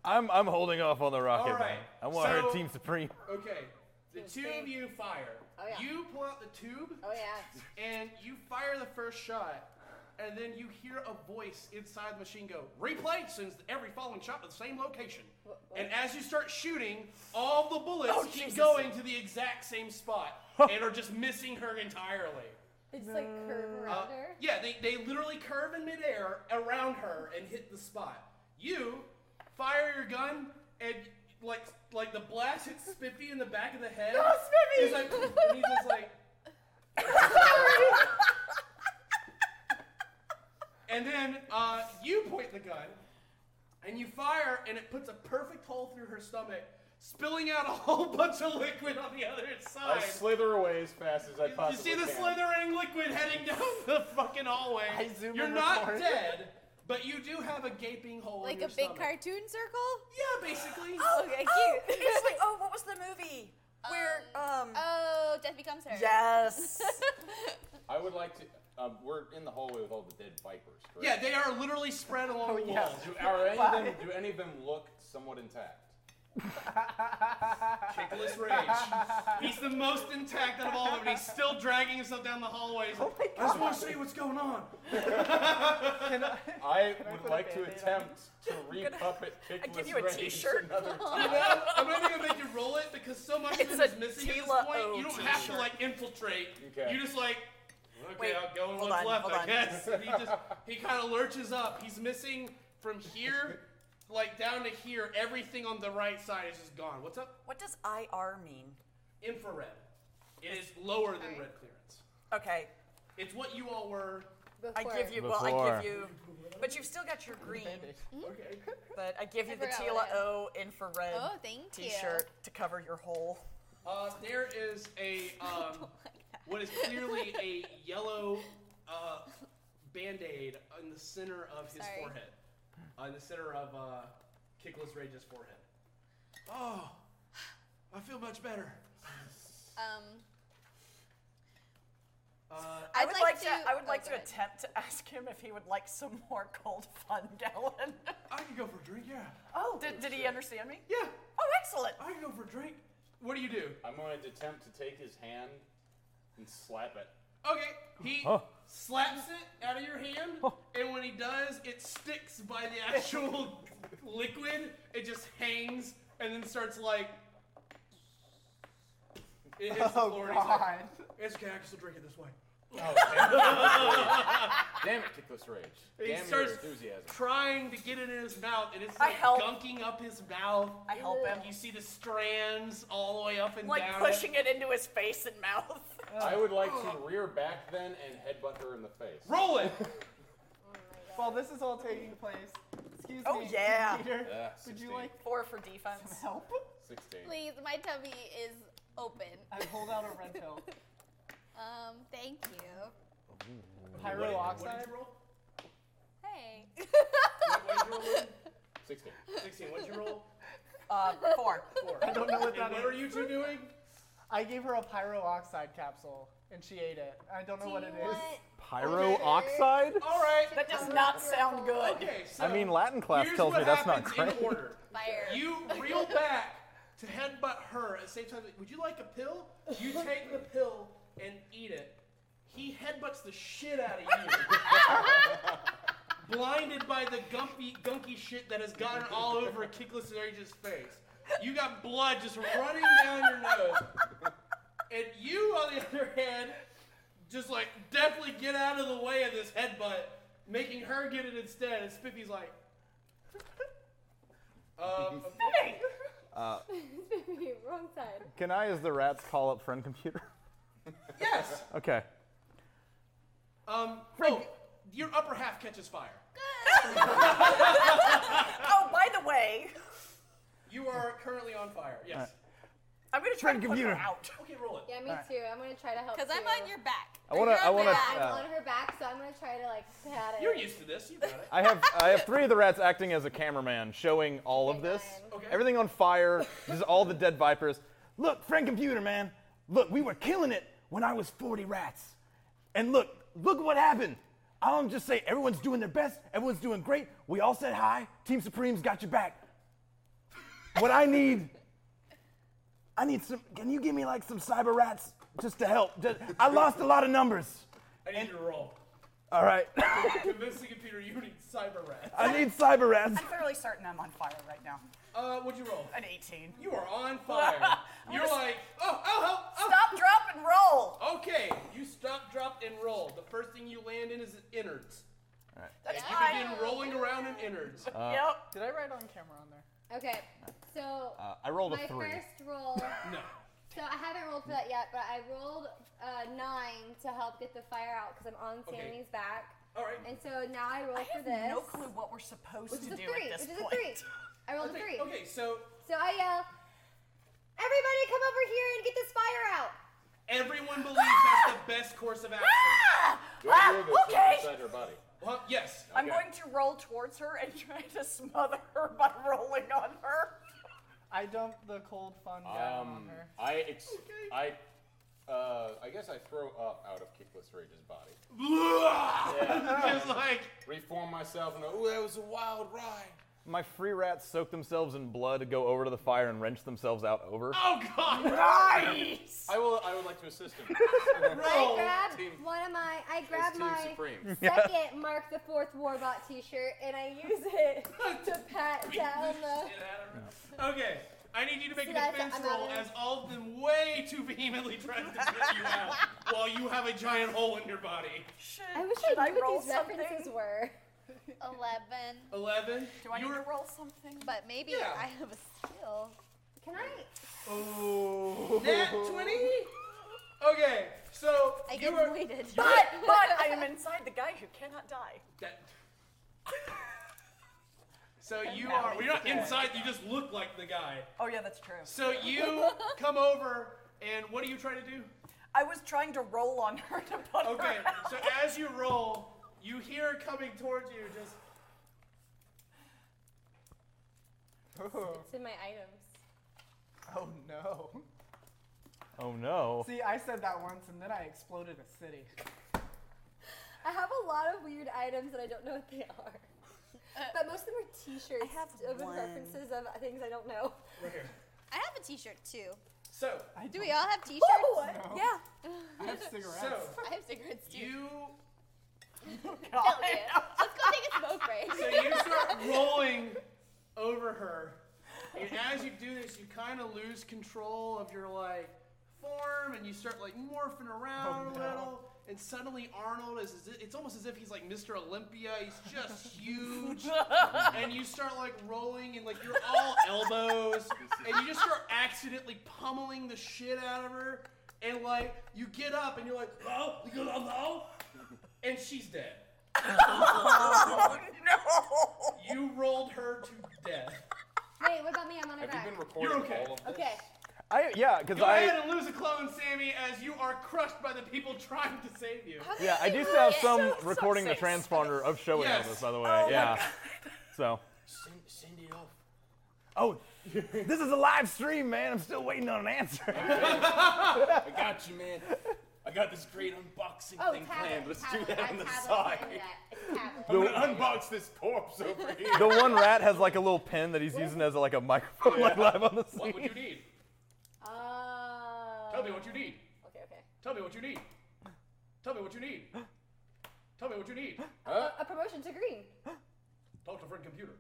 [SPEAKER 11] I'm I'm holding off on the rocket.
[SPEAKER 1] All right,
[SPEAKER 11] Man. I want her
[SPEAKER 1] so-
[SPEAKER 11] Team Supreme.
[SPEAKER 1] okay, the two of you fire.
[SPEAKER 2] Oh, yeah.
[SPEAKER 1] You pull out the tube.
[SPEAKER 2] Oh, yeah.
[SPEAKER 1] And you fire the first shot, and then you hear a voice inside the machine go, "Replay!" Sends every following shot to the same location. And as you start shooting, all the bullets
[SPEAKER 2] Oh,
[SPEAKER 1] keep
[SPEAKER 2] Jesus.
[SPEAKER 1] going to the exact same
[SPEAKER 11] (laughs)
[SPEAKER 1] spot and are just missing her entirely.
[SPEAKER 2] They just like curve
[SPEAKER 1] Uh,
[SPEAKER 2] around her.
[SPEAKER 1] yeah, they, they literally curve in midair around her and hit the spot. You fire your gun and like like the blast hits Spiffy in the back of the head.
[SPEAKER 13] No, Spiffy!
[SPEAKER 1] He's like, and he's just like. and then uh, you point the gun and you fire and it puts a perfect hole through her stomach, spilling out a whole bunch of liquid on the other
[SPEAKER 5] I
[SPEAKER 1] side.
[SPEAKER 5] slither away as fast as I
[SPEAKER 1] You
[SPEAKER 5] possibly
[SPEAKER 1] see the
[SPEAKER 5] can.
[SPEAKER 1] slithering liquid heading down the fucking hallway.
[SPEAKER 12] I zoom
[SPEAKER 1] You're
[SPEAKER 12] in
[SPEAKER 1] not
[SPEAKER 12] with mine.
[SPEAKER 1] dead, but you do have a gaping hole.
[SPEAKER 12] Like
[SPEAKER 1] in
[SPEAKER 12] a
[SPEAKER 1] your
[SPEAKER 12] big
[SPEAKER 1] stomach.
[SPEAKER 12] cartoon circle?
[SPEAKER 1] Yeah, basically.
[SPEAKER 6] Oh,
[SPEAKER 12] okay, cute.
[SPEAKER 6] oh, it's
[SPEAKER 12] (laughs)
[SPEAKER 6] like, oh, what was the movie?
[SPEAKER 12] Where, um. Oh, Death Becomes Her. (laughs)
[SPEAKER 6] Yes.
[SPEAKER 5] I would like to. Um, we're in the hallway with all the dead vipers. Correct?
[SPEAKER 1] Yeah, they Oh, are literally spread along the
[SPEAKER 5] Oh, Yeah.
[SPEAKER 1] walls.
[SPEAKER 5] Do, are any of them, do any of them look somewhat intact?
[SPEAKER 1] Nicholas Rage. He's the most intact out of all of them. and He's still dragging himself down the hallways. Oh my I just want to see what's going on.
[SPEAKER 5] I
[SPEAKER 1] Can I
[SPEAKER 5] would
[SPEAKER 1] put a
[SPEAKER 5] like to
[SPEAKER 1] Band-Aid
[SPEAKER 5] attempt to re-puppet
[SPEAKER 1] I'd
[SPEAKER 5] Kickless
[SPEAKER 1] give you a
[SPEAKER 5] Rage
[SPEAKER 1] t-shirt.
[SPEAKER 5] another
[SPEAKER 1] (laughs)
[SPEAKER 5] (laughs) time.
[SPEAKER 1] You know, I'm not even gonna make you roll it because so much of
[SPEAKER 6] It's
[SPEAKER 1] it is
[SPEAKER 6] a
[SPEAKER 1] missing at this
[SPEAKER 6] Tila
[SPEAKER 1] point.
[SPEAKER 6] O
[SPEAKER 1] You don't have to
[SPEAKER 6] t-shirt.
[SPEAKER 1] like infiltrate.
[SPEAKER 5] Okay.
[SPEAKER 1] You just like okay,
[SPEAKER 6] Wait,
[SPEAKER 1] I'll go in
[SPEAKER 6] hold
[SPEAKER 1] what's
[SPEAKER 6] on,
[SPEAKER 1] left,
[SPEAKER 6] hold
[SPEAKER 1] I
[SPEAKER 6] on.
[SPEAKER 1] guess. And (laughs) he just he kind of lurches up. He's missing from here, like down to here. Everything on the right side is just gone. What's up?
[SPEAKER 6] What does IR mean?
[SPEAKER 1] Infrared. It is lower than red clearance.
[SPEAKER 6] Okay.
[SPEAKER 1] It's what you all were.
[SPEAKER 6] I give you. Well, I give you. But you've still got your green.
[SPEAKER 1] Okay.
[SPEAKER 6] But I give you
[SPEAKER 1] I
[SPEAKER 6] the
[SPEAKER 1] forgot
[SPEAKER 6] Tila
[SPEAKER 1] what it is.
[SPEAKER 6] O infrared
[SPEAKER 1] Oh, thank you.
[SPEAKER 6] t-shirt to cover your hole.
[SPEAKER 1] Uh, there is a um, what is clearly a yellow uh, band-aid in the center of his
[SPEAKER 15] Sorry.
[SPEAKER 1] forehead, uh, in the center of uh, Kickless Rage's forehead.
[SPEAKER 15] Oh, I feel much better.
[SPEAKER 16] Um,
[SPEAKER 1] Uh,
[SPEAKER 6] I
[SPEAKER 16] would
[SPEAKER 6] would
[SPEAKER 16] like
[SPEAKER 6] like to.
[SPEAKER 16] to-
[SPEAKER 6] I would
[SPEAKER 16] oh,
[SPEAKER 6] like
[SPEAKER 16] go
[SPEAKER 6] to
[SPEAKER 16] ahead.
[SPEAKER 6] attempt to ask him if he would like some more (laughs) cold fun gallon.
[SPEAKER 15] I can go for a drink, yeah.
[SPEAKER 6] Oh, did, did he understand me?
[SPEAKER 1] Yeah.
[SPEAKER 6] Oh, excellent.
[SPEAKER 1] I can go for a drink. What do you do?
[SPEAKER 5] I'm going to attempt to take his hand and slap it. (laughs)
[SPEAKER 1] Okay, he
[SPEAKER 5] Huh.
[SPEAKER 1] slaps it out of your hand, and when he does, it sticks by the actual (laughs) liquid. It just hangs and then starts like. It hits the
[SPEAKER 15] Oh,
[SPEAKER 1] floor, and he's like,
[SPEAKER 15] God. It's okay, I can still drink it this way.
[SPEAKER 5] Ah, Damn it, Kickless Rage.
[SPEAKER 1] (laughs) he
[SPEAKER 5] Oh, Damn your
[SPEAKER 1] starts
[SPEAKER 5] enthusiasm.
[SPEAKER 1] trying to get it in his mouth, and it's
[SPEAKER 6] I
[SPEAKER 1] like
[SPEAKER 6] help.
[SPEAKER 1] gunking up his mouth.
[SPEAKER 6] I help him.
[SPEAKER 1] You see the strands all the way up and
[SPEAKER 6] Like
[SPEAKER 1] down.
[SPEAKER 6] pushing it into his face and mouth.
[SPEAKER 1] Oh.
[SPEAKER 5] I would like to rear back then and headbutt her in the face.
[SPEAKER 1] Roll it!
[SPEAKER 8] While this is all taking place, excuse
[SPEAKER 6] Oh,
[SPEAKER 8] me,
[SPEAKER 6] yeah.
[SPEAKER 8] Peter,
[SPEAKER 5] Yeah,
[SPEAKER 8] would you
[SPEAKER 5] 16.
[SPEAKER 8] like
[SPEAKER 6] four for defense?
[SPEAKER 8] Some help?
[SPEAKER 5] 16.
[SPEAKER 16] please, my tummy is open.
[SPEAKER 8] I hold out a red pill.
[SPEAKER 16] Um, thank you.
[SPEAKER 8] Pyro oxide.
[SPEAKER 6] (laughs)
[SPEAKER 16] Hey.
[SPEAKER 12] (laughs)
[SPEAKER 5] Sixteen.
[SPEAKER 1] 16, what'd you roll?
[SPEAKER 6] Uh, four.
[SPEAKER 1] Four.
[SPEAKER 8] I don't know what
[SPEAKER 1] And
[SPEAKER 8] that is.
[SPEAKER 1] what are you two doing?
[SPEAKER 8] I gave her a pyro oxide capsule, and she ate it. I don't know what it is.
[SPEAKER 11] Pyro oxide?
[SPEAKER 1] All right.
[SPEAKER 6] That does not sound good.
[SPEAKER 1] Okay, so
[SPEAKER 11] I mean, Latin class
[SPEAKER 1] here's
[SPEAKER 11] tells
[SPEAKER 1] what
[SPEAKER 11] me that's not
[SPEAKER 1] happens in
[SPEAKER 11] great.
[SPEAKER 1] order.
[SPEAKER 16] Fire.
[SPEAKER 1] You reel back to headbutt her at the same time. Would you like a pill? You take the pill and eat it. He headbutts the shit out of you. Blinded by the gumpy, gunky shit that has gotten all over Kickless and Rage's face. You got blood just running down your nose. And you, on the other hand, just like definitely get out of the way of this headbutt, making her get it instead. And Spiffy's like, um, okay.
[SPEAKER 11] (laughs) Uh,
[SPEAKER 4] Wrong side.
[SPEAKER 11] can I, as the rats, call up friend computer? (laughs)
[SPEAKER 1] Yes.
[SPEAKER 11] Okay.
[SPEAKER 1] Um, oh, your upper half catches fire.
[SPEAKER 6] (laughs) oh, by the way,
[SPEAKER 1] You are currently on fire. Yes.
[SPEAKER 11] Alright.
[SPEAKER 6] I'm gonna
[SPEAKER 11] try Friend to put computer. her
[SPEAKER 6] out.
[SPEAKER 1] Okay, roll it.
[SPEAKER 4] Yeah, me
[SPEAKER 11] Alright.
[SPEAKER 4] too. I'm gonna try to help.
[SPEAKER 12] Because I'm
[SPEAKER 4] too.
[SPEAKER 12] on your back.
[SPEAKER 11] I wanna-
[SPEAKER 4] You're
[SPEAKER 11] I
[SPEAKER 4] on
[SPEAKER 11] wanna,
[SPEAKER 4] my back.
[SPEAKER 11] uh,
[SPEAKER 4] I'm on her back, so I'm gonna try to like pat it.
[SPEAKER 1] You're used to this. You got it.
[SPEAKER 11] I have I have three of the rats acting as a cameraman, showing all of this. Everything on fire. Just all the dead vipers.
[SPEAKER 3] Look, friend computer, man. Look, we were killing it when I was 40 rats. And look, look what happened. I'll just say everyone's doing their best, everyone's doing great. We all said hi. Team Supreme's got your back. What I need, I need some. Can you give me like some cyber rats just to help? Just- I lost a lot of numbers.
[SPEAKER 1] I need you to roll.
[SPEAKER 3] All right.
[SPEAKER 1] (laughs) Convincing computer, you need cyber rats.
[SPEAKER 3] I need cyber rats.
[SPEAKER 6] I'm fairly certain I'm on fire right now.
[SPEAKER 1] Uh, what'd you roll?
[SPEAKER 6] An 18.
[SPEAKER 1] You are on fire.
[SPEAKER 6] (laughs) I'm
[SPEAKER 1] You're
[SPEAKER 6] gonna s-
[SPEAKER 1] like, oh, oh, oh, oh.
[SPEAKER 6] Stop, drop, and roll.
[SPEAKER 1] Okay, you stop, drop, and roll. The first thing you land in is innards.
[SPEAKER 11] Alright.
[SPEAKER 1] And you
[SPEAKER 6] fine.
[SPEAKER 1] begin rolling around in innards.
[SPEAKER 11] Uh, Yep.
[SPEAKER 8] Did I write on camera on there?
[SPEAKER 4] Okay, so
[SPEAKER 11] Uh, I rolled a
[SPEAKER 4] my
[SPEAKER 11] three.
[SPEAKER 4] first
[SPEAKER 11] (laughs)
[SPEAKER 4] roll.
[SPEAKER 1] No.
[SPEAKER 4] So I haven't rolled for that yet, but I rolled uh, nine to help get the fire out because I'm on
[SPEAKER 6] Okay.
[SPEAKER 4] Sammy's back.
[SPEAKER 1] All right.
[SPEAKER 4] And so now I roll
[SPEAKER 6] I
[SPEAKER 4] for
[SPEAKER 6] have
[SPEAKER 4] this.
[SPEAKER 6] no clue what we're supposed
[SPEAKER 4] which
[SPEAKER 6] to
[SPEAKER 4] is
[SPEAKER 6] do
[SPEAKER 4] a three.
[SPEAKER 6] at this
[SPEAKER 4] which
[SPEAKER 6] point.
[SPEAKER 4] is a three. I rolled a three.
[SPEAKER 1] Okay, so
[SPEAKER 4] So I yell, "Everybody, come over here and get this fire out!"
[SPEAKER 1] everyone believes that's the best course of action.
[SPEAKER 5] Do I hear
[SPEAKER 6] Ah,
[SPEAKER 5] this from
[SPEAKER 6] okay.
[SPEAKER 5] inside her body?
[SPEAKER 1] Well, yes.
[SPEAKER 6] I'm going to roll towards her and try to smother her by rolling on her.
[SPEAKER 8] I dumped the cold fun gallon on
[SPEAKER 5] Um,
[SPEAKER 8] her.
[SPEAKER 5] I ex- I, uh, I guess I throw up out of Kickless Rage's body.
[SPEAKER 1] (laughs) Just like
[SPEAKER 5] reform myself and go, ooh, that was a wild ride.
[SPEAKER 11] My free rats soak themselves in blood, go over to the fire, and wrench themselves out over.
[SPEAKER 1] Oh God!
[SPEAKER 5] Nice! I will. I would like to assist him.
[SPEAKER 1] (laughs)
[SPEAKER 4] I grab one of my, I grab
[SPEAKER 5] Oh, Team
[SPEAKER 4] my
[SPEAKER 5] Supreme.
[SPEAKER 4] second Mark the Fourth Warbot T-shirt, and I use it to
[SPEAKER 5] (laughs)
[SPEAKER 4] pat down (laughs) the.
[SPEAKER 1] Okay, I need you to make a
[SPEAKER 4] See, I thought-
[SPEAKER 1] defense
[SPEAKER 4] I'm not
[SPEAKER 1] roll
[SPEAKER 4] in.
[SPEAKER 1] as all of them way too vehemently tries to get you out while you have a giant hole in your body.
[SPEAKER 4] I wish
[SPEAKER 6] Should
[SPEAKER 4] I
[SPEAKER 6] I
[SPEAKER 4] knew
[SPEAKER 6] roll
[SPEAKER 4] what these references
[SPEAKER 6] something?
[SPEAKER 4] were.
[SPEAKER 16] Eleven.
[SPEAKER 1] Eleven.
[SPEAKER 6] Do I need
[SPEAKER 1] You're-
[SPEAKER 6] to roll something?
[SPEAKER 16] But maybe
[SPEAKER 1] Yeah.
[SPEAKER 16] I have a skill.
[SPEAKER 4] Can I?
[SPEAKER 1] Oh. Nat 20? Okay, so you are.
[SPEAKER 6] But but I am inside the guy who cannot die.
[SPEAKER 1] That- (laughs) So you
[SPEAKER 6] now
[SPEAKER 1] are.
[SPEAKER 6] he's
[SPEAKER 1] Well, you're not
[SPEAKER 6] dead.
[SPEAKER 1] inside. You just look like the guy.
[SPEAKER 6] Oh yeah, that's true.
[SPEAKER 1] So you come over, and what are you trying to do?
[SPEAKER 6] I was trying to roll on her to put her
[SPEAKER 1] Okay,
[SPEAKER 6] out.
[SPEAKER 1] so as you roll, you hear coming towards you
[SPEAKER 6] (laughs)
[SPEAKER 1] just.
[SPEAKER 12] It's in my items.
[SPEAKER 8] Oh no.
[SPEAKER 11] Oh no.
[SPEAKER 8] See, I said that once and then I exploded a city.
[SPEAKER 4] I have a lot of weird items and I don't know what they are. But most of them are T-shirts with
[SPEAKER 12] one.
[SPEAKER 4] references of things I don't know.
[SPEAKER 1] Right here.
[SPEAKER 12] I have a T-shirt too.
[SPEAKER 8] (laughs)
[SPEAKER 1] So.
[SPEAKER 12] Do we all have T-shirts?
[SPEAKER 1] No.
[SPEAKER 12] Yeah. (laughs)
[SPEAKER 1] I have cigarettes. So,
[SPEAKER 12] I have cigarettes too. (laughs)
[SPEAKER 1] You. Oh,
[SPEAKER 12] Hell yeah. Let's go take a smoke break.
[SPEAKER 1] So you start
[SPEAKER 12] (laughs)
[SPEAKER 1] rolling over her, and as you do this, you kind of lose control of your like form, and you start like morphing around
[SPEAKER 15] Oh,
[SPEAKER 1] a
[SPEAKER 15] no.
[SPEAKER 1] little. And suddenly Arnold is, is- it's almost as if he's like Mr. Olympia. He's just huge, and you start like rolling, and like you're all elbows, and you just start accidentally pummeling the shit out of her. And like you get up, and you're like, oh, you go, hello, and she's dead.
[SPEAKER 11] Oh,
[SPEAKER 1] no! You rolled her to death.
[SPEAKER 4] Wait, what about me? I'm on her
[SPEAKER 1] Have you
[SPEAKER 4] back.
[SPEAKER 1] been recording You're okay. all of this?
[SPEAKER 4] Okay.
[SPEAKER 11] I yeah, because
[SPEAKER 1] Go ahead
[SPEAKER 11] I
[SPEAKER 1] and lose a clone, Sammy, as you are crushed by the people trying to save you.
[SPEAKER 11] yeah
[SPEAKER 1] (laughs)
[SPEAKER 11] I do still have some recording the transponder of showing all
[SPEAKER 1] Yes.
[SPEAKER 11] this by the way.
[SPEAKER 1] Oh my
[SPEAKER 11] yeah. So
[SPEAKER 13] Send, send it off. (laughs)
[SPEAKER 3] Oh, this is a live stream, man. I'm still waiting on an answer.
[SPEAKER 13] I got you, man. I got this great unboxing
[SPEAKER 4] Oh, tablet,
[SPEAKER 13] thing planned. Let's do
[SPEAKER 4] tablet.
[SPEAKER 13] that
[SPEAKER 4] I
[SPEAKER 13] on the
[SPEAKER 4] tablet
[SPEAKER 13] side.
[SPEAKER 4] and that. It's tablet.
[SPEAKER 13] I'm gonna unbox this corpse over here.
[SPEAKER 11] the one rat has like a little pen that he's using as like a microphone like (laughs) live on the
[SPEAKER 1] (laughs)
[SPEAKER 11] scene.
[SPEAKER 1] What would you need? Tell me what you need.
[SPEAKER 4] Uh, Okay, okay.
[SPEAKER 1] Tell me what you need. Tell me what you need. Tell me what you need.
[SPEAKER 4] A, a promotion to green.
[SPEAKER 1] Talk to friend computer.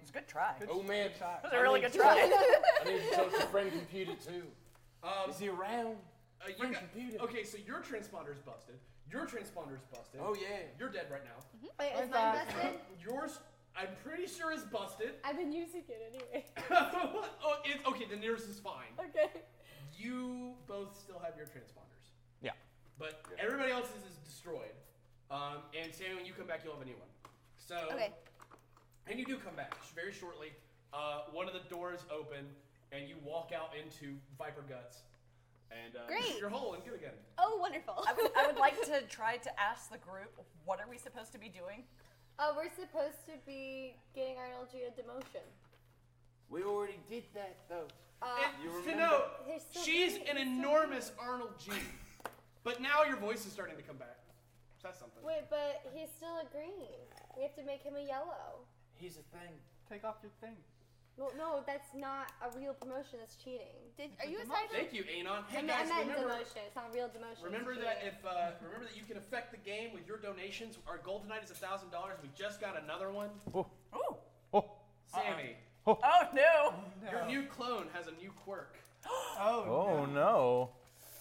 [SPEAKER 6] It's a good try.
[SPEAKER 13] Oh man,
[SPEAKER 6] That was
[SPEAKER 13] I
[SPEAKER 6] a really
[SPEAKER 13] need
[SPEAKER 6] good
[SPEAKER 13] to-
[SPEAKER 6] try. (laughs)
[SPEAKER 1] (laughs)
[SPEAKER 13] I need to talk to friend computer too.
[SPEAKER 1] Um,
[SPEAKER 13] Is he around?
[SPEAKER 1] Uh, you got- Okay, so your transponder is busted. Your transponder is busted.
[SPEAKER 13] Oh, yeah.
[SPEAKER 1] You're dead right now.
[SPEAKER 4] Wait, is mine busted?
[SPEAKER 1] (laughs)
[SPEAKER 5] (laughs)
[SPEAKER 1] Yours, I'm pretty sure is busted.
[SPEAKER 4] I've been using it anyway.
[SPEAKER 1] (laughs) oh, it, okay, the nearest is fine.
[SPEAKER 4] Okay.
[SPEAKER 1] You both still have your transponders,
[SPEAKER 11] Yeah.
[SPEAKER 1] but everybody else's is destroyed. Um, and Sam, when you come back, you'll have a new one. So,
[SPEAKER 12] Okay.
[SPEAKER 1] and you do come back sh- very shortly. Uh, one of the doors open, and you walk out into Viper Guts, and uh,
[SPEAKER 6] Great.
[SPEAKER 1] you're whole and good again.
[SPEAKER 6] (laughs) Oh, wonderful. I would, I would (laughs) like to try to ask the group, what are we supposed to be doing?
[SPEAKER 4] Oh, we're supposed to be getting Arnold G a demotion.
[SPEAKER 13] We already did that though. You
[SPEAKER 1] to
[SPEAKER 13] remember?
[SPEAKER 1] know,
[SPEAKER 4] Oh. There's so
[SPEAKER 1] she's
[SPEAKER 4] many,
[SPEAKER 1] an
[SPEAKER 4] there's so
[SPEAKER 1] enormous Arnold G. But now your voice is starting to come back. So that's something.
[SPEAKER 4] Wait, but he's still a green. We have to make him a yellow.
[SPEAKER 13] Here's the thing.
[SPEAKER 8] Take off your thing.
[SPEAKER 4] Well, no, that's not a real promotion. That's cheating. Did,
[SPEAKER 1] are you a Demotion. Thank you, Anon. Hey,
[SPEAKER 4] I, meant- I
[SPEAKER 1] guys,
[SPEAKER 4] meant
[SPEAKER 1] remember-
[SPEAKER 4] demotion. It's not real demotion.
[SPEAKER 1] Remember
[SPEAKER 4] it's
[SPEAKER 1] that
[SPEAKER 4] cheating.
[SPEAKER 1] if uh, remember that you can affect the game with your donations. Our goal tonight is a thousand dollars. We just got another one.
[SPEAKER 11] Oh.
[SPEAKER 1] Oh. Sammy.
[SPEAKER 11] Oh.
[SPEAKER 6] no.
[SPEAKER 1] Your new clone has a new quirk.
[SPEAKER 11] (gasps) Oh no.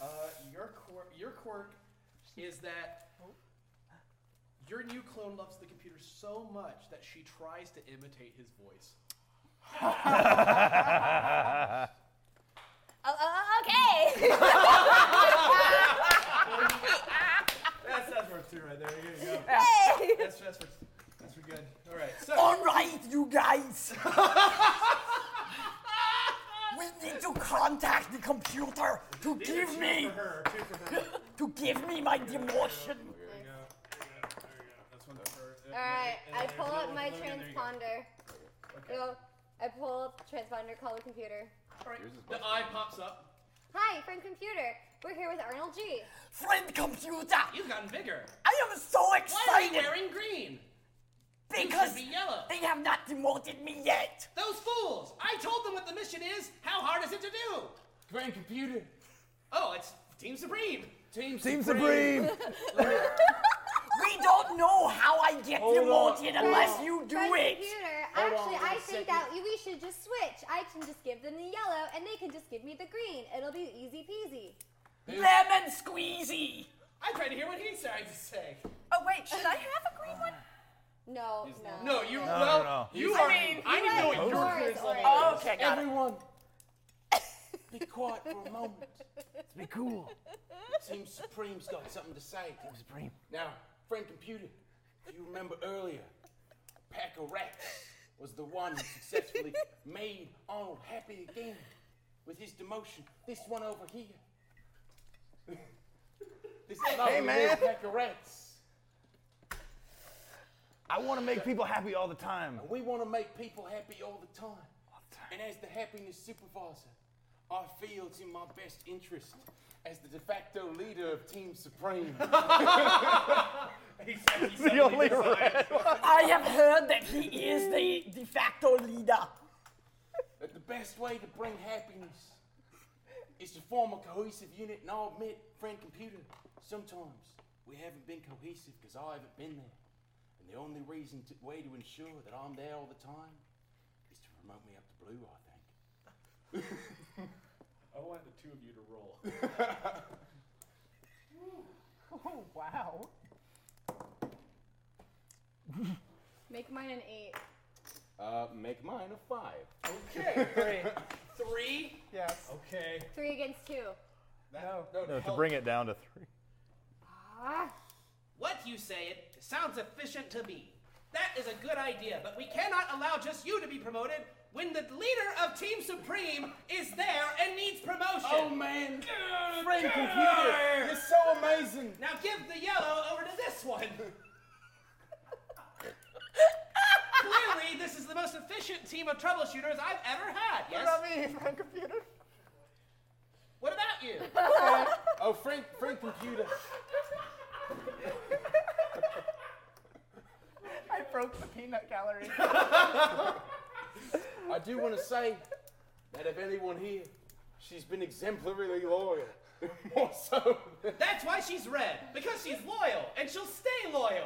[SPEAKER 1] Uh, your quirk, your quirk, is that your new clone loves the computer so much that she tries to imitate his voice.
[SPEAKER 16] Oh, oh,
[SPEAKER 1] (laughs)
[SPEAKER 16] oh, okay.
[SPEAKER 1] That's that's worth two right there. Here you go.
[SPEAKER 16] Hey!
[SPEAKER 1] That's that's worth that's for good. All right. So
[SPEAKER 7] All right, you guys. (laughs) we need to contact the computer to
[SPEAKER 1] These are
[SPEAKER 7] give
[SPEAKER 1] two
[SPEAKER 7] me
[SPEAKER 1] for her, two for her.
[SPEAKER 7] to give me my demotion.
[SPEAKER 4] All right, I pull up my
[SPEAKER 1] transponder.
[SPEAKER 4] transponder.
[SPEAKER 1] Okay.
[SPEAKER 4] Go. I pull up the transponder. Call the computer.
[SPEAKER 1] The uh, eye pops up.
[SPEAKER 4] Hi, friend computer. We're here with Arnold G.
[SPEAKER 7] Friend computer.
[SPEAKER 1] You've gotten bigger.
[SPEAKER 7] I am so
[SPEAKER 1] Why are
[SPEAKER 7] excited
[SPEAKER 1] you wearing green? You should
[SPEAKER 7] because
[SPEAKER 1] be yellow.
[SPEAKER 7] they have not demoted me yet.
[SPEAKER 1] Those fools! I told them what the mission is. How hard is it to do?
[SPEAKER 13] Grand computer.
[SPEAKER 1] Oh, it's Team Supreme.
[SPEAKER 13] Team,
[SPEAKER 3] Team Supreme.
[SPEAKER 7] We don't know how I get
[SPEAKER 13] Hold on.
[SPEAKER 7] demoted unless
[SPEAKER 13] Hold
[SPEAKER 7] you do
[SPEAKER 4] friend
[SPEAKER 7] it.
[SPEAKER 4] computer.
[SPEAKER 13] Hold on
[SPEAKER 4] actually,
[SPEAKER 13] one
[SPEAKER 4] I think
[SPEAKER 13] second.
[SPEAKER 4] that we should just switch. I can just give them the yellow, and they can just give me the green. It'll be easy peasy.
[SPEAKER 1] (laughs)
[SPEAKER 7] Lemon squeezy.
[SPEAKER 1] I tried to hear what he tried to say.
[SPEAKER 6] Oh, wait, should I have a green one?
[SPEAKER 4] (sighs) No,
[SPEAKER 1] No, you
[SPEAKER 11] No, no,
[SPEAKER 1] well,
[SPEAKER 11] no.
[SPEAKER 1] you
[SPEAKER 6] I
[SPEAKER 1] are.
[SPEAKER 6] mean,
[SPEAKER 1] I need to know what your
[SPEAKER 6] Orange,
[SPEAKER 13] Oh,
[SPEAKER 1] clearance level
[SPEAKER 6] orange.
[SPEAKER 1] is.
[SPEAKER 6] Okay, got it.
[SPEAKER 13] Everyone. Be quiet for a moment.
[SPEAKER 3] Let's be cool.
[SPEAKER 13] It seems Supreme's got something to say. Team
[SPEAKER 3] Supreme.
[SPEAKER 13] Now, friend computer, if you remember earlier, Pack of Rats was the one who successfully made Arnold happy again with his demotion. This one over here. this
[SPEAKER 3] Hey,
[SPEAKER 13] lovely
[SPEAKER 3] man.
[SPEAKER 13] little Pack of Rats.
[SPEAKER 3] I want to make people happy all the time.
[SPEAKER 13] And we want to make people happy all the time. And as the happiness supervisor, I feel it's in my best interest as the de facto leader of Team Supreme. He's
[SPEAKER 9] the only red I have heard that he is the de facto leader.
[SPEAKER 13] that the best way to bring happiness is to form a cohesive unit. And I'll admit, friend computer, sometimes we haven't been cohesive because I haven't been there. And the only reason to, way to ensure that I'm there all the time is to promote me up to blue, I think.
[SPEAKER 5] I want the two of you to roll.
[SPEAKER 8] Oh, (laughs) wow.
[SPEAKER 2] Make mine an eight.
[SPEAKER 13] Uh, make mine a five.
[SPEAKER 8] Okay.
[SPEAKER 1] Three. Three?
[SPEAKER 8] Yes.
[SPEAKER 1] Okay.
[SPEAKER 4] Three against two.
[SPEAKER 8] no.
[SPEAKER 11] No, to bring it down to three.
[SPEAKER 4] Ah.
[SPEAKER 1] What you say it sounds efficient to me. That is a good idea, but we cannot allow just you to be promoted when the leader of Team Supreme is there and needs promotion.
[SPEAKER 13] Oh, man. Friend computer, you're so amazing.
[SPEAKER 1] Now give the yellow over to this one. Clearly, this is the most efficient team of troubleshooters I've ever had. Yes.
[SPEAKER 8] What about me, friend computer?
[SPEAKER 1] What about
[SPEAKER 8] (laughs)
[SPEAKER 1] you?
[SPEAKER 13] (laughs) oh, friend, friend computer.
[SPEAKER 8] I broke the peanut gallery.
[SPEAKER 13] I do want to say that of anyone here, she's been exemplarily loyal. (laughs) More so.
[SPEAKER 1] That's why she's red, because she's loyal, and she'll stay loyal. (laughs)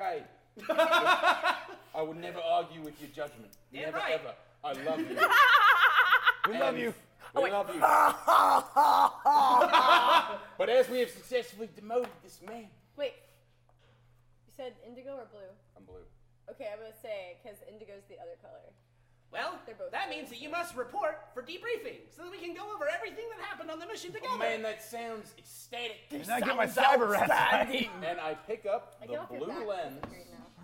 [SPEAKER 13] Okay. I would never argue with your judgment.
[SPEAKER 1] Damn
[SPEAKER 13] never
[SPEAKER 1] right.
[SPEAKER 13] ever. I love you.
[SPEAKER 11] (laughs) We love you. Oh,
[SPEAKER 13] We love
[SPEAKER 18] Oh.
[SPEAKER 13] you.
[SPEAKER 11] (laughs)
[SPEAKER 13] but as we have successfully demoted this man,
[SPEAKER 2] Wait. You said indigo or blue?
[SPEAKER 13] I'm blue.
[SPEAKER 2] Okay, I'm gonna say because indigo's the other color.
[SPEAKER 1] Well,
[SPEAKER 2] They're both
[SPEAKER 1] that
[SPEAKER 2] blue.
[SPEAKER 1] means that you must report for debriefing so that we can go over everything that happened on the mission together.
[SPEAKER 13] Oh, man, that sounds ecstatic.
[SPEAKER 1] And
[SPEAKER 3] I get my cyber rat back.
[SPEAKER 13] And I pick up
[SPEAKER 1] I
[SPEAKER 13] the
[SPEAKER 1] get off your back.
[SPEAKER 13] blue lens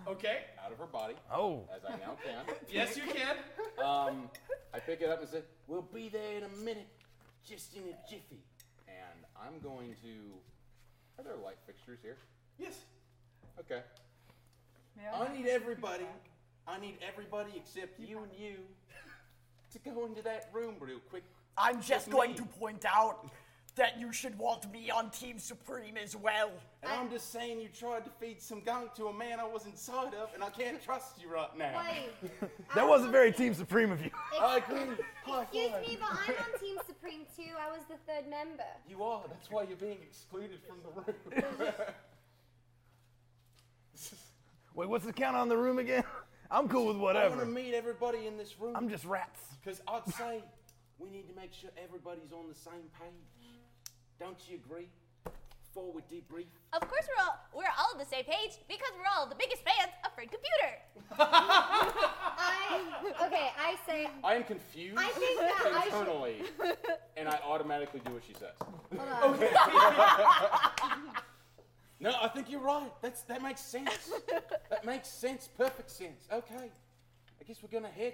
[SPEAKER 1] Okay.
[SPEAKER 13] out of her body.
[SPEAKER 3] Oh.
[SPEAKER 13] As I now can.
[SPEAKER 1] (laughs) Yes, you can.
[SPEAKER 13] Um, I pick it up and say, "We'll be there in a minute, just in a jiffy." And I'm going to. Are there light fixtures here?
[SPEAKER 1] Yes.
[SPEAKER 13] Okay.
[SPEAKER 8] Yeah.
[SPEAKER 13] I need everybody. I need everybody except you and
[SPEAKER 9] (laughs)
[SPEAKER 13] you to go into that room real quick.
[SPEAKER 9] I'm just going to point out that you should want me on Team Supreme as well.
[SPEAKER 13] And I'm just saying you tried to feed some gunk to a man I was inside of, and I can't trust you right now.
[SPEAKER 11] That wasn't very Team Supreme of you.
[SPEAKER 13] (laughs) I agree. High
[SPEAKER 4] Excuse
[SPEAKER 13] five.
[SPEAKER 4] me, but I'm on Team Supreme too. I was the third member.
[SPEAKER 13] You are. That's why you're being excluded from the room.
[SPEAKER 3] (laughs) Wait, what's the count on the room again? (laughs) I'm cool with whatever.
[SPEAKER 13] I want to meet everybody in this room.
[SPEAKER 3] I'm just rats.
[SPEAKER 13] Because I'd say we need to make sure everybody's on the same page. Don't you agree? Before we debrief.
[SPEAKER 19] Of course, we're all we're all on the same page because we're all the biggest fans of Fred
[SPEAKER 1] (laughs)
[SPEAKER 19] Computer.
[SPEAKER 4] I okay. I say
[SPEAKER 13] I am confused
[SPEAKER 4] I think that I should-
[SPEAKER 13] internally, and I automatically do what she says.
[SPEAKER 4] on.
[SPEAKER 13] Okay. no, I think you're right. That's that makes sense. that makes sense. Perfect sense. Okay. I guess we're gonna head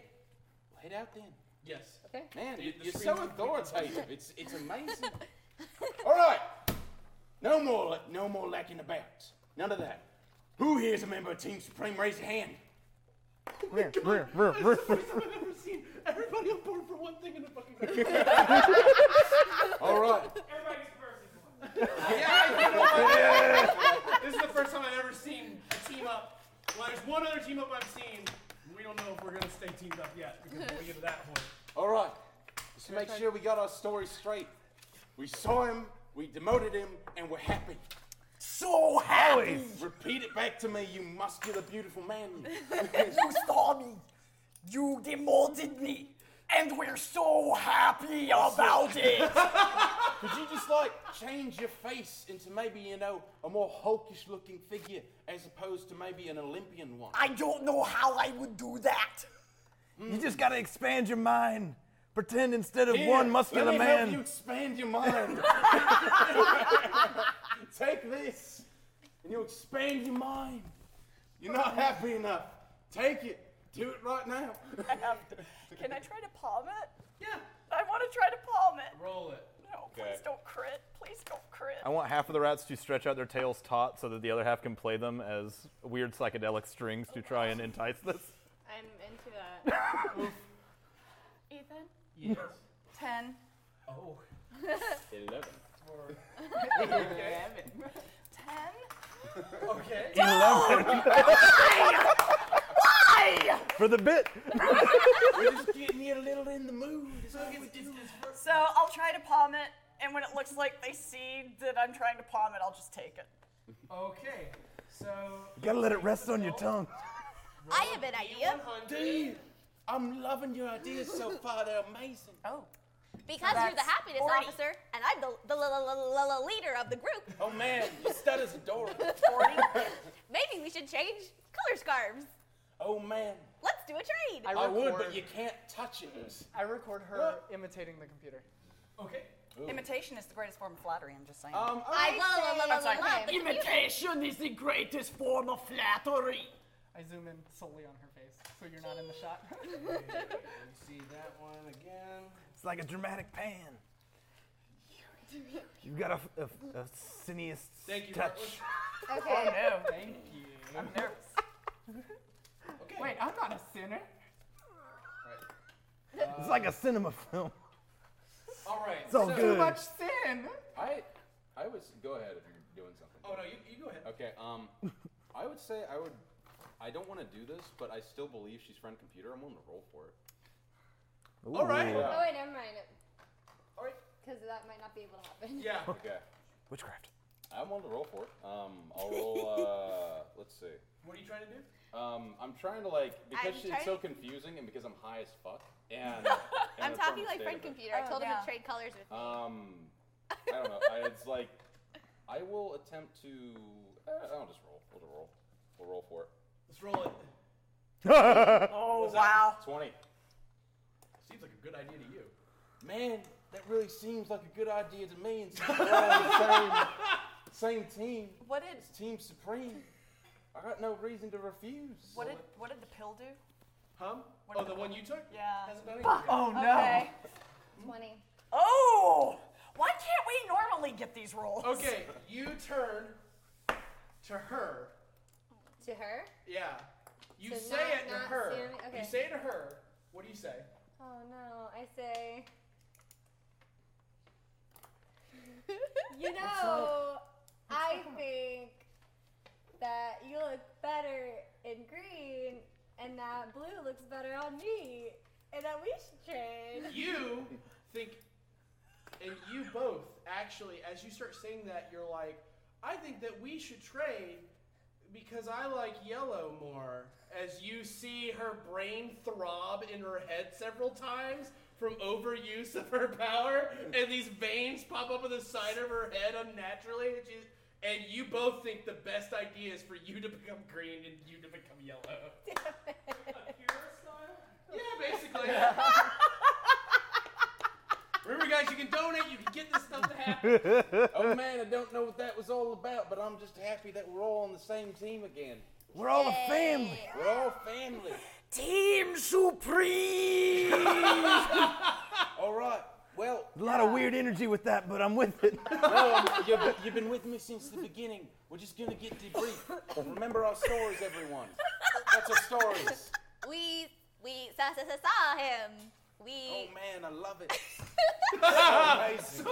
[SPEAKER 13] we'll head out then.
[SPEAKER 1] Yes.
[SPEAKER 13] Okay. Man,
[SPEAKER 1] The-
[SPEAKER 13] you-
[SPEAKER 1] the
[SPEAKER 13] you're so
[SPEAKER 1] screen's
[SPEAKER 13] authoritative. It's it's amazing. (laughs) All right. No more la- no more lacking about. None of that. Who here is a member of Team Supreme? Raise your hand.
[SPEAKER 11] Vroom, vroom, vroom, vroom, vroom.
[SPEAKER 1] (laughs) I've never seen everybody on board for one thing in a
[SPEAKER 13] (laughs)
[SPEAKER 1] fucking
[SPEAKER 13] All right.
[SPEAKER 1] (laughs)
[SPEAKER 13] (laughs)
[SPEAKER 1] This is the first time I've ever seen a team up. Well, there's one other team up I've seen. We don't know if we're gonna stay teamed up yet because when we get to that point.
[SPEAKER 13] All right. Let's make sure we got our story straight. We saw him, we demoted him, and we're happy.
[SPEAKER 9] So happy.
[SPEAKER 13] Repeat it back to me, you muscular, beautiful man. (laughs)
[SPEAKER 9] you saw me. You demoted me. And we're so happy about it.
[SPEAKER 13] Could you just like change your face into maybe, you know, a more hulkish looking figure as opposed to maybe an Olympian one?
[SPEAKER 9] I don't know how I would do that.
[SPEAKER 3] You just gotta expand your mind.
[SPEAKER 11] pretend instead of
[SPEAKER 13] Here,
[SPEAKER 11] one muscular
[SPEAKER 13] let me
[SPEAKER 11] man.
[SPEAKER 13] Help you expand your
[SPEAKER 11] (laughs)
[SPEAKER 13] mind. Take this, and you expand your mind. You're not happy enough. Take it. Do it right now.
[SPEAKER 6] I have to- Can I try to palm it? Yeah. I want to try to palm it.
[SPEAKER 1] Roll it.
[SPEAKER 6] No,
[SPEAKER 11] Okay.
[SPEAKER 6] please don't crit. Please don't crit.
[SPEAKER 11] I want half of the rats to stretch out their tails taut so that the other half can play them as weird psychedelic strings to try and entice this.
[SPEAKER 20] I'm into that. Ethan?
[SPEAKER 1] Yes.
[SPEAKER 6] Ten.
[SPEAKER 1] Oh.
[SPEAKER 13] Eleven.
[SPEAKER 6] Ten.
[SPEAKER 1] Okay.
[SPEAKER 11] Eleven.
[SPEAKER 7] (laughs)
[SPEAKER 6] Why? Why?
[SPEAKER 11] For the bit.
[SPEAKER 13] We're just getting you a little in the mood. is all we do.
[SPEAKER 6] So I'll try to palm it, and when it looks like they see that I'm trying to palm it, I'll just take it.
[SPEAKER 21] Okay, so.
[SPEAKER 11] You gotta let it rest on your tongue.
[SPEAKER 21] I have an idea.
[SPEAKER 13] Dude, I'm loving your ideas so far. They're amazing.
[SPEAKER 6] Oh.
[SPEAKER 12] Because you're the
[SPEAKER 13] That's
[SPEAKER 12] happiness
[SPEAKER 13] 40.
[SPEAKER 12] officer, and I'm the, the la- la- la- la- la- leader of the group.
[SPEAKER 13] Oh man, your stutter's adorable.
[SPEAKER 12] Maybe we should change color scarves.
[SPEAKER 13] Oh man.
[SPEAKER 12] Let's do a trade.
[SPEAKER 13] I, would, but you can't touch it.
[SPEAKER 8] I record her imitating the computer.
[SPEAKER 21] Okay.
[SPEAKER 6] Imitation is the greatest form of flattery. I'm just saying.
[SPEAKER 21] Um,
[SPEAKER 6] I
[SPEAKER 8] I'm sorry.
[SPEAKER 7] Imitation is the greatest form of flattery.
[SPEAKER 8] I zoom in solely on her face, so you're not in the shot.
[SPEAKER 1] see that one again.
[SPEAKER 3] It's like a dramatic pan. You've got a, f- a f- a sinuous
[SPEAKER 1] Thank you,
[SPEAKER 3] touch.
[SPEAKER 1] Bartlett.
[SPEAKER 8] Okay.
[SPEAKER 1] Oh, no.
[SPEAKER 8] Thank you. I'm nervous. Wait, I'm not a sinner.
[SPEAKER 3] (laughs) It's like a cinema film.
[SPEAKER 1] All right.
[SPEAKER 3] It's all
[SPEAKER 1] so-
[SPEAKER 3] good.
[SPEAKER 8] sin.
[SPEAKER 13] I, I was. Go ahead if you're doing something.
[SPEAKER 1] Oh no, you, you go ahead.
[SPEAKER 13] Okay.
[SPEAKER 3] (laughs)
[SPEAKER 13] Um, I would say I would. I don't want to do this, but I still believe she's friend computer. I'm willing to roll for it.
[SPEAKER 11] All right.
[SPEAKER 13] Yeah.
[SPEAKER 4] Oh wait, never mind.
[SPEAKER 1] All right.
[SPEAKER 4] Because that might not be able to happen.
[SPEAKER 3] (laughs)
[SPEAKER 13] Okay. Witchcraft. I'm willing to roll for it. Um, I'll roll.
[SPEAKER 3] (laughs)
[SPEAKER 13] Uh, let's see.
[SPEAKER 1] What are you trying to do?
[SPEAKER 13] Um, I'm trying to like because
[SPEAKER 12] I'm
[SPEAKER 13] she,
[SPEAKER 12] trying-
[SPEAKER 13] it's so confusing and because I'm high as fuck.
[SPEAKER 12] (laughs)
[SPEAKER 13] And, and
[SPEAKER 12] I'm
[SPEAKER 13] it's from
[SPEAKER 12] talking
[SPEAKER 13] the
[SPEAKER 12] like
[SPEAKER 13] state
[SPEAKER 12] friend
[SPEAKER 13] of it.
[SPEAKER 12] computer. I
[SPEAKER 6] Oh,
[SPEAKER 12] told him
[SPEAKER 6] yeah.
[SPEAKER 12] to trade colors with me.
[SPEAKER 5] Uh,
[SPEAKER 13] Um, I don't know. I, it's like I will attempt to. Uh, I'll just roll. We'll just roll. We'll roll for it.
[SPEAKER 1] Let's roll it.
[SPEAKER 13] (laughs) oh
[SPEAKER 1] wow.
[SPEAKER 13] Twenty.
[SPEAKER 1] Seems like a good idea to you.
[SPEAKER 13] Man, that really seems like a good idea to me.
[SPEAKER 1] (laughs)
[SPEAKER 13] And since we're all on the same, same team.
[SPEAKER 6] What did?
[SPEAKER 13] It's Team Supreme. I got no reason to refuse.
[SPEAKER 6] What did? What did the pill do?
[SPEAKER 1] Huh?
[SPEAKER 6] What
[SPEAKER 1] oh, the one you took?
[SPEAKER 6] Yeah.
[SPEAKER 1] Hasn't done anything.
[SPEAKER 6] Oh
[SPEAKER 1] yet.
[SPEAKER 6] Okay.
[SPEAKER 4] Twenty.
[SPEAKER 6] Oh. Why can't we normally get these rolls?
[SPEAKER 1] Okay, you turn to her.
[SPEAKER 4] To her?
[SPEAKER 1] Yeah. You
[SPEAKER 4] To
[SPEAKER 1] say
[SPEAKER 4] not-
[SPEAKER 1] it to
[SPEAKER 4] not
[SPEAKER 1] her.
[SPEAKER 4] Sammy? Okay.
[SPEAKER 1] You say it to her. What do you say?
[SPEAKER 4] Oh no, I say.
[SPEAKER 12] (laughs)
[SPEAKER 4] you know, I think that you look better in green, and that blue looks better on me, and that we should trade.
[SPEAKER 1] You think, and you both actually, as you start saying that, you're like, I think that we should trade because I like yellow more. As you see her brain throb in her head several times from overuse of her power, and these veins pop up on the side of her head unnaturally, and, she, and you both think the best idea is for you to become green and you to become yellow. Yeah, basically. Remember, guys, you can donate. You can get this stuff to happen.
[SPEAKER 13] (laughs) oh man, I don't know what that was all about, but I'm just happy that we're all on the same team again.
[SPEAKER 3] We're all a family.
[SPEAKER 13] We're all family.
[SPEAKER 7] Team Supreme.
[SPEAKER 13] (laughs) all right. Well,
[SPEAKER 3] A lot of weird energy with that, but I'm
[SPEAKER 5] (laughs)
[SPEAKER 3] with it.
[SPEAKER 13] no, um, you've, you've been with me since the beginning. We're just gonna get debriefed. Remember our stories, everyone. That's our stories.
[SPEAKER 12] We we saw, saw, saw, saw him. We
[SPEAKER 13] Oh man, I love it.
[SPEAKER 1] so far, so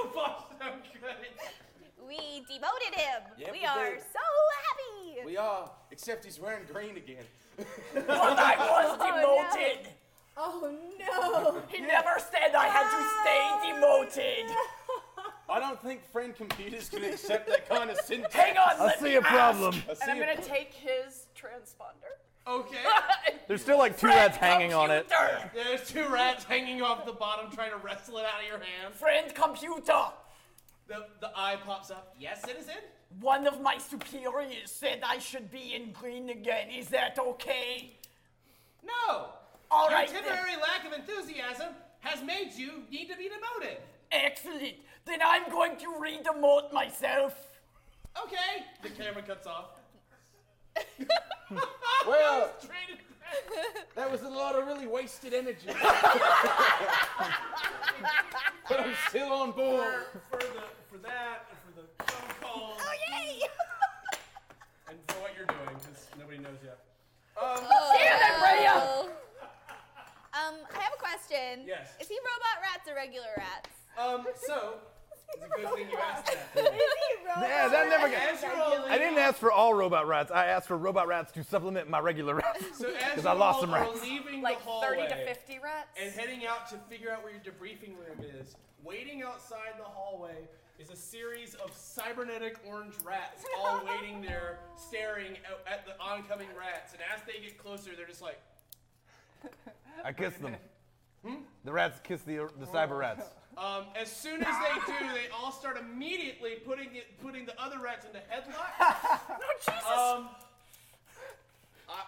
[SPEAKER 1] good.
[SPEAKER 12] we demoted him.
[SPEAKER 13] Yep,
[SPEAKER 12] we
[SPEAKER 13] we
[SPEAKER 12] are
[SPEAKER 13] did.
[SPEAKER 12] so happy.
[SPEAKER 13] We are, except he's wearing green again. (laughs)
[SPEAKER 7] was demoted.
[SPEAKER 4] Oh no!
[SPEAKER 7] He never said I had to stay demoted.
[SPEAKER 13] I don't think friend computers can accept that kind of syntax.
[SPEAKER 7] Hang on, I let see me a ask. problem.
[SPEAKER 13] I see
[SPEAKER 6] And I'm
[SPEAKER 13] a-
[SPEAKER 6] gonna take his transponder. (laughs)
[SPEAKER 1] Okay.
[SPEAKER 11] There's still like two rats hanging on it.
[SPEAKER 1] There's two rats hanging off the bottom trying to wrestle it out of your hand.
[SPEAKER 7] Friend computer.
[SPEAKER 1] The, the eye pops up. Yes, citizen?
[SPEAKER 7] One of my superiors said I should be in green again. Is that okay?
[SPEAKER 1] No!
[SPEAKER 7] All
[SPEAKER 1] your
[SPEAKER 7] right,
[SPEAKER 1] temporary
[SPEAKER 7] then.
[SPEAKER 1] lack of enthusiasm has made you need to be demoted.
[SPEAKER 7] Excellent. Then I'm going to redemote myself.
[SPEAKER 1] Okay. The camera cuts off.
[SPEAKER 13] Well, that was a lot of really wasted energy. but I'm still on board.
[SPEAKER 22] For, for the for that and for the phone call.
[SPEAKER 12] Oh,
[SPEAKER 13] (laughs)
[SPEAKER 12] yay!
[SPEAKER 22] And for what you're doing, because nobody knows yet.
[SPEAKER 12] Um,
[SPEAKER 22] Oh. Damn it, Rhea!
[SPEAKER 12] (laughs) Um, I have a question.
[SPEAKER 22] Yes.
[SPEAKER 12] Is he robot rats or regular rats?
[SPEAKER 22] Um,
[SPEAKER 12] (laughs)
[SPEAKER 22] so it's a good thing you asked that. (laughs)
[SPEAKER 5] Yeah, that never
[SPEAKER 22] As you're all
[SPEAKER 5] got. I didn't ask for all robot rats. I asked for robot rats to supplement my regular rats (laughs)
[SPEAKER 1] So as
[SPEAKER 5] because
[SPEAKER 1] you
[SPEAKER 5] I lost
[SPEAKER 1] all
[SPEAKER 5] some
[SPEAKER 1] are
[SPEAKER 5] rats.
[SPEAKER 1] leaving
[SPEAKER 17] Like
[SPEAKER 1] the
[SPEAKER 17] 30 to
[SPEAKER 1] hallway
[SPEAKER 17] 50 rats?
[SPEAKER 1] and heading out to figure out where your debriefing room is, waiting outside the hallway is a series of cybernetic orange rats
[SPEAKER 17] (laughs)
[SPEAKER 1] all waiting there, staring at, at the oncoming rats. And as they get closer, they're just like,
[SPEAKER 5] I kissed them. The rats kissed the the cyber rats.
[SPEAKER 1] (laughs) um, as soon as they
[SPEAKER 13] (laughs)
[SPEAKER 1] do, they all start immediately putting it, putting the other rats into headlocks.
[SPEAKER 17] (laughs)
[SPEAKER 1] no, Jesus. Um, I,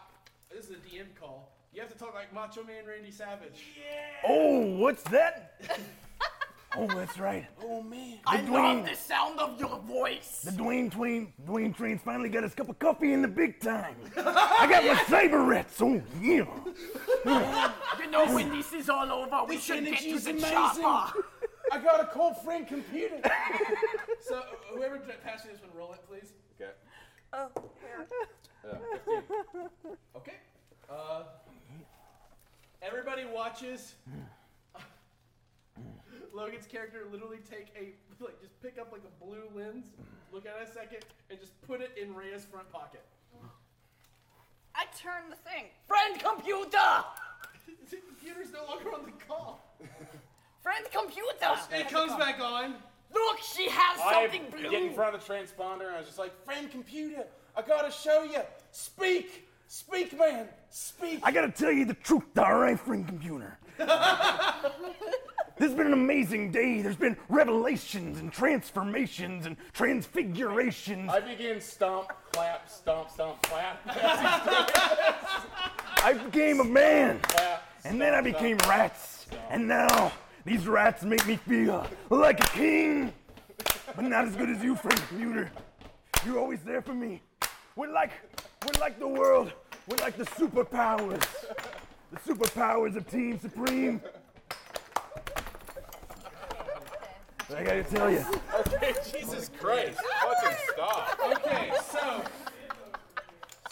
[SPEAKER 1] this is a DM call. You have to talk like Macho Man Randy Savage.
[SPEAKER 3] Oh, what's that? (laughs) oh, that's right.
[SPEAKER 13] Oh man.
[SPEAKER 3] The
[SPEAKER 1] I
[SPEAKER 3] Dwayne,
[SPEAKER 1] love
[SPEAKER 3] the
[SPEAKER 1] this.
[SPEAKER 7] Sound of your voice.
[SPEAKER 3] Dwayne Twain, Dwayne Train's finally got his cup of coffee in the big time. I got my cyber rats. Oh yeah.
[SPEAKER 7] You know when this is all over, we
[SPEAKER 13] This
[SPEAKER 7] should get to
[SPEAKER 13] energy's
[SPEAKER 7] the
[SPEAKER 13] amazing.
[SPEAKER 7] chopper.
[SPEAKER 13] I got a cold friend computer.
[SPEAKER 1] (laughs) so whoever d- passed me this one, roll it, please.
[SPEAKER 13] Okay. Uh,
[SPEAKER 1] Oh. okay. Uh, everybody watches. (laughs) Logan's character literally take a like just pick up like a blue lens, look at it a second, and just put it in Rhea's front pocket.
[SPEAKER 17] I turn the thing.
[SPEAKER 7] Friend computer.
[SPEAKER 1] The computer's no longer on the call.
[SPEAKER 7] Friend computer.
[SPEAKER 1] It comes back on.
[SPEAKER 7] Look, she has something
[SPEAKER 13] I get in
[SPEAKER 7] blue.
[SPEAKER 13] front of the transponder and I was just like, friend computer, I gotta show you. Speak, speak, man, speak.
[SPEAKER 3] I gotta tell you the truth, all right, friend computer. This has been an amazing day. There's been revelations and transformations and transfigurations.
[SPEAKER 13] I begin stomp, clap, stomp, stomp, clap.
[SPEAKER 3] I became a man,
[SPEAKER 13] Clap,
[SPEAKER 3] and then I
[SPEAKER 13] stomp,
[SPEAKER 3] became
[SPEAKER 13] stomp.
[SPEAKER 3] rats, and now these rats make me feel like a king, but not as good as you, friend computer. You're always there for me. We're like, we're like the world. We're like the superpowers, the superpowers of Team Supreme. But I gotta tell you,
[SPEAKER 13] Okay, Jesus Christ, (laughs) fucking stop.
[SPEAKER 1] Okay, so.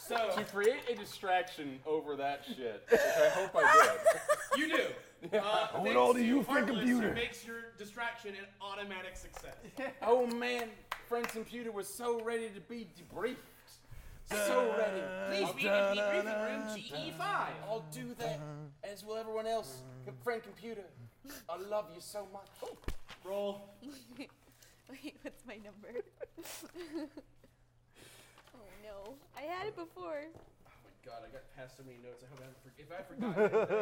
[SPEAKER 1] So.
[SPEAKER 13] To create a distraction over that shit, which I hope I
[SPEAKER 1] did.
[SPEAKER 13] (laughs)
[SPEAKER 1] You do. Uh,
[SPEAKER 13] Owe it
[SPEAKER 1] makes
[SPEAKER 13] all to you, friend
[SPEAKER 1] heartless,
[SPEAKER 13] computer.
[SPEAKER 1] It makes your distraction an automatic success.
[SPEAKER 13] oh man, friend computer was so ready to be debriefed. So ready.
[SPEAKER 1] Please meet in the debriefing room GE5.
[SPEAKER 13] E I'll do that, as will everyone else. Com- Friend computer, I love you so much.
[SPEAKER 1] Roll.
[SPEAKER 12] (laughs) Wait, what's my number? (laughs) oh no, I had it before.
[SPEAKER 1] God, I got past so many notes. I hope I haven't for- if I forgot,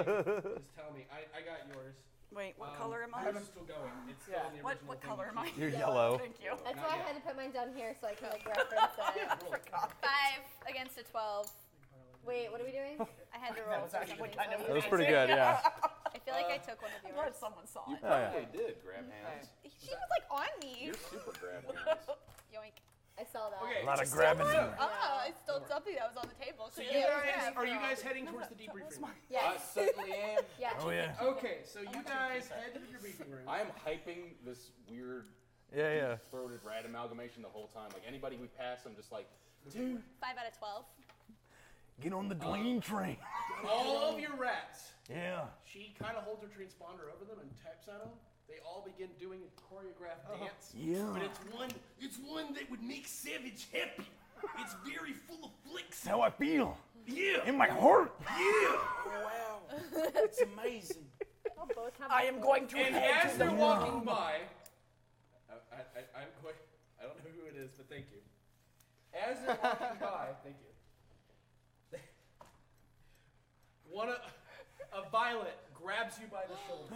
[SPEAKER 5] (laughs)
[SPEAKER 1] anything, just tell me. I, I got yours.
[SPEAKER 17] Wait, what
[SPEAKER 1] Um,
[SPEAKER 17] color am I?
[SPEAKER 1] yours is still going. It's still on the
[SPEAKER 17] What,
[SPEAKER 1] original
[SPEAKER 17] what
[SPEAKER 1] thing.
[SPEAKER 17] color am I?
[SPEAKER 1] (laughs)
[SPEAKER 5] You're yellow.
[SPEAKER 17] Thank you.
[SPEAKER 11] That's
[SPEAKER 1] Not
[SPEAKER 11] why I
[SPEAKER 1] yet.
[SPEAKER 11] had to put mine down here so I can like reference it.
[SPEAKER 12] Five against a twelve.
[SPEAKER 11] Wait, what are we doing?
[SPEAKER 12] I had to roll.
[SPEAKER 11] was
[SPEAKER 12] for
[SPEAKER 11] actually
[SPEAKER 12] something.
[SPEAKER 11] kind
[SPEAKER 5] That was pretty good, yeah.
[SPEAKER 12] I feel like I took one of yours. someone saw
[SPEAKER 13] You
[SPEAKER 5] Oh, yeah.
[SPEAKER 13] probably did grab hands.
[SPEAKER 12] She was like on me.
[SPEAKER 13] You're super grab hands.
[SPEAKER 12] Yoink. I saw that.
[SPEAKER 1] Okay,
[SPEAKER 5] A lot of grabbing.
[SPEAKER 12] Oh, I stole something that was on the table.
[SPEAKER 1] So you
[SPEAKER 12] clearly it was
[SPEAKER 1] guys,
[SPEAKER 12] grabbed.
[SPEAKER 1] are you guys heading towards the debriefing room?
[SPEAKER 12] Yes.
[SPEAKER 13] I certainly
[SPEAKER 6] (laughs)
[SPEAKER 13] am.
[SPEAKER 12] Yeah.
[SPEAKER 5] Oh, yeah.
[SPEAKER 1] Okay, so you guys head to the debriefing room.
[SPEAKER 13] I am hyping this weird
[SPEAKER 5] Yeah, yeah.
[SPEAKER 13] throated rat amalgamation the whole time. Like anybody we pass, I'm just like, dude.
[SPEAKER 12] Five out of twelve.
[SPEAKER 4] (laughs)
[SPEAKER 3] get on the Dwayne train.
[SPEAKER 1] All of your rats.
[SPEAKER 3] Yeah.
[SPEAKER 1] She kind of holds her transponder over them and taps at them. They all begin doing a choreographed
[SPEAKER 5] Uh-huh.
[SPEAKER 1] dance.
[SPEAKER 3] Yeah.
[SPEAKER 1] But it's one, it's one that would make Savage happy. It's very full of flicks.
[SPEAKER 3] That's how I feel.
[SPEAKER 1] Yeah.
[SPEAKER 3] In my heart.
[SPEAKER 1] Yeah.
[SPEAKER 13] Wow. It's amazing. (laughs)
[SPEAKER 7] I am going to
[SPEAKER 1] And
[SPEAKER 7] head
[SPEAKER 1] as
[SPEAKER 7] to
[SPEAKER 1] they're
[SPEAKER 7] the-
[SPEAKER 1] walking by, I, I, I, I'm quite, I don't know who it is, but thank you. As (laughs) they're walking by, thank you. One of, a violet grabs you by the (gasps) shoulder.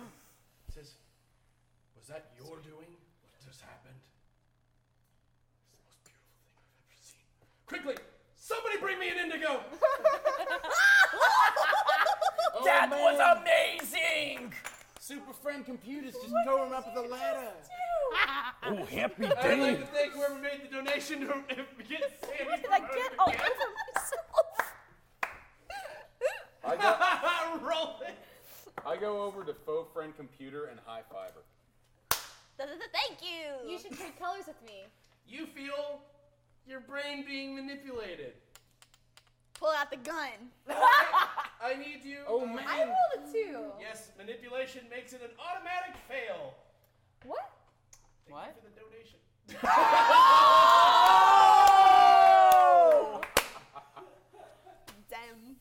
[SPEAKER 1] Says, "Was that your doing? What just happened?" Quickly, somebody bring me an indigo.
[SPEAKER 7] that
[SPEAKER 1] (laughs) Oh,
[SPEAKER 7] was
[SPEAKER 1] man.
[SPEAKER 7] amazing.
[SPEAKER 13] Super friend computers just throw him up the ladder.
[SPEAKER 12] (laughs)
[SPEAKER 23] Oh, happy
[SPEAKER 1] I'd
[SPEAKER 23] day.
[SPEAKER 1] like to thank whoever made the donation (laughs) to get Sammy.
[SPEAKER 17] Did I get all over myself?
[SPEAKER 13] I
[SPEAKER 1] (laughs)
[SPEAKER 13] go,
[SPEAKER 1] Roll it.
[SPEAKER 13] I go over to faux friend computer and high fiber.
[SPEAKER 12] Thank you.
[SPEAKER 4] You should trade colors with me.
[SPEAKER 1] You feel your brain being manipulated.
[SPEAKER 12] Pull out the gun.
[SPEAKER 1] I need you.
[SPEAKER 4] Oh, man. I rolled a two.
[SPEAKER 1] Yes, manipulation makes it an automatic fail.
[SPEAKER 12] (laughs)
[SPEAKER 1] (laughs)
[SPEAKER 4] What?
[SPEAKER 1] What? for the donation.
[SPEAKER 24] Damn.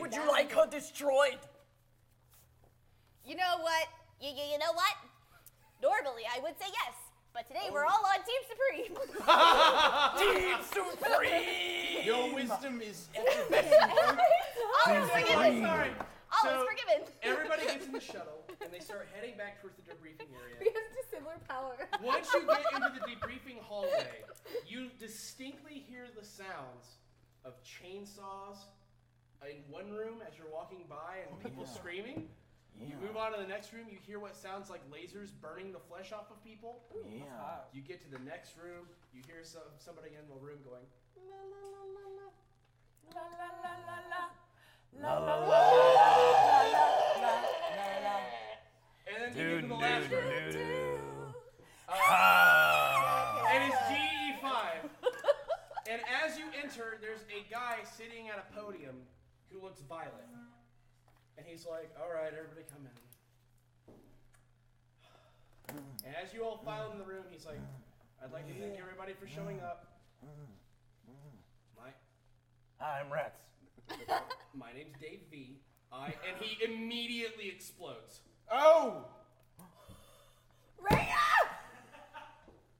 [SPEAKER 7] Would you like her destroyed?
[SPEAKER 12] You know what? You, you, you know what? Normally I would say yes, but today
[SPEAKER 4] Oh.
[SPEAKER 12] we're all on Team Supreme.
[SPEAKER 17] Team
[SPEAKER 4] (laughs)
[SPEAKER 13] Supreme! Your wisdom is
[SPEAKER 12] all is
[SPEAKER 1] Sorry,
[SPEAKER 12] forgiven.
[SPEAKER 1] Sorry.
[SPEAKER 12] All
[SPEAKER 1] So,
[SPEAKER 12] is forgiven.
[SPEAKER 1] Everybody gets in
[SPEAKER 12] (laughs)
[SPEAKER 1] the shuttle and they start heading back towards the debriefing
[SPEAKER 4] We
[SPEAKER 1] area.
[SPEAKER 4] have dissimilar power.
[SPEAKER 1] Once you get into the debriefing hallway, you distinctly hear the sounds of chainsaws in one room as you're walking by and people screaming. You move on to the next room, you hear what sounds like lasers burning the flesh off of people.
[SPEAKER 23] Yeah. hot.
[SPEAKER 1] You get to the next room, you hear some somebody in the room going,
[SPEAKER 17] La la la la la.
[SPEAKER 1] and then you get to the last room.
[SPEAKER 3] Uh,
[SPEAKER 1] and it's GE5. and as you enter, there's a guy sitting at a podium who looks violent. And he's like, all right, everybody come in. And as you all file in the room, he's like, I'd like to thank everybody for showing up.
[SPEAKER 8] Mm.
[SPEAKER 1] My,
[SPEAKER 3] I'm Rex.
[SPEAKER 1] my name's Dave V. I, and he immediately explodes.
[SPEAKER 13] Oh!
[SPEAKER 1] Raya!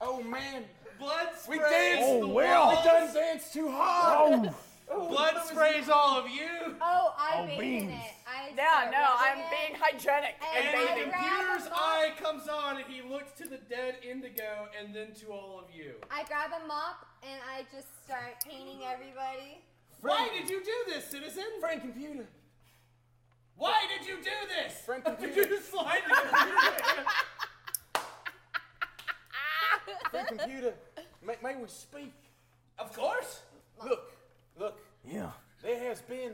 [SPEAKER 13] Oh man!
[SPEAKER 1] Blood
[SPEAKER 13] We
[SPEAKER 1] sprays!
[SPEAKER 13] danced!
[SPEAKER 1] the
[SPEAKER 13] We
[SPEAKER 1] walls.
[SPEAKER 13] done danced too hard!
[SPEAKER 3] Oh.
[SPEAKER 1] Blood sprays all of you!
[SPEAKER 4] Oh, I
[SPEAKER 1] Oh,
[SPEAKER 4] bathed in
[SPEAKER 1] beans.
[SPEAKER 4] it. I
[SPEAKER 25] Yeah,
[SPEAKER 4] start
[SPEAKER 25] no, I'm
[SPEAKER 4] rubbing it.
[SPEAKER 25] being hygienic
[SPEAKER 1] And,
[SPEAKER 25] and,
[SPEAKER 1] the
[SPEAKER 25] bathing.
[SPEAKER 1] computer's eye comes on and he looks to the dead indigo and then to all of you.
[SPEAKER 4] (laughs) I grab a mop and I just start painting everybody.
[SPEAKER 1] Why did you do this, citizen? Friend computer. Why did you (laughs) do this? Friend computer. you just slide the computer. in.
[SPEAKER 13] Free computer, may, may we speak?
[SPEAKER 1] Of course.
[SPEAKER 13] Look, look.
[SPEAKER 3] Yeah.
[SPEAKER 13] There has been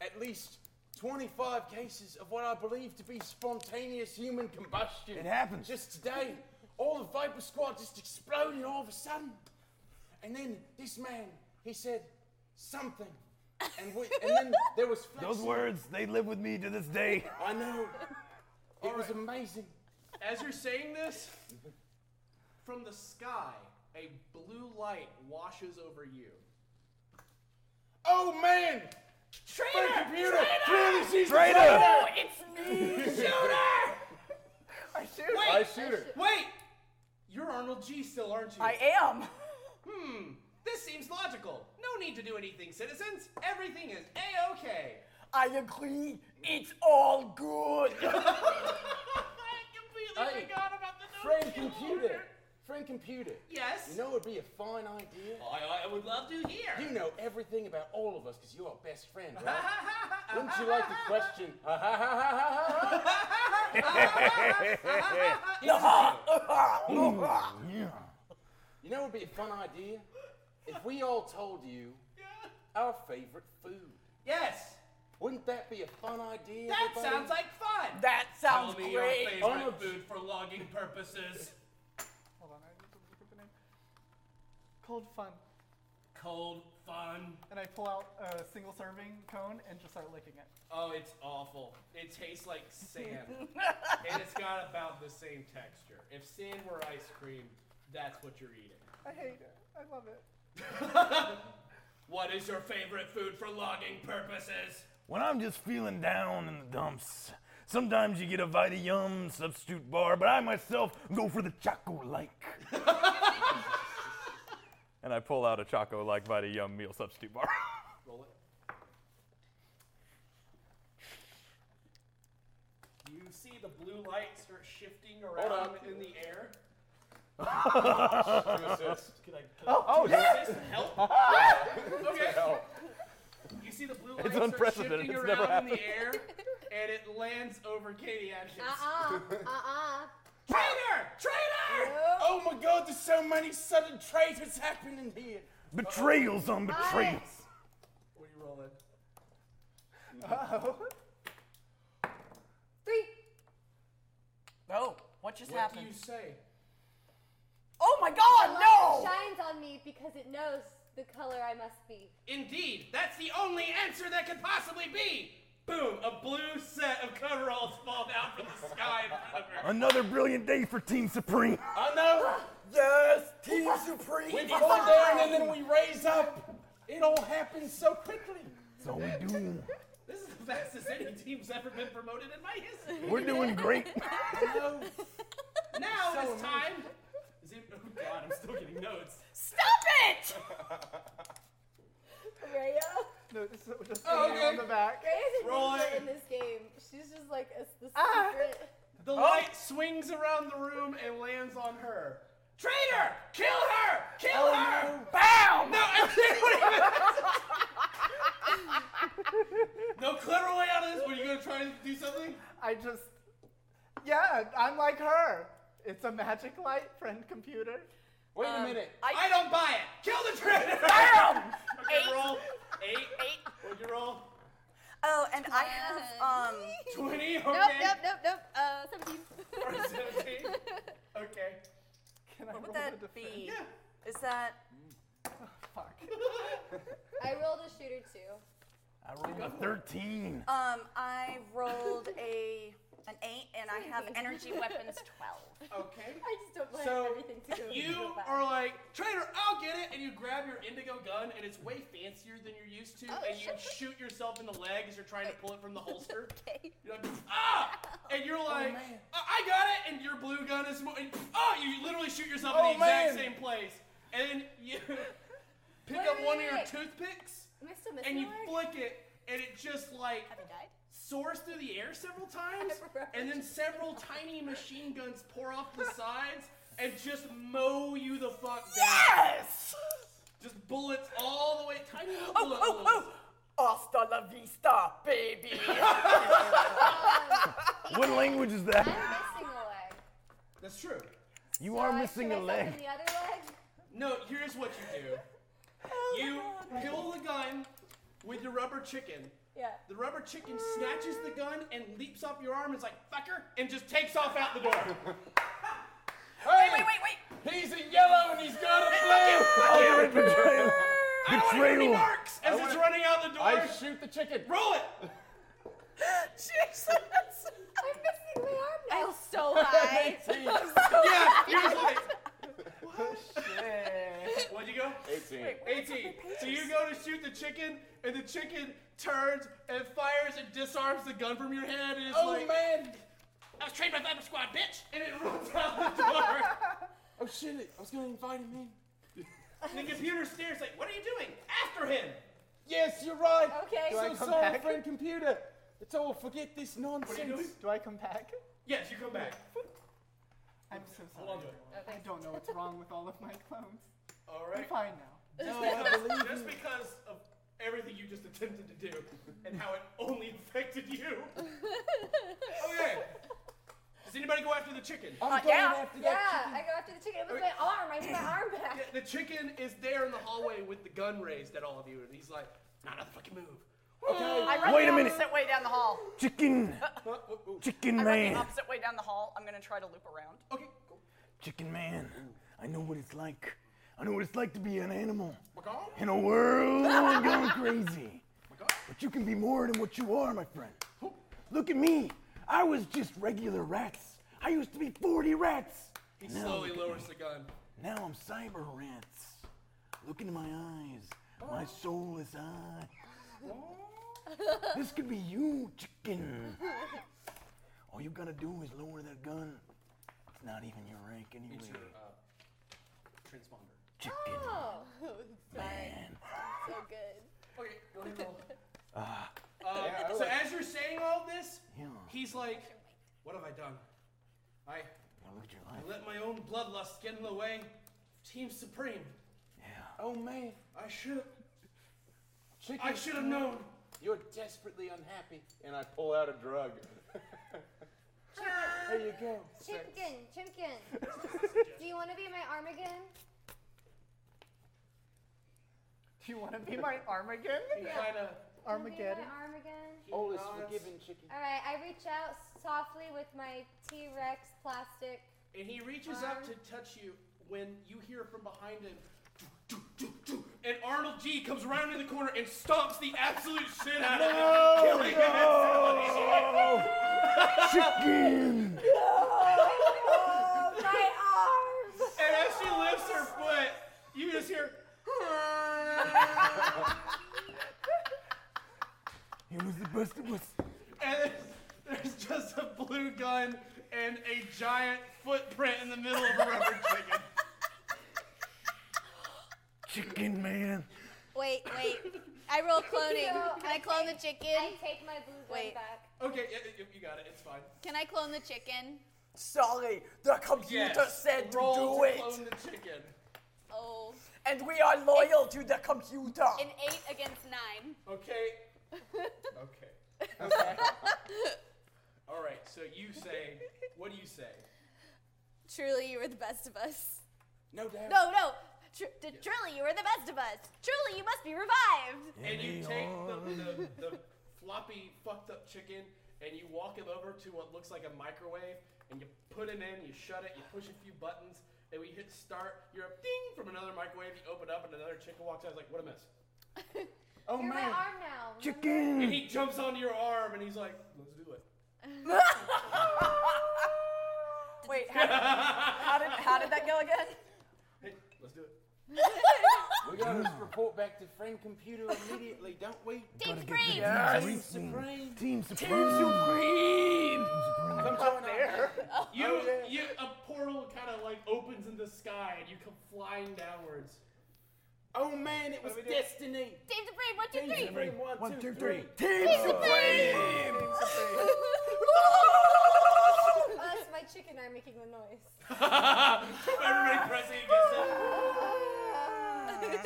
[SPEAKER 13] at least 25 cases of what I believe to be spontaneous human combustion.
[SPEAKER 3] It happens.
[SPEAKER 13] Just today, all the Viper Squad just exploded all of a sudden. And then this man, he said something. And, we, and then there was
[SPEAKER 3] Those
[SPEAKER 13] flexing.
[SPEAKER 3] words, they live with me to
[SPEAKER 13] (laughs)
[SPEAKER 3] this day.
[SPEAKER 13] I know. It was amazing.
[SPEAKER 1] As you're saying this, from the sky, a blue light washes over you.
[SPEAKER 13] Oh man!
[SPEAKER 1] Friend computer!
[SPEAKER 13] Clearly she's a
[SPEAKER 1] Traitor!
[SPEAKER 13] traitor!
[SPEAKER 1] (laughs) Shoot her! I shoot
[SPEAKER 13] her. I shoot her.
[SPEAKER 1] Wait! You're Arnold G still, aren't you?
[SPEAKER 25] I am.
[SPEAKER 1] (laughs) Hmm. This seems logical. No need to do anything, citizens. Everything is A-OK.
[SPEAKER 7] I agree. It's all good.
[SPEAKER 1] I
[SPEAKER 13] Hey,
[SPEAKER 1] forgot about the
[SPEAKER 13] Friend computer. Friend computer.
[SPEAKER 1] Yes? Oh,
[SPEAKER 13] You know it would be a fine idea?
[SPEAKER 1] I, I would love to hear.
[SPEAKER 13] You know everything about all of us because you're our best friend, right? Wouldn't you like to question? Ha ha ha ha ha ha
[SPEAKER 1] (laughs)
[SPEAKER 13] You know it would be a fun idea if we all told you our favorite food.
[SPEAKER 1] Yes.
[SPEAKER 13] Wouldn't that be a fun idea?
[SPEAKER 1] That
[SPEAKER 13] everybody?
[SPEAKER 1] sounds like fun.
[SPEAKER 7] That
[SPEAKER 13] sounds
[SPEAKER 1] Tell me
[SPEAKER 13] great.
[SPEAKER 1] Your
[SPEAKER 13] Arnold-
[SPEAKER 1] favorite food for logging purposes.
[SPEAKER 8] Hold on, I need to look at the name. Cold fun.
[SPEAKER 1] Cold fun.
[SPEAKER 8] And I pull out a single serving cone and just start licking it.
[SPEAKER 1] Oh, it's awful. It tastes like sand. and it's got about the same texture. If sand were ice cream, that's what you're eating.
[SPEAKER 8] I hate it. I love it.
[SPEAKER 1] (laughs) What is your favorite food for logging purposes?
[SPEAKER 3] When I'm just feeling down in the dumps, sometimes you get a Vita Yum substitute bar, but I myself go for the Choco like.
[SPEAKER 11] And I pull out a Choco like Vita Yum meal substitute bar. (laughs)
[SPEAKER 1] Roll it. You see the blue light start shifting around
[SPEAKER 13] up.
[SPEAKER 1] in the
[SPEAKER 11] (laughs)
[SPEAKER 1] air. Could I- could
[SPEAKER 11] Oh,
[SPEAKER 1] I-
[SPEAKER 11] oh,
[SPEAKER 1] do
[SPEAKER 11] yeah.
[SPEAKER 1] assist and
[SPEAKER 11] (laughs)
[SPEAKER 1] help?
[SPEAKER 11] Yeah.
[SPEAKER 1] Okay.
[SPEAKER 11] Help.
[SPEAKER 1] You see the blue
[SPEAKER 11] It's
[SPEAKER 1] light start
[SPEAKER 11] unprecedented.
[SPEAKER 1] shifting
[SPEAKER 11] It's
[SPEAKER 1] around
[SPEAKER 11] never
[SPEAKER 1] in the air, and it lands over Katie Atkins. (laughs)
[SPEAKER 12] Uh-uh. Uh-uh.
[SPEAKER 13] Traitor! Traitor! Oh my god, there's so many sudden traitors happening here.
[SPEAKER 3] Betrayals on betrayals.
[SPEAKER 1] What are you rolling?
[SPEAKER 6] (laughs) Oh.
[SPEAKER 12] Three.
[SPEAKER 6] Oh, what just
[SPEAKER 1] What do
[SPEAKER 6] happened?
[SPEAKER 1] you say?
[SPEAKER 6] Oh my
[SPEAKER 4] the
[SPEAKER 6] god,
[SPEAKER 4] light
[SPEAKER 6] no!
[SPEAKER 4] shines on me because it knows the color I must be.
[SPEAKER 1] Indeed, that's the only answer that could possibly be. Boom! A blue set of coveralls fall down from the sky in front of her.
[SPEAKER 3] Another brilliant day for Team Supreme.
[SPEAKER 13] I know. Yes, Team Supreme. We fall down and then we raise up. It all happens so quickly.
[SPEAKER 3] So we do.
[SPEAKER 1] This is the fastest any team's ever been promoted in my history.
[SPEAKER 3] We're
[SPEAKER 1] (laughs)
[SPEAKER 3] doing great.
[SPEAKER 1] No. Now
[SPEAKER 13] So
[SPEAKER 1] it's time. Is it, oh God, I'm still getting notes.
[SPEAKER 6] Stop it!
[SPEAKER 1] (laughs)
[SPEAKER 2] Raya.
[SPEAKER 8] No, this is just
[SPEAKER 2] Oh,
[SPEAKER 8] hanging
[SPEAKER 2] okay.
[SPEAKER 8] on the back.
[SPEAKER 2] Raya's a
[SPEAKER 1] Roll
[SPEAKER 2] ninja
[SPEAKER 1] it.
[SPEAKER 2] in this game. She's just like a, the
[SPEAKER 1] Ah.
[SPEAKER 2] secret.
[SPEAKER 13] Oh.
[SPEAKER 1] The light swings around the room and lands on her. Traitor! Kill her! Kill
[SPEAKER 13] Oh,
[SPEAKER 1] her!
[SPEAKER 6] Bam!
[SPEAKER 1] No, (laughs) no clever way out of this. Were you gonna try to do something?
[SPEAKER 8] I just, yeah, I'm like her. It's a magic light, friend computer.
[SPEAKER 13] Wait a Um, minute.
[SPEAKER 1] I, don't buy it. Kill the
[SPEAKER 7] (laughs)
[SPEAKER 1] traitor. Okay, roll eight.
[SPEAKER 6] Eight.
[SPEAKER 1] What'd you roll?
[SPEAKER 6] Oh, and I have um.
[SPEAKER 1] 20,
[SPEAKER 19] Nope,
[SPEAKER 1] okay.
[SPEAKER 19] nope, nope, nope. Uh, 17.
[SPEAKER 1] (laughs) Or 17. Okay.
[SPEAKER 8] Can
[SPEAKER 6] What would that be? Is that?
[SPEAKER 1] Oh,
[SPEAKER 8] fuck.
[SPEAKER 4] (laughs) I rolled a shooter two.
[SPEAKER 3] I rolled a 13.
[SPEAKER 6] Um, I rolled a an eight, and I have energy weapons twelve.
[SPEAKER 1] Okay.
[SPEAKER 4] I just don't
[SPEAKER 6] want
[SPEAKER 1] So,
[SPEAKER 6] everything to go
[SPEAKER 1] You
[SPEAKER 6] so fast.
[SPEAKER 1] are like, traitor, I'll get it, and you grab your indigo gun, and it's way fancier than you're used to,
[SPEAKER 13] Oh,
[SPEAKER 1] and you
[SPEAKER 13] shit.
[SPEAKER 1] shoot yourself in the leg as you're trying to pull it
[SPEAKER 13] (laughs)
[SPEAKER 1] from the holster. You're like, ah! And you're like,
[SPEAKER 13] Oh, man.
[SPEAKER 1] "Uh, I got it, and your blue gun is more, and, oh, you literally shoot yourself
[SPEAKER 13] Oh,
[SPEAKER 1] in the exact
[SPEAKER 13] man.
[SPEAKER 1] same place. And then
[SPEAKER 13] (laughs)
[SPEAKER 1] you pick
[SPEAKER 4] Wait,
[SPEAKER 1] up
[SPEAKER 4] wait,
[SPEAKER 1] one
[SPEAKER 4] wait,
[SPEAKER 1] of your
[SPEAKER 4] wait.
[SPEAKER 1] toothpicks,
[SPEAKER 4] Am I still missing
[SPEAKER 1] and you
[SPEAKER 4] one?
[SPEAKER 1] flick it, and it just like
[SPEAKER 4] Have I died?
[SPEAKER 1] soars through the air several times, and then several tiny machine guns pour off the sides and just mow you the fuck down.
[SPEAKER 7] Yes!
[SPEAKER 1] Just bullets all the way, tiny little
[SPEAKER 7] Oh,
[SPEAKER 1] bullet
[SPEAKER 7] oh,
[SPEAKER 1] holes.
[SPEAKER 7] Hasta la vista, baby.
[SPEAKER 3] What language is that?
[SPEAKER 4] Missing a leg.
[SPEAKER 1] That's true.
[SPEAKER 3] You are missing
[SPEAKER 4] Should
[SPEAKER 3] a
[SPEAKER 4] I suck
[SPEAKER 3] leg.
[SPEAKER 4] in the other leg?
[SPEAKER 1] No, here's what you do. you kill the gun with your rubber chicken.
[SPEAKER 4] Yeah.
[SPEAKER 1] The rubber chicken snatches the gun and leaps up your arm and is like, fucker, and just takes off out the door.
[SPEAKER 6] Wait, wait, wait, wait.
[SPEAKER 13] He's in yellow and he's got a blue.
[SPEAKER 3] Ultimate betrayal. Oh, Betrayal.
[SPEAKER 1] As it's running
[SPEAKER 13] (laughs)
[SPEAKER 1] out the door.
[SPEAKER 13] I shoot the chicken.
[SPEAKER 1] Roll
[SPEAKER 13] (laughs)
[SPEAKER 1] it.
[SPEAKER 6] Jesus.
[SPEAKER 4] I'm missing my arm now.
[SPEAKER 6] I'm so
[SPEAKER 4] (laughs)
[SPEAKER 6] high.
[SPEAKER 12] (laughs)
[SPEAKER 1] yeah, you're just like,
[SPEAKER 8] Shit.
[SPEAKER 1] What'd you go?
[SPEAKER 13] 18.
[SPEAKER 1] 18. So you go to shoot the chicken, and the chicken turns and fires and disarms the gun from your hand, and it's
[SPEAKER 13] Oh,
[SPEAKER 1] like,
[SPEAKER 13] man.
[SPEAKER 1] I was trained by Viper Squad, bitch! And it runs
[SPEAKER 4] (laughs)
[SPEAKER 1] out the door.
[SPEAKER 13] Oh shit! I was gonna invite him in.
[SPEAKER 1] and the computer stares like, what are you doing? After him!
[SPEAKER 13] Yes, you're right.
[SPEAKER 1] Okay. Do I
[SPEAKER 13] So
[SPEAKER 1] come
[SPEAKER 13] sorry,
[SPEAKER 1] back?
[SPEAKER 13] friend computer. It's all forget this nonsense.
[SPEAKER 8] Do I come back?
[SPEAKER 1] Yes, you come back.
[SPEAKER 8] I'm so sorry.
[SPEAKER 1] Hold on to it.
[SPEAKER 8] everyone. I don't know what's wrong with all of my clones.
[SPEAKER 1] All
[SPEAKER 8] I'm
[SPEAKER 1] right.
[SPEAKER 8] fine
[SPEAKER 1] (laughs)
[SPEAKER 8] now. (laughs)
[SPEAKER 1] Just
[SPEAKER 13] No, I
[SPEAKER 1] because-
[SPEAKER 13] believe
[SPEAKER 1] just
[SPEAKER 13] you.
[SPEAKER 1] because of everything you just attempted to do and how it only affected you. Okay. Does anybody go after the chicken?
[SPEAKER 13] I'm
[SPEAKER 1] Uh,
[SPEAKER 13] going
[SPEAKER 1] yeah.
[SPEAKER 13] after
[SPEAKER 4] Yeah,
[SPEAKER 13] that
[SPEAKER 4] I go after the chicken. It was
[SPEAKER 1] Okay.
[SPEAKER 4] my arm. I need my arm
[SPEAKER 1] (laughs)
[SPEAKER 4] back.
[SPEAKER 1] Yeah, the chicken is there in the hallway with the gun raised at all of you, and he's like, not another fucking move.
[SPEAKER 6] Hmm. I run
[SPEAKER 3] Wait
[SPEAKER 6] the
[SPEAKER 3] a minute.
[SPEAKER 6] opposite way down the hall. Uh,
[SPEAKER 3] Chicken. Chicken
[SPEAKER 6] I run
[SPEAKER 3] man.
[SPEAKER 6] the opposite way down the hall. I'm gonna try to loop around.
[SPEAKER 1] Okay.
[SPEAKER 3] Chicken man. I know what it's like. I know what it's like to be an animal. In a (laughs)
[SPEAKER 13] (laughs)
[SPEAKER 3] world going crazy. But you can be more than what you are, my friend. Look at me. I was just regular rats. I used to be 40 rats.
[SPEAKER 1] He
[SPEAKER 3] Now
[SPEAKER 1] slowly
[SPEAKER 3] look at
[SPEAKER 1] lowers
[SPEAKER 3] me.
[SPEAKER 1] the gun.
[SPEAKER 3] Now I'm cyber rats. Look into my eyes. My soulless eye. This could be you,
[SPEAKER 13] Mm.
[SPEAKER 3] chicken. All you gotta do is lower that gun. It's not even your rank anyway.
[SPEAKER 1] It's your uh, transponder.
[SPEAKER 4] Oh, (laughs) sorry. So good.
[SPEAKER 1] Okay, go ahead
[SPEAKER 3] Ah,
[SPEAKER 1] Uh,
[SPEAKER 13] Yeah, I
[SPEAKER 1] so
[SPEAKER 13] like-
[SPEAKER 1] as you're saying all this,
[SPEAKER 3] yeah.
[SPEAKER 1] he's like, what have I done? I,
[SPEAKER 3] Now look at your
[SPEAKER 1] I
[SPEAKER 3] life.
[SPEAKER 1] let my own bloodlust get in the way. Team Supreme.
[SPEAKER 3] Yeah.
[SPEAKER 13] Oh man.
[SPEAKER 1] I should
[SPEAKER 13] Chicken.
[SPEAKER 1] I should have known.
[SPEAKER 5] You're desperately unhappy. And I pull out a drug. there you go.
[SPEAKER 4] Chimkin, Chimkin. Do you want to be my arm again?
[SPEAKER 8] Do you want to be my
[SPEAKER 1] (laughs)
[SPEAKER 8] Armageddon?
[SPEAKER 4] He kinda-
[SPEAKER 8] Armageddon.
[SPEAKER 4] My arm again?
[SPEAKER 5] All is forgiven, chicken.
[SPEAKER 4] All right, I reach out softly with my T Rex plastic.
[SPEAKER 1] And he reaches up to touch you when you hear from behind him. "Doo, doo, doo, doo," And Arnold G comes round in the corner and stomps the absolute shit out
[SPEAKER 13] No,
[SPEAKER 1] of him, killing
[SPEAKER 13] no.
[SPEAKER 1] (laughs) him.
[SPEAKER 13] Chicken.
[SPEAKER 1] My arm. And as she lifts her foot, you just hear.
[SPEAKER 13] It was the best it was.
[SPEAKER 1] and there's, there's just a blue gun and a giant footprint in the middle of a rubber chicken.
[SPEAKER 3] Chicken man.
[SPEAKER 19] Wait, wait. I roll cloning.
[SPEAKER 4] No,
[SPEAKER 19] Can I clone the chicken?
[SPEAKER 4] I take my blue gun
[SPEAKER 19] Wait.
[SPEAKER 4] back.
[SPEAKER 1] Okay, yeah, yeah, (laughs) you got it. It's fine.
[SPEAKER 19] Can I clone the chicken?
[SPEAKER 7] Sorry, the computer
[SPEAKER 1] Yes,
[SPEAKER 7] said to
[SPEAKER 1] roll
[SPEAKER 7] do
[SPEAKER 1] to
[SPEAKER 7] it.
[SPEAKER 1] clone the chicken.
[SPEAKER 19] Oh.
[SPEAKER 7] And we are loyal to the computer.
[SPEAKER 19] An eight against nine.
[SPEAKER 12] (laughs)
[SPEAKER 1] Okay. Okay. All right. So you say, what do you say?
[SPEAKER 19] Truly, you were the best of us.
[SPEAKER 1] No doubt.
[SPEAKER 19] No, no. Tr- t- Truly, you were the best of us. Truly, you must be revived.
[SPEAKER 1] And you take the, the, the floppy, fucked up chicken and you walk him over to what looks like a microwave and you put him in, you shut it, you push a few buttons, and when you hit start, you're a ding from another microwave, you open up and another chicken walks out. I was like, what a mess.
[SPEAKER 4] You're my arm now. (laughs)
[SPEAKER 1] Chicken! And he jumps onto your arm and he's like, let's do it.
[SPEAKER 6] Wait, how did, how did, how did that go again?
[SPEAKER 1] Hey, let's do it.
[SPEAKER 5] We gotta report back to friend computer immediately, don't we?
[SPEAKER 19] Team
[SPEAKER 13] Supreme!
[SPEAKER 5] Yes.
[SPEAKER 13] Team
[SPEAKER 5] Supreme!
[SPEAKER 3] Team Supreme!
[SPEAKER 13] Supreme!
[SPEAKER 1] Come on there. (laughs)
[SPEAKER 5] Oh,
[SPEAKER 1] You, you, a portal kind of like opens in the sky and you come flying downwards.
[SPEAKER 5] Oh man, it was
[SPEAKER 1] What do we do?
[SPEAKER 5] destiny.
[SPEAKER 19] Team Supreme, one, two, three.
[SPEAKER 5] One, two, three.
[SPEAKER 3] Team
[SPEAKER 5] Supreme!
[SPEAKER 4] Us, Oh, my chicken are making the noise.
[SPEAKER 1] Everybody pressing against it.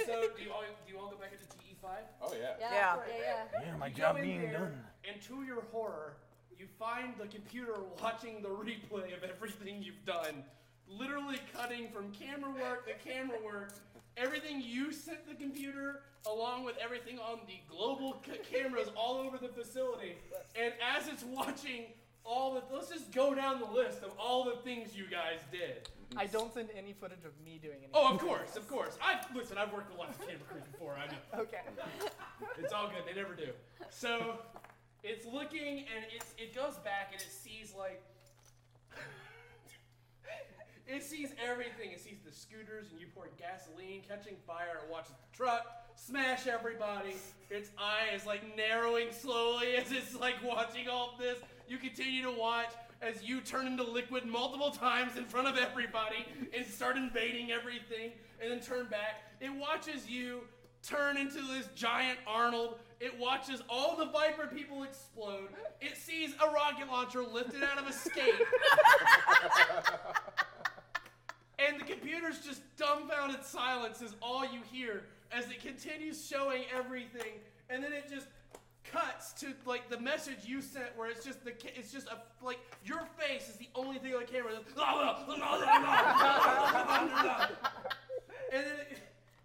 [SPEAKER 1] so do you all do you all go back into TE five?
[SPEAKER 5] Oh yeah.
[SPEAKER 4] Yeah, Yeah. yeah, yeah.
[SPEAKER 3] Yeah, my
[SPEAKER 1] You
[SPEAKER 3] job
[SPEAKER 1] go in
[SPEAKER 3] being
[SPEAKER 1] there,
[SPEAKER 3] done.
[SPEAKER 1] And to your horror, you find the computer watching the replay of everything you've done, literally cutting from camera work to camera work, everything you sent the computer. Along with everything on the global c- cameras all over the facility, and as it's watching all the, let's just go down the list of all the things you guys did.
[SPEAKER 8] I don't send any footage of me doing anything.
[SPEAKER 1] Oh, of course, of course. I've listen. I've worked with lots of camera crews before. I know.
[SPEAKER 8] Okay.
[SPEAKER 1] It's all good. They never do. So it's looking and it's it goes back and it sees like it sees everything. It sees the scooters and you pouring gasoline, catching fire. It watches the truck smash everybody. Its eye is like narrowing slowly as it's like watching all of this. You continue to watch as you turn into liquid multiple times in front of everybody and start invading everything and then turn back. It watches you turn into this giant Arnold. It watches all the Viper people explode. It sees a rocket launcher lifted out of a skate. And the computer's just dumbfounded silence is all you hear as it continues showing everything, and then it just cuts to like the message you sent, where it's just the ca- it's just a like your face is the only thing on the camera. (laughs) It's, "La, la, la, la, la, la, la, la, la, la." and then it,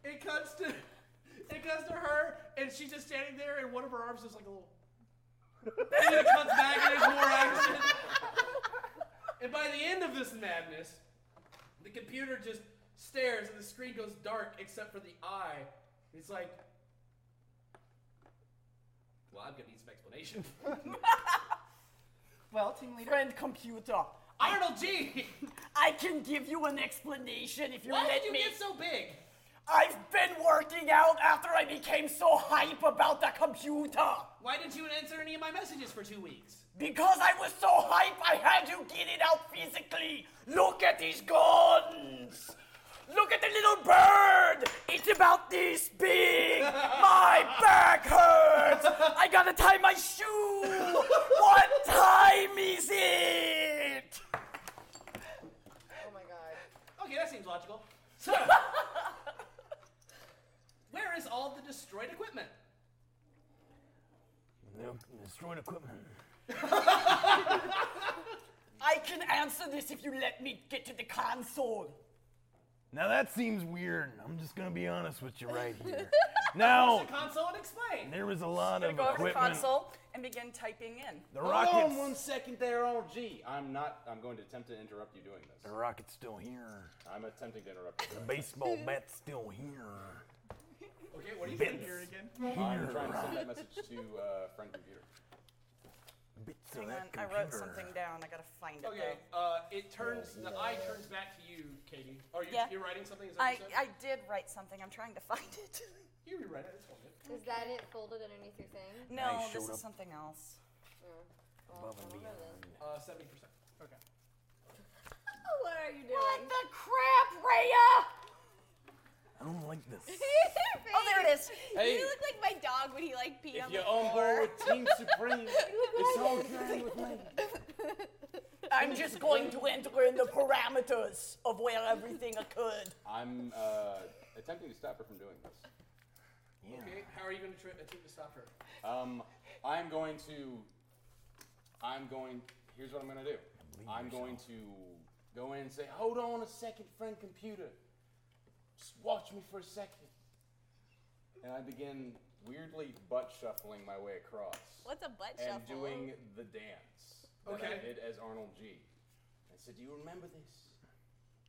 [SPEAKER 1] it cuts to it cuts to her, and she's just standing there, and one of her arms is like a little. and then it cuts back, and there's more action. And by the end of this madness, the computer just stares and the screen goes dark except for the eye. And it's like, well, I'm gonna need some explanation.
[SPEAKER 7] Well, team leader. Friend computer.
[SPEAKER 1] Arnold G!
[SPEAKER 7] (laughs) I can give you an explanation if you
[SPEAKER 1] Why
[SPEAKER 7] let
[SPEAKER 1] did you
[SPEAKER 7] me.
[SPEAKER 1] get so big?
[SPEAKER 7] I've been working out after I became so hype about the computer.
[SPEAKER 1] Why didn't you answer any of my messages for two weeks?
[SPEAKER 7] Because I was so hype, I had to get it out physically. Look at these guns. Look at the little bird. It's about this
[SPEAKER 5] (laughs)
[SPEAKER 7] big. My back hurts. I gotta tie my shoe. What time is it?
[SPEAKER 1] Okay, that seems logical. So, where is all the destroyed equipment?
[SPEAKER 3] Destroying equipment.
[SPEAKER 7] I can answer this if you let me get to
[SPEAKER 6] (laughs)
[SPEAKER 7] the console.
[SPEAKER 3] Now that seems weird. I'm just gonna be honest with you right here. (laughs) now,
[SPEAKER 6] the console and explain.
[SPEAKER 3] there was a lot
[SPEAKER 6] Gonna
[SPEAKER 3] of
[SPEAKER 6] go over to the
[SPEAKER 3] equipment.
[SPEAKER 6] console and begin typing in.
[SPEAKER 3] The
[SPEAKER 5] Hold
[SPEAKER 3] rockets.
[SPEAKER 5] on one second there, RG. I'm not. I'm going to attempt to interrupt you doing this.
[SPEAKER 3] The rocket's still here.
[SPEAKER 5] I'm attempting to interrupt you.
[SPEAKER 3] The baseball bat's still here.
[SPEAKER 1] Okay, what are you
[SPEAKER 3] Bits.
[SPEAKER 1] doing here again?
[SPEAKER 5] I'm trying to send that message to uh, friend computer.
[SPEAKER 3] Bits
[SPEAKER 6] Hang on, I wrote something down. I gotta find it.
[SPEAKER 1] Okay,
[SPEAKER 6] though.
[SPEAKER 1] uh, it turns, the eye turns back to you, Katie. Are you,
[SPEAKER 6] Yeah.
[SPEAKER 1] you're writing something? Is that what
[SPEAKER 6] I,
[SPEAKER 1] you
[SPEAKER 6] I did write something. I'm trying to find it. (laughs)
[SPEAKER 1] You rewrite it. It's fine.
[SPEAKER 4] Is that it folded underneath your thing?
[SPEAKER 6] No,
[SPEAKER 1] showed
[SPEAKER 6] this is
[SPEAKER 1] up.
[SPEAKER 6] something else.
[SPEAKER 12] Oh.
[SPEAKER 3] Above and beyond.
[SPEAKER 1] said? Uh, 70%. Okay.
[SPEAKER 16] what are you doing? What the crap,
[SPEAKER 12] (laughs)
[SPEAKER 16] Raya?
[SPEAKER 3] I don't like this.
[SPEAKER 12] oh,
[SPEAKER 6] there it is.
[SPEAKER 12] You
[SPEAKER 5] Hey.
[SPEAKER 12] look like my dog when he like peed
[SPEAKER 5] If
[SPEAKER 12] on
[SPEAKER 5] you're
[SPEAKER 12] the
[SPEAKER 1] (laughs)
[SPEAKER 5] on
[SPEAKER 12] floor.
[SPEAKER 5] board with Team Supreme,
[SPEAKER 6] (laughs)
[SPEAKER 5] it's
[SPEAKER 7] (laughs)
[SPEAKER 5] all good with me.
[SPEAKER 7] I'm just going to enter in the parameters of where everything occurred.
[SPEAKER 5] I'm uh, attempting to stop her from doing this.
[SPEAKER 1] Okay, how are you going to try attempt to stop her?
[SPEAKER 5] Um, I'm going to. I'm going. Here's what I'm going to do. I'm going to go in and say, "Hold on a second, friend computer. Just watch me for a second. And I begin weirdly butt shuffling my way across
[SPEAKER 12] (laughs) What's a butt
[SPEAKER 5] and
[SPEAKER 12] shuffle?
[SPEAKER 5] doing the dance that I
[SPEAKER 1] Okay.
[SPEAKER 5] did as Arnold G. I said, "Do you remember this?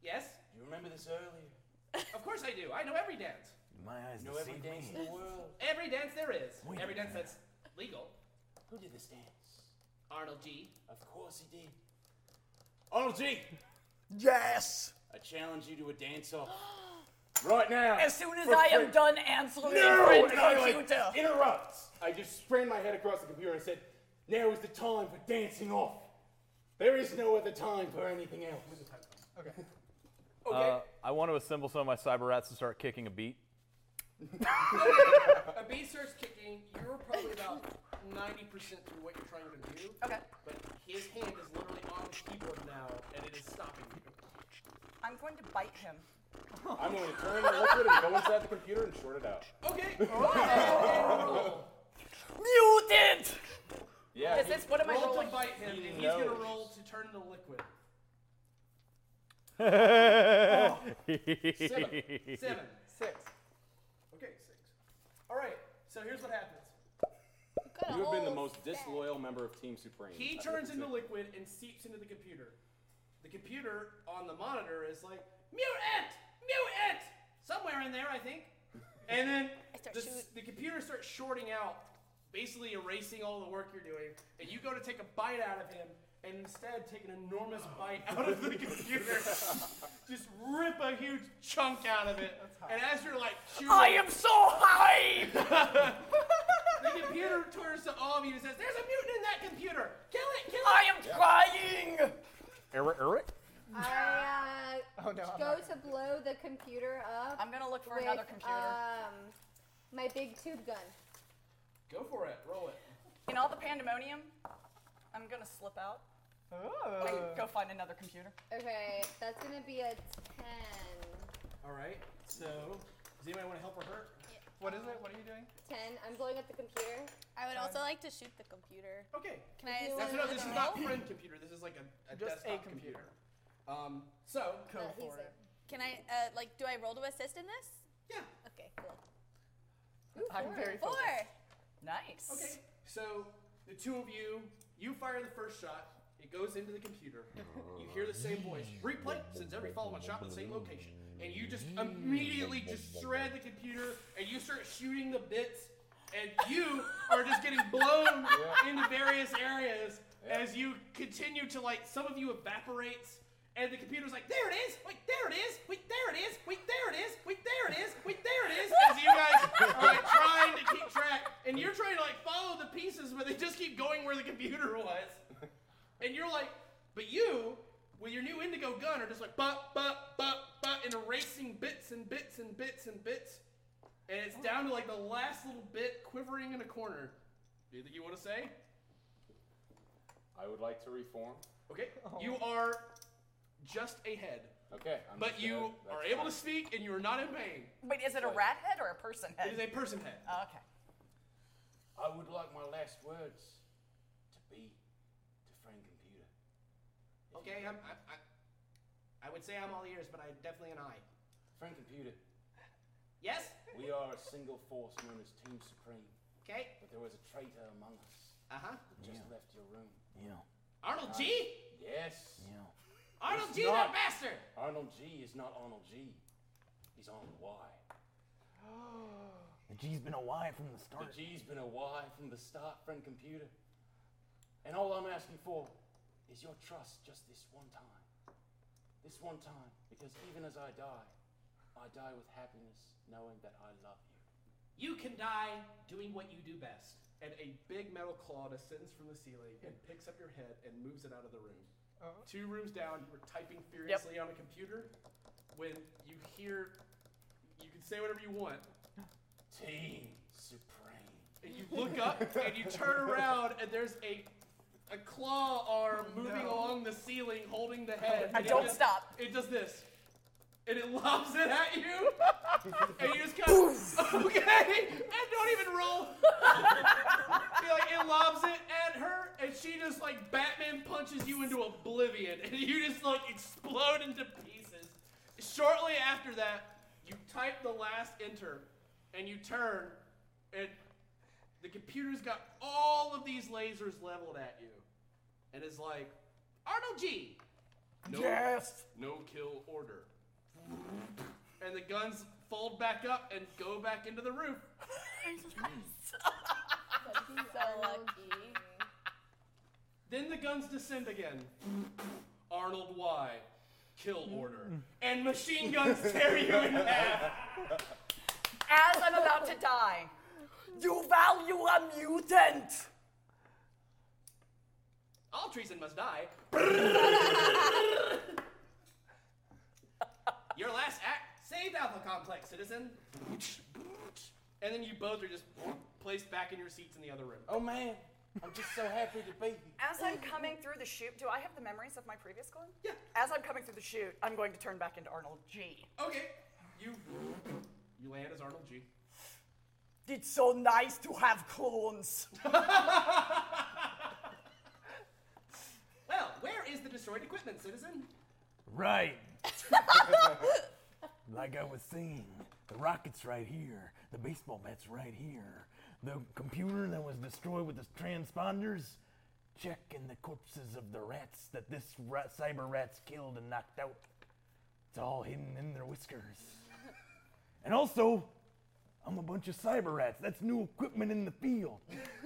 [SPEAKER 1] Yes?
[SPEAKER 5] Do you remember this earlier?
[SPEAKER 1] Of course I do. I know every dance.
[SPEAKER 3] My eyes
[SPEAKER 5] know every
[SPEAKER 3] deceive
[SPEAKER 5] dance
[SPEAKER 3] me.
[SPEAKER 5] in the world.
[SPEAKER 1] Every dance there is.
[SPEAKER 5] Wait a
[SPEAKER 1] every dance
[SPEAKER 5] minute.
[SPEAKER 1] that's legal.
[SPEAKER 5] Who did this dance?
[SPEAKER 1] Arnold G.
[SPEAKER 5] Of course he did. Arnold G.
[SPEAKER 7] Yes.
[SPEAKER 5] I challenge you to a dance off (gasps) right now.
[SPEAKER 7] As soon as
[SPEAKER 5] For
[SPEAKER 7] I am
[SPEAKER 5] free.
[SPEAKER 7] done answering
[SPEAKER 5] No!
[SPEAKER 7] friend
[SPEAKER 5] And I, like,
[SPEAKER 7] computer.
[SPEAKER 5] interrupt. I just sprang my head across the computer and said, "Now is the time for dancing off. There is no other time for anything else."
[SPEAKER 1] Okay.
[SPEAKER 11] Uh, I want to assemble some of my cyber rats and start kicking a beat.
[SPEAKER 1] A B starts kicking. You're probably about 90% through what you're trying to do.
[SPEAKER 6] Okay.
[SPEAKER 1] But his hand is literally on the keyboard now, and it is stopping you.
[SPEAKER 6] I'm going to bite
[SPEAKER 1] (laughs)
[SPEAKER 6] him.
[SPEAKER 5] I'm going to turn the liquid and go inside the computer and short it out.
[SPEAKER 1] Okay.
[SPEAKER 7] Mutant.
[SPEAKER 5] Yeah.
[SPEAKER 6] Is this- what am I
[SPEAKER 1] roll
[SPEAKER 6] rolling?
[SPEAKER 1] to bite him, and
[SPEAKER 5] He
[SPEAKER 1] he's going
[SPEAKER 5] knows.
[SPEAKER 1] to roll to turn the liquid. Seven. Seven. Six. Okay, six. All right, so here's what happens.
[SPEAKER 5] You have been the most disloyal member of Team Supreme.
[SPEAKER 1] He
[SPEAKER 5] That's
[SPEAKER 1] turns
[SPEAKER 5] what
[SPEAKER 1] into
[SPEAKER 5] it
[SPEAKER 1] liquid and seeps into the computer. The computer on the monitor is like, mutant! Mutant! Somewhere in there, I think. And then the, the computer starts shorting out, basically erasing all the work you're doing. And you go to take a bite out of him, and instead take an enormous bite out of the computer. Just rip a huge chunk out of it. And as you're like, chewing-
[SPEAKER 7] I am so hyped.
[SPEAKER 1] the computer turns to all of you and says, There's a mutant in that computer! Kill it! Kill it!
[SPEAKER 7] I am crying.
[SPEAKER 8] Oh,
[SPEAKER 11] Eric, Eric?
[SPEAKER 4] I uh,
[SPEAKER 11] Oh, no, I'm
[SPEAKER 4] go
[SPEAKER 11] not
[SPEAKER 4] to blow the computer up. I'm
[SPEAKER 6] gonna look
[SPEAKER 4] for
[SPEAKER 6] another computer.
[SPEAKER 4] Um, my big tube gun.
[SPEAKER 1] Go for it. Roll it.
[SPEAKER 6] In all the pandemonium, I'm gonna slip out. I go find another computer.
[SPEAKER 4] Okay, that's gonna be a ten.
[SPEAKER 1] All right. So, does anybody want to help or hurt? What is it? What are you doing?
[SPEAKER 4] Ten. I'm blowing up the computer.
[SPEAKER 12] I would also like to shoot the computer.
[SPEAKER 1] Okay.
[SPEAKER 12] Can I? assist
[SPEAKER 1] That's no,
[SPEAKER 12] with
[SPEAKER 1] this
[SPEAKER 12] the
[SPEAKER 1] is not
[SPEAKER 12] roll?
[SPEAKER 1] friend computer. This is like a, a
[SPEAKER 8] Just a
[SPEAKER 1] desktop computer. Um, so
[SPEAKER 8] Go Uh, he's for it.
[SPEAKER 12] Can I? Uh, like, do I roll to assist in this?
[SPEAKER 1] Yeah.
[SPEAKER 12] Okay. Cool.
[SPEAKER 8] I'm
[SPEAKER 12] four.
[SPEAKER 8] very
[SPEAKER 12] Four.
[SPEAKER 8] focused.
[SPEAKER 6] Nice.
[SPEAKER 1] Okay. So the two of you, you fire the first shot. It goes into the computer. You hear the same voice. Replay since every follow-up shot in the same location, and you just immediately just shred the computer, and you start shooting the bits, and you are just getting blown into various areas as you continue to like. Some of you evaporates, and the computer's like, "There it is! Wait, there it is! Wait, there it is! Wait, there it is! Wait, there it is! Wait, there it is!" As you guys are like trying to keep track, and you're trying to like follow the pieces, but they just keep going where the computer was, and you're like, but you. With your new indigo gun, are just like but but but but and erasing bits and bits and bits and bits, and it's down to like the last little bit quivering in a corner. Anything you want to say?
[SPEAKER 5] I would like to reform.
[SPEAKER 1] Okay, you are just ahead.
[SPEAKER 5] Okay. I'm
[SPEAKER 1] but
[SPEAKER 5] just
[SPEAKER 1] you
[SPEAKER 5] gonna- that's
[SPEAKER 1] are able to
[SPEAKER 5] fine.
[SPEAKER 1] speak and you are not in pain.
[SPEAKER 6] Wait, is it a rat head Oh, or a person head?
[SPEAKER 1] It is a person head.
[SPEAKER 6] Oh, okay.
[SPEAKER 5] I would like my last words to be to friend computer.
[SPEAKER 1] Okay, I'm, I, I, I would say I'm all ears, but I'm definitely an eye.
[SPEAKER 5] Friend computer. (gasps)
[SPEAKER 1] Yes?
[SPEAKER 5] We are a single force known as Team Supreme.
[SPEAKER 1] Okay.
[SPEAKER 5] But there was a traitor among us.
[SPEAKER 1] Uh huh.
[SPEAKER 5] Just
[SPEAKER 1] Yeah.
[SPEAKER 5] left your room.
[SPEAKER 3] Yeah. Uh,
[SPEAKER 1] Arnold G?
[SPEAKER 5] Yes.
[SPEAKER 3] Yeah.
[SPEAKER 1] Arnold
[SPEAKER 5] It's
[SPEAKER 1] G,
[SPEAKER 5] not-
[SPEAKER 1] that bastard!
[SPEAKER 5] Arnold G is not Arnold G. He's Arnold Y.
[SPEAKER 3] The G's been a Y from the
[SPEAKER 5] The
[SPEAKER 3] start.
[SPEAKER 5] G's been a Y from the start, friend computer. And all I'm asking for is your trust just this one time. This one time, because even as I die, I die with happiness knowing that I love
[SPEAKER 1] You can die doing what you do best. And a big metal claw descends from the ceiling and picks up your head and moves it out of the room.
[SPEAKER 5] Oh.
[SPEAKER 8] Uh-huh.
[SPEAKER 1] Two rooms down, you were typing furiously on a computer when you hear. You can say whatever you want.
[SPEAKER 5] you. Team Supreme.
[SPEAKER 1] And you look up and you turn around and there's a a claw arm moving along the ceiling holding the head.
[SPEAKER 6] I
[SPEAKER 1] And it
[SPEAKER 6] don't
[SPEAKER 1] just-
[SPEAKER 6] stop.
[SPEAKER 1] It does this. And it lobs it at you. (laughs) and you just kind of (laughs) Okay! And don't even roll. (laughs) Be like it lobs it at her and she just like Batman punches you into oblivion (laughs) and you just like explode into pieces. Shortly after that, you type the last enter and you turn and the computer's got all of these lasers leveled at you. And it's like, Arnold G! No,
[SPEAKER 13] Yes.
[SPEAKER 1] No kill order. And the guns fold back up and go back into the roof.
[SPEAKER 5] (laughs)
[SPEAKER 12] so lucky.
[SPEAKER 1] Then the guns descend again. Arnold Y. Kill
[SPEAKER 5] Hmm.
[SPEAKER 1] order. And machine guns tear you in half.
[SPEAKER 5] (laughs)
[SPEAKER 6] As I'm about to die.
[SPEAKER 7] You value a mutant!
[SPEAKER 1] All treason must
[SPEAKER 5] (laughs)
[SPEAKER 1] die. Your last act saved Alpha Complex, citizen. And then you both are just placed back in your seats in the other room.
[SPEAKER 5] Oh man, I'm just so happy to be here.
[SPEAKER 6] As I'm coming through the chute, do I have the memories of my previous clone?
[SPEAKER 1] Yeah.
[SPEAKER 6] As I'm coming through the chute, I'm going to turn back into Arnold G.
[SPEAKER 1] Okay. You you land as Arnold G.
[SPEAKER 7] It's so nice to have
[SPEAKER 5] (laughs)
[SPEAKER 7] clones.
[SPEAKER 1] Well, where is the destroyed equipment, citizen?
[SPEAKER 3] Right. like I was saying, the rocket's right here, the baseball bat's right here, the computer that was destroyed with the transponders. Checking the corpses of the rats that this rat, cyber rat's killed and knocked out. It's all hidden in their
[SPEAKER 5] (laughs)
[SPEAKER 3] whiskers. And also, I'm a bunch of cyber rats. That's new equipment in the field.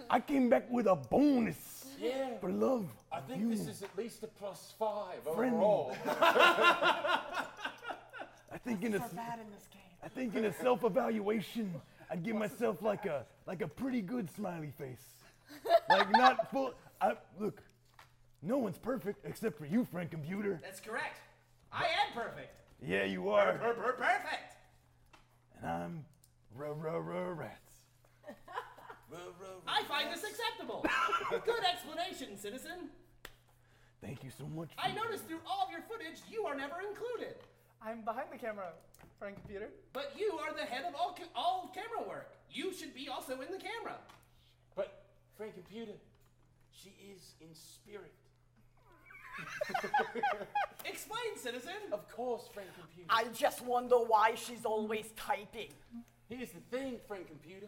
[SPEAKER 3] I came back with a bonus
[SPEAKER 5] Yeah.
[SPEAKER 3] for love.
[SPEAKER 5] I
[SPEAKER 3] of
[SPEAKER 5] think
[SPEAKER 3] you.
[SPEAKER 5] this is at least a plus five
[SPEAKER 3] Friend.
[SPEAKER 5] overall.
[SPEAKER 3] I think in a,
[SPEAKER 7] We're bad in this game.
[SPEAKER 3] I think in a self-evaluation, I'd give myself like a like a pretty good smiley face. Like not full. I, look, no one's perfect except for you, friend computer.
[SPEAKER 1] That's correct. I am perfect.
[SPEAKER 3] Yeah, you are.
[SPEAKER 1] Per- per- Perfect.
[SPEAKER 3] And I'm r r r rats.
[SPEAKER 1] I find this acceptable. Good explanation, citizen.
[SPEAKER 3] Thank you so much.
[SPEAKER 1] I noticed through all of your footage you are never included.
[SPEAKER 8] I'm behind the camera, friend computer.
[SPEAKER 1] But you are the head of all ca- all camera work. You should be also in the camera.
[SPEAKER 5] But friend computer, she is in spirit.
[SPEAKER 1] Explain, citizen.
[SPEAKER 5] Of course, friend computer.
[SPEAKER 7] I just wonder why she's always typing.
[SPEAKER 5] Here's the thing, friend computer.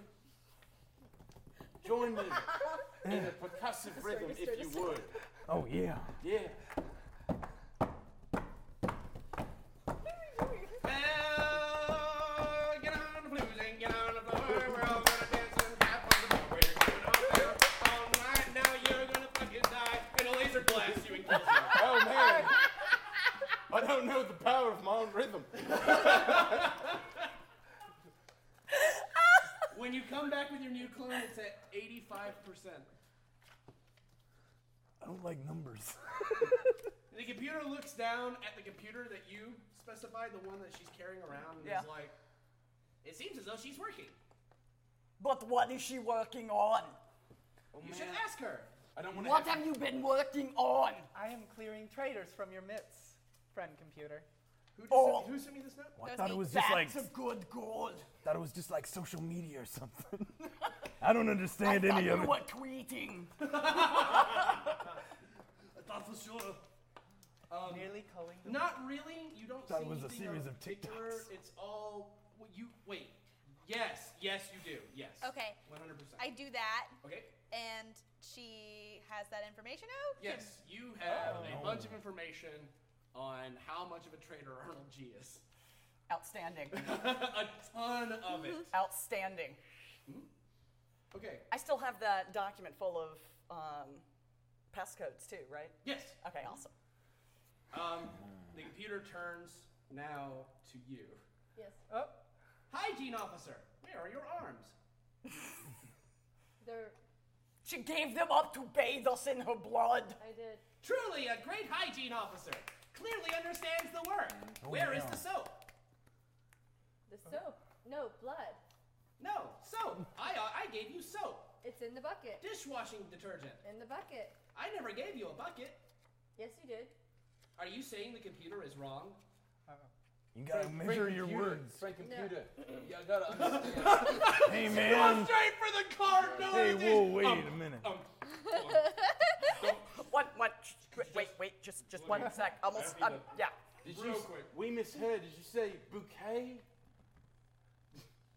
[SPEAKER 5] Join me
[SPEAKER 3] (laughs)
[SPEAKER 5] in a percussive rhythm if you would.
[SPEAKER 3] Oh yeah.
[SPEAKER 5] Yeah.
[SPEAKER 1] Well, get on the blues and get on the floor. We're all gonna dance and have fun. We're going all night. Now you're gonna fucking die. And a laser blasts you and kills you.
[SPEAKER 5] (laughs) Oh man. I don't know the power of my own rhythm.
[SPEAKER 1] When you come back with your new clone, it's at 85%.
[SPEAKER 3] I don't like numbers.
[SPEAKER 1] The computer looks down at the computer that you specified, the one that she's carrying around, and
[SPEAKER 7] Yeah.
[SPEAKER 1] is like, it seems as though she's working.
[SPEAKER 7] But what is she working on?
[SPEAKER 1] you should ask her.
[SPEAKER 5] Oh, I don't
[SPEAKER 7] What have you been working on?
[SPEAKER 8] I am clearing traitors from your midst, friend computer.
[SPEAKER 1] Who,
[SPEAKER 7] Oh.
[SPEAKER 1] who sent me this note?
[SPEAKER 3] Well, I thought it was just like
[SPEAKER 7] That's a good goal.
[SPEAKER 3] thought it was just like social media or something. (laughs) I
[SPEAKER 5] I don't understand
[SPEAKER 7] I thought
[SPEAKER 5] any of
[SPEAKER 7] we
[SPEAKER 5] it.
[SPEAKER 7] were
[SPEAKER 1] (laughs)
[SPEAKER 7] tweeting.
[SPEAKER 1] I thought for sure. Um,
[SPEAKER 8] Nearly calling. them.
[SPEAKER 1] Not really. You don't
[SPEAKER 8] That
[SPEAKER 1] see
[SPEAKER 8] was a
[SPEAKER 1] anything
[SPEAKER 8] series
[SPEAKER 1] in
[SPEAKER 8] of
[SPEAKER 1] particular. It's all well, you wait. Yes, yes, you do. Yes.
[SPEAKER 12] Okay.
[SPEAKER 1] One hundred percent.
[SPEAKER 12] I do that.
[SPEAKER 1] Okay.
[SPEAKER 12] And she has that information out?
[SPEAKER 1] Yes, you have
[SPEAKER 6] Oh.
[SPEAKER 1] a bunch of information on how much of a traitor (laughs) Arnold G is.
[SPEAKER 6] Outstanding.
[SPEAKER 1] (laughs) a ton of it.
[SPEAKER 6] (laughs)
[SPEAKER 1] Hmm.
[SPEAKER 6] Outstanding.
[SPEAKER 1] Okay.
[SPEAKER 6] I still have that document full of um, passcodes too, right?
[SPEAKER 1] Yes.
[SPEAKER 6] Okay, awesome.
[SPEAKER 1] Um, the computer turns now to you.
[SPEAKER 18] Yes.
[SPEAKER 1] Oh. Hygiene officer, where are your arms?
[SPEAKER 18] They're.
[SPEAKER 7] She gave them up to bathe us in her blood.
[SPEAKER 18] I did.
[SPEAKER 1] Truly a great hygiene officer. Clearly understands the work.
[SPEAKER 7] Oh,
[SPEAKER 1] Where is
[SPEAKER 7] yeah.
[SPEAKER 1] the soap?
[SPEAKER 18] The soap. No, blood.
[SPEAKER 1] No, soap. I uh, I gave you soap.
[SPEAKER 18] It's in the bucket.
[SPEAKER 1] Dishwashing detergent.
[SPEAKER 18] In the bucket.
[SPEAKER 1] I never gave you a bucket.
[SPEAKER 18] Yes, you did.
[SPEAKER 1] Are you saying the computer is wrong?
[SPEAKER 3] You gotta measure your words.
[SPEAKER 1] Frank
[SPEAKER 13] computer.
[SPEAKER 1] Yeah, I gotta understand.
[SPEAKER 3] (laughs) Hey, man.
[SPEAKER 1] Go straight for the
[SPEAKER 8] (laughs)
[SPEAKER 1] card. No,
[SPEAKER 3] Hey,
[SPEAKER 1] it
[SPEAKER 3] whoa,
[SPEAKER 1] is-
[SPEAKER 3] wait
[SPEAKER 1] Um,
[SPEAKER 3] a minute.
[SPEAKER 6] One, one, sh- wait, wait, wait, just, just one sec. Almost, um, yeah.
[SPEAKER 13] Did you, s- We misheard. Did you say bouquet?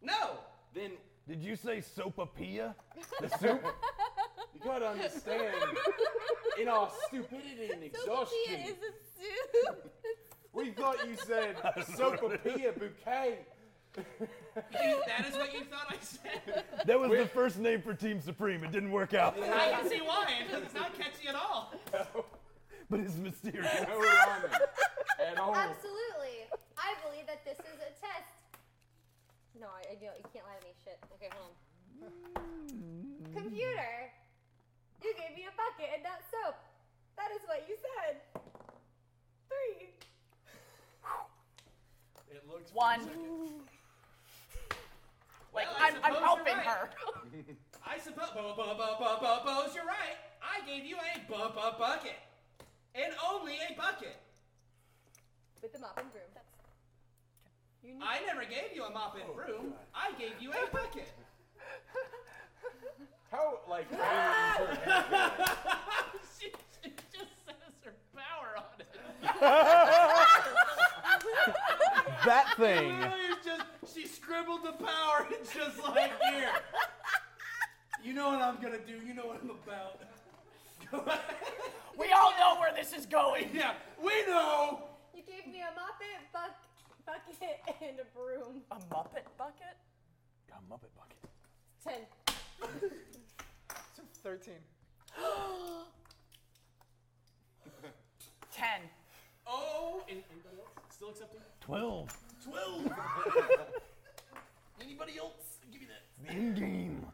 [SPEAKER 1] No.
[SPEAKER 13] Then
[SPEAKER 5] Did you say sopapilla?
[SPEAKER 4] (laughs)
[SPEAKER 5] The soup?
[SPEAKER 13] you gotta understand. in our stupidity
[SPEAKER 7] (laughs)
[SPEAKER 13] and exhaustion,
[SPEAKER 26] Sophia is a soup.
[SPEAKER 13] we thought you
[SPEAKER 3] (laughs)
[SPEAKER 13] said sopapilla bouquet.
[SPEAKER 1] (laughs) that is what you thought I said. (laughs)
[SPEAKER 3] That was the first name for Team Supreme. It didn't work out.
[SPEAKER 1] I can see why. It's not catchy at all.
[SPEAKER 3] (laughs) But it's
[SPEAKER 6] (laughs)
[SPEAKER 4] (laughs)
[SPEAKER 3] mysterious.
[SPEAKER 1] oh.
[SPEAKER 4] Absolutely. I believe that this is a test. No, I, I don't. You can't lie to me. Shit. Okay, hold
[SPEAKER 1] Mm.
[SPEAKER 4] on. Computer, you gave me a bucket and not soap. That is what you said. Three.
[SPEAKER 1] It looks
[SPEAKER 6] One.
[SPEAKER 1] Well,
[SPEAKER 6] Like,
[SPEAKER 1] I
[SPEAKER 6] I'm, I'm
[SPEAKER 1] suppose
[SPEAKER 6] helping
[SPEAKER 1] you're
[SPEAKER 6] her.
[SPEAKER 1] right. (laughs) I suppose. Bu- bu- bu- bu- bu- Bose, you're right. I gave you a bu- bu- bucket, and only a bucket.
[SPEAKER 18] With the mop and broom. You need-
[SPEAKER 1] I never gave you a mop and broom. I gave you a (laughs) bucket.
[SPEAKER 5] Oh,
[SPEAKER 13] How like?
[SPEAKER 1] she, she just says her power on it.
[SPEAKER 3] That
[SPEAKER 1] (laughs)
[SPEAKER 3] thing.
[SPEAKER 1] Literally, it's just she scribbled the power and just like here. You know what I'm gonna do. You know what I'm about.
[SPEAKER 7] We all know where this is going.
[SPEAKER 1] Yeah, we know.
[SPEAKER 18] You gave me a moppet, buck, bucket, and a broom.
[SPEAKER 6] A muppet bucket?
[SPEAKER 5] A Muppet bucket.
[SPEAKER 18] Ten.
[SPEAKER 8] 13.
[SPEAKER 6] Ten.
[SPEAKER 1] Oh, and anybody else? Still accepting?
[SPEAKER 5] Twelve.
[SPEAKER 1] Twelve. anybody else? Give me that.
[SPEAKER 5] The end game.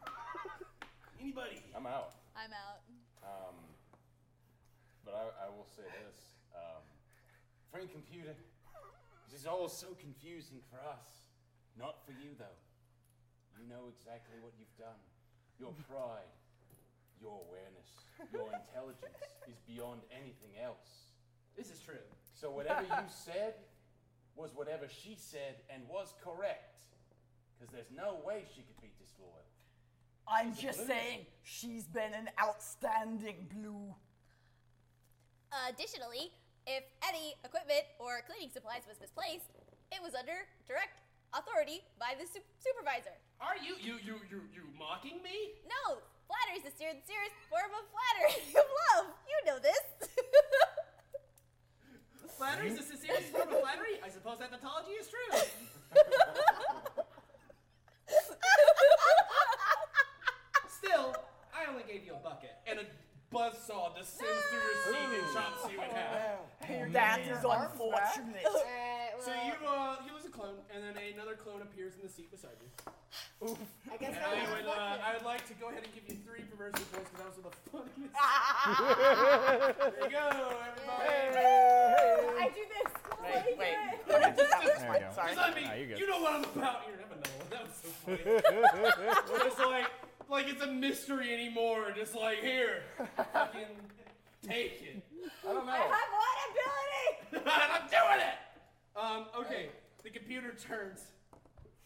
[SPEAKER 1] Anybody?
[SPEAKER 13] I'm out.
[SPEAKER 12] I'm out.
[SPEAKER 13] Um, but I, I will say this, um, friend computer, this is all so confusing for us. Not for you though. You know exactly what you've done. Your pride, your awareness,
[SPEAKER 3] (laughs)
[SPEAKER 13] your intelligence is beyond anything else.
[SPEAKER 1] This is true.
[SPEAKER 13] So
[SPEAKER 1] (laughs)
[SPEAKER 13] whatever you said was whatever she said and was correct, because there's no way she could be
[SPEAKER 3] (laughs)
[SPEAKER 13] disloyal.
[SPEAKER 7] I'm
[SPEAKER 13] She's a
[SPEAKER 7] just
[SPEAKER 13] blue.
[SPEAKER 7] saying, she's been an outstanding blue.
[SPEAKER 12] Additionally, if any equipment or cleaning supplies was misplaced, it was under direct authority by the su- supervisor.
[SPEAKER 1] Are you you you you you mocking me?
[SPEAKER 12] No, flattery is the ser- serious form of flattery (laughs) of love. You know this.
[SPEAKER 1] Flattery is a serious form of flattery. I suppose that tautology is true. Still, I only gave you a bucket and a buzzsaw just sends through your seat and chops
[SPEAKER 3] Oh,
[SPEAKER 1] you in half. Oh,
[SPEAKER 6] Hey, That is
[SPEAKER 1] (laughs)
[SPEAKER 18] Uh,
[SPEAKER 6] unfortunate.
[SPEAKER 1] So you uh, you lose a clone, and then another clone appears in the seat beside you.
[SPEAKER 18] I
[SPEAKER 1] And
[SPEAKER 18] guess
[SPEAKER 1] I
[SPEAKER 18] I
[SPEAKER 1] would, uh, I would like to go ahead and give you three perversive points because that was the
[SPEAKER 18] (laughs)
[SPEAKER 1] funniest. there you go, everybody.
[SPEAKER 18] I do this.
[SPEAKER 1] Wait, wait.
[SPEAKER 18] (laughs)
[SPEAKER 3] There you go.
[SPEAKER 1] Because I mean,
[SPEAKER 3] Nah, you're
[SPEAKER 1] you
[SPEAKER 3] good.
[SPEAKER 1] know what I'm about. You're never know. (laughs) That was so
[SPEAKER 3] (laughs)
[SPEAKER 1] funny. it's like, like it's a mystery anymore. Just like here, fucking take it. (laughs) I don't know.
[SPEAKER 18] né? I have one
[SPEAKER 1] ability. I'm doing it. Um. Okay. The computer turns.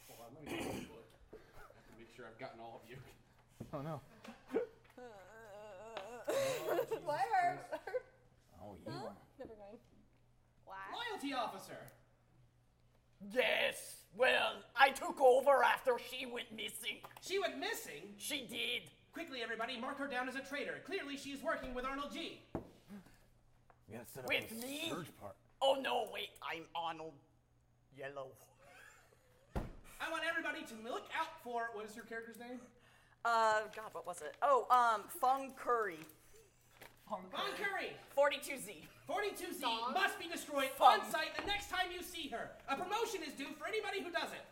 [SPEAKER 1] Hold on. Let me take a look. I have to make sure I've gotten all of you.
[SPEAKER 3] Oh no.
[SPEAKER 1] Oh,
[SPEAKER 4] (laughs) Why are? are-
[SPEAKER 3] Oh
[SPEAKER 4] huh? Never mind. Why?
[SPEAKER 1] Loyalty officer.
[SPEAKER 9] Yes. Well, I took over after she went missing.
[SPEAKER 1] She went missing?
[SPEAKER 9] She did.
[SPEAKER 1] Quickly, everybody, mark her down as a traitor. Clearly, she is working with Arnold G.
[SPEAKER 3] We gotta set
[SPEAKER 9] up With a me? surge
[SPEAKER 3] part.
[SPEAKER 9] Oh no, wait, I'm Arnold Yellow.
[SPEAKER 1] I want everybody to look out for what is your character's name?
[SPEAKER 6] Uh, God, what was it? Oh, um, Fung Curry. Fung
[SPEAKER 1] Fung Curry.
[SPEAKER 6] 42Z.
[SPEAKER 1] 42Z must be destroyed on site the next time you see her. A promotion is due for anybody who does it.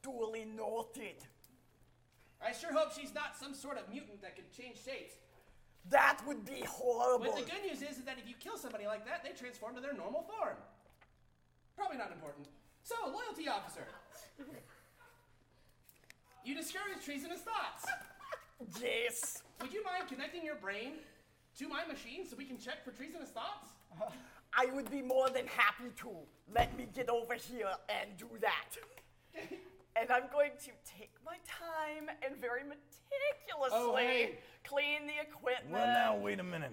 [SPEAKER 9] Duly noted.
[SPEAKER 1] I sure hope she's not some sort of mutant that can change shapes.
[SPEAKER 9] That would be horrible.
[SPEAKER 1] But the good news is, is that if you kill somebody like that, they transform to their normal form. Probably not important. So, loyalty officer. You discourage treasonous
[SPEAKER 9] (laughs)
[SPEAKER 1] thoughts.
[SPEAKER 9] Yes.
[SPEAKER 1] Would you mind connecting your brain to my machine so we can check for
[SPEAKER 9] (laughs)
[SPEAKER 1] treasonous thoughts?
[SPEAKER 9] I would be more than happy to. Let me get over here and do that.
[SPEAKER 6] And I'm going to take my (laughs) time and very meticulously
[SPEAKER 9] Oh, hey.
[SPEAKER 6] clean the equipment.
[SPEAKER 4] Uh-huh.
[SPEAKER 3] Well, now wait a minute.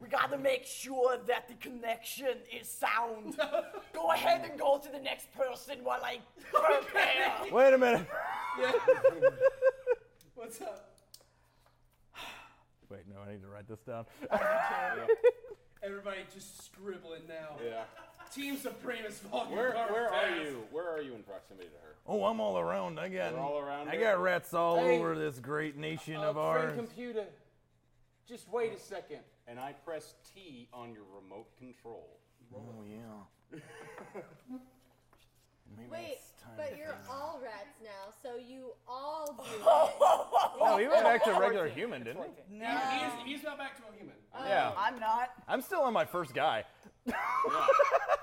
[SPEAKER 9] We gotta make sure that the connection is sound. go ahead and go to the next person while I prepare.
[SPEAKER 7] (laughs)
[SPEAKER 3] Wait a minute. (laughs)
[SPEAKER 1] What's up?
[SPEAKER 11] Wait, no, I need to write this down. (laughs)
[SPEAKER 1] Everybody just scribble it now.
[SPEAKER 5] Yeah.
[SPEAKER 1] Team Supremus Vulcan.
[SPEAKER 5] Where,
[SPEAKER 1] Guard
[SPEAKER 5] where are
[SPEAKER 1] Fast.
[SPEAKER 5] you? Where are you in proximity to her?
[SPEAKER 11] Oh, I'm all around. I got
[SPEAKER 5] We're all around
[SPEAKER 11] I
[SPEAKER 5] her?
[SPEAKER 11] got rats all
[SPEAKER 5] Hey.
[SPEAKER 11] over this great nation
[SPEAKER 5] Uh,
[SPEAKER 11] of
[SPEAKER 5] friend
[SPEAKER 11] ours.
[SPEAKER 5] computer, just wait a second. And I press T on your remote control.
[SPEAKER 11] oh yeah.
[SPEAKER 13] (laughs)
[SPEAKER 11] Maybe
[SPEAKER 4] Wait,
[SPEAKER 11] it's time
[SPEAKER 4] but
[SPEAKER 11] to
[SPEAKER 4] you're
[SPEAKER 11] figure-
[SPEAKER 4] all rats now, so you all
[SPEAKER 11] (laughs)
[SPEAKER 4] do it.
[SPEAKER 11] No, he went back to regular human, didn't he?
[SPEAKER 1] No. He's, he's not back to a human.
[SPEAKER 4] Um,
[SPEAKER 11] Yeah.
[SPEAKER 6] I'm not.
[SPEAKER 11] I'm still on my first guy.
[SPEAKER 4] Wait, wait,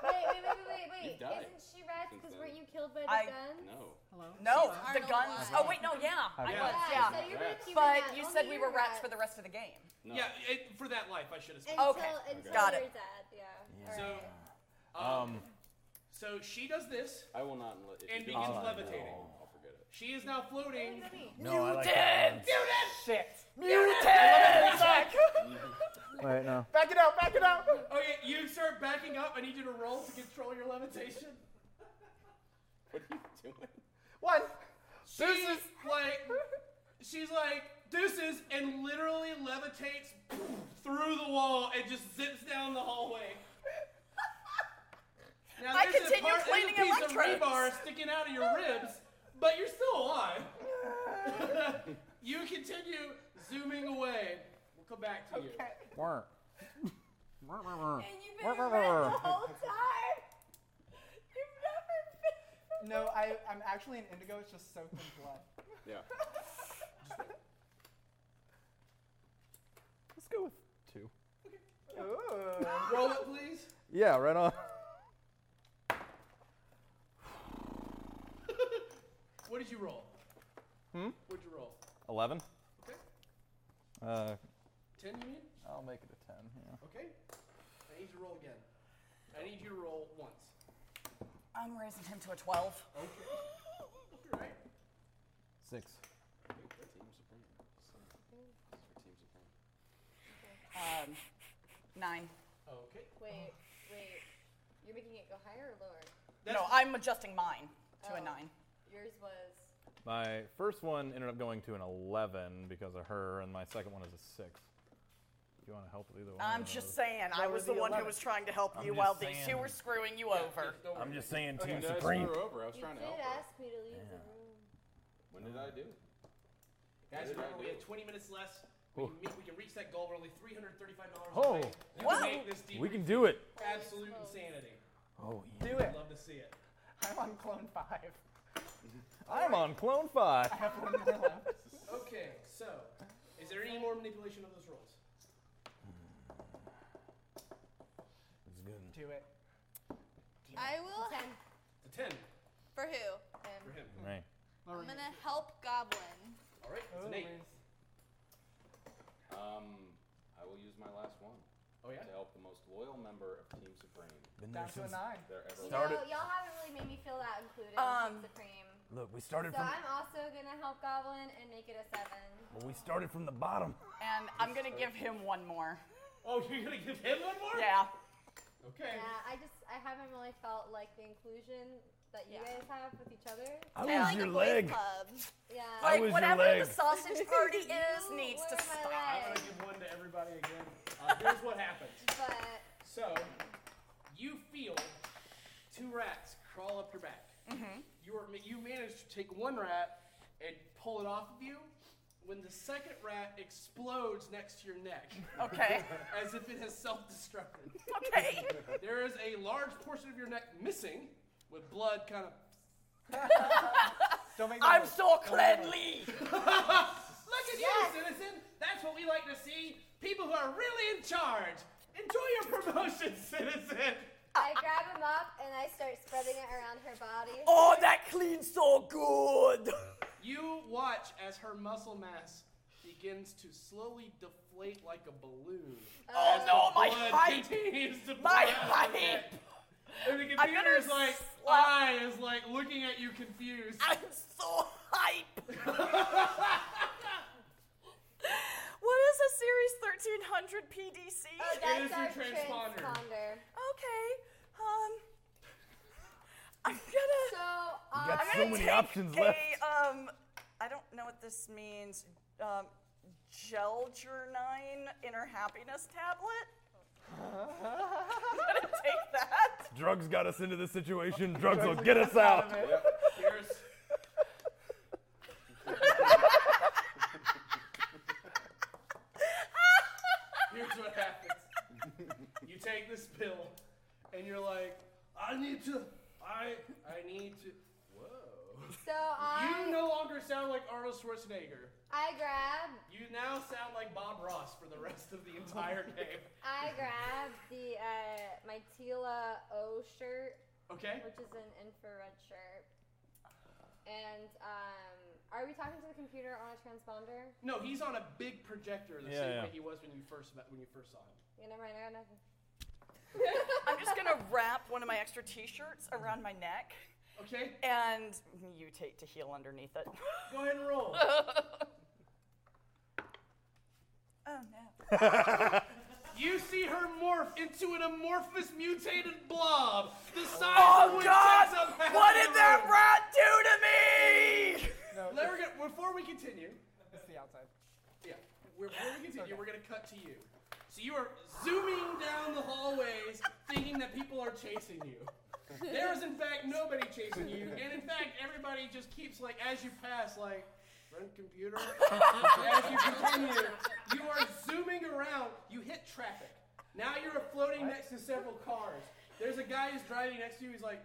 [SPEAKER 4] wait, wait, wait,
[SPEAKER 11] You've died
[SPEAKER 4] wait. Isn't she rats?
[SPEAKER 11] since
[SPEAKER 4] Because
[SPEAKER 11] then.
[SPEAKER 4] weren't you killed by the
[SPEAKER 6] I-
[SPEAKER 4] guns?
[SPEAKER 11] No.
[SPEAKER 6] Hello? No, the
[SPEAKER 4] Arnold
[SPEAKER 6] guns.
[SPEAKER 4] was.
[SPEAKER 6] Oh, wait, no, yeah. I
[SPEAKER 1] Yeah.
[SPEAKER 6] was,
[SPEAKER 1] Yeah,
[SPEAKER 6] yeah.
[SPEAKER 1] so you were Rats.
[SPEAKER 4] human
[SPEAKER 6] but
[SPEAKER 4] rat,
[SPEAKER 6] you
[SPEAKER 4] only
[SPEAKER 6] said we
[SPEAKER 4] you
[SPEAKER 6] were
[SPEAKER 4] were
[SPEAKER 6] rats
[SPEAKER 4] rat.
[SPEAKER 6] for the rest of the game.
[SPEAKER 1] Yeah, it, for that life, I should have said.
[SPEAKER 4] Until,
[SPEAKER 6] Okay.
[SPEAKER 4] until
[SPEAKER 6] Got it.
[SPEAKER 4] you're dead, yeah. All
[SPEAKER 1] So,
[SPEAKER 4] right.
[SPEAKER 1] um, so she does this.
[SPEAKER 5] I will not let. if you
[SPEAKER 1] And
[SPEAKER 5] do
[SPEAKER 1] begins
[SPEAKER 5] this,
[SPEAKER 1] levitating.
[SPEAKER 5] I'll- I'll forget it.
[SPEAKER 1] She is now floating.
[SPEAKER 11] No, I like that
[SPEAKER 1] Mutant! Shit.
[SPEAKER 11] Mutant! Wait, no.
[SPEAKER 1] (laughs) Back it out, back it out. Okay, Oh, you start backing up. I need you to roll to control your levitation.
[SPEAKER 5] What are you doing?
[SPEAKER 1] What? She's
[SPEAKER 6] (laughs)
[SPEAKER 1] like, she's like, deuces, and literally levitates through the wall and just zips down the hallway. Now
[SPEAKER 6] I
[SPEAKER 1] there's a
[SPEAKER 6] continue
[SPEAKER 1] part- there's a
[SPEAKER 6] cleaning
[SPEAKER 1] piece
[SPEAKER 6] electrodes.
[SPEAKER 1] of rebar sticking out of your ribs, but you're still alive.
[SPEAKER 6] (laughs)
[SPEAKER 1] you continue zooming away. We'll come back to you.
[SPEAKER 2] You've been a rat the whole time. You've never been.
[SPEAKER 8] No, I, I'm actually an indigo. It's just soaked in blood.
[SPEAKER 2] (laughs)
[SPEAKER 5] Yeah.
[SPEAKER 11] Let's go with two.
[SPEAKER 1] Roll it, please.
[SPEAKER 11] Yeah, right on.
[SPEAKER 1] What did you roll?
[SPEAKER 11] Hmm?
[SPEAKER 1] What'd you roll?
[SPEAKER 11] Eleven.
[SPEAKER 1] Okay.
[SPEAKER 11] Uh,
[SPEAKER 1] Ten, you mean?
[SPEAKER 11] I'll make it a ten. Yeah.
[SPEAKER 1] Okay. I need you to roll again. I need you to roll once.
[SPEAKER 6] I'm raising him to a 12.
[SPEAKER 1] Okay.
[SPEAKER 11] Six.
[SPEAKER 6] Um, nine.
[SPEAKER 1] Okay.
[SPEAKER 4] Wait, wait. You're making it go higher or lower?
[SPEAKER 6] no, I'm adjusting mine to a
[SPEAKER 4] Oh,
[SPEAKER 6] nine.
[SPEAKER 4] Yours was.
[SPEAKER 11] My first one ended up going to an eleven because of her, and my second one is a six. Do you want to help with either one?
[SPEAKER 6] I'm
[SPEAKER 11] of
[SPEAKER 6] just
[SPEAKER 11] those?
[SPEAKER 6] saying, I
[SPEAKER 11] Lower
[SPEAKER 6] was
[SPEAKER 11] the
[SPEAKER 6] the one who
[SPEAKER 11] 11.
[SPEAKER 6] was trying to help
[SPEAKER 11] I'm
[SPEAKER 6] you
[SPEAKER 11] just
[SPEAKER 6] while these
[SPEAKER 11] saying.
[SPEAKER 6] two were screwing you over.
[SPEAKER 11] I'm just saying,
[SPEAKER 5] Okay,
[SPEAKER 11] Team
[SPEAKER 5] did I
[SPEAKER 11] Supreme.
[SPEAKER 5] screw her over? I was trying
[SPEAKER 4] you
[SPEAKER 5] to
[SPEAKER 4] did
[SPEAKER 5] help. her.
[SPEAKER 4] ask me to leave the room.
[SPEAKER 5] When did I do?
[SPEAKER 1] Guys,
[SPEAKER 5] What did I
[SPEAKER 1] remember we
[SPEAKER 5] do?
[SPEAKER 1] have 20 minutes left. We can, meet, we can reach that goal. We're only $335
[SPEAKER 11] Oh.
[SPEAKER 1] away. You
[SPEAKER 11] Wow.
[SPEAKER 1] can make this deep.
[SPEAKER 11] We can do it.
[SPEAKER 1] Absolute insanity.
[SPEAKER 11] Oh, yeah.
[SPEAKER 1] Do it. I'd love to see it.
[SPEAKER 8] I'm on clone five.
[SPEAKER 11] I'm on clone five.
[SPEAKER 8] I have one more left.
[SPEAKER 1] Okay, so is there any more manipulation of those rolls?
[SPEAKER 11] It's good.
[SPEAKER 8] Do it.
[SPEAKER 27] I will.
[SPEAKER 1] The 10
[SPEAKER 27] For who?
[SPEAKER 12] Um,
[SPEAKER 1] for him.
[SPEAKER 11] Right.
[SPEAKER 27] I'm gonna help Goblin.
[SPEAKER 1] All right, it's an
[SPEAKER 5] Oh,
[SPEAKER 1] 8.
[SPEAKER 5] Um, I will use my last one.
[SPEAKER 1] Oh yeah.
[SPEAKER 5] To help the most loyal member of Team Supreme.
[SPEAKER 11] Been there Down to a since
[SPEAKER 8] nine.
[SPEAKER 5] There ever
[SPEAKER 4] You
[SPEAKER 5] was.
[SPEAKER 4] know, y'all haven't really made me feel that included.
[SPEAKER 6] Um,
[SPEAKER 4] Supreme.
[SPEAKER 3] Look, we started
[SPEAKER 4] So
[SPEAKER 3] from
[SPEAKER 4] I'm also gonna help Goblin and make it a seven.
[SPEAKER 3] well, we started from the bottom.
[SPEAKER 6] And I'm gonna give him one more.
[SPEAKER 1] Oh, you're gonna give him one more?
[SPEAKER 6] Yeah.
[SPEAKER 1] Okay.
[SPEAKER 4] Yeah, I just I haven't really felt like the inclusion that you guys have with each other.
[SPEAKER 3] I I was like your a boys' leg.
[SPEAKER 4] Club. Yeah.
[SPEAKER 3] I Like, was your whatever leg. the
[SPEAKER 6] sausage party is
[SPEAKER 4] You
[SPEAKER 6] needs
[SPEAKER 4] were
[SPEAKER 6] to
[SPEAKER 4] my
[SPEAKER 6] stop.
[SPEAKER 4] leg.
[SPEAKER 1] I'm gonna give one to everybody again. Uh, here's what
[SPEAKER 6] (laughs)
[SPEAKER 1] happens.
[SPEAKER 4] But
[SPEAKER 1] So, you feel two rats crawl up your back.
[SPEAKER 6] Mm-hmm.
[SPEAKER 1] You are you manage to take one rat and pull it off of you. When the second rat explodes next to your neck,
[SPEAKER 6] Okay.
[SPEAKER 1] (laughs) as if it has self-destructed.
[SPEAKER 6] Okay.
[SPEAKER 1] (laughs) There is a large portion of your neck missing, with blood kind of.
[SPEAKER 6] (laughs)
[SPEAKER 1] (laughs) Don't make
[SPEAKER 6] I'm so cleanly.
[SPEAKER 1] Look at you, citizen! That's what we like to see. People who are really in charge. Enjoy your (laughs) promotion, citizen.
[SPEAKER 4] I grab him up and I start spreading it around her body.
[SPEAKER 1] Oh,
[SPEAKER 6] that cleans so good.
[SPEAKER 1] You watch as her muscle mass begins to slowly deflate like a balloon.
[SPEAKER 6] Oh,
[SPEAKER 1] As
[SPEAKER 6] no,
[SPEAKER 1] the
[SPEAKER 6] my
[SPEAKER 1] blood
[SPEAKER 6] height.
[SPEAKER 1] continues to
[SPEAKER 6] My
[SPEAKER 1] flow out of
[SPEAKER 6] height.
[SPEAKER 1] it. And the
[SPEAKER 6] I'm gonna
[SPEAKER 1] computer is like,
[SPEAKER 6] slap-
[SPEAKER 1] I is like looking at you confused.
[SPEAKER 6] I'm so (laughs) hype. What is a series 1300 PDC?
[SPEAKER 4] Oh, that's our transponder.
[SPEAKER 6] Okay. Um. I'm gonna.
[SPEAKER 4] So uh,
[SPEAKER 3] You got
[SPEAKER 6] I'm
[SPEAKER 3] so
[SPEAKER 6] gonna
[SPEAKER 3] many
[SPEAKER 6] take
[SPEAKER 3] options
[SPEAKER 6] a,
[SPEAKER 3] left.
[SPEAKER 6] Um, I don't know what this means. Um, Geljernine inner happiness tablet. I'm gonna take that.
[SPEAKER 11] Drugs got us into this situation. Drugs will get us out.
[SPEAKER 1] Here's.
[SPEAKER 7] (laughs)
[SPEAKER 1] Here's what happens. You take this pill, and you're like, I need to, I, I need to. Whoa.
[SPEAKER 4] So I
[SPEAKER 1] You no longer sound like Arnold Schwarzenegger.
[SPEAKER 4] I grab
[SPEAKER 1] You now sound like Bob Ross for the rest of the entire game.
[SPEAKER 4] I grab the uh, my Tila O shirt.
[SPEAKER 1] Okay.
[SPEAKER 4] Which is an infrared shirt. And um, are we talking to the computer on a transponder?
[SPEAKER 1] No, he's on a big projector the
[SPEAKER 11] Yeah,
[SPEAKER 1] same
[SPEAKER 11] yeah.
[SPEAKER 1] way he was when you first met, when you first saw him.
[SPEAKER 4] Yeah, never mind. I got nothing.
[SPEAKER 6] I'm just gonna wrap one of my extra T-shirts around my neck.
[SPEAKER 1] Okay.
[SPEAKER 6] And mutate to heal underneath it.
[SPEAKER 1] Go ahead and roll.
[SPEAKER 6] (laughs) Oh no.
[SPEAKER 1] (laughs) You see her morph into an amorphous mutated blob the size of
[SPEAKER 6] Oh,
[SPEAKER 1] which
[SPEAKER 6] God!
[SPEAKER 1] takes up half
[SPEAKER 6] What
[SPEAKER 1] the
[SPEAKER 6] did that
[SPEAKER 1] room.
[SPEAKER 6] rat do to me?
[SPEAKER 1] Let her get- before we continue,
[SPEAKER 8] It's the outside.
[SPEAKER 1] yeah, we're- before we continue, we're gonna cut to you. So you are zooming down the hallways, thinking that people are chasing you. There is in fact nobody chasing you, and in fact everybody just keeps like as you pass, like friend computer. as you continue, you are zooming around. You hit traffic. Now you're floating next to several cars. There's a guy who's driving next to you. He's like,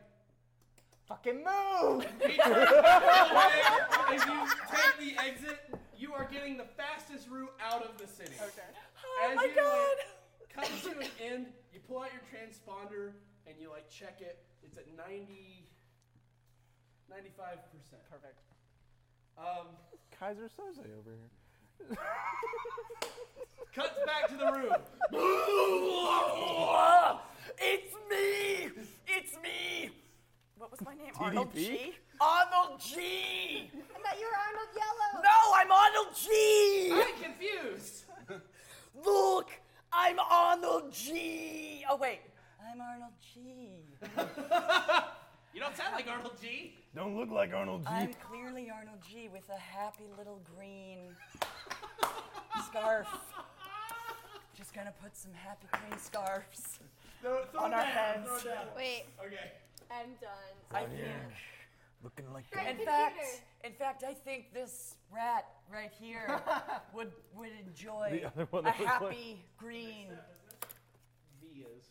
[SPEAKER 8] Fucking move!
[SPEAKER 1] He turns the way (laughs)
[SPEAKER 8] (laughs)
[SPEAKER 1] as you take the exit, you are getting the fastest route out of the city. Okay.
[SPEAKER 6] Oh my God.
[SPEAKER 1] Comes to an end. You pull out your transponder and you like check it. It's at 90, 95 percent. Perfect. Um,
[SPEAKER 11] Kaiser Soze over here.
[SPEAKER 1] cuts back to the room.
[SPEAKER 6] (laughs) It's me! It's me! What was my name? Arnold
[SPEAKER 11] TDP?
[SPEAKER 6] G? Arnold G!
[SPEAKER 4] I thought you were Arnold Yellow.
[SPEAKER 6] No, I'm Arnold G!
[SPEAKER 1] I'm confused!
[SPEAKER 6] (laughs) Look! I'm Arnold G! Oh, wait. I'm Arnold G.
[SPEAKER 1] (laughs) You don't sound like Arnold G.
[SPEAKER 3] Don't look like Arnold G.
[SPEAKER 6] I'm clearly Arnold G with a happy little green scarf. Just gonna put some happy green scarves
[SPEAKER 1] No, throw
[SPEAKER 6] on
[SPEAKER 1] it
[SPEAKER 6] our
[SPEAKER 1] down,
[SPEAKER 6] heads.
[SPEAKER 1] throw it down.
[SPEAKER 4] Wait.
[SPEAKER 1] Okay.
[SPEAKER 4] I'm done.
[SPEAKER 6] I
[SPEAKER 3] Down here, Looking like
[SPEAKER 6] In
[SPEAKER 4] Computer.
[SPEAKER 6] fact, in fact, I think this rat right (laughs) here would would
[SPEAKER 11] The
[SPEAKER 6] enjoy
[SPEAKER 11] other one
[SPEAKER 6] a
[SPEAKER 11] that was
[SPEAKER 6] happy
[SPEAKER 11] like-
[SPEAKER 6] green.
[SPEAKER 1] V is.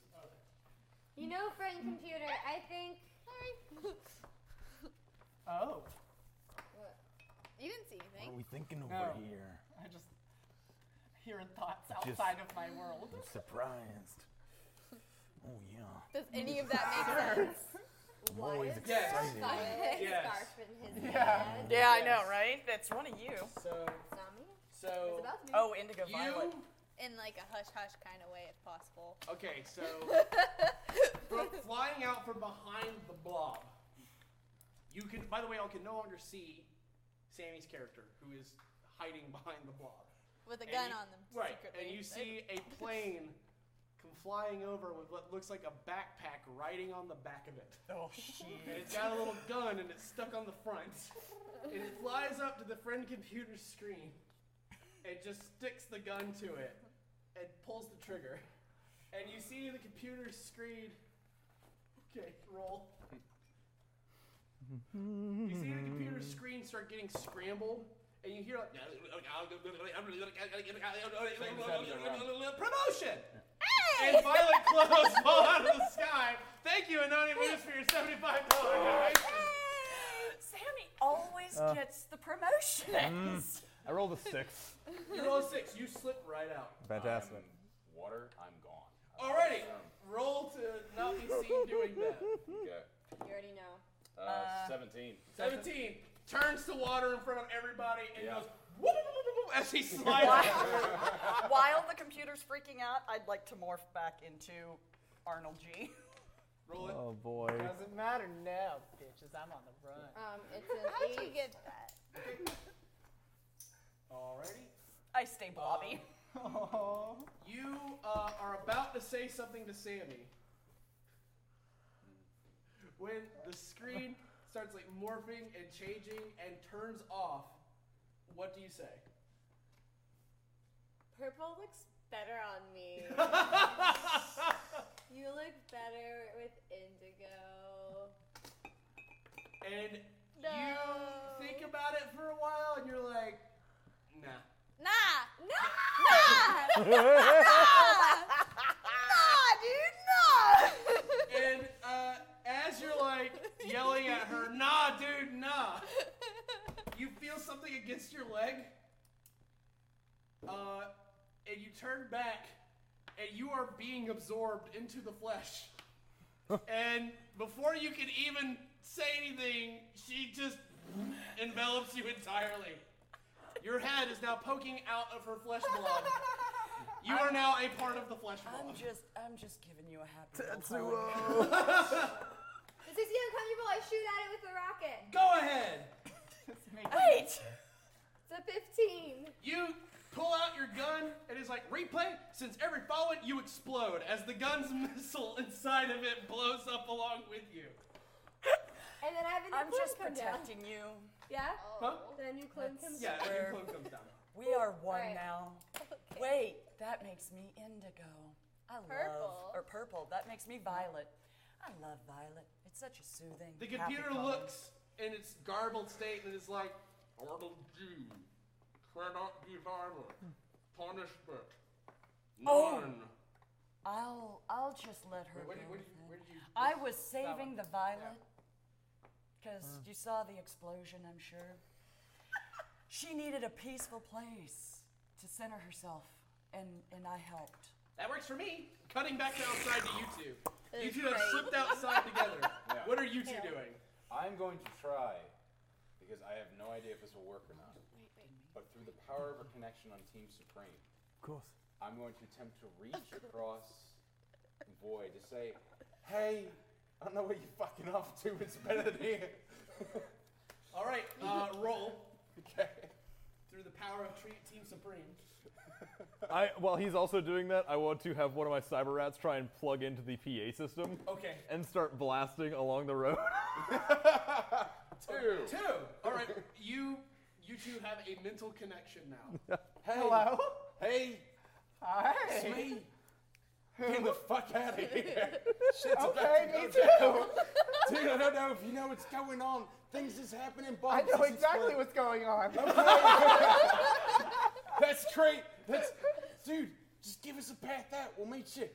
[SPEAKER 4] You know, friend computer. I think.
[SPEAKER 8] Oh.
[SPEAKER 27] You didn't see anything.
[SPEAKER 3] What are we thinking over
[SPEAKER 8] No.
[SPEAKER 3] here?
[SPEAKER 8] I just hearing thoughts
[SPEAKER 3] Just-
[SPEAKER 8] outside of my world.
[SPEAKER 3] I'm surprised. Oh yeah.
[SPEAKER 27] Does any of that make sense?
[SPEAKER 3] I'm always
[SPEAKER 27] Yes.
[SPEAKER 3] excited.
[SPEAKER 27] Yes.
[SPEAKER 4] Yes.
[SPEAKER 6] Yeah. yeah, I know, right? That's one of you.
[SPEAKER 1] So, so
[SPEAKER 6] oh, indigo
[SPEAKER 1] you-
[SPEAKER 6] violet.
[SPEAKER 27] In like a hush hush kind of way, if possible.
[SPEAKER 1] Okay, so from flying out from behind the blob, You can, by the way, I can no longer see Sammy's character, who is hiding behind the blob.
[SPEAKER 27] With a
[SPEAKER 1] And
[SPEAKER 27] gun
[SPEAKER 1] you-
[SPEAKER 27] on them,
[SPEAKER 1] Right,
[SPEAKER 27] secretly.
[SPEAKER 1] and
[SPEAKER 27] (laughs)
[SPEAKER 1] you see a plane come flying over with what looks like a backpack riding on the back of it.
[SPEAKER 3] Oh, shit.
[SPEAKER 1] And it's got a little gun and it's stuck on the front. And it flies up to the friend computer screen and just sticks the gun to it and pulls the trigger. And you see the computer screen. Okay, roll. Mm-hmm. You see the computer (laughs) screen start getting scrambled, and you hear like promotion. And Violet clothes fall out of the sky. Thank you, Anoni Moose, for your seventy-five dollars.
[SPEAKER 6] (laughs) Sammy always
[SPEAKER 11] Uh.
[SPEAKER 6] gets the
[SPEAKER 11] Mm.
[SPEAKER 6] promotions.
[SPEAKER 11] I rolled a six.
[SPEAKER 1] You roll a six. You slip right out.
[SPEAKER 11] Fantastic.
[SPEAKER 5] Water, I'm gone. Um,
[SPEAKER 1] Alrighty, roll to not be seen doing that.
[SPEAKER 5] Okay.
[SPEAKER 12] You already know.
[SPEAKER 5] Uh, 17.
[SPEAKER 1] Seventeen turns to water in front of everybody and
[SPEAKER 5] Yeah.
[SPEAKER 1] goes whoop, whoop, whoop, whoop, as he
[SPEAKER 11] Mm. (laughs)
[SPEAKER 1] slides.
[SPEAKER 6] (laughs) While the computer's freaking out, I'd like to morph back into Arnold G.
[SPEAKER 1] (laughs) Roll
[SPEAKER 11] Oh boy.
[SPEAKER 8] Doesn't matter now, bitches. I'm on the run.
[SPEAKER 12] Um, it's an
[SPEAKER 6] How'd
[SPEAKER 12] eight.
[SPEAKER 6] you get that?
[SPEAKER 1] Alrighty.
[SPEAKER 6] I stay Blobby.
[SPEAKER 1] You uh, are about to say something to Sammy when the screen starts like morphing and changing and turns off. What do you say?
[SPEAKER 12] Purple looks better on me. you look better with indigo.
[SPEAKER 1] And you think about it for a while and you're like, nah.
[SPEAKER 27] Nah! Nah!
[SPEAKER 1] (laughs)
[SPEAKER 27] Nah!
[SPEAKER 1] dude, nah! and uh, as you're like yelling at her, nah, dude, nah, you feel something against your leg. Uh, and you turn back, and you are being absorbed into the flesh. and before you can even say anything, she just envelops you entirely. Your head is now poking out of her flesh blob. You are now a part of the flesh blob.
[SPEAKER 6] I'm just, I'm just giving (laughs) you a happy.
[SPEAKER 11] (laughs)
[SPEAKER 12] This is uncomfortable. I shoot at it with a rocket.
[SPEAKER 1] Go ahead.
[SPEAKER 6] Wait.
[SPEAKER 12] It's a 15.
[SPEAKER 1] You pull out your gun, and it's like replay. Since every following, you explode as the gun's (laughs) missile inside of it blows up along with you.
[SPEAKER 12] And then I have a new
[SPEAKER 6] I'm
[SPEAKER 12] clone
[SPEAKER 6] just
[SPEAKER 12] come
[SPEAKER 6] protecting
[SPEAKER 12] down.
[SPEAKER 6] you.
[SPEAKER 12] Yeah?
[SPEAKER 1] Huh?
[SPEAKER 12] Then a new clone comes
[SPEAKER 1] Yeah,
[SPEAKER 12] down.
[SPEAKER 1] and your clone comes down.
[SPEAKER 6] We are
[SPEAKER 27] (laughs)
[SPEAKER 6] one now. Wait, that makes me indigo. I
[SPEAKER 27] Purple.
[SPEAKER 6] love or purple. That makes me violet. I love violet. It's such a soothing.
[SPEAKER 1] The
[SPEAKER 6] happy
[SPEAKER 1] computer
[SPEAKER 6] color.
[SPEAKER 1] looks in its garbled state and is like, Arnold G. Cannot be violent. Punishment.
[SPEAKER 6] Oh.
[SPEAKER 1] None.
[SPEAKER 6] I'll I'll just let her
[SPEAKER 1] Wait, where
[SPEAKER 6] go.
[SPEAKER 1] did- where
[SPEAKER 6] with
[SPEAKER 1] did
[SPEAKER 6] it.
[SPEAKER 1] where did you-
[SPEAKER 6] I
[SPEAKER 1] this-
[SPEAKER 6] was
[SPEAKER 1] that one.
[SPEAKER 6] saving the violet because
[SPEAKER 1] Mm.
[SPEAKER 6] you saw the explosion.
[SPEAKER 1] (laughs)
[SPEAKER 6] I'm sure. she needed a peaceful place to center herself, and and I helped.
[SPEAKER 1] That works for me. Cutting back to outside to you two. You
[SPEAKER 6] It's
[SPEAKER 1] two have
[SPEAKER 6] great.
[SPEAKER 1] slipped outside together.
[SPEAKER 5] (laughs) Yeah.
[SPEAKER 1] What are you two doing?
[SPEAKER 5] I'm going to try, because I have no idea if this will work or not. But through the power of a connection on Team Supreme,
[SPEAKER 11] Of course.
[SPEAKER 5] I'm going to attempt to reach across the void to say, "Hey, I don't know what you're fucking off to. It's better than here." (laughs)
[SPEAKER 1] All right, uh, roll. (laughs) Okay. Through the power of tre- Team Supreme.
[SPEAKER 11] I, while he's also doing that, I want to have one of my cyber rats try and plug into the PA system.
[SPEAKER 1] Okay.
[SPEAKER 11] And start blasting along the road. (laughs)
[SPEAKER 1] Two. Two. All right, you you two have a mental connection now.
[SPEAKER 11] (laughs)
[SPEAKER 8] Hello?
[SPEAKER 5] Hey.
[SPEAKER 8] Hi.
[SPEAKER 1] It's me.
[SPEAKER 5] Get the fuck
[SPEAKER 8] (laughs)
[SPEAKER 5] out of here. Shit's
[SPEAKER 8] Okay,
[SPEAKER 5] about
[SPEAKER 8] me
[SPEAKER 5] to go down. Dude, I don't know if you know what's going on. Things is happening.
[SPEAKER 8] I
[SPEAKER 5] Bombs
[SPEAKER 8] know
[SPEAKER 5] is
[SPEAKER 8] exactly
[SPEAKER 5] exploding.
[SPEAKER 8] what's going on.
[SPEAKER 5] That's great. That's dude. Just give us a path out. We'll meet you.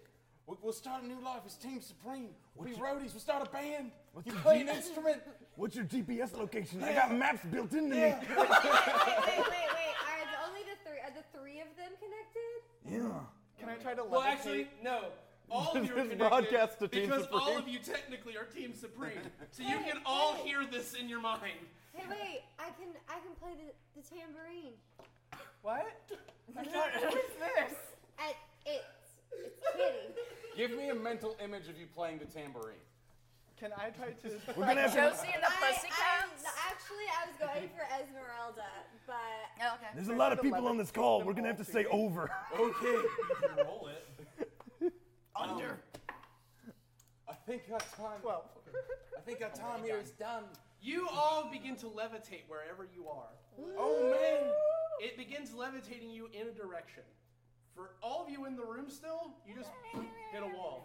[SPEAKER 5] We'll, we'll start a new life as Team Supreme. We'll be roadies. We'll start a band.
[SPEAKER 3] What's
[SPEAKER 5] you
[SPEAKER 3] your
[SPEAKER 5] play
[SPEAKER 3] G-
[SPEAKER 5] an instrument.
[SPEAKER 3] What's your GPS location? I got maps built into me.
[SPEAKER 12] wait, wait, wait, wait. Are the, only the three, are the three of them connected?
[SPEAKER 3] Yeah.
[SPEAKER 8] Can I try to
[SPEAKER 1] Well,
[SPEAKER 8] levitate?
[SPEAKER 1] actually, no. (laughs) All of you are
[SPEAKER 11] This
[SPEAKER 1] connected
[SPEAKER 11] broadcast to Team
[SPEAKER 1] because all
[SPEAKER 11] Supreme.
[SPEAKER 1] of you technically are Team
[SPEAKER 11] (laughs)
[SPEAKER 1] Supreme, so you can all hear this in your mind.
[SPEAKER 12] Hey, wait. I can I can play the, the
[SPEAKER 3] (laughs)
[SPEAKER 12] tambourine.
[SPEAKER 8] What? What is this?
[SPEAKER 12] I, it's, it's kitty.
[SPEAKER 5] Give me a mental image of you playing the tambourine.
[SPEAKER 8] Can I try to?
[SPEAKER 3] We're gonna have to-
[SPEAKER 12] I- I'm- actually, I was going for Esmeralda, but okay.
[SPEAKER 3] There's a lot of people on this call. We're gonna have to say over.
[SPEAKER 5] Okay. Roll it.
[SPEAKER 11] (laughs)
[SPEAKER 13] Under.
[SPEAKER 1] Oh.
[SPEAKER 5] I think our time. Well, I think our time here is done.
[SPEAKER 1] Oh You all begin to levitate wherever you are.
[SPEAKER 5] Oh, man.
[SPEAKER 1] It begins levitating you in a direction. For all of you in the room still, you just hit a
[SPEAKER 5] (laughs)
[SPEAKER 1] wall.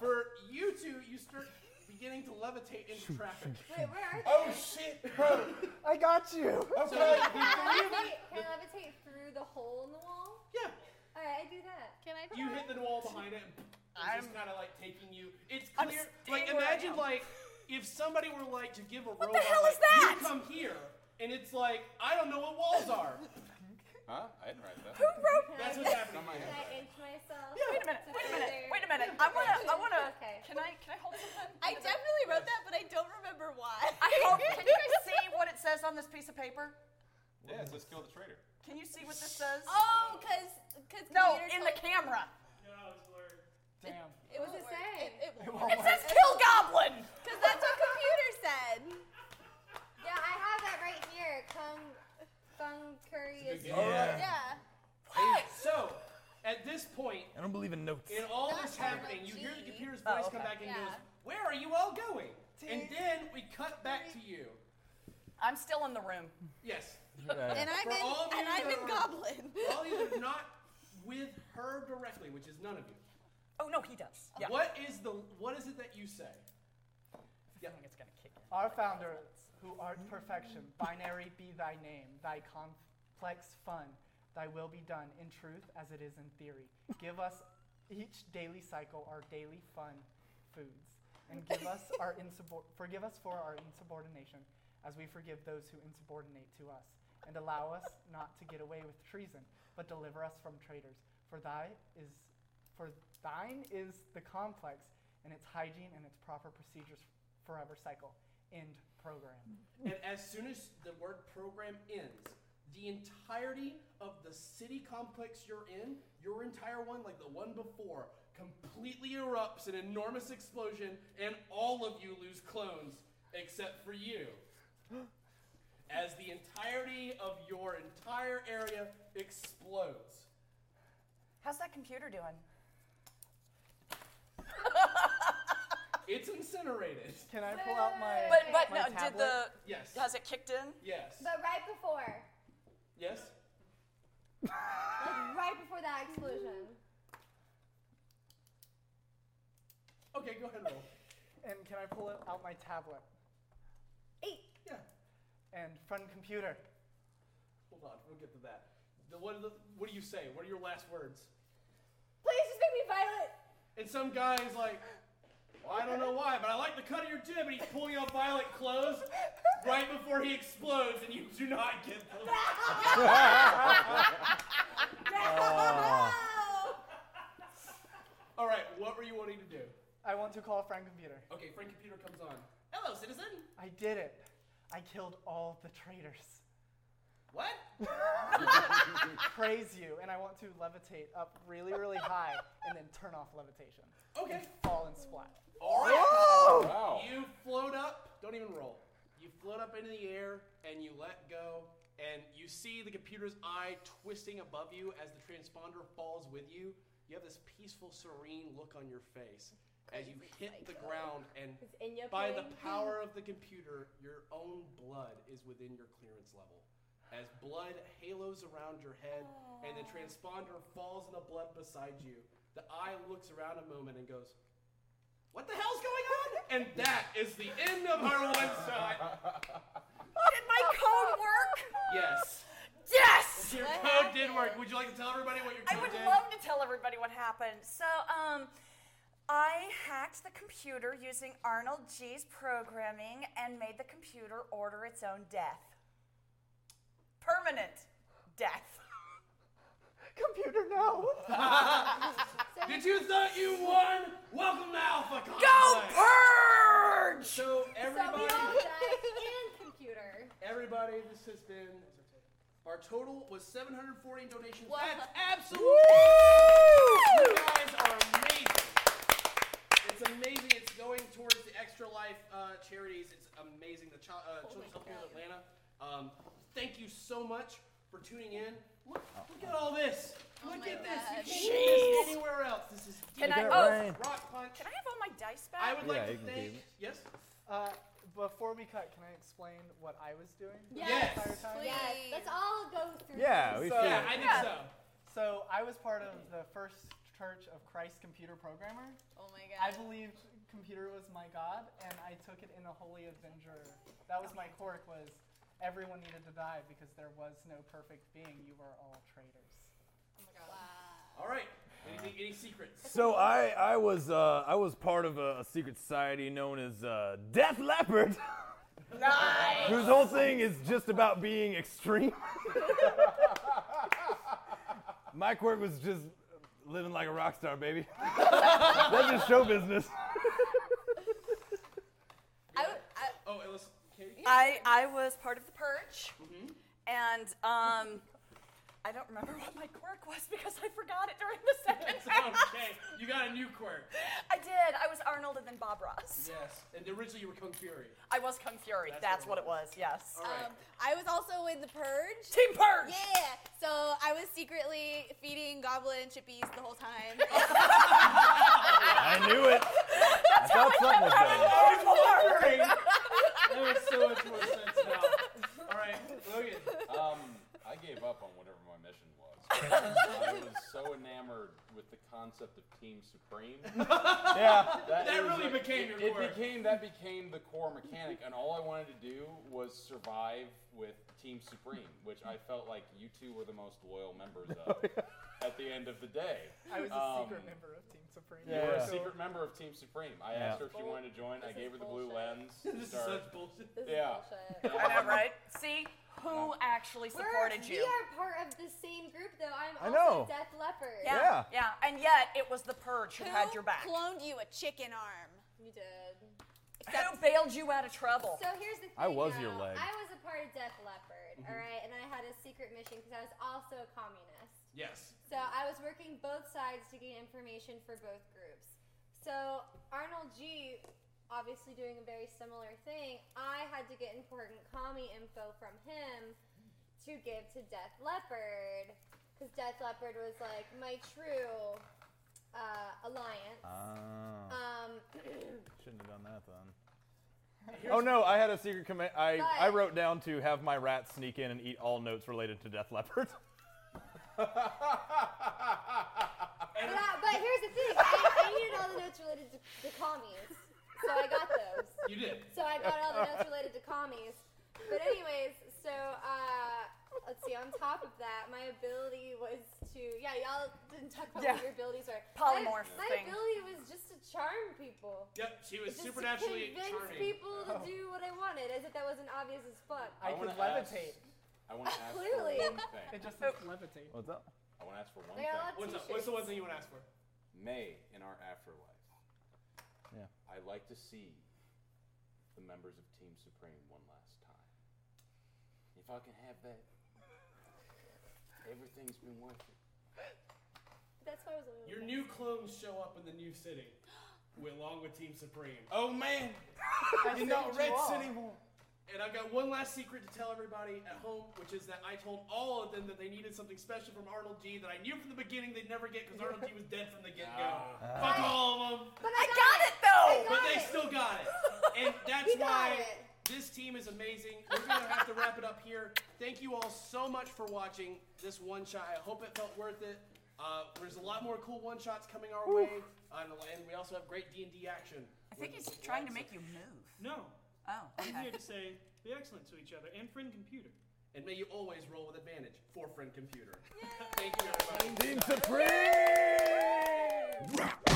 [SPEAKER 1] For you two, you start beginning to levitate into traffic.
[SPEAKER 12] Wait, where are
[SPEAKER 5] Oh shit, bro!
[SPEAKER 8] (laughs) I got you.
[SPEAKER 1] Okay.
[SPEAKER 12] Can I levitate, can I levitate through the hole in the wall?
[SPEAKER 1] Yeah.
[SPEAKER 12] All right, I do that.
[SPEAKER 27] Can I?
[SPEAKER 1] You hit the wall behind it. It's just kind of like taking you. It's
[SPEAKER 27] I'm
[SPEAKER 1] clear.
[SPEAKER 27] staying
[SPEAKER 1] Like
[SPEAKER 27] where I
[SPEAKER 1] imagine
[SPEAKER 27] am.
[SPEAKER 1] like if somebody were like to give a what robot
[SPEAKER 27] hell is
[SPEAKER 1] like,
[SPEAKER 27] that?
[SPEAKER 1] you come here and it's like I don't know what walls are.
[SPEAKER 5] Huh? I didn't write that.
[SPEAKER 12] Can
[SPEAKER 1] That's
[SPEAKER 12] I,
[SPEAKER 1] what's happening.
[SPEAKER 12] Can I inch myself?
[SPEAKER 6] Wait a minute. Wait a minute. Wait a minute. I
[SPEAKER 12] Okay.
[SPEAKER 6] wanna. I wanna.
[SPEAKER 12] Okay.
[SPEAKER 6] Can I? Can I hold something?
[SPEAKER 27] (laughs) I definitely wrote that, but I don't remember why.
[SPEAKER 6] I
[SPEAKER 27] (laughs)
[SPEAKER 6] hope. Can you guys see what it says on this piece of paper?
[SPEAKER 5] Yeah, let's kill the traitor.
[SPEAKER 6] Can you see what this says?
[SPEAKER 27] Oh, cause, cause
[SPEAKER 6] No,
[SPEAKER 27] computers
[SPEAKER 6] in the
[SPEAKER 27] don't-
[SPEAKER 6] camera.
[SPEAKER 27] Damn.
[SPEAKER 12] It was the same.
[SPEAKER 27] It, it,
[SPEAKER 4] Oh
[SPEAKER 6] It says kill goblin.
[SPEAKER 27] Cause that's what computer said.
[SPEAKER 12] Yeah, I have that right here. Kung, Kung Curry is.
[SPEAKER 1] game. Yeah.
[SPEAKER 12] yeah.
[SPEAKER 1] And so at this
[SPEAKER 6] (laughs)
[SPEAKER 1] point,
[SPEAKER 3] I don't believe in notes.
[SPEAKER 1] in all this happening, you hear the computer's voice
[SPEAKER 6] Oh,
[SPEAKER 1] come back and goes, "Where are you all going?" And then we cut back to you.
[SPEAKER 6] I'm still in the room.
[SPEAKER 1] Yes.
[SPEAKER 6] And I'm
[SPEAKER 1] For
[SPEAKER 6] in-
[SPEAKER 1] all of
[SPEAKER 6] and
[SPEAKER 1] you
[SPEAKER 6] I'm
[SPEAKER 1] that
[SPEAKER 6] in
[SPEAKER 1] are-
[SPEAKER 6] Goblin.
[SPEAKER 1] for all of you that are not with her directly, which is none of you.
[SPEAKER 6] Oh no, he does. Yeah.
[SPEAKER 1] What is the what is it that you say? Yeah.
[SPEAKER 6] it's gonna kick in.
[SPEAKER 8] (laughs) Our founder, who art perfection, binary be thy name, thy complex fun, thy will be done in truth as it is in theory. Give us each daily cycle our daily fun foods, and give us our insubor- forgive us for our insubordination, as we forgive those who insubordinate to us, and allow us not to get away with treason, but deliver us from traitors. For thy is for thine is the complex and its hygiene and its proper procedures forever cycle. End program.
[SPEAKER 1] And as soon as the word program ends, the entirety of the city complex you're in, your entire one, like the one before, completely erupts an enormous explosion, and all of you lose clones except for you. (gasps) As the entirety of your entire area explodes.
[SPEAKER 6] How's that computer doing?
[SPEAKER 1] It's incinerated.
[SPEAKER 8] Can I pull out my
[SPEAKER 6] But but
[SPEAKER 8] my
[SPEAKER 6] no,
[SPEAKER 8] tablet?
[SPEAKER 6] did the
[SPEAKER 1] Yes.
[SPEAKER 6] has it kicked in?
[SPEAKER 1] Yes.
[SPEAKER 12] But right before,
[SPEAKER 1] Yes?
[SPEAKER 12] like right before that explosion.
[SPEAKER 1] Okay, go ahead and roll.
[SPEAKER 8] And can I pull it out my tablet?
[SPEAKER 12] Eight.
[SPEAKER 1] Yeah.
[SPEAKER 8] And friend computer.
[SPEAKER 1] Hold on, we'll get to that. The, what, are the, what do you say? What are your last words?
[SPEAKER 12] Please just make me violent.
[SPEAKER 1] And some guy's like, well, I don't know why, but I like the cut of your jib. And he's pulling out violet clothes right before he explodes, and you do not get them.
[SPEAKER 7] (laughs)
[SPEAKER 1] (laughs) All right, what were you wanting to do?
[SPEAKER 8] I want to call friend computer.
[SPEAKER 1] Okay, Frank Computer comes on. Hello, citizen.
[SPEAKER 8] I did it. I killed all the traitors.
[SPEAKER 1] What?
[SPEAKER 8] (laughs) Praise you, and I want to levitate up really, really high, and then turn off levitation.
[SPEAKER 1] Okay.
[SPEAKER 8] And fall and splat.
[SPEAKER 1] All right.
[SPEAKER 8] Whoa!
[SPEAKER 5] Wow.
[SPEAKER 1] You float up. Don't even roll. You float up into the air and you let go, and you see the computer's eye twisting above you as the transponder falls with you. You have this peaceful, serene look on your face as you hit the ground, and
[SPEAKER 12] It's in your
[SPEAKER 1] by the
[SPEAKER 12] brain.
[SPEAKER 1] power of the computer, your own blood is within your clearance level. As blood halos around your head, and the transponder falls in the blood beside you, the eye looks around a moment and goes, what the hell's going on? And that is the end of our one shot.
[SPEAKER 6] Did my code work?
[SPEAKER 8] (laughs)
[SPEAKER 1] Yes.
[SPEAKER 6] Yes!
[SPEAKER 1] Your code did work. Would you like to tell everybody what your
[SPEAKER 6] I
[SPEAKER 1] code
[SPEAKER 6] would
[SPEAKER 1] did? (laughs)
[SPEAKER 6] love to tell everybody what happened. So, um, I hacked the computer using Arnold G's programming and made the computer order its own death. Permanent
[SPEAKER 1] (laughs)
[SPEAKER 6] death.
[SPEAKER 8] Computer, no!
[SPEAKER 1] Did you thought you won? Welcome to Alpha Complex.
[SPEAKER 6] purge!
[SPEAKER 1] So everybody,
[SPEAKER 12] So we all died in computer.
[SPEAKER 1] everybody, this has been. Our total was 740 in donations.
[SPEAKER 12] Wow.
[SPEAKER 1] That's absolutely. You guys are amazing. It's amazing. It's going towards the uh,
[SPEAKER 6] Oh
[SPEAKER 1] Um, thank you so much for tuning in. Look,
[SPEAKER 11] Oh,
[SPEAKER 1] look at all this. Look at this. You can't get this
[SPEAKER 6] Oh Jeez.
[SPEAKER 1] anywhere else. This is
[SPEAKER 6] Can
[SPEAKER 1] deep
[SPEAKER 6] I?
[SPEAKER 1] dive.
[SPEAKER 6] Oh,
[SPEAKER 1] rock punch.
[SPEAKER 6] Can I have all my dice back?
[SPEAKER 1] I would like to thank. Yes.
[SPEAKER 8] Uh, before we cut, can I explain what I was doing? the
[SPEAKER 4] Yes,
[SPEAKER 8] entire time?
[SPEAKER 4] Yes, let's all go through. this.
[SPEAKER 8] So I was part of the first church of Christ computer programmer.
[SPEAKER 27] Oh my
[SPEAKER 8] I
[SPEAKER 27] god.
[SPEAKER 8] believed computer was my god, and I took it in a holy avenger. That was my quirk. Was everyone needed to die because there was no perfect being. You were all traitors.
[SPEAKER 1] All right. Anything, any secrets?
[SPEAKER 11] So I, I was uh, I was part of a, a secret society known as uh, Death Leopard, (laughs) whose whole thing is just about being extreme. (laughs)
[SPEAKER 5] (laughs)
[SPEAKER 11] My quirk was just living like a rock star, baby. (laughs) That's just show business.
[SPEAKER 1] Oh, Ellis, Katie?
[SPEAKER 6] I, I was part of the purge, and um, I don't remember what my quirk was because I forgot it during (laughs) the second round.
[SPEAKER 1] okay, you got a new quirk.
[SPEAKER 6] I did. I was Arnold and then Bob Ross.
[SPEAKER 1] Yes. And originally you were Kung Fury.
[SPEAKER 6] I was Kung Fury. That's, what it was. Yes.
[SPEAKER 27] Um, I was also in the purge.
[SPEAKER 6] Team purge.
[SPEAKER 27] Yeah. So I was secretly feeding goblin chippies the whole time.
[SPEAKER 6] (laughs)
[SPEAKER 11] I knew
[SPEAKER 1] (laughs)
[SPEAKER 11] it. I thought something was
[SPEAKER 1] That
[SPEAKER 11] going on.
[SPEAKER 1] makes so much more sense now. All right, Logan.
[SPEAKER 5] Um, I gave up on whatever my mission was. I was so enamored with the concept of Team Supreme.
[SPEAKER 1] (laughs)
[SPEAKER 13] Yeah. That
[SPEAKER 5] is
[SPEAKER 13] really
[SPEAKER 5] a-
[SPEAKER 13] became
[SPEAKER 5] it,
[SPEAKER 13] your
[SPEAKER 5] it
[SPEAKER 13] core.
[SPEAKER 5] became that became the core mechanic, and all I wanted to do was survive with Team Supreme, which I felt like you two were the most loyal members
[SPEAKER 11] (laughs) Oh,
[SPEAKER 5] of at the end of the day.
[SPEAKER 8] I was a
[SPEAKER 5] Um,
[SPEAKER 8] secret member of Team Supreme.
[SPEAKER 5] You were
[SPEAKER 11] Yeah.
[SPEAKER 5] a secret member of Team Supreme. I
[SPEAKER 11] Yeah.
[SPEAKER 5] asked her if she wanted to join. I gave her the blue lens.
[SPEAKER 1] This is
[SPEAKER 5] Started-
[SPEAKER 1] such bullshit.
[SPEAKER 5] This is Yeah. bullshit.
[SPEAKER 6] I know, right? See who actually
[SPEAKER 4] We're-
[SPEAKER 6] supported you.
[SPEAKER 4] We are part of the same group, though. I'm
[SPEAKER 6] I
[SPEAKER 4] also
[SPEAKER 6] know.
[SPEAKER 4] Death Leopard.
[SPEAKER 6] yeah. yeah. And yet it was the purge who,
[SPEAKER 27] Who
[SPEAKER 6] had your back.
[SPEAKER 27] cloned you a chicken arm? You did.
[SPEAKER 6] Who bailed you out of trouble?
[SPEAKER 4] So here's the thing.
[SPEAKER 11] I was your
[SPEAKER 4] though.
[SPEAKER 11] leg.
[SPEAKER 4] I was a part of Death Leopard,
[SPEAKER 11] Mhm.
[SPEAKER 4] all right, and I had a secret mission because I was also a communist.
[SPEAKER 1] Yes.
[SPEAKER 4] So I was working both sides to gain information for both groups. So Arnold G, obviously doing a very similar thing, I had to get important commie info from him to give to Death Leopard, because Death Leopard was like my true uh, alliance.
[SPEAKER 11] Oh.
[SPEAKER 4] Um,
[SPEAKER 11] Shouldn't have done that then.
[SPEAKER 4] Here's-
[SPEAKER 11] oh no, I had a secret command. I, I
[SPEAKER 4] But-
[SPEAKER 11] wrote down to have my rats sneak in and eat all notes related to Death Leopard. (laughs)
[SPEAKER 4] But, I, but here's the thing. I, I needed all the notes related to, to commies. So I got those.
[SPEAKER 1] (laughs) You did.
[SPEAKER 4] So I got all the notes related to commies. But anyways, so uh, let's see. On top of that, my ability was to yeah. Y'all didn't talk about
[SPEAKER 6] Yeah.
[SPEAKER 4] what your abilities were.
[SPEAKER 6] Polymorph
[SPEAKER 4] My, my
[SPEAKER 6] thing.
[SPEAKER 4] ability was just to charm people.
[SPEAKER 1] Yep, she was
[SPEAKER 4] Just to
[SPEAKER 1] supernaturally
[SPEAKER 4] convince
[SPEAKER 1] charming.
[SPEAKER 4] people to do what I wanted, as if that wasn't obvious as fuck.
[SPEAKER 5] I
[SPEAKER 8] could
[SPEAKER 5] wanna ask-
[SPEAKER 8] levitate.
[SPEAKER 5] I want to ask
[SPEAKER 4] Clearly.
[SPEAKER 5] for one thing.
[SPEAKER 8] It just says levitate.
[SPEAKER 11] What's up?
[SPEAKER 5] I want to ask for one
[SPEAKER 4] They got a lot
[SPEAKER 5] thing.
[SPEAKER 4] of What's up? What's the
[SPEAKER 1] one thing you want to ask for?
[SPEAKER 5] May in our afterlife.
[SPEAKER 11] Yeah.
[SPEAKER 5] I like to see the members of Team Supreme one last time. If I can have that, everything's been worth it.
[SPEAKER 4] That's why I was a little.
[SPEAKER 1] Your new clones show up in the new city, with- along with Team Supreme.
[SPEAKER 13] Oh
[SPEAKER 6] (laughs)
[SPEAKER 13] man, you're not Reds anymore.
[SPEAKER 1] And I've got one last secret to tell everybody at home, which is that I told all of them that they needed something special from Arnold G that I knew from the beginning they'd never get because Arnold G was dead from the get go.
[SPEAKER 13] Ah.
[SPEAKER 1] Fuck all of them.
[SPEAKER 4] But
[SPEAKER 6] I, got, it, though.
[SPEAKER 1] But they still
[SPEAKER 6] (laughs)
[SPEAKER 1] got it. And that's
[SPEAKER 6] We got
[SPEAKER 1] why
[SPEAKER 6] it.
[SPEAKER 1] this team is amazing. We're going to have to wrap it up here. Thank you all so much for watching this one shot. I hope it felt worth it. Uh, there's a lot more cool one shots coming our way. Uh, and- and we also have great D&D action.
[SPEAKER 6] I think he's trying to make you move.
[SPEAKER 5] No.
[SPEAKER 6] Oh.
[SPEAKER 5] I'm here to say be excellent to each other and friend computer.
[SPEAKER 1] And may you always roll with advantage for Friend Computer. Thank you, everybody.
[SPEAKER 11] Team Supreme!